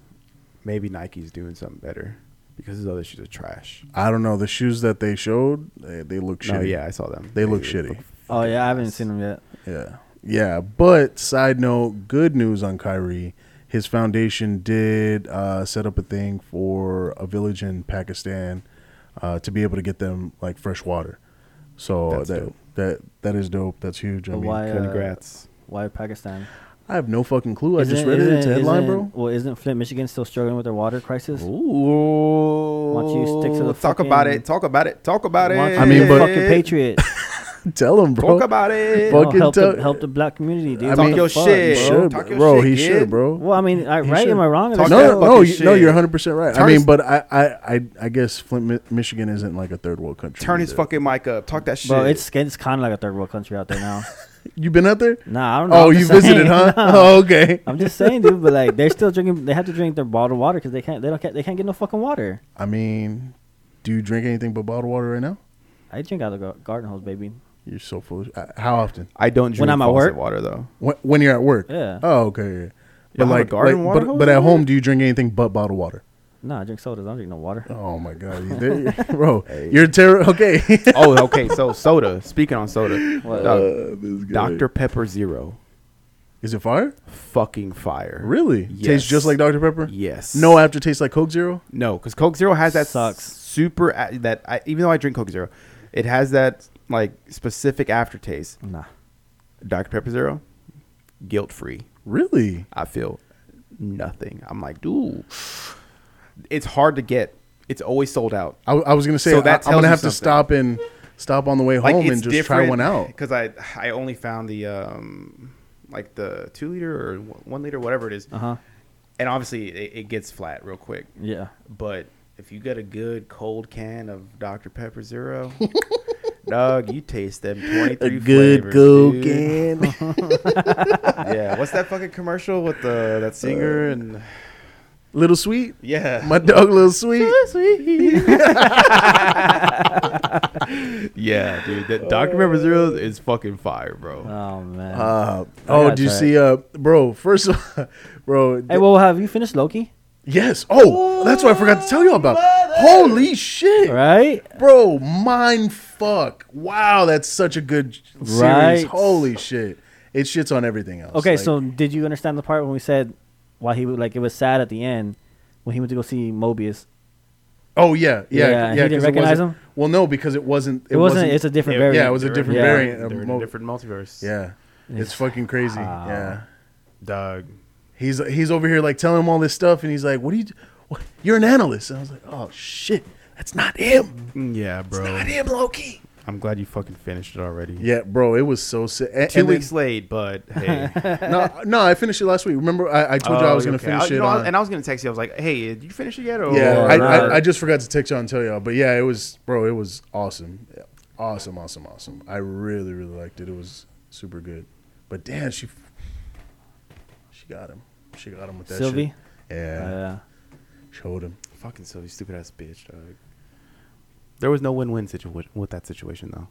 [SPEAKER 5] maybe Nike's doing something better because his other shoes are trash.
[SPEAKER 3] I don't know the shoes that they showed. They, they look shitty.
[SPEAKER 5] No, yeah, I saw them.
[SPEAKER 3] They look shitty.
[SPEAKER 4] Oh yeah, I haven't seen him yet.
[SPEAKER 3] Yeah. Yeah. But side note, good news on Kyrie. His foundation did uh, set up a thing for a village in Pakistan uh, to be able to get them like fresh water. So
[SPEAKER 5] That's
[SPEAKER 3] that
[SPEAKER 5] dope.
[SPEAKER 3] that that is dope. That's huge. I
[SPEAKER 4] But
[SPEAKER 3] mean,
[SPEAKER 4] why, uh,
[SPEAKER 5] Congrats.
[SPEAKER 4] why Pakistan?
[SPEAKER 3] I have no fucking clue. I just
[SPEAKER 4] Isn't-
[SPEAKER 3] read it. It's a
[SPEAKER 4] isn't-
[SPEAKER 3] headline,
[SPEAKER 4] isn't-
[SPEAKER 3] bro.
[SPEAKER 4] Well, isn't Flint, Michigan still struggling with their water crisis?
[SPEAKER 5] Ooh.
[SPEAKER 4] Uh, Why don't you stick to the
[SPEAKER 5] talk about
[SPEAKER 4] fucking-
[SPEAKER 5] it. Talk about it. Talk about it.
[SPEAKER 4] Why don't you
[SPEAKER 3] I
[SPEAKER 4] be
[SPEAKER 3] mean,
[SPEAKER 4] a
[SPEAKER 3] but-
[SPEAKER 4] fucking patriot.
[SPEAKER 3] Tell him, bro.
[SPEAKER 5] Talk about it.
[SPEAKER 4] You know,
[SPEAKER 3] Fucking
[SPEAKER 4] help,
[SPEAKER 3] tell-
[SPEAKER 4] the, help the black community, dude.
[SPEAKER 3] I
[SPEAKER 4] What
[SPEAKER 3] mean,
[SPEAKER 4] the
[SPEAKER 5] your
[SPEAKER 4] fuck,
[SPEAKER 5] shit.
[SPEAKER 4] bro?
[SPEAKER 3] Should,
[SPEAKER 5] Talk
[SPEAKER 3] bro.
[SPEAKER 5] your shit,
[SPEAKER 3] he
[SPEAKER 5] kid.
[SPEAKER 3] should, bro.
[SPEAKER 4] Well, I mean, I,
[SPEAKER 3] He
[SPEAKER 4] right?
[SPEAKER 3] should.
[SPEAKER 4] Am I wrong?
[SPEAKER 5] Talk
[SPEAKER 4] It's
[SPEAKER 3] no,
[SPEAKER 5] your
[SPEAKER 4] still-
[SPEAKER 3] no, no,
[SPEAKER 5] fucking
[SPEAKER 3] you, no,
[SPEAKER 5] shit.
[SPEAKER 3] you're 100 percent right. I
[SPEAKER 5] Turn
[SPEAKER 3] mean,
[SPEAKER 5] his-
[SPEAKER 3] but I, I, I, I guess Flint, Mi- Michigan isn't like a third world country.
[SPEAKER 5] Turn his
[SPEAKER 3] either.
[SPEAKER 5] fucking mic up. Talk that shit.
[SPEAKER 4] Bro, it's it's kind of like a third world country out there now.
[SPEAKER 3] You been out there?
[SPEAKER 4] nah, I don't know.
[SPEAKER 3] Oh,
[SPEAKER 4] I'm
[SPEAKER 3] you
[SPEAKER 4] just saying.
[SPEAKER 3] visited, huh? Oh, okay.
[SPEAKER 4] I'm just saying, dude. But like, they're still drinking. They have to drink their bottled water because they can't. They don't. ca- They can't get no fucking water.
[SPEAKER 3] I mean, do you drink anything but bottled water right now?
[SPEAKER 4] I drink out of the gar- garden hose, baby.
[SPEAKER 3] You're so foolish. Uh, How often?
[SPEAKER 5] I don't drink
[SPEAKER 4] When I'm at
[SPEAKER 5] faucet
[SPEAKER 4] work-
[SPEAKER 5] water though.
[SPEAKER 3] When, when you're at work?
[SPEAKER 4] Yeah.
[SPEAKER 3] Oh, okay. yeah.
[SPEAKER 5] Y'all
[SPEAKER 3] But
[SPEAKER 5] have a
[SPEAKER 3] like,
[SPEAKER 5] garden
[SPEAKER 3] like-
[SPEAKER 5] water
[SPEAKER 3] but,
[SPEAKER 5] hose over
[SPEAKER 3] but at
[SPEAKER 5] there?
[SPEAKER 3] home, do you drink anything but bottled water?
[SPEAKER 4] No, I drink sodas. I don't drink no water.
[SPEAKER 3] Oh my god, you- there- bro, you're terrible. Okay,
[SPEAKER 5] oh, okay. So soda. Speaking on soda,
[SPEAKER 4] What? Uh,
[SPEAKER 5] Dog,
[SPEAKER 3] This guy.
[SPEAKER 5] Dr Pepper Zero,
[SPEAKER 3] is it fire?
[SPEAKER 5] fucking fire.
[SPEAKER 3] Really? Tastes just
[SPEAKER 5] Yes.
[SPEAKER 3] like Dr Pepper.
[SPEAKER 5] Yes.
[SPEAKER 3] No aftertaste like Coke Zero.
[SPEAKER 5] No, because Coke Zero has that
[SPEAKER 4] Sucks.
[SPEAKER 5] super a- that I, even though I drink Coke Zero, it has that like specific aftertaste.
[SPEAKER 4] Nah.
[SPEAKER 5] Dr Pepper Zero, guilt free.
[SPEAKER 3] Really?
[SPEAKER 5] I feel nothing. I'm like, dude, it's hard to get. It's always sold out.
[SPEAKER 3] I, I was gonna say
[SPEAKER 5] So
[SPEAKER 3] I,
[SPEAKER 5] that
[SPEAKER 3] am
[SPEAKER 5] tells
[SPEAKER 3] gonna
[SPEAKER 5] you
[SPEAKER 3] have to
[SPEAKER 5] something.
[SPEAKER 3] stop and stop on the way home and just try one out.
[SPEAKER 5] because I I only found the um like the two liter or one liter whatever it is,
[SPEAKER 4] Uh
[SPEAKER 3] Uh-huh.
[SPEAKER 4] huh.
[SPEAKER 5] and obviously it, it gets flat real quick.
[SPEAKER 4] Yeah.
[SPEAKER 5] But if you get a good cold can of Dr Pepper Zero, dog, you taste them twenty three flavors. dude. yeah. What's that fucking commercial with the that singer
[SPEAKER 3] Uh,
[SPEAKER 5] and
[SPEAKER 3] little sweet.
[SPEAKER 5] yeah.
[SPEAKER 3] My dog, little sweet.
[SPEAKER 5] yeah, dude. That Doctor Pepper Zero is fucking fire, bro.
[SPEAKER 4] Oh man.
[SPEAKER 3] Uh,
[SPEAKER 4] I
[SPEAKER 3] oh,
[SPEAKER 4] gotta
[SPEAKER 3] do you
[SPEAKER 4] try
[SPEAKER 3] see, uh, bro? First of all, bro.
[SPEAKER 4] hey, well, have you finished Loki?
[SPEAKER 3] yes. Oh, that's what I forgot to tell you about. Holy shit,
[SPEAKER 4] Right?
[SPEAKER 3] bro! Mind fuck. Wow, that's such a good series.
[SPEAKER 4] Right.
[SPEAKER 3] Holy shit, it shits on everything else.
[SPEAKER 4] Okay,
[SPEAKER 3] Like,
[SPEAKER 4] so did you understand the part when we said why he would like it was sad at the end when he went to go see Mobius?
[SPEAKER 3] oh yeah, yeah,
[SPEAKER 4] Yeah,
[SPEAKER 3] yeah.
[SPEAKER 4] he didn't
[SPEAKER 3] 'cause it
[SPEAKER 4] recognize
[SPEAKER 3] wasn't-
[SPEAKER 4] him?
[SPEAKER 3] Well, no, because it wasn't.
[SPEAKER 4] It, wasn't, It's a different
[SPEAKER 5] Yeah,
[SPEAKER 4] variant.
[SPEAKER 3] Yeah, it was a
[SPEAKER 5] They're
[SPEAKER 3] different
[SPEAKER 4] in a
[SPEAKER 3] variant.
[SPEAKER 5] They're in
[SPEAKER 3] Mo-
[SPEAKER 5] a different multiverse.
[SPEAKER 3] Yeah, it's
[SPEAKER 4] It's-
[SPEAKER 3] fucking crazy.
[SPEAKER 4] Wow.
[SPEAKER 3] Yeah,
[SPEAKER 5] Dog.
[SPEAKER 3] he's he's over here like telling him all this stuff, and he's like, "What do you? What, you're an analyst." And I was like, "Oh shit, that's not him.
[SPEAKER 5] Yeah, bro.
[SPEAKER 3] Not him, Loki."
[SPEAKER 5] I'm glad you fucking finished it already.
[SPEAKER 3] Yeah, bro, it was so sick. And,
[SPEAKER 5] Two
[SPEAKER 3] and then-
[SPEAKER 5] weeks late, but hey.
[SPEAKER 3] no, no, I finished it last week. Remember, I, I told you I
[SPEAKER 5] Oh,
[SPEAKER 3] was
[SPEAKER 5] you're
[SPEAKER 3] gonna
[SPEAKER 5] okay.
[SPEAKER 3] finish
[SPEAKER 5] I, you
[SPEAKER 3] it.
[SPEAKER 5] know, I-
[SPEAKER 3] on-
[SPEAKER 5] and I was gonna text you. I was like, "Hey, did you finish it yet?" Or
[SPEAKER 3] yeah,
[SPEAKER 4] Oh,
[SPEAKER 3] I,
[SPEAKER 4] right.
[SPEAKER 3] I, I just forgot to text you and tell y'all, but yeah, it was, bro, it was awesome, awesome, awesome, awesome. I really, really liked it. It was super good. But damn, she, she got him. She got him with that.
[SPEAKER 4] Sylvie.
[SPEAKER 3] Shit.
[SPEAKER 4] Yeah.
[SPEAKER 3] Yeah,
[SPEAKER 5] Uh,
[SPEAKER 3] showed him.
[SPEAKER 5] fucking so stupid ass bitch, dog. There was no win-win situation with that situation, though.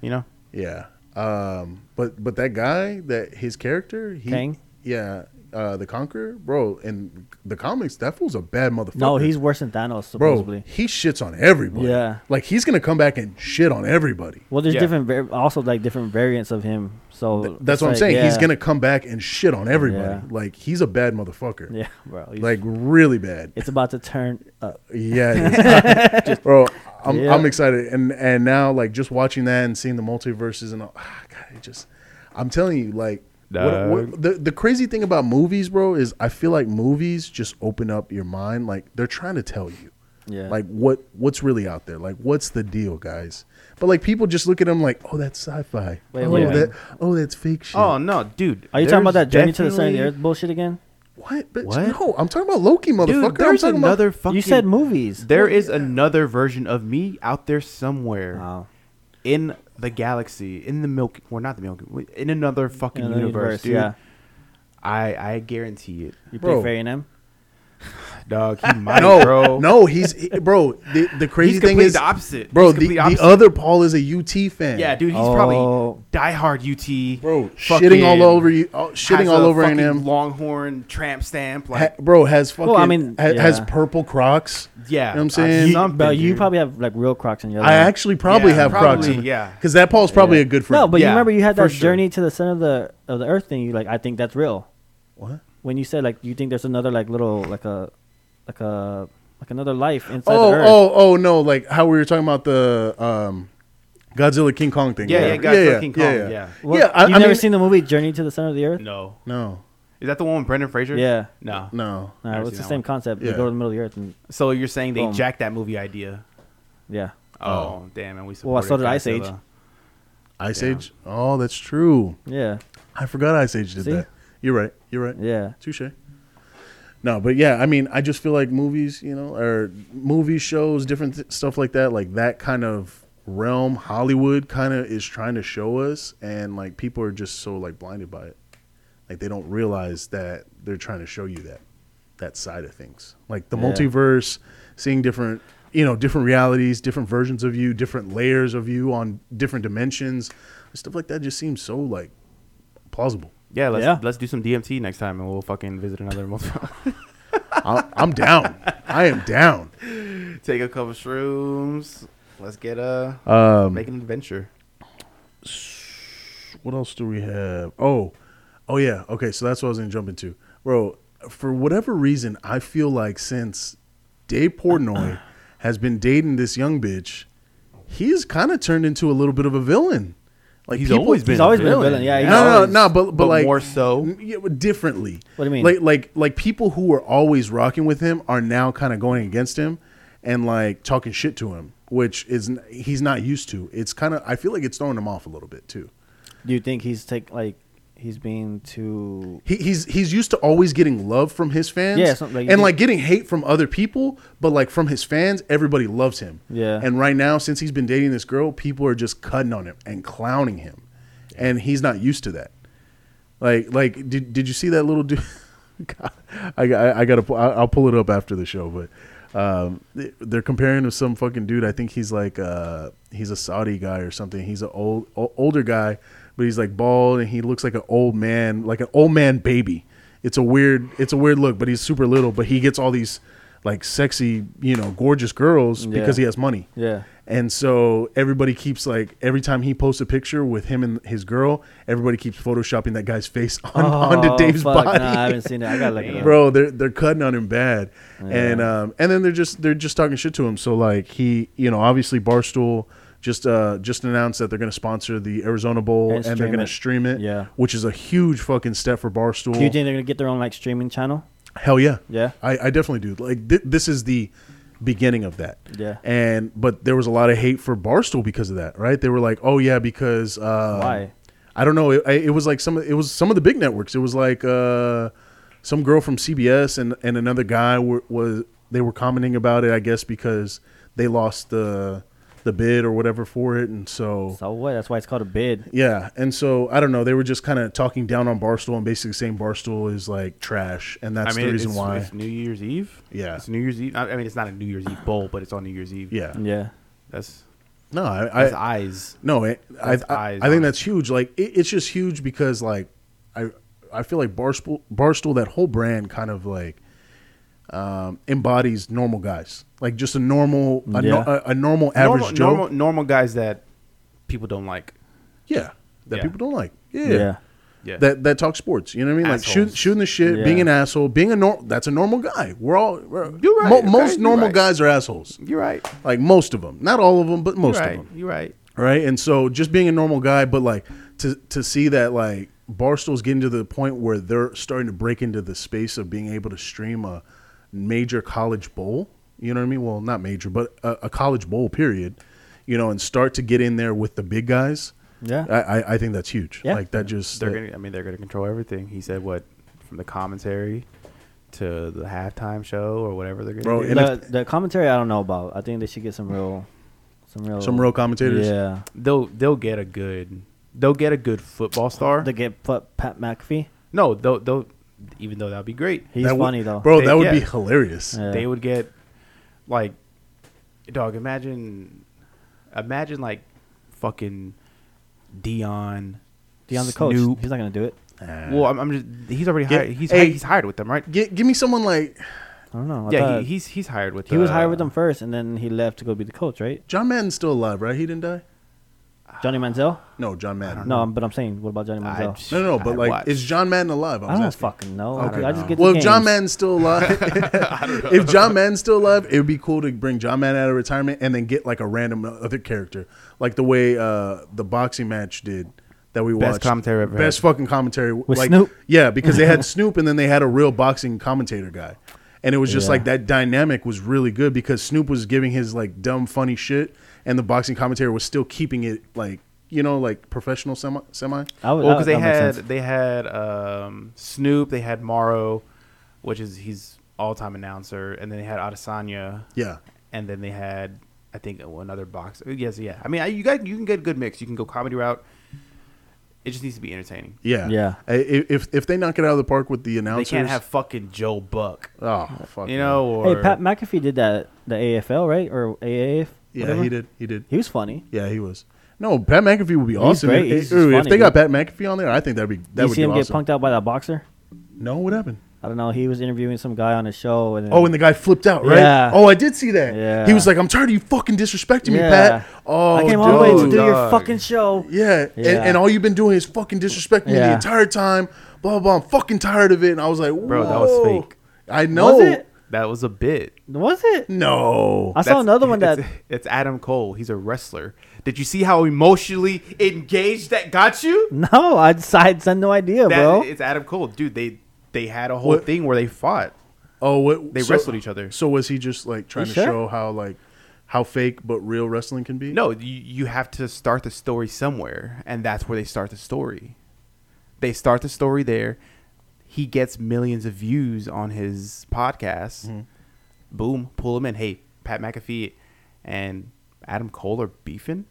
[SPEAKER 5] You know,
[SPEAKER 3] Yeah. Um, but but that guy, that his character, he,
[SPEAKER 4] Kang?
[SPEAKER 3] yeah, uh, the Conqueror, bro. In the comics, that fool's a bad motherfucker.
[SPEAKER 4] no, he's worse than Thanos
[SPEAKER 3] bro.
[SPEAKER 4] supposedly.
[SPEAKER 3] He shits on everybody.
[SPEAKER 4] Yeah.
[SPEAKER 3] like he's gonna come back and shit on everybody.
[SPEAKER 4] Well, there's
[SPEAKER 5] Yeah.
[SPEAKER 4] different, var- also like different variants of him. So
[SPEAKER 3] That's what
[SPEAKER 4] it's
[SPEAKER 3] I'm
[SPEAKER 4] like,
[SPEAKER 3] saying. He's
[SPEAKER 4] yeah.
[SPEAKER 3] gonna come back and shit on everybody.
[SPEAKER 4] Yeah.
[SPEAKER 3] Like he's a bad motherfucker.
[SPEAKER 4] Yeah, bro. he's-
[SPEAKER 3] Like really bad.
[SPEAKER 4] it's about to turn up.
[SPEAKER 3] Yeah, it is. bro. I'm
[SPEAKER 4] Yeah.
[SPEAKER 3] I'm excited, and and now like just watching that and seeing the multiverses and all, ah, God, it just, I'm telling you, like what, what,
[SPEAKER 5] Dog.
[SPEAKER 3] the the crazy thing about movies, bro, is I feel like movies just open up your mind. Like they're trying to tell you,
[SPEAKER 4] Yeah.
[SPEAKER 3] like what what's really out there, like what's the deal, guys. But like people just look at them like, oh, that's sci-fi.
[SPEAKER 4] Wait,
[SPEAKER 3] oh,
[SPEAKER 4] wait,
[SPEAKER 3] that, oh, that's fake shit.
[SPEAKER 5] Oh no, dude.
[SPEAKER 4] Are you talking about that
[SPEAKER 5] there's
[SPEAKER 4] journey to the center of the
[SPEAKER 5] definitely-
[SPEAKER 4] earth bullshit again?
[SPEAKER 3] what? But
[SPEAKER 5] What?
[SPEAKER 3] no, I'm talking about Loki, motherfucker.
[SPEAKER 5] Dude,
[SPEAKER 3] I'm
[SPEAKER 5] there's
[SPEAKER 3] talking about-
[SPEAKER 5] another fucking.
[SPEAKER 4] You said movies.
[SPEAKER 5] There is another version of me out there somewhere
[SPEAKER 4] Oh.
[SPEAKER 5] in the galaxy, in the Milky. Well, not the Milky. In another fucking
[SPEAKER 4] Another
[SPEAKER 5] universe,
[SPEAKER 4] universe,
[SPEAKER 5] dude.
[SPEAKER 4] yeah.
[SPEAKER 5] I I guarantee it,
[SPEAKER 4] You
[SPEAKER 3] Bro.
[SPEAKER 4] play Fairy Name?
[SPEAKER 5] dog. He might,
[SPEAKER 3] no,
[SPEAKER 5] bro.
[SPEAKER 3] no, he's he- bro. The, the crazy
[SPEAKER 5] He's
[SPEAKER 3] thing
[SPEAKER 5] complete
[SPEAKER 3] is,
[SPEAKER 5] the opposite.
[SPEAKER 3] bro.
[SPEAKER 5] He's
[SPEAKER 3] The,
[SPEAKER 5] complete
[SPEAKER 3] the
[SPEAKER 5] opposite.
[SPEAKER 3] other Paul is a UT fan.
[SPEAKER 5] Yeah, dude, he's
[SPEAKER 4] Oh.
[SPEAKER 5] probably diehard UT.
[SPEAKER 3] bro,
[SPEAKER 5] fucking
[SPEAKER 3] shitting all over you, all, shitting
[SPEAKER 5] has
[SPEAKER 3] all
[SPEAKER 5] a
[SPEAKER 3] over
[SPEAKER 5] fucking
[SPEAKER 3] A&M.
[SPEAKER 5] Longhorn tramp stamp.
[SPEAKER 3] Ha-
[SPEAKER 5] Like,
[SPEAKER 3] bro has fucking.
[SPEAKER 4] I mean,
[SPEAKER 3] ha- has
[SPEAKER 4] yeah.
[SPEAKER 3] purple Crocs.
[SPEAKER 5] yeah,
[SPEAKER 3] you know what I'm
[SPEAKER 5] uh,
[SPEAKER 3] saying.
[SPEAKER 5] something,
[SPEAKER 4] But you
[SPEAKER 5] dude.
[SPEAKER 4] probably have like real Crocs in your
[SPEAKER 3] I actually probably
[SPEAKER 5] Yeah,
[SPEAKER 3] have Crocs.
[SPEAKER 5] probably, yeah.
[SPEAKER 3] because that Paul's probably a good friend.
[SPEAKER 4] No, but
[SPEAKER 5] Yeah,
[SPEAKER 4] you remember you had
[SPEAKER 5] for
[SPEAKER 4] that
[SPEAKER 5] sure.
[SPEAKER 4] journey to the center of the of the earth thing. You like, I think that's real.
[SPEAKER 3] What?
[SPEAKER 4] When you said like you think there's another like little like a like a like another life inside
[SPEAKER 3] oh,
[SPEAKER 4] the earth.
[SPEAKER 3] oh, oh no! Like how we were talking about the um, Godzilla King Kong thing.
[SPEAKER 5] Yeah,
[SPEAKER 3] right?
[SPEAKER 5] yeah, Godzilla King Kong, yeah.
[SPEAKER 4] What?
[SPEAKER 3] Yeah, I-
[SPEAKER 4] You've
[SPEAKER 3] I
[SPEAKER 4] never
[SPEAKER 3] mean-
[SPEAKER 4] seen the movie Journey to the Center of the Earth?
[SPEAKER 5] no.
[SPEAKER 3] No,
[SPEAKER 5] Is that the one with Brendan Fraser?
[SPEAKER 4] Yeah.
[SPEAKER 5] No.
[SPEAKER 3] no.
[SPEAKER 4] No,
[SPEAKER 5] Never
[SPEAKER 4] it's the
[SPEAKER 5] seen that
[SPEAKER 4] same
[SPEAKER 5] one.
[SPEAKER 4] concept.
[SPEAKER 3] Yeah.
[SPEAKER 4] You go to the middle of the earth and
[SPEAKER 5] So you're saying they
[SPEAKER 4] Boom.
[SPEAKER 5] jacked that movie idea?
[SPEAKER 4] yeah.
[SPEAKER 5] Oh, damn! And we
[SPEAKER 4] Well,
[SPEAKER 5] supported
[SPEAKER 4] so did Ice Age.
[SPEAKER 5] Godzilla.
[SPEAKER 3] Ice
[SPEAKER 5] Yeah.
[SPEAKER 3] Age. Oh, that's true.
[SPEAKER 4] Yeah.
[SPEAKER 3] I forgot Ice Age did
[SPEAKER 4] See?
[SPEAKER 3] that. You're right. You're right.
[SPEAKER 4] Yeah.
[SPEAKER 3] Touche. No, but yeah, I mean, I just feel like movies, you know, or movie shows, different th- stuff like that, like that kind of realm Hollywood kind of is trying to show us, and like people are just so like blinded by it, like they don't realize that they're trying to show you that that side of things, like the
[SPEAKER 4] Yeah.
[SPEAKER 3] multiverse, seeing different, you know, different realities, different versions of you, different layers of you on different dimensions, stuff like that. Just seems so like plausible.
[SPEAKER 5] Yeah, let's
[SPEAKER 4] Yeah.
[SPEAKER 5] let's do some DMT next time, and we'll fucking visit another multiple.
[SPEAKER 3] I- I'm down. I am down.
[SPEAKER 5] Take a couple shrooms. Let's get a
[SPEAKER 3] Um,
[SPEAKER 5] make an adventure.
[SPEAKER 3] What else do we have? Oh, oh yeah. Okay, so that's what I was gonna jump into, bro. For whatever reason, I feel like since Dave Portnoy has been dating this young bitch, he's kind of turned into a little bit of a villain. Like
[SPEAKER 5] He's
[SPEAKER 3] people-
[SPEAKER 5] always been.
[SPEAKER 4] He's
[SPEAKER 5] a
[SPEAKER 4] always been a
[SPEAKER 5] villain.
[SPEAKER 4] villain, yeah, he's
[SPEAKER 3] no, no,
[SPEAKER 4] always-
[SPEAKER 3] no, but but,
[SPEAKER 5] but
[SPEAKER 3] like
[SPEAKER 5] more so?
[SPEAKER 3] N- yeah, but differently.
[SPEAKER 4] What do you mean?
[SPEAKER 3] Like like like people who were always rocking with him are now kind of going against him and like talking shit to him, which is n- he's not used to. It's kind of I feel like it's throwing him off a little bit too.
[SPEAKER 4] Do you think he's take like he's being too
[SPEAKER 3] He, he's he's used to always getting love from his fans,
[SPEAKER 4] Yeah, something like-
[SPEAKER 3] and like getting hate from other people, but like from his fans, everybody loves him.
[SPEAKER 4] Yeah.
[SPEAKER 3] And right now, since he's been dating this girl, people are just cutting on him and clowning him, and he's not used to that. Like like did did you see that little dude? God, I got I got to I'll pull it up after the show, but Um, they- they're comparing to some fucking dude. I think he's like uh, he's a Saudi guy or something. He's an old o- older guy, but he's like bald and he looks like an old man, like an old man baby. It's a weird it's a weird look, but he's super little. But he gets all these like sexy, you know, gorgeous girls because
[SPEAKER 4] Yeah.
[SPEAKER 3] he has money.
[SPEAKER 4] Yeah.
[SPEAKER 3] And so everybody keeps like every time he posts a picture with him and his girl, everybody keeps photoshopping that guy's face on, onto
[SPEAKER 4] Oh,
[SPEAKER 3] Dave's
[SPEAKER 4] fuck,
[SPEAKER 3] body.
[SPEAKER 4] Nah, I haven't seen it. I gotta look it up.
[SPEAKER 3] Bro, they're they're cutting on him bad, and um and then they're just they're just talking shit to him. So like he, you know, obviously Barstool just uh just announced that they're going to sponsor the Arizona Bowl
[SPEAKER 4] And
[SPEAKER 3] and, they're
[SPEAKER 4] stream
[SPEAKER 3] going to
[SPEAKER 4] it.
[SPEAKER 3] stream it,
[SPEAKER 4] Yeah.
[SPEAKER 3] which is a huge fucking step for Barstool.
[SPEAKER 4] Do you think they're gonna get their own like streaming channel?
[SPEAKER 3] Hell yeah,
[SPEAKER 4] Yeah.
[SPEAKER 3] I, I definitely do. Like thi- this is the beginning of that.
[SPEAKER 4] Yeah.
[SPEAKER 3] And but there was a lot of hate for Barstool because of that, right? They were like, "Oh yeah, because uh,
[SPEAKER 4] Why?
[SPEAKER 3] I don't know. It, I- it was like some. It was some of the big networks. It was like uh, some girl from CBS and and another guy were, was they were commenting about it. I guess because they lost the the bid or whatever for it, and so
[SPEAKER 4] So what? That's why it's called a bid.
[SPEAKER 3] yeah, and so I don't know. They were just kind of talking down on Barstool and basically saying Barstool is like trash, and
[SPEAKER 5] I
[SPEAKER 3] that's
[SPEAKER 5] mean,
[SPEAKER 3] the reason
[SPEAKER 5] it's,
[SPEAKER 3] why.
[SPEAKER 5] it's New Year's Eve.
[SPEAKER 3] Yeah.
[SPEAKER 5] it's New Year's Eve. I I mean, it's not a New Year's Eve bowl, but it's on New Year's Eve.
[SPEAKER 3] yeah.
[SPEAKER 4] Yeah.
[SPEAKER 5] that's
[SPEAKER 3] No, I,
[SPEAKER 5] that's
[SPEAKER 3] I
[SPEAKER 5] eyes.
[SPEAKER 3] no, it, I,
[SPEAKER 5] That's
[SPEAKER 3] I,
[SPEAKER 5] eyes
[SPEAKER 3] I
[SPEAKER 5] on
[SPEAKER 3] think
[SPEAKER 5] it.
[SPEAKER 3] that's huge. Like it, it's just huge because like I I feel like Barstool Barstool that whole brand kind of like um, embodies normal guys, like just a normal a, no,
[SPEAKER 4] Yeah.
[SPEAKER 3] a, a normal average
[SPEAKER 5] normal,
[SPEAKER 3] Joe.
[SPEAKER 5] normal, normal guys that people don't like.
[SPEAKER 3] yeah, that
[SPEAKER 5] Yeah.
[SPEAKER 3] people don't like. Yeah.
[SPEAKER 4] Yeah.
[SPEAKER 5] Yeah,
[SPEAKER 3] That, that talk sports, you know what I mean? Like shoot,
[SPEAKER 5] Assholes.
[SPEAKER 3] shooting the shit,
[SPEAKER 4] Yeah.
[SPEAKER 3] being an asshole, being a normal. That's a normal guy. We're all we're,
[SPEAKER 5] You're right,
[SPEAKER 3] mo-
[SPEAKER 5] okay,
[SPEAKER 3] most
[SPEAKER 5] you're
[SPEAKER 3] normal
[SPEAKER 5] right.
[SPEAKER 3] guys are assholes.
[SPEAKER 5] you're right.
[SPEAKER 3] Like most of them, not all of them, but most
[SPEAKER 5] you're
[SPEAKER 3] of
[SPEAKER 5] right.
[SPEAKER 3] them.
[SPEAKER 5] You're right.
[SPEAKER 3] right? And so just being a normal guy, but like to to see that like Barstool's getting to the point where they're starting to break into the space of being able to stream a major college bowl. You know what I mean? Well, not major, but a, a college bowl period. You know, and start to get in there with the big guys.
[SPEAKER 4] Yeah.
[SPEAKER 3] I I, I think that's huge.
[SPEAKER 4] Yeah.
[SPEAKER 3] Like that just
[SPEAKER 5] They're
[SPEAKER 3] that-
[SPEAKER 5] gonna. I mean, they're gonna control everything. He said what from the commentary to the halftime show or whatever they're gonna
[SPEAKER 3] Bro,
[SPEAKER 5] do.
[SPEAKER 3] and
[SPEAKER 4] The, the commentary I don't know about. I think they should get some real, some real,
[SPEAKER 3] some real commentators.
[SPEAKER 4] Yeah.
[SPEAKER 5] they'll they'll get a good they'll get a good football star.
[SPEAKER 4] They get put Pat McAfee.
[SPEAKER 5] no, they'll they'll even though that'd be great.
[SPEAKER 4] He's
[SPEAKER 3] That would-
[SPEAKER 4] funny though.
[SPEAKER 3] bro.
[SPEAKER 5] They-
[SPEAKER 3] that would
[SPEAKER 5] yeah.
[SPEAKER 3] be hilarious.
[SPEAKER 4] Yeah.
[SPEAKER 5] They would get like dog. Imagine imagine like fucking Dion.
[SPEAKER 4] Dion's the coach.
[SPEAKER 5] Snoop.
[SPEAKER 4] He's not gonna do it.
[SPEAKER 5] Well, I'm, I'm just he's already
[SPEAKER 3] Get-
[SPEAKER 5] hired. He's
[SPEAKER 3] hey.
[SPEAKER 5] hi- he's hired with them, right?
[SPEAKER 3] Gi- give me someone like
[SPEAKER 4] I don't know. I
[SPEAKER 5] yeah,
[SPEAKER 4] thought-
[SPEAKER 5] he, he's he's hired with.
[SPEAKER 4] he was
[SPEAKER 5] uh,
[SPEAKER 4] hired with them first, and then he left to go be the coach, right?
[SPEAKER 3] John Madden's still alive, right? He didn't die.
[SPEAKER 4] Johnny Manziel.
[SPEAKER 3] No, John Madden.
[SPEAKER 4] No, but I'm saying, what about Johnny
[SPEAKER 5] I-
[SPEAKER 4] Manziel?
[SPEAKER 3] no, no. no
[SPEAKER 5] I
[SPEAKER 3] but like,
[SPEAKER 5] watched.
[SPEAKER 3] is John Madden alive?
[SPEAKER 4] I,
[SPEAKER 3] was
[SPEAKER 4] don't
[SPEAKER 3] asking.
[SPEAKER 4] fucking know.
[SPEAKER 5] Okay.
[SPEAKER 4] I just get the
[SPEAKER 3] Well, if John
[SPEAKER 4] games.
[SPEAKER 3] Madden's still alive, if John Madden's still alive, it would be cool to bring John Madden out of retirement and then get like a random other character, like the way uh, the boxing match did that we
[SPEAKER 5] Best
[SPEAKER 3] watched.
[SPEAKER 5] commentary I've ever
[SPEAKER 3] Best
[SPEAKER 5] had.
[SPEAKER 3] fucking commentary
[SPEAKER 4] With
[SPEAKER 3] like,
[SPEAKER 4] Snoop?
[SPEAKER 3] Yeah, because they had Snoop and then they had a real boxing commentator guy, and it was just
[SPEAKER 4] Yeah.
[SPEAKER 3] like that dynamic was really good because Snoop was giving his like dumb funny shit, and the boxing commentator was still keeping it like you know like professional semi semi.
[SPEAKER 4] I would,
[SPEAKER 5] Well,
[SPEAKER 4] that-
[SPEAKER 5] because they
[SPEAKER 4] that makes
[SPEAKER 5] had
[SPEAKER 4] sense.
[SPEAKER 5] they had um, Snoop, they had Morrow, which is he's all time announcer, and then they had Adesanya,
[SPEAKER 3] Yeah.
[SPEAKER 5] and then they had I think oh, another box. Yes, yeah. I mean, I, you guys you can get a good mix. You can go comedy route. It just needs to be entertaining.
[SPEAKER 3] Yeah,
[SPEAKER 4] Yeah.
[SPEAKER 3] I- i- If if they knock it out of the park with the
[SPEAKER 5] They
[SPEAKER 3] announcers,
[SPEAKER 5] can't have fucking Joe Buck,
[SPEAKER 3] Oh fuck.
[SPEAKER 5] you
[SPEAKER 3] no.
[SPEAKER 5] know. Or
[SPEAKER 4] Hey, Pat McAfee did that the AFL, right? Or AAF?
[SPEAKER 3] Yeah,
[SPEAKER 4] whatever.
[SPEAKER 3] he did. He did.
[SPEAKER 4] He was funny.
[SPEAKER 3] Yeah, he was. No, Pat McAfee would be awesome.
[SPEAKER 4] great.
[SPEAKER 3] If-
[SPEAKER 4] He's
[SPEAKER 3] if- if
[SPEAKER 4] funny,
[SPEAKER 3] they got
[SPEAKER 4] dude.
[SPEAKER 3] Pat McAfee on there, I think that'd be that
[SPEAKER 4] Did you
[SPEAKER 3] would
[SPEAKER 4] see
[SPEAKER 3] be
[SPEAKER 4] him
[SPEAKER 3] awesome.
[SPEAKER 4] get punked out by that boxer?
[SPEAKER 3] No, what happened?
[SPEAKER 4] I don't know. He was interviewing some guy on a show, and then,
[SPEAKER 3] Oh, and the guy flipped out, right?
[SPEAKER 4] Yeah.
[SPEAKER 3] Oh, I did see that.
[SPEAKER 4] Yeah.
[SPEAKER 3] He was like, "I'm tired of you fucking disrespecting me,
[SPEAKER 4] Yeah.
[SPEAKER 3] Pat." Oh,
[SPEAKER 4] I came all the way to
[SPEAKER 3] dude.
[SPEAKER 4] do your
[SPEAKER 5] dog.
[SPEAKER 4] fucking show.
[SPEAKER 3] Yeah, And,
[SPEAKER 4] Yeah.
[SPEAKER 3] and all you've been doing is fucking disrespecting me the
[SPEAKER 4] Yeah.
[SPEAKER 3] entire time. Blah, blah blah. I'm fucking tired of it. And I was like,
[SPEAKER 5] Bro, that was
[SPEAKER 3] "Whoa."
[SPEAKER 5] fake.
[SPEAKER 3] I know.
[SPEAKER 4] Was it?
[SPEAKER 5] that was a bit.
[SPEAKER 4] Was it?
[SPEAKER 3] No.
[SPEAKER 4] I saw another one that
[SPEAKER 5] it's, it's Adam Cole. He's a wrestler. Did you see how emotionally engaged that got you?
[SPEAKER 4] no, I decided I had no idea,
[SPEAKER 5] That-
[SPEAKER 4] bro.
[SPEAKER 5] It's Adam Cole, dude. They they had a whole
[SPEAKER 3] What-
[SPEAKER 5] thing where they fought.
[SPEAKER 3] Oh, what,
[SPEAKER 5] They wrestled each other.
[SPEAKER 3] So was he just like trying to
[SPEAKER 4] sure?
[SPEAKER 3] show how like how fake but real wrestling can be?
[SPEAKER 5] No, you, you have to start the story somewhere, and that's where they start the story. They start the story there. He gets millions of views on his podcast.
[SPEAKER 4] Mm-hmm.
[SPEAKER 5] Boom, pull him in. Hey, Pat McAfee and Adam Cole are beefing.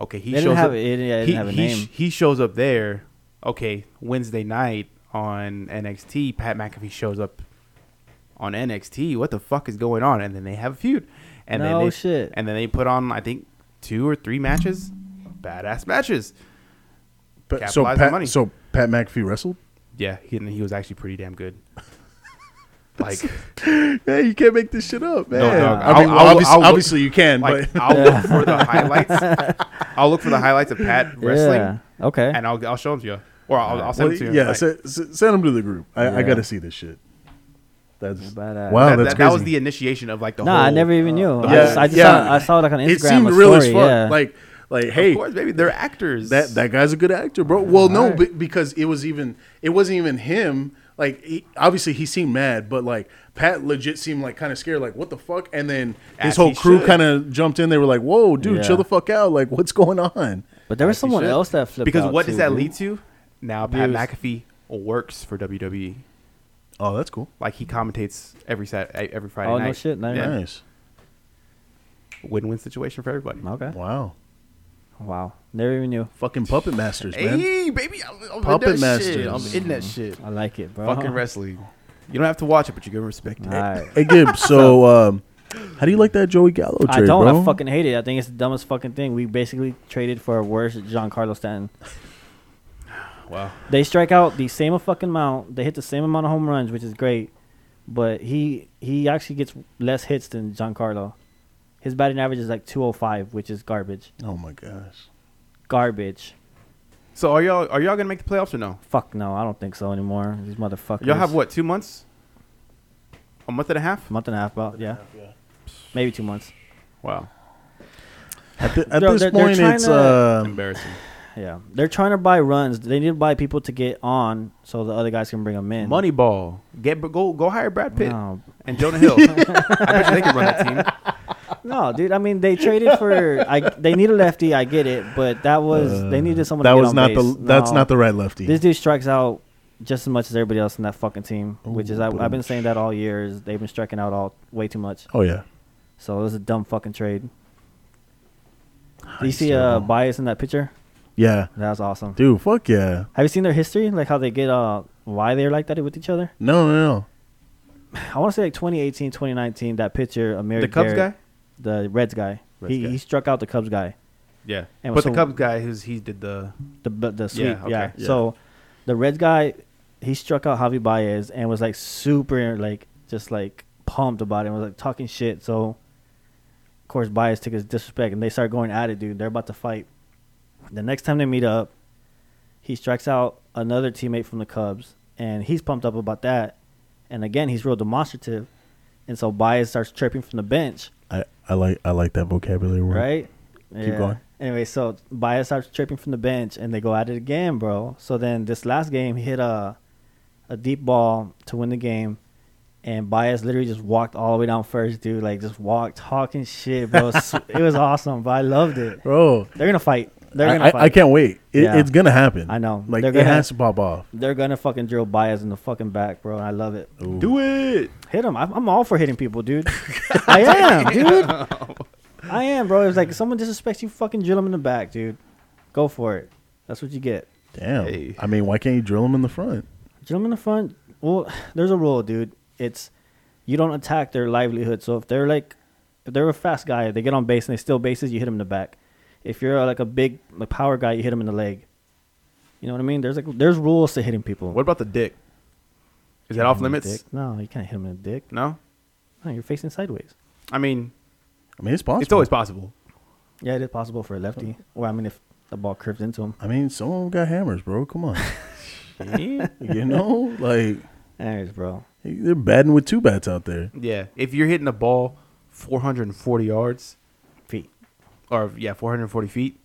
[SPEAKER 5] Okay, he
[SPEAKER 4] They didn't
[SPEAKER 5] shows
[SPEAKER 4] have-
[SPEAKER 5] up.
[SPEAKER 4] it didn't- yeah, it didn't
[SPEAKER 5] he,
[SPEAKER 4] have a
[SPEAKER 5] he
[SPEAKER 4] name.
[SPEAKER 5] he shows up there. Okay, Wednesday night on NXT, Pat McAfee shows up on NXT. What the fuck is going on? And then they have a feud. And
[SPEAKER 4] No
[SPEAKER 5] then they,
[SPEAKER 4] shit.
[SPEAKER 5] And then they put on I think two or three matches, badass matches.
[SPEAKER 3] But, so
[SPEAKER 5] Capitalize on
[SPEAKER 3] Pat,
[SPEAKER 5] money.
[SPEAKER 3] so Pat McAfee wrestled.
[SPEAKER 5] Yeah, he, and he was actually pretty damn good. Like,
[SPEAKER 3] Hey, you can't make this shit up, man.
[SPEAKER 5] dog.
[SPEAKER 3] I mean,
[SPEAKER 5] I'll- I'll-
[SPEAKER 3] obviously,
[SPEAKER 5] I'll look-
[SPEAKER 3] obviously you can,
[SPEAKER 5] like
[SPEAKER 3] but
[SPEAKER 5] I'll look for the highlights. I'll look for the highlights of Pat wrestling,
[SPEAKER 4] Yeah. Okay.
[SPEAKER 5] and I'll I'll show them to you, or I'll, I'll send
[SPEAKER 3] Well,
[SPEAKER 5] them to you.
[SPEAKER 3] yeah,
[SPEAKER 5] Like,
[SPEAKER 3] se- se- send them to the group. I, I
[SPEAKER 4] Yeah.
[SPEAKER 3] got to see this shit. That's
[SPEAKER 4] Badass.
[SPEAKER 3] wow.
[SPEAKER 5] that,
[SPEAKER 3] that's
[SPEAKER 5] that,
[SPEAKER 3] crazy.
[SPEAKER 5] that was the initiation of like the
[SPEAKER 4] Nah,
[SPEAKER 5] whole.
[SPEAKER 4] I never even knew. I
[SPEAKER 3] yeah,
[SPEAKER 4] just, I just
[SPEAKER 3] yeah.
[SPEAKER 4] saw, I saw like on Instagram.
[SPEAKER 3] it seemed
[SPEAKER 4] a
[SPEAKER 3] real as
[SPEAKER 4] story,
[SPEAKER 3] fuck.
[SPEAKER 4] yeah.
[SPEAKER 3] Like, like,
[SPEAKER 5] Of
[SPEAKER 3] hey,
[SPEAKER 5] course, baby, they're actors.
[SPEAKER 3] that that guy's a good actor, bro. Well, no, be- because it was even it wasn't even him. Like, he, obviously, he seemed mad, but like Pat legit seemed like kind of scared. Like, what the fuck? And then his
[SPEAKER 5] As
[SPEAKER 3] whole
[SPEAKER 5] he
[SPEAKER 3] crew
[SPEAKER 5] should.
[SPEAKER 3] kind of jumped in. They were like, "Whoa, dude,
[SPEAKER 4] Yeah.
[SPEAKER 3] chill the fuck out! Like, what's going on?"
[SPEAKER 4] but there was
[SPEAKER 5] Yes, he
[SPEAKER 4] someone
[SPEAKER 5] should.
[SPEAKER 4] else that flipped.
[SPEAKER 5] because
[SPEAKER 4] out
[SPEAKER 5] what does
[SPEAKER 4] too,
[SPEAKER 5] that
[SPEAKER 4] dude.
[SPEAKER 5] lead to? Now Pat
[SPEAKER 4] Views.
[SPEAKER 5] McAfee works for E. WWE.
[SPEAKER 3] Oh, that's cool.
[SPEAKER 5] Like he commentates every Saturday, every Friday
[SPEAKER 4] Oh, no
[SPEAKER 5] night.
[SPEAKER 4] shit, no,
[SPEAKER 5] Yeah.
[SPEAKER 4] no.
[SPEAKER 3] Nice.
[SPEAKER 5] Win-win situation for everybody.
[SPEAKER 4] Okay.
[SPEAKER 3] Wow.
[SPEAKER 4] Wow. Never even knew.
[SPEAKER 3] Fucking puppet masters, man.
[SPEAKER 5] Hey, baby, I'm, I'm
[SPEAKER 3] Puppet
[SPEAKER 5] in that shit. I'm
[SPEAKER 3] masters.
[SPEAKER 5] in
[SPEAKER 4] Uh-huh.
[SPEAKER 5] that shit.
[SPEAKER 4] I like it, bro.
[SPEAKER 5] Fucking wrestling. You don't have to watch it, but you can respect it.
[SPEAKER 4] All right.
[SPEAKER 3] Hey Gibbs, so um, how do you like that Joey Gallo trade,
[SPEAKER 4] I don't.
[SPEAKER 3] bro?
[SPEAKER 4] I fucking hate it. I think it's the dumbest fucking thing. We basically traded for a worse Giancarlo Stanton.
[SPEAKER 5] Wow.
[SPEAKER 4] They strike out the same fucking amount. They hit the same amount of home runs, which is great. But he he actually gets less hits than Giancarlo. His batting average is like 205, which is garbage.
[SPEAKER 3] oh my gosh.
[SPEAKER 4] Garbage.
[SPEAKER 5] So are y'all are y'all gonna make the playoffs or no?
[SPEAKER 4] Fuck no, I don't think so anymore. These motherfuckers.
[SPEAKER 5] Y'all have what? Two months? A month and a half?
[SPEAKER 4] A month and a half, about yeah, maybe two months.
[SPEAKER 5] Wow.
[SPEAKER 3] At, thi- at
[SPEAKER 4] They're-
[SPEAKER 3] this
[SPEAKER 4] they're- they're
[SPEAKER 3] point,
[SPEAKER 4] trying
[SPEAKER 3] it's
[SPEAKER 4] to-
[SPEAKER 3] um,
[SPEAKER 5] Embarrassing.
[SPEAKER 4] Yeah, they're trying to buy runs. They need to buy people to get on so the other guys can bring them in.
[SPEAKER 5] Moneyball. Get go go hire Brad Pitt
[SPEAKER 4] No,
[SPEAKER 5] and Jonah Hill. I bet you they can run that team.
[SPEAKER 4] no, dude. I mean, they traded for. I they need a lefty. I get it, but that was they needed someone.
[SPEAKER 3] Uh, that
[SPEAKER 4] to get
[SPEAKER 3] was
[SPEAKER 4] on
[SPEAKER 3] not
[SPEAKER 4] base.
[SPEAKER 3] the that's
[SPEAKER 4] No.
[SPEAKER 3] not the right lefty.
[SPEAKER 4] This dude strikes out just as much as everybody else in that fucking team, which is I,
[SPEAKER 3] Ooh,
[SPEAKER 4] I've been saying that all years. They've been striking out all way too much.
[SPEAKER 3] oh yeah,
[SPEAKER 4] So it was a dumb fucking trade. Do you
[SPEAKER 3] Nice,
[SPEAKER 4] see uh,
[SPEAKER 3] terrible.
[SPEAKER 4] bias in that picture?
[SPEAKER 3] yeah,
[SPEAKER 4] That was awesome.
[SPEAKER 3] dude, fuck yeah.
[SPEAKER 4] Have you seen their history? Like how they get uh why they're like that with each other?
[SPEAKER 3] No, no, no.
[SPEAKER 4] I want to say like 2018, 2019. That picture, Amir
[SPEAKER 5] The Cubs
[SPEAKER 4] Garrett,
[SPEAKER 5] guy?
[SPEAKER 4] the Reds guy.
[SPEAKER 5] Reds
[SPEAKER 4] he
[SPEAKER 5] guy.
[SPEAKER 4] he struck out the Cubs guy.
[SPEAKER 5] Yeah.
[SPEAKER 4] And
[SPEAKER 5] but
[SPEAKER 4] so-
[SPEAKER 5] the Cubs guy who's he did the
[SPEAKER 4] The the, the sweep.
[SPEAKER 5] Yeah,
[SPEAKER 4] Yeah,
[SPEAKER 5] okay.
[SPEAKER 3] Yeah.
[SPEAKER 4] So the Reds guy, he struck out Javi Baez and was like super like just like pumped about it. and Was like talking shit. So of course Baez took his disrespect and they start going at it, dude. They're about to fight. The next time they meet up, he strikes out another teammate from the Cubs and he's pumped up about that. And again, he's real demonstrative. And so Baez starts chirping from the bench
[SPEAKER 3] I, I like I like that vocabulary word.
[SPEAKER 4] right?
[SPEAKER 3] going.
[SPEAKER 4] Anyway, so Baez starts tripping from the bench, and they go at it again, bro. So then this last game, he hit a a deep ball to win the game, and Baez literally just walked all the way down first, dude. Like just walked, talking shit, bro. S- it was awesome, but I loved it.
[SPEAKER 3] bro.
[SPEAKER 4] They're gonna fight. They're
[SPEAKER 3] I,
[SPEAKER 4] gonna
[SPEAKER 3] I,
[SPEAKER 4] fight.
[SPEAKER 3] I can't wait. It,
[SPEAKER 4] Yeah.
[SPEAKER 3] It's gonna happen.
[SPEAKER 4] I know.
[SPEAKER 3] Like
[SPEAKER 4] They're
[SPEAKER 3] it
[SPEAKER 4] gonna-
[SPEAKER 3] has to pop off.
[SPEAKER 4] They're gonna fucking drill Baez in the fucking back, bro. And I love it.
[SPEAKER 5] Do it.
[SPEAKER 4] Hit him. I'm, I'm all for hitting people, dude. I am, dude. I am, bro. It's like someone disrespects you, fucking drill him in the back, dude. Go for it. That's what you get.
[SPEAKER 3] Damn.
[SPEAKER 5] Hey.
[SPEAKER 3] I mean, why can't you drill him in the front?
[SPEAKER 4] Drill him in the front. Well, there's a rule, dude. It's you don't attack their livelihood. So if they're like, if they're a fast guy, they get on base and they steal bases, you hit them in the back. If you're uh, like a big like, power guy, you hit them in the leg. You know what I mean? There's like there's rules to hitting people.
[SPEAKER 5] What about the dick? Is that
[SPEAKER 4] Hit
[SPEAKER 5] off
[SPEAKER 4] 'em in the
[SPEAKER 5] limits?
[SPEAKER 4] dick. No, you can't hit him in the dick.
[SPEAKER 5] No?
[SPEAKER 4] No, you're facing sideways.
[SPEAKER 5] I mean
[SPEAKER 3] I mean, it's possible.
[SPEAKER 5] it's always possible.
[SPEAKER 4] Yeah, it is possible for a lefty. Well, I mean, if the ball curves into him.
[SPEAKER 3] I mean, some of them got hammers, bro. Come on. you know, like
[SPEAKER 4] Anyways, bro.
[SPEAKER 3] they're batting with two bats out there.
[SPEAKER 5] Yeah. If you're hitting a ball four hundred and forty yards
[SPEAKER 4] Feet.
[SPEAKER 5] or yeah, four hundred and forty feet,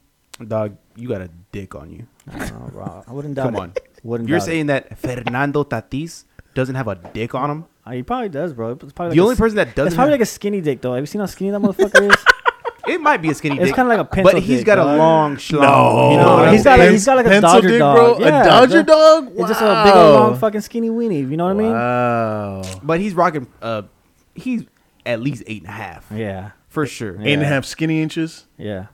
[SPEAKER 5] dog, you got a dick on you.
[SPEAKER 4] I don't know, Oh, bro. I wouldn't doubt
[SPEAKER 5] Come
[SPEAKER 4] it.
[SPEAKER 5] on.
[SPEAKER 4] Wouldn't
[SPEAKER 5] You're
[SPEAKER 4] doubt it.
[SPEAKER 5] saying that Fernando Tatis doesn't have a dick on him?
[SPEAKER 4] Uh, He probably does, bro. It's probably like
[SPEAKER 5] the
[SPEAKER 4] a
[SPEAKER 5] only
[SPEAKER 4] s-
[SPEAKER 5] person that doesn't
[SPEAKER 4] It's probably
[SPEAKER 5] have-
[SPEAKER 4] like a skinny dick, though. Have you seen how skinny that motherfucker is?
[SPEAKER 5] it might be a skinny
[SPEAKER 4] It's
[SPEAKER 5] dick.
[SPEAKER 4] kinda like a pencil
[SPEAKER 5] But he's
[SPEAKER 4] dick,
[SPEAKER 5] got a
[SPEAKER 4] dog.
[SPEAKER 5] long schlong. you know what I'm
[SPEAKER 4] he's got like
[SPEAKER 5] saying?
[SPEAKER 4] he's got like a
[SPEAKER 3] Pencil
[SPEAKER 4] Dodger
[SPEAKER 3] dick,
[SPEAKER 4] dog.
[SPEAKER 3] bro? A
[SPEAKER 4] Yeah,
[SPEAKER 3] Dodger
[SPEAKER 4] bro.
[SPEAKER 3] dog?
[SPEAKER 4] It's just a big
[SPEAKER 3] Wow.
[SPEAKER 4] old long fucking skinny weenie. You know what
[SPEAKER 3] Wow.
[SPEAKER 5] But he's rocking uh he's at least eight and a half.
[SPEAKER 4] I mean? Yeah,
[SPEAKER 5] For sure.
[SPEAKER 3] Eight and a
[SPEAKER 4] Yeah.
[SPEAKER 3] half skinny inches.
[SPEAKER 4] yeah.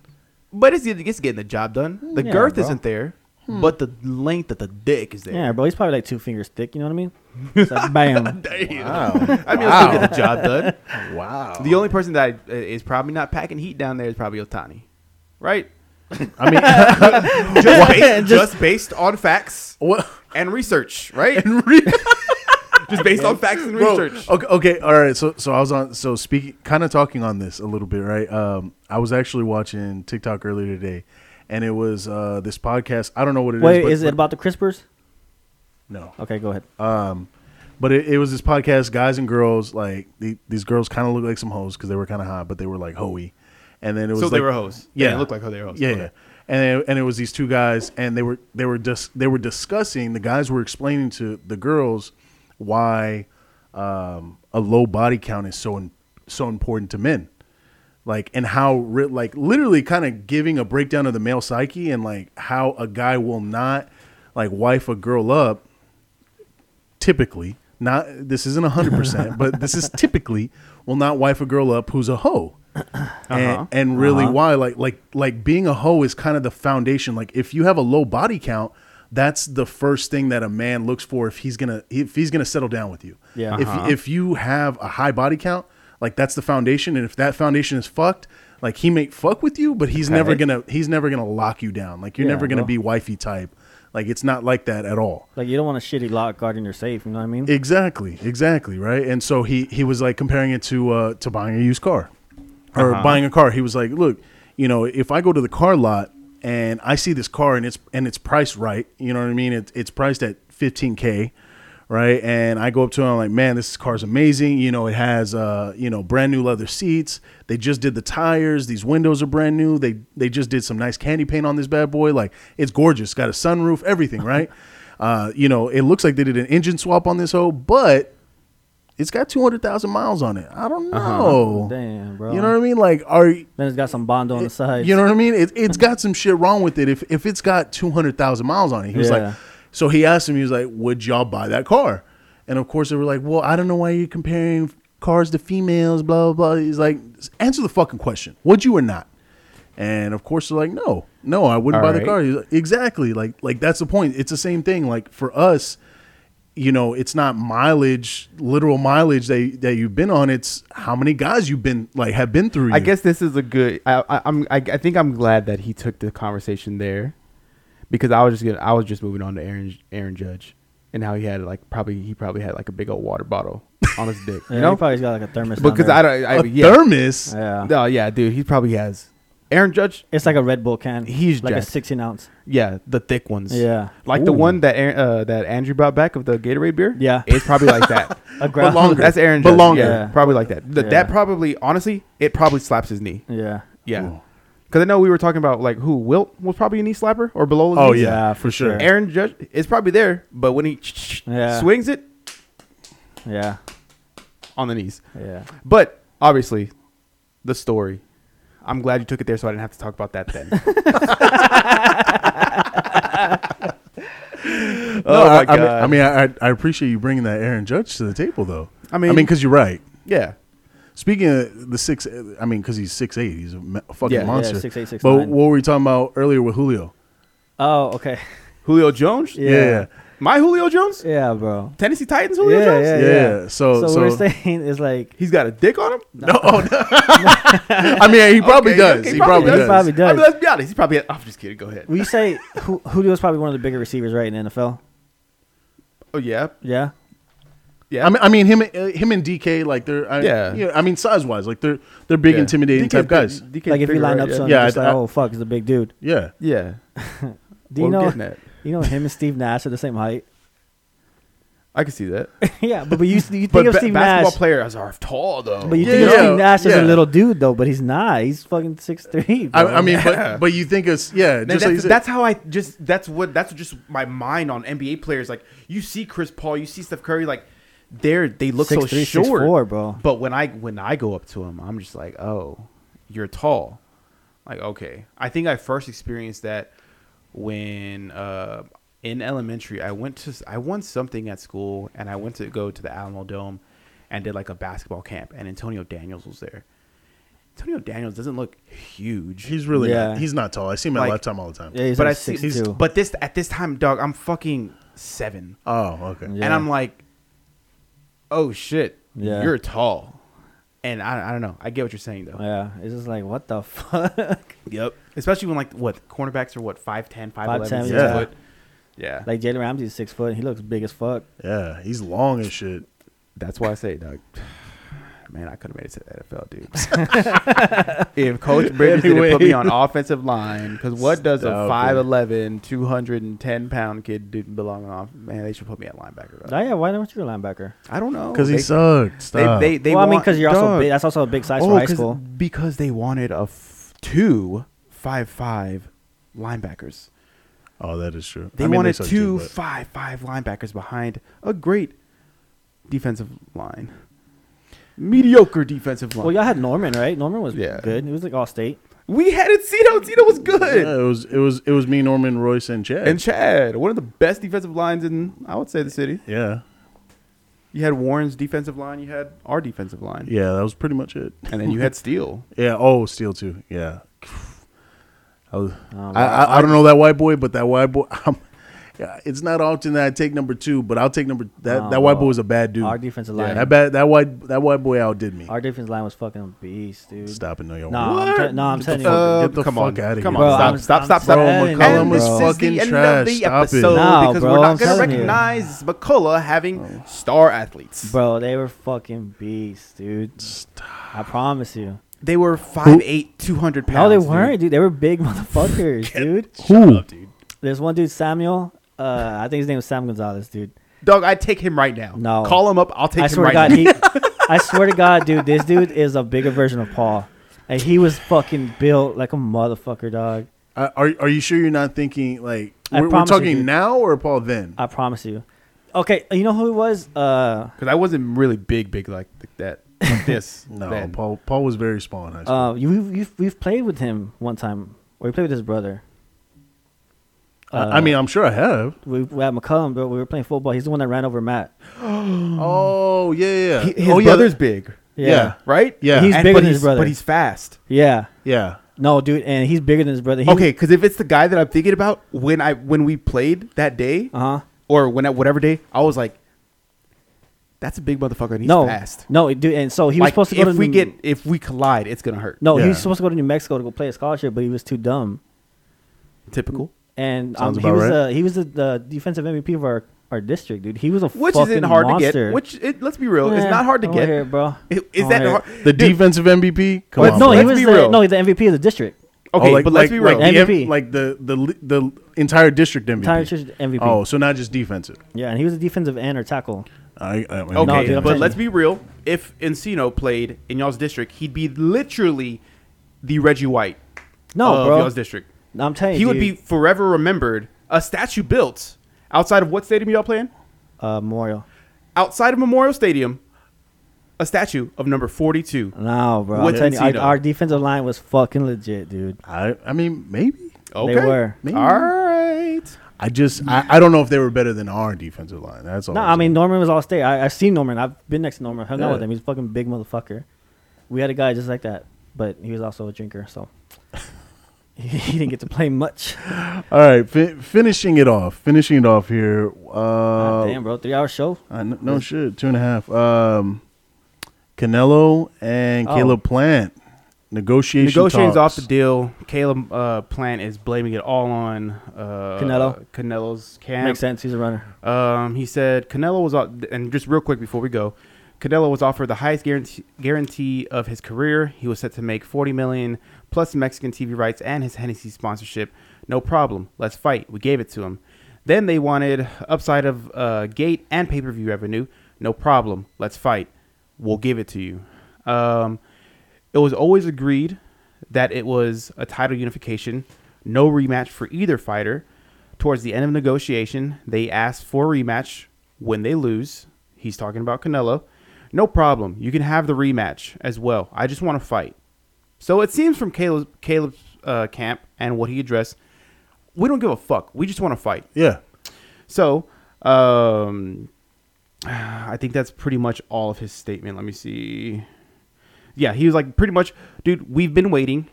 [SPEAKER 5] But it's, it's getting the job done. The
[SPEAKER 4] Yeah,
[SPEAKER 5] girth
[SPEAKER 4] bro. Hmm.
[SPEAKER 5] isn't there. but the length of the dick is there.
[SPEAKER 4] Yeah, bro, he's probably like two fingers thick. You know what I mean? It's like, bam.
[SPEAKER 5] Damn.
[SPEAKER 3] Wow.
[SPEAKER 5] I mean, I'll still get the job done.
[SPEAKER 3] wow.
[SPEAKER 5] The only person that I, is probably not packing heat down there is probably Otani, right?
[SPEAKER 3] I mean,
[SPEAKER 5] Just, based, just based on facts
[SPEAKER 3] what?
[SPEAKER 5] and research, right? just based on facts and
[SPEAKER 3] Bro,
[SPEAKER 5] research.
[SPEAKER 3] Oh, Okay, okay, all right. So, so I was on. So, speaking, kind of talking on this a little bit, right? Um, I was actually watching TikTok earlier today, and it was uh this podcast. I don't know what it is.
[SPEAKER 4] Wait,
[SPEAKER 3] but-
[SPEAKER 4] is it
[SPEAKER 3] but-
[SPEAKER 4] about the CRISPRs?
[SPEAKER 3] No.
[SPEAKER 4] Okay, go ahead.
[SPEAKER 5] Uh,
[SPEAKER 3] Um, but it, it was this podcast, guys and girls. Like the, these girls kind of looked like some hoes because they were kind of hot, but they were like hoey. And then it was
[SPEAKER 5] So they
[SPEAKER 3] like-
[SPEAKER 5] were hoes. They
[SPEAKER 3] Yeah,
[SPEAKER 5] looked like they were hoes.
[SPEAKER 3] Yeah,
[SPEAKER 5] Okay.
[SPEAKER 3] yeah. And it, and it was these two guys, and they were they were dis- they were discussing. The guys were explaining to the girls why um, a low body count is so in, so important to men, like and how re- like literally kind of giving a breakdown of the male psyche and like how a guy will not like wife a girl up typically not this isn't 100% but this is typically will not wife a girl up who's a hoe and, and really why like like like being a hoe is kind of the foundation like if you have a low body count that's the first thing that a man looks for if he's gonna if he's gonna settle down with you
[SPEAKER 4] Yeah.
[SPEAKER 5] uh-huh.
[SPEAKER 3] if if you have a high body count like that's the foundation and if that foundation is fucked like he may fuck with you but he's never
[SPEAKER 5] Okay.
[SPEAKER 3] gonna he's never gonna lock you down like you're
[SPEAKER 4] Yeah,
[SPEAKER 3] never gonna
[SPEAKER 4] well-
[SPEAKER 3] be wifey type like it's not like that at all
[SPEAKER 4] Like you don't want a shitty lock guarding your safe. You know what I mean?
[SPEAKER 3] Exactly, exactly, right. And so he he was like comparing it to uh, to buying a used car or buying a car. He was like, look, you know, if I go to the car lot and I see this car and it's and it's priced right, you know what I mean? It, it's priced at fifteen k, right? And I go up to him, I'm like, man, this car's amazing. You know, it has uh, you know, brand new leather seats. They just did the tires. These windows are brand new. They they just did some nice candy paint on this bad boy. Like it's gorgeous. Got a sunroof, everything, right? Uh, you know, it looks like they did an engine swap on this hoe, but it's got 200,000 miles on it. I don't know.
[SPEAKER 4] Uh-huh. Damn, bro.
[SPEAKER 3] You know what I mean? Like, are
[SPEAKER 4] Then it's got some bondo on the side.
[SPEAKER 3] you know what I mean? It, it's got some shit wrong with it. If if it's got two hundred thousand miles on it, he was
[SPEAKER 4] Yeah.
[SPEAKER 3] like, so he asked him, he was like, would y'all buy that car? And of course they were like, well, I don't know why you're comparing cars to females, blah blah. blah. He's like, answer the fucking question. Would you or not? And of course they're like, no, no, I wouldn't
[SPEAKER 5] All
[SPEAKER 3] buy the
[SPEAKER 5] right.
[SPEAKER 3] car. He's like, exactly, like like that's the point. It's the same thing. Like for us. You know, it's not mileage, literal mileage that that you've been on. It's how many guys you've been like have been through.
[SPEAKER 5] I
[SPEAKER 3] you.
[SPEAKER 5] guess this is a good. I, I, I'm. I, I think I'm glad that he took the conversation there, because I was just gonna. I was just moving on to Aaron Aaron Judge, and how he had like probably he probably had like a big old water bottle on his dick.
[SPEAKER 4] Yeah,
[SPEAKER 5] you
[SPEAKER 4] he
[SPEAKER 5] know,
[SPEAKER 4] probably's got like a thermos. down
[SPEAKER 5] because
[SPEAKER 4] there.
[SPEAKER 5] I don't. I,
[SPEAKER 3] a
[SPEAKER 5] yeah.
[SPEAKER 3] thermos.
[SPEAKER 4] Yeah.
[SPEAKER 5] No, yeah, dude, he probably has. Aaron Judge,
[SPEAKER 4] It's like a Red Bull can.
[SPEAKER 5] He's
[SPEAKER 4] like
[SPEAKER 5] jacked.
[SPEAKER 4] a sixteen ounce.
[SPEAKER 5] yeah, the thick ones.
[SPEAKER 4] Yeah.
[SPEAKER 5] Like the one that Aaron, uh, that Andrew brought back of the Gatorade beer.
[SPEAKER 4] Yeah.
[SPEAKER 5] It's probably like that.
[SPEAKER 4] A gra-
[SPEAKER 5] That's Aaron
[SPEAKER 3] But
[SPEAKER 5] Judge.
[SPEAKER 3] longer.
[SPEAKER 5] Yeah,
[SPEAKER 4] Yeah.
[SPEAKER 5] probably like that. Th-
[SPEAKER 4] Yeah.
[SPEAKER 5] That probably honestly, it probably slaps his knee.
[SPEAKER 4] Yeah.
[SPEAKER 5] Yeah. Because I know we were talking about like who Wilt was probably a knee slapper or below. the
[SPEAKER 3] Oh
[SPEAKER 5] knees.
[SPEAKER 3] yeah,
[SPEAKER 4] Yeah,
[SPEAKER 3] for
[SPEAKER 4] for
[SPEAKER 3] sure.
[SPEAKER 4] sure.
[SPEAKER 5] Aaron Judge is probably there, but when he
[SPEAKER 4] Yeah.
[SPEAKER 5] swings it
[SPEAKER 4] Yeah.
[SPEAKER 5] on the knees.
[SPEAKER 4] Yeah.
[SPEAKER 5] But obviously, the story. I'm glad you took it there, so I didn't have to talk about that then.
[SPEAKER 3] No,
[SPEAKER 5] oh
[SPEAKER 3] I-
[SPEAKER 5] my
[SPEAKER 3] I,
[SPEAKER 5] god!
[SPEAKER 3] mean- I mean, I, I, I appreciate you bringing that Aaron Judge to the table, though.
[SPEAKER 5] I mean-
[SPEAKER 3] I mean, because you're right.
[SPEAKER 5] yeah.
[SPEAKER 3] Speaking of the six, I mean, because he's six eight, he's a ma- fucking
[SPEAKER 5] Yeah. Yeah,
[SPEAKER 3] monster.
[SPEAKER 4] 6'8", 6'9".
[SPEAKER 3] but what were we talking about earlier with Julio?
[SPEAKER 4] Oh, okay.
[SPEAKER 5] Julio Jones.
[SPEAKER 4] Yeah.
[SPEAKER 5] My Julio Jones.
[SPEAKER 4] Yeah, bro.
[SPEAKER 5] Tennessee Titans. Julio
[SPEAKER 4] Yeah,
[SPEAKER 5] Jones.
[SPEAKER 4] yeah.
[SPEAKER 3] yeah, So,
[SPEAKER 4] so,
[SPEAKER 3] Oh, so,
[SPEAKER 4] what we're saying is like
[SPEAKER 5] He's got a dick on him.
[SPEAKER 3] no, oh, no. I mean, he probably
[SPEAKER 5] Okay,
[SPEAKER 3] does.
[SPEAKER 5] okay,
[SPEAKER 3] he probably, does.
[SPEAKER 4] Probably
[SPEAKER 5] I
[SPEAKER 4] does.
[SPEAKER 5] mean, let's be honest. He's probably. I'm just kidding. Go ahead.
[SPEAKER 4] we say Ju- Julio is probably one of the bigger receivers right in the NFL.
[SPEAKER 5] Oh yeah.
[SPEAKER 4] Yeah.
[SPEAKER 5] Yeah.
[SPEAKER 3] I mean, I mean, him, uh, him and DK, like they're, I,
[SPEAKER 5] Yeah.
[SPEAKER 3] yeah. I mean, size wise, like they're, they're big,
[SPEAKER 5] Yeah.
[SPEAKER 3] intimidating
[SPEAKER 5] DK 's
[SPEAKER 3] type guys.
[SPEAKER 5] big- DK 's
[SPEAKER 4] Like if you
[SPEAKER 5] bigger,
[SPEAKER 4] line
[SPEAKER 5] right?
[SPEAKER 4] up
[SPEAKER 5] Yeah.
[SPEAKER 4] some,
[SPEAKER 3] Yeah,
[SPEAKER 4] just
[SPEAKER 3] I-
[SPEAKER 4] like,
[SPEAKER 3] I-
[SPEAKER 4] oh fuck, he's a big dude.
[SPEAKER 3] yeah.
[SPEAKER 5] Yeah.
[SPEAKER 4] Do you
[SPEAKER 5] Well,
[SPEAKER 4] know?
[SPEAKER 5] getting at.
[SPEAKER 4] You know him and Steve Nash are the same height.
[SPEAKER 5] I can see that.
[SPEAKER 4] yeah, but, but you you think
[SPEAKER 5] But
[SPEAKER 4] of
[SPEAKER 5] ba-
[SPEAKER 4] Steve
[SPEAKER 5] basketball
[SPEAKER 4] Nash,
[SPEAKER 5] players are tall though.
[SPEAKER 4] but you
[SPEAKER 3] Yeah,
[SPEAKER 4] think
[SPEAKER 3] yeah,
[SPEAKER 4] of Steve Nash as
[SPEAKER 3] yeah.
[SPEAKER 4] a little dude though, but he's not. He's fucking six three.
[SPEAKER 3] I, I mean,
[SPEAKER 5] Yeah.
[SPEAKER 3] but, but you think it's yeah,
[SPEAKER 5] Man,
[SPEAKER 3] just like you
[SPEAKER 5] that's,
[SPEAKER 3] said.
[SPEAKER 5] that's how I just that's what that's just my mind on NBA players. Like you see Chris Paul, you see Steph Curry, like they're they look so short,
[SPEAKER 4] bro.
[SPEAKER 5] But when I when I go up to him, I'm just like, oh, you're tall. Like okay, I think I first experienced that when uh, in elementary I went to I won something at school and I went to go to the Alamo Dome and did like a basketball camp and Antonio Daniels was there Antonio Daniels doesn't look huge.
[SPEAKER 3] He's really
[SPEAKER 4] Yeah.
[SPEAKER 3] not. He's not tall. I see him at
[SPEAKER 5] Like-
[SPEAKER 3] lifetime all the time.
[SPEAKER 4] Yeah, he's
[SPEAKER 5] but
[SPEAKER 4] like
[SPEAKER 5] I see,
[SPEAKER 4] six
[SPEAKER 5] he's-
[SPEAKER 4] two.
[SPEAKER 5] but this at this time, dog, I'm fucking seven,
[SPEAKER 3] Oh, okay.
[SPEAKER 4] Yeah.
[SPEAKER 5] and I'm like, oh shit,
[SPEAKER 4] Yeah.
[SPEAKER 5] you're tall, and I, I don't know. I get what you're saying though.
[SPEAKER 4] yeah, it's just like what the fuck.
[SPEAKER 5] Yep. Especially when like what cornerbacks are what 5'10", 5'11",
[SPEAKER 4] 5'10",
[SPEAKER 5] six
[SPEAKER 3] yeah.
[SPEAKER 5] foot. Yeah.
[SPEAKER 4] like Jalen Ramsey's six foot. and He looks big as fuck.
[SPEAKER 3] Yeah, he's long as shit.
[SPEAKER 5] That's why I say, dog. Man, I could have made it to the NFL, dude. if Coach Bridges didn't put me on offensive line, because what does
[SPEAKER 3] Stop
[SPEAKER 5] a
[SPEAKER 3] it.
[SPEAKER 5] 5'11", 210 pound kid do belong on? off- Man, they should put me at linebacker.
[SPEAKER 4] Oh
[SPEAKER 5] dog.
[SPEAKER 4] yeah, why don't you a linebacker?
[SPEAKER 5] I don't know
[SPEAKER 3] Because he
[SPEAKER 5] They-
[SPEAKER 3] sucked.
[SPEAKER 5] They,
[SPEAKER 3] Stop.
[SPEAKER 5] they, they
[SPEAKER 4] well, I mean,
[SPEAKER 5] want-
[SPEAKER 4] because you're also
[SPEAKER 5] dog.
[SPEAKER 4] big. That's also a big size
[SPEAKER 5] Oh,
[SPEAKER 4] for high
[SPEAKER 5] 'cause-
[SPEAKER 4] school.
[SPEAKER 5] because they wanted a f- two five five linebackers.
[SPEAKER 3] oh, that is true.
[SPEAKER 5] They
[SPEAKER 3] I mean,
[SPEAKER 5] wanted
[SPEAKER 3] sucked
[SPEAKER 5] two
[SPEAKER 3] too, but-
[SPEAKER 5] five five linebackers behind a great defensive line, mediocre defensive line.
[SPEAKER 4] Well, y'all had Norman, right? Norman was
[SPEAKER 5] Yeah.
[SPEAKER 4] good. He was like all state.
[SPEAKER 5] we had it. Zito. Zito was good.
[SPEAKER 3] Yeah, it was it was it was me, Norman, Royce, and Chad.
[SPEAKER 5] And Chad, one of the best defensive lines in, I would say, the city.
[SPEAKER 3] yeah,
[SPEAKER 5] You had Warren's defensive line. You had our defensive line.
[SPEAKER 3] yeah, that was pretty much it.
[SPEAKER 5] And then you had Steele.
[SPEAKER 3] Yeah. Oh, Steel too. Yeah. I, was,
[SPEAKER 4] Oh,
[SPEAKER 3] I, I I don't know that white boy, but that white boy. I'm, yeah, it's not often that I take number two, but I'll take number that.
[SPEAKER 4] Oh,
[SPEAKER 3] that white
[SPEAKER 4] well,
[SPEAKER 3] boy was a bad dude.
[SPEAKER 4] our defensive
[SPEAKER 3] Yeah,
[SPEAKER 4] line.
[SPEAKER 3] that bad. That white. That white boy outdid me.
[SPEAKER 4] Our defense line was fucking a beast, dude.
[SPEAKER 3] Stop it, no, y'all.
[SPEAKER 4] Nah, I'm
[SPEAKER 5] What?
[SPEAKER 4] te- nah, I'm telling you.
[SPEAKER 3] fuck-
[SPEAKER 5] Uh,
[SPEAKER 3] get the
[SPEAKER 5] come
[SPEAKER 3] fuck
[SPEAKER 5] on.
[SPEAKER 3] outta
[SPEAKER 5] Come
[SPEAKER 3] here.
[SPEAKER 5] on.
[SPEAKER 3] Bro,
[SPEAKER 5] stop,
[SPEAKER 4] I'm-
[SPEAKER 5] stop,
[SPEAKER 4] I'm
[SPEAKER 5] stop, stop.
[SPEAKER 4] telling you,
[SPEAKER 5] And
[SPEAKER 4] bro.
[SPEAKER 5] this
[SPEAKER 3] McCollum
[SPEAKER 5] is the
[SPEAKER 3] was
[SPEAKER 5] end of
[SPEAKER 3] fucking
[SPEAKER 5] the
[SPEAKER 3] trash. Stop it.
[SPEAKER 5] episode
[SPEAKER 4] No,
[SPEAKER 5] because
[SPEAKER 4] bro,
[SPEAKER 5] we're
[SPEAKER 4] I'm
[SPEAKER 5] not going to
[SPEAKER 4] telling you.
[SPEAKER 5] recognize McCullough having
[SPEAKER 3] Oh.
[SPEAKER 5] star athletes.
[SPEAKER 4] Bro, they were fucking beasts, dude. I promise you.
[SPEAKER 5] They were 5'8", 200 pounds.
[SPEAKER 4] No, they
[SPEAKER 5] dude.
[SPEAKER 4] weren't, dude. They were big motherfuckers, dude.
[SPEAKER 3] Who?
[SPEAKER 4] There's one dude, Samuel. Uh, I think his name was Sam Gonzalez, dude.
[SPEAKER 5] Dog, I'd take him right now.
[SPEAKER 4] No.
[SPEAKER 5] Call him up. I'll take
[SPEAKER 4] I
[SPEAKER 5] him
[SPEAKER 4] swear
[SPEAKER 5] right
[SPEAKER 4] to God,
[SPEAKER 5] now.
[SPEAKER 4] he, I swear to God, dude, this dude is a bigger version of Paul, and he was fucking built like a motherfucker, dog.
[SPEAKER 3] Uh, are Are you sure you're not thinking like
[SPEAKER 4] I
[SPEAKER 3] we're, we're
[SPEAKER 4] promise you,
[SPEAKER 3] talking
[SPEAKER 4] dude.
[SPEAKER 3] now or Paul then?
[SPEAKER 4] I promise you. Okay, you know who he was? Uh,
[SPEAKER 5] Because I wasn't really big, big like th- that. Like this.
[SPEAKER 3] no,
[SPEAKER 5] then.
[SPEAKER 3] Paul. Paul was very small in high school.
[SPEAKER 4] uh, you we've, we've, we've played with him one time, or we played with his brother.
[SPEAKER 5] Uh,
[SPEAKER 3] I, I mean, I'm sure I have.
[SPEAKER 4] We, we had McCullum, but we were playing football. He's the one that ran over Matt.
[SPEAKER 3] Oh yeah, yeah.
[SPEAKER 5] He- His
[SPEAKER 3] oh, yeah,
[SPEAKER 5] brother's big,
[SPEAKER 3] Yeah.
[SPEAKER 4] Yeah.
[SPEAKER 5] right?
[SPEAKER 3] Yeah.
[SPEAKER 4] He's
[SPEAKER 5] And-
[SPEAKER 4] bigger
[SPEAKER 5] but
[SPEAKER 4] than his brother.
[SPEAKER 5] But he's fast.
[SPEAKER 4] Yeah.
[SPEAKER 3] Yeah.
[SPEAKER 4] No, dude, and he's bigger than his brother. He
[SPEAKER 5] Okay, because if it's the guy that I'm thinking about, when I when we played that day,
[SPEAKER 4] Uh huh.
[SPEAKER 5] or when at whatever day, I was like, "That's a big motherfucker. And he's
[SPEAKER 4] No.
[SPEAKER 5] fast."
[SPEAKER 4] No, dude, and so he was
[SPEAKER 5] Like,
[SPEAKER 4] supposed to go
[SPEAKER 5] if
[SPEAKER 4] to
[SPEAKER 5] we
[SPEAKER 4] New-
[SPEAKER 5] get if we collide, it's gonna hurt.
[SPEAKER 4] No, he
[SPEAKER 3] Yeah.
[SPEAKER 4] was supposed to go to New Mexico to go play a scholarship, but he was too dumb.
[SPEAKER 5] typical.
[SPEAKER 4] And um,
[SPEAKER 3] Sounds
[SPEAKER 4] he
[SPEAKER 3] about
[SPEAKER 4] was
[SPEAKER 3] right.
[SPEAKER 4] uh, he was the, the defensive MVP of our, our district, dude. He was a
[SPEAKER 5] Which
[SPEAKER 4] fucking
[SPEAKER 5] isn't hard to
[SPEAKER 4] monster.
[SPEAKER 5] get. Which it, let's be real,
[SPEAKER 4] Eh,
[SPEAKER 5] it's not hard to
[SPEAKER 4] over
[SPEAKER 5] get.
[SPEAKER 4] here, bro.
[SPEAKER 5] Is, is
[SPEAKER 4] Over
[SPEAKER 5] that
[SPEAKER 4] here.
[SPEAKER 5] hard?
[SPEAKER 3] The
[SPEAKER 5] Dude,
[SPEAKER 3] defensive MVP. Come
[SPEAKER 5] But
[SPEAKER 3] on,
[SPEAKER 4] No,
[SPEAKER 3] bro.
[SPEAKER 4] he
[SPEAKER 5] Let's
[SPEAKER 4] was
[SPEAKER 5] be
[SPEAKER 4] the,
[SPEAKER 5] real.
[SPEAKER 4] no he's the MVP of the district.
[SPEAKER 5] Okay,
[SPEAKER 3] Oh, like-
[SPEAKER 5] but let's
[SPEAKER 3] like-
[SPEAKER 5] be real.
[SPEAKER 4] like-
[SPEAKER 3] the M-
[SPEAKER 4] MVP.
[SPEAKER 3] like the the li- the entire district MVP.
[SPEAKER 4] Entire district MVP.
[SPEAKER 3] Oh, so not just defensive.
[SPEAKER 4] Yeah, and he was a defensive end or tackle.
[SPEAKER 3] I, I mean,
[SPEAKER 5] okay,
[SPEAKER 4] No, dude, I'm
[SPEAKER 5] but
[SPEAKER 4] telling
[SPEAKER 5] let's
[SPEAKER 4] you.
[SPEAKER 5] be real. If Encino played in y'all's district, he'd be literally the Reggie White
[SPEAKER 4] No,
[SPEAKER 5] of
[SPEAKER 4] Oh, bro.
[SPEAKER 5] Oh, y'all's district.
[SPEAKER 4] I'm telling you,
[SPEAKER 5] he would be
[SPEAKER 4] dude,
[SPEAKER 5] forever remembered. A statue built outside of what stadium y'all playing?
[SPEAKER 4] uh, Memorial.
[SPEAKER 5] outside of Memorial Stadium, a statue of number 42.
[SPEAKER 4] No, bro. I'm
[SPEAKER 5] With
[SPEAKER 4] telling you, our,
[SPEAKER 5] Encino.
[SPEAKER 4] our defensive line was fucking legit, dude.
[SPEAKER 3] I I mean maybe.
[SPEAKER 4] They were.
[SPEAKER 3] Maybe.
[SPEAKER 5] All right.
[SPEAKER 3] I just I, I don't know if they were better than our defensive line. That's all.
[SPEAKER 4] No,
[SPEAKER 3] I'm
[SPEAKER 4] I mean
[SPEAKER 3] saying.
[SPEAKER 4] Norman was all state. I, I've seen Norman. I've been next to Norman. Hung out with
[SPEAKER 3] Yeah.
[SPEAKER 4] him. He's a fucking big motherfucker. We had a guy just like that, but he was also a drinker, so he didn't get to play much.
[SPEAKER 3] All right, fi- finishing it off. Finishing it off here. Uh,
[SPEAKER 4] God damn, bro, three hour show.
[SPEAKER 3] I kn- Uh, no shit, two and a half. Um, Canelo and
[SPEAKER 4] Oh.
[SPEAKER 3] Caleb Plant negotiation
[SPEAKER 5] Negotiations off
[SPEAKER 3] talks.
[SPEAKER 5] the deal. Caleb uh, Plant is blaming it all on uh,
[SPEAKER 4] Canelo.
[SPEAKER 5] Canelo's camp.
[SPEAKER 4] Makes sense. He's a runner.
[SPEAKER 5] Um, he said Canelo was o- and just real quick before we go, Canelo was offered the highest guarantee guarantee of his career. He was set to make 40 million plus Mexican TV rights and his Hennessy sponsorship. No problem. Let's fight. We gave it to him. Then they wanted upside of uh, gate and pay per view revenue. No problem. Let's fight. We'll give it to you. Um, it was always agreed that it was a title unification, no rematch for either fighter. Towards the end of negotiation, they asked for a rematch when they lose. He's talking about Canelo. No problem. You can have the rematch as well. I just want to fight. So it seems from Caleb, Caleb's uh, camp and what he addressed, we don't give a fuck. We just want to fight.
[SPEAKER 3] yeah,
[SPEAKER 5] So, um, I think that's pretty much all of his statement. Let me see. yeah, he was like, pretty much, dude, we've been waiting.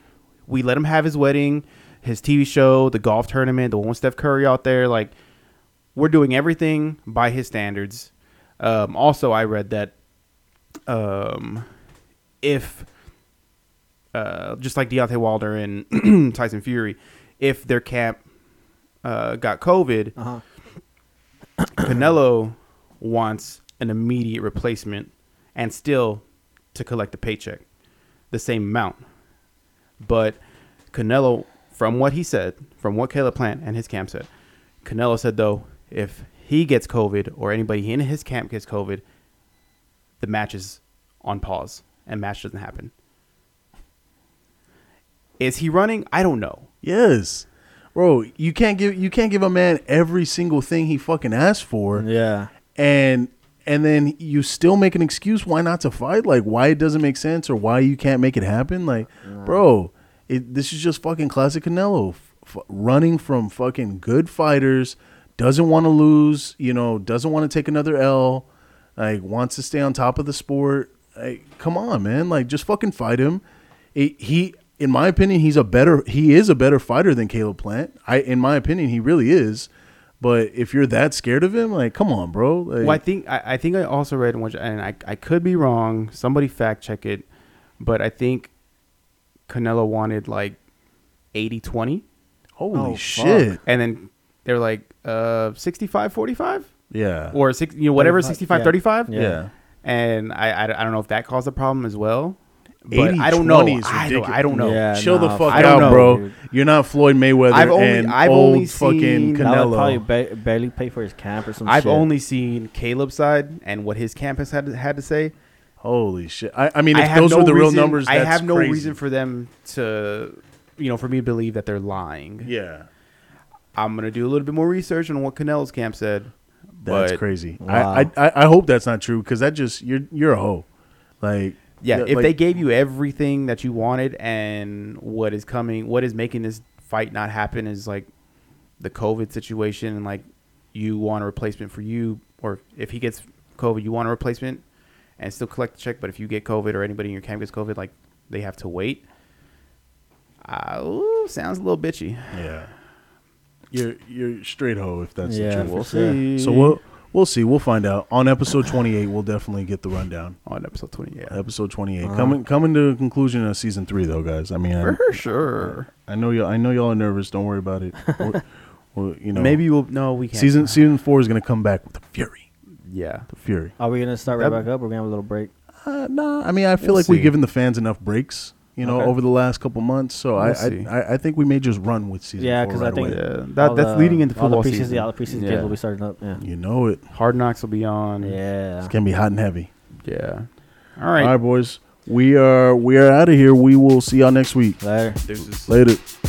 [SPEAKER 5] We let him have his wedding, his TV show, the golf tournament, the one with Steph Curry out there. Like, we're doing everything by his standards. Um, also, I read that um, if uh, just like Deontay Wilder and Tyson Fury, if their camp uh, got COVID,
[SPEAKER 7] Uh-huh.
[SPEAKER 5] Canelo wants an immediate replacement and still to collect the paycheck, the same amount. But Canelo, from what he said, from what Caleb Plant and his camp said, Canelo said though, if he gets COVID or anybody in his camp gets COVID, the match is on pause and match doesn't happen. Is he running? I don't know.
[SPEAKER 3] Yes. Bro, you can't give you can't give a man every single thing he fucking asked for.
[SPEAKER 4] Yeah.
[SPEAKER 3] and and then you still make an excuse why not to fight like why it doesn't make sense or why you can't make it happen like bro it, this is just fucking classic canelo f- f- running from fucking good fighters doesn't want to lose you know doesn't want to take another l like wants to stay on top of the sport like come on man like just fucking fight him it, he in my opinion he's a better he is a better fighter than caleb plant i in my opinion he really is but if you're that scared of him, like, come on, bro. Like,
[SPEAKER 5] Well, I think I, I think I also read which, and I I could be wrong. Somebody fact check it, but I think Canelo wanted like 80-20. Oh,
[SPEAKER 3] holy shit.
[SPEAKER 5] and then they're like uh 65 45
[SPEAKER 3] Yeah.
[SPEAKER 5] or six, you know whatever 65
[SPEAKER 4] yeah.
[SPEAKER 5] 35
[SPEAKER 4] Yeah.
[SPEAKER 3] Uh, yeah.
[SPEAKER 5] and I, I I don't know if that caused a problem as well but
[SPEAKER 3] 80,
[SPEAKER 5] I don't know
[SPEAKER 3] 20 is
[SPEAKER 5] I don't,
[SPEAKER 3] ridiculous.
[SPEAKER 5] I don't know
[SPEAKER 4] Yeah.
[SPEAKER 3] Chill the
[SPEAKER 4] nah,
[SPEAKER 3] fuck
[SPEAKER 5] I don't
[SPEAKER 3] out,
[SPEAKER 5] know,
[SPEAKER 3] bro.
[SPEAKER 4] dude.
[SPEAKER 3] You're not Floyd Mayweather
[SPEAKER 5] I've only-
[SPEAKER 3] and
[SPEAKER 5] I've
[SPEAKER 3] old
[SPEAKER 5] only
[SPEAKER 3] fucking
[SPEAKER 5] seen-
[SPEAKER 4] That would probably
[SPEAKER 3] Canelo.
[SPEAKER 4] ba- barely pay for his camp or some
[SPEAKER 5] I've
[SPEAKER 4] shit.
[SPEAKER 5] only seen Caleb's side and what his campus had to, had to say
[SPEAKER 3] Holy shit. I, I mean,
[SPEAKER 5] I
[SPEAKER 3] if
[SPEAKER 5] have
[SPEAKER 3] those
[SPEAKER 5] no
[SPEAKER 3] were the real
[SPEAKER 5] reason-
[SPEAKER 3] numbers,
[SPEAKER 5] I
[SPEAKER 3] that's
[SPEAKER 5] have no
[SPEAKER 3] crazy.
[SPEAKER 5] reason for them to you know for me to believe that they're lying
[SPEAKER 3] Yeah.
[SPEAKER 5] I'm gonna do a little bit more research on what Canelo's camp said
[SPEAKER 3] That's
[SPEAKER 5] but-
[SPEAKER 3] crazy.
[SPEAKER 4] Wow.
[SPEAKER 3] I, I, I- I hope that's not true because that just, you're, you're a hoe. Like,
[SPEAKER 5] Yeah, if
[SPEAKER 3] like-
[SPEAKER 5] they gave you everything that you wanted and what is coming, what is making this fight not happen is like the COVID situation and like you want a replacement for you, or if he gets COVID, you want a replacement and still collect the check. But if you get COVID or anybody in your camp gets COVID, like they have to wait. Uh, ooh, sounds a little bitchy.
[SPEAKER 3] Yeah. You're, you're straight hoe if that's
[SPEAKER 4] Yeah,
[SPEAKER 3] the
[SPEAKER 4] for
[SPEAKER 3] truth.
[SPEAKER 4] sure.
[SPEAKER 3] So we'll, we'll see. We'll find out. On episode 28, we'll definitely get the rundown.
[SPEAKER 5] On Oh, episode twenty, yeah,
[SPEAKER 3] episode 28 coming coming to a conclusion of season three though guys i mean I,
[SPEAKER 5] Uh-huh. for sure.
[SPEAKER 3] I know y'all i know y'all are nervous don't worry about it We're- we're, you know
[SPEAKER 5] Maybe we'll no, we can't.
[SPEAKER 3] season season four is gonna come back with the fury
[SPEAKER 5] yeah,
[SPEAKER 3] the fury
[SPEAKER 4] Are we gonna start right
[SPEAKER 5] That-
[SPEAKER 4] back up? We're gonna have a little break.
[SPEAKER 3] uh, nah i mean i feel
[SPEAKER 5] We'll
[SPEAKER 3] like we've
[SPEAKER 5] see.
[SPEAKER 3] given the fans enough breaks you know
[SPEAKER 5] Okay.
[SPEAKER 3] over the last couple months so I,
[SPEAKER 5] We'll see.
[SPEAKER 3] I i i think we may just run with season
[SPEAKER 4] Yeah,
[SPEAKER 3] four
[SPEAKER 4] 'cause I
[SPEAKER 3] right
[SPEAKER 4] think-
[SPEAKER 3] away.
[SPEAKER 5] yeah. That,
[SPEAKER 4] All
[SPEAKER 5] that's
[SPEAKER 4] the-
[SPEAKER 5] leading into football
[SPEAKER 4] all the preseason,
[SPEAKER 5] season.
[SPEAKER 4] All the preseason
[SPEAKER 5] Yeah.
[SPEAKER 4] games will be starting up. Yeah.
[SPEAKER 3] you know it
[SPEAKER 5] Hard Knocks will be on.
[SPEAKER 4] Yeah.
[SPEAKER 3] it can be hot and heavy
[SPEAKER 5] Yeah. All
[SPEAKER 3] all
[SPEAKER 5] right.
[SPEAKER 3] right boys we are we are out of here we will see y'all next week
[SPEAKER 4] Later.
[SPEAKER 5] Deuces.
[SPEAKER 3] later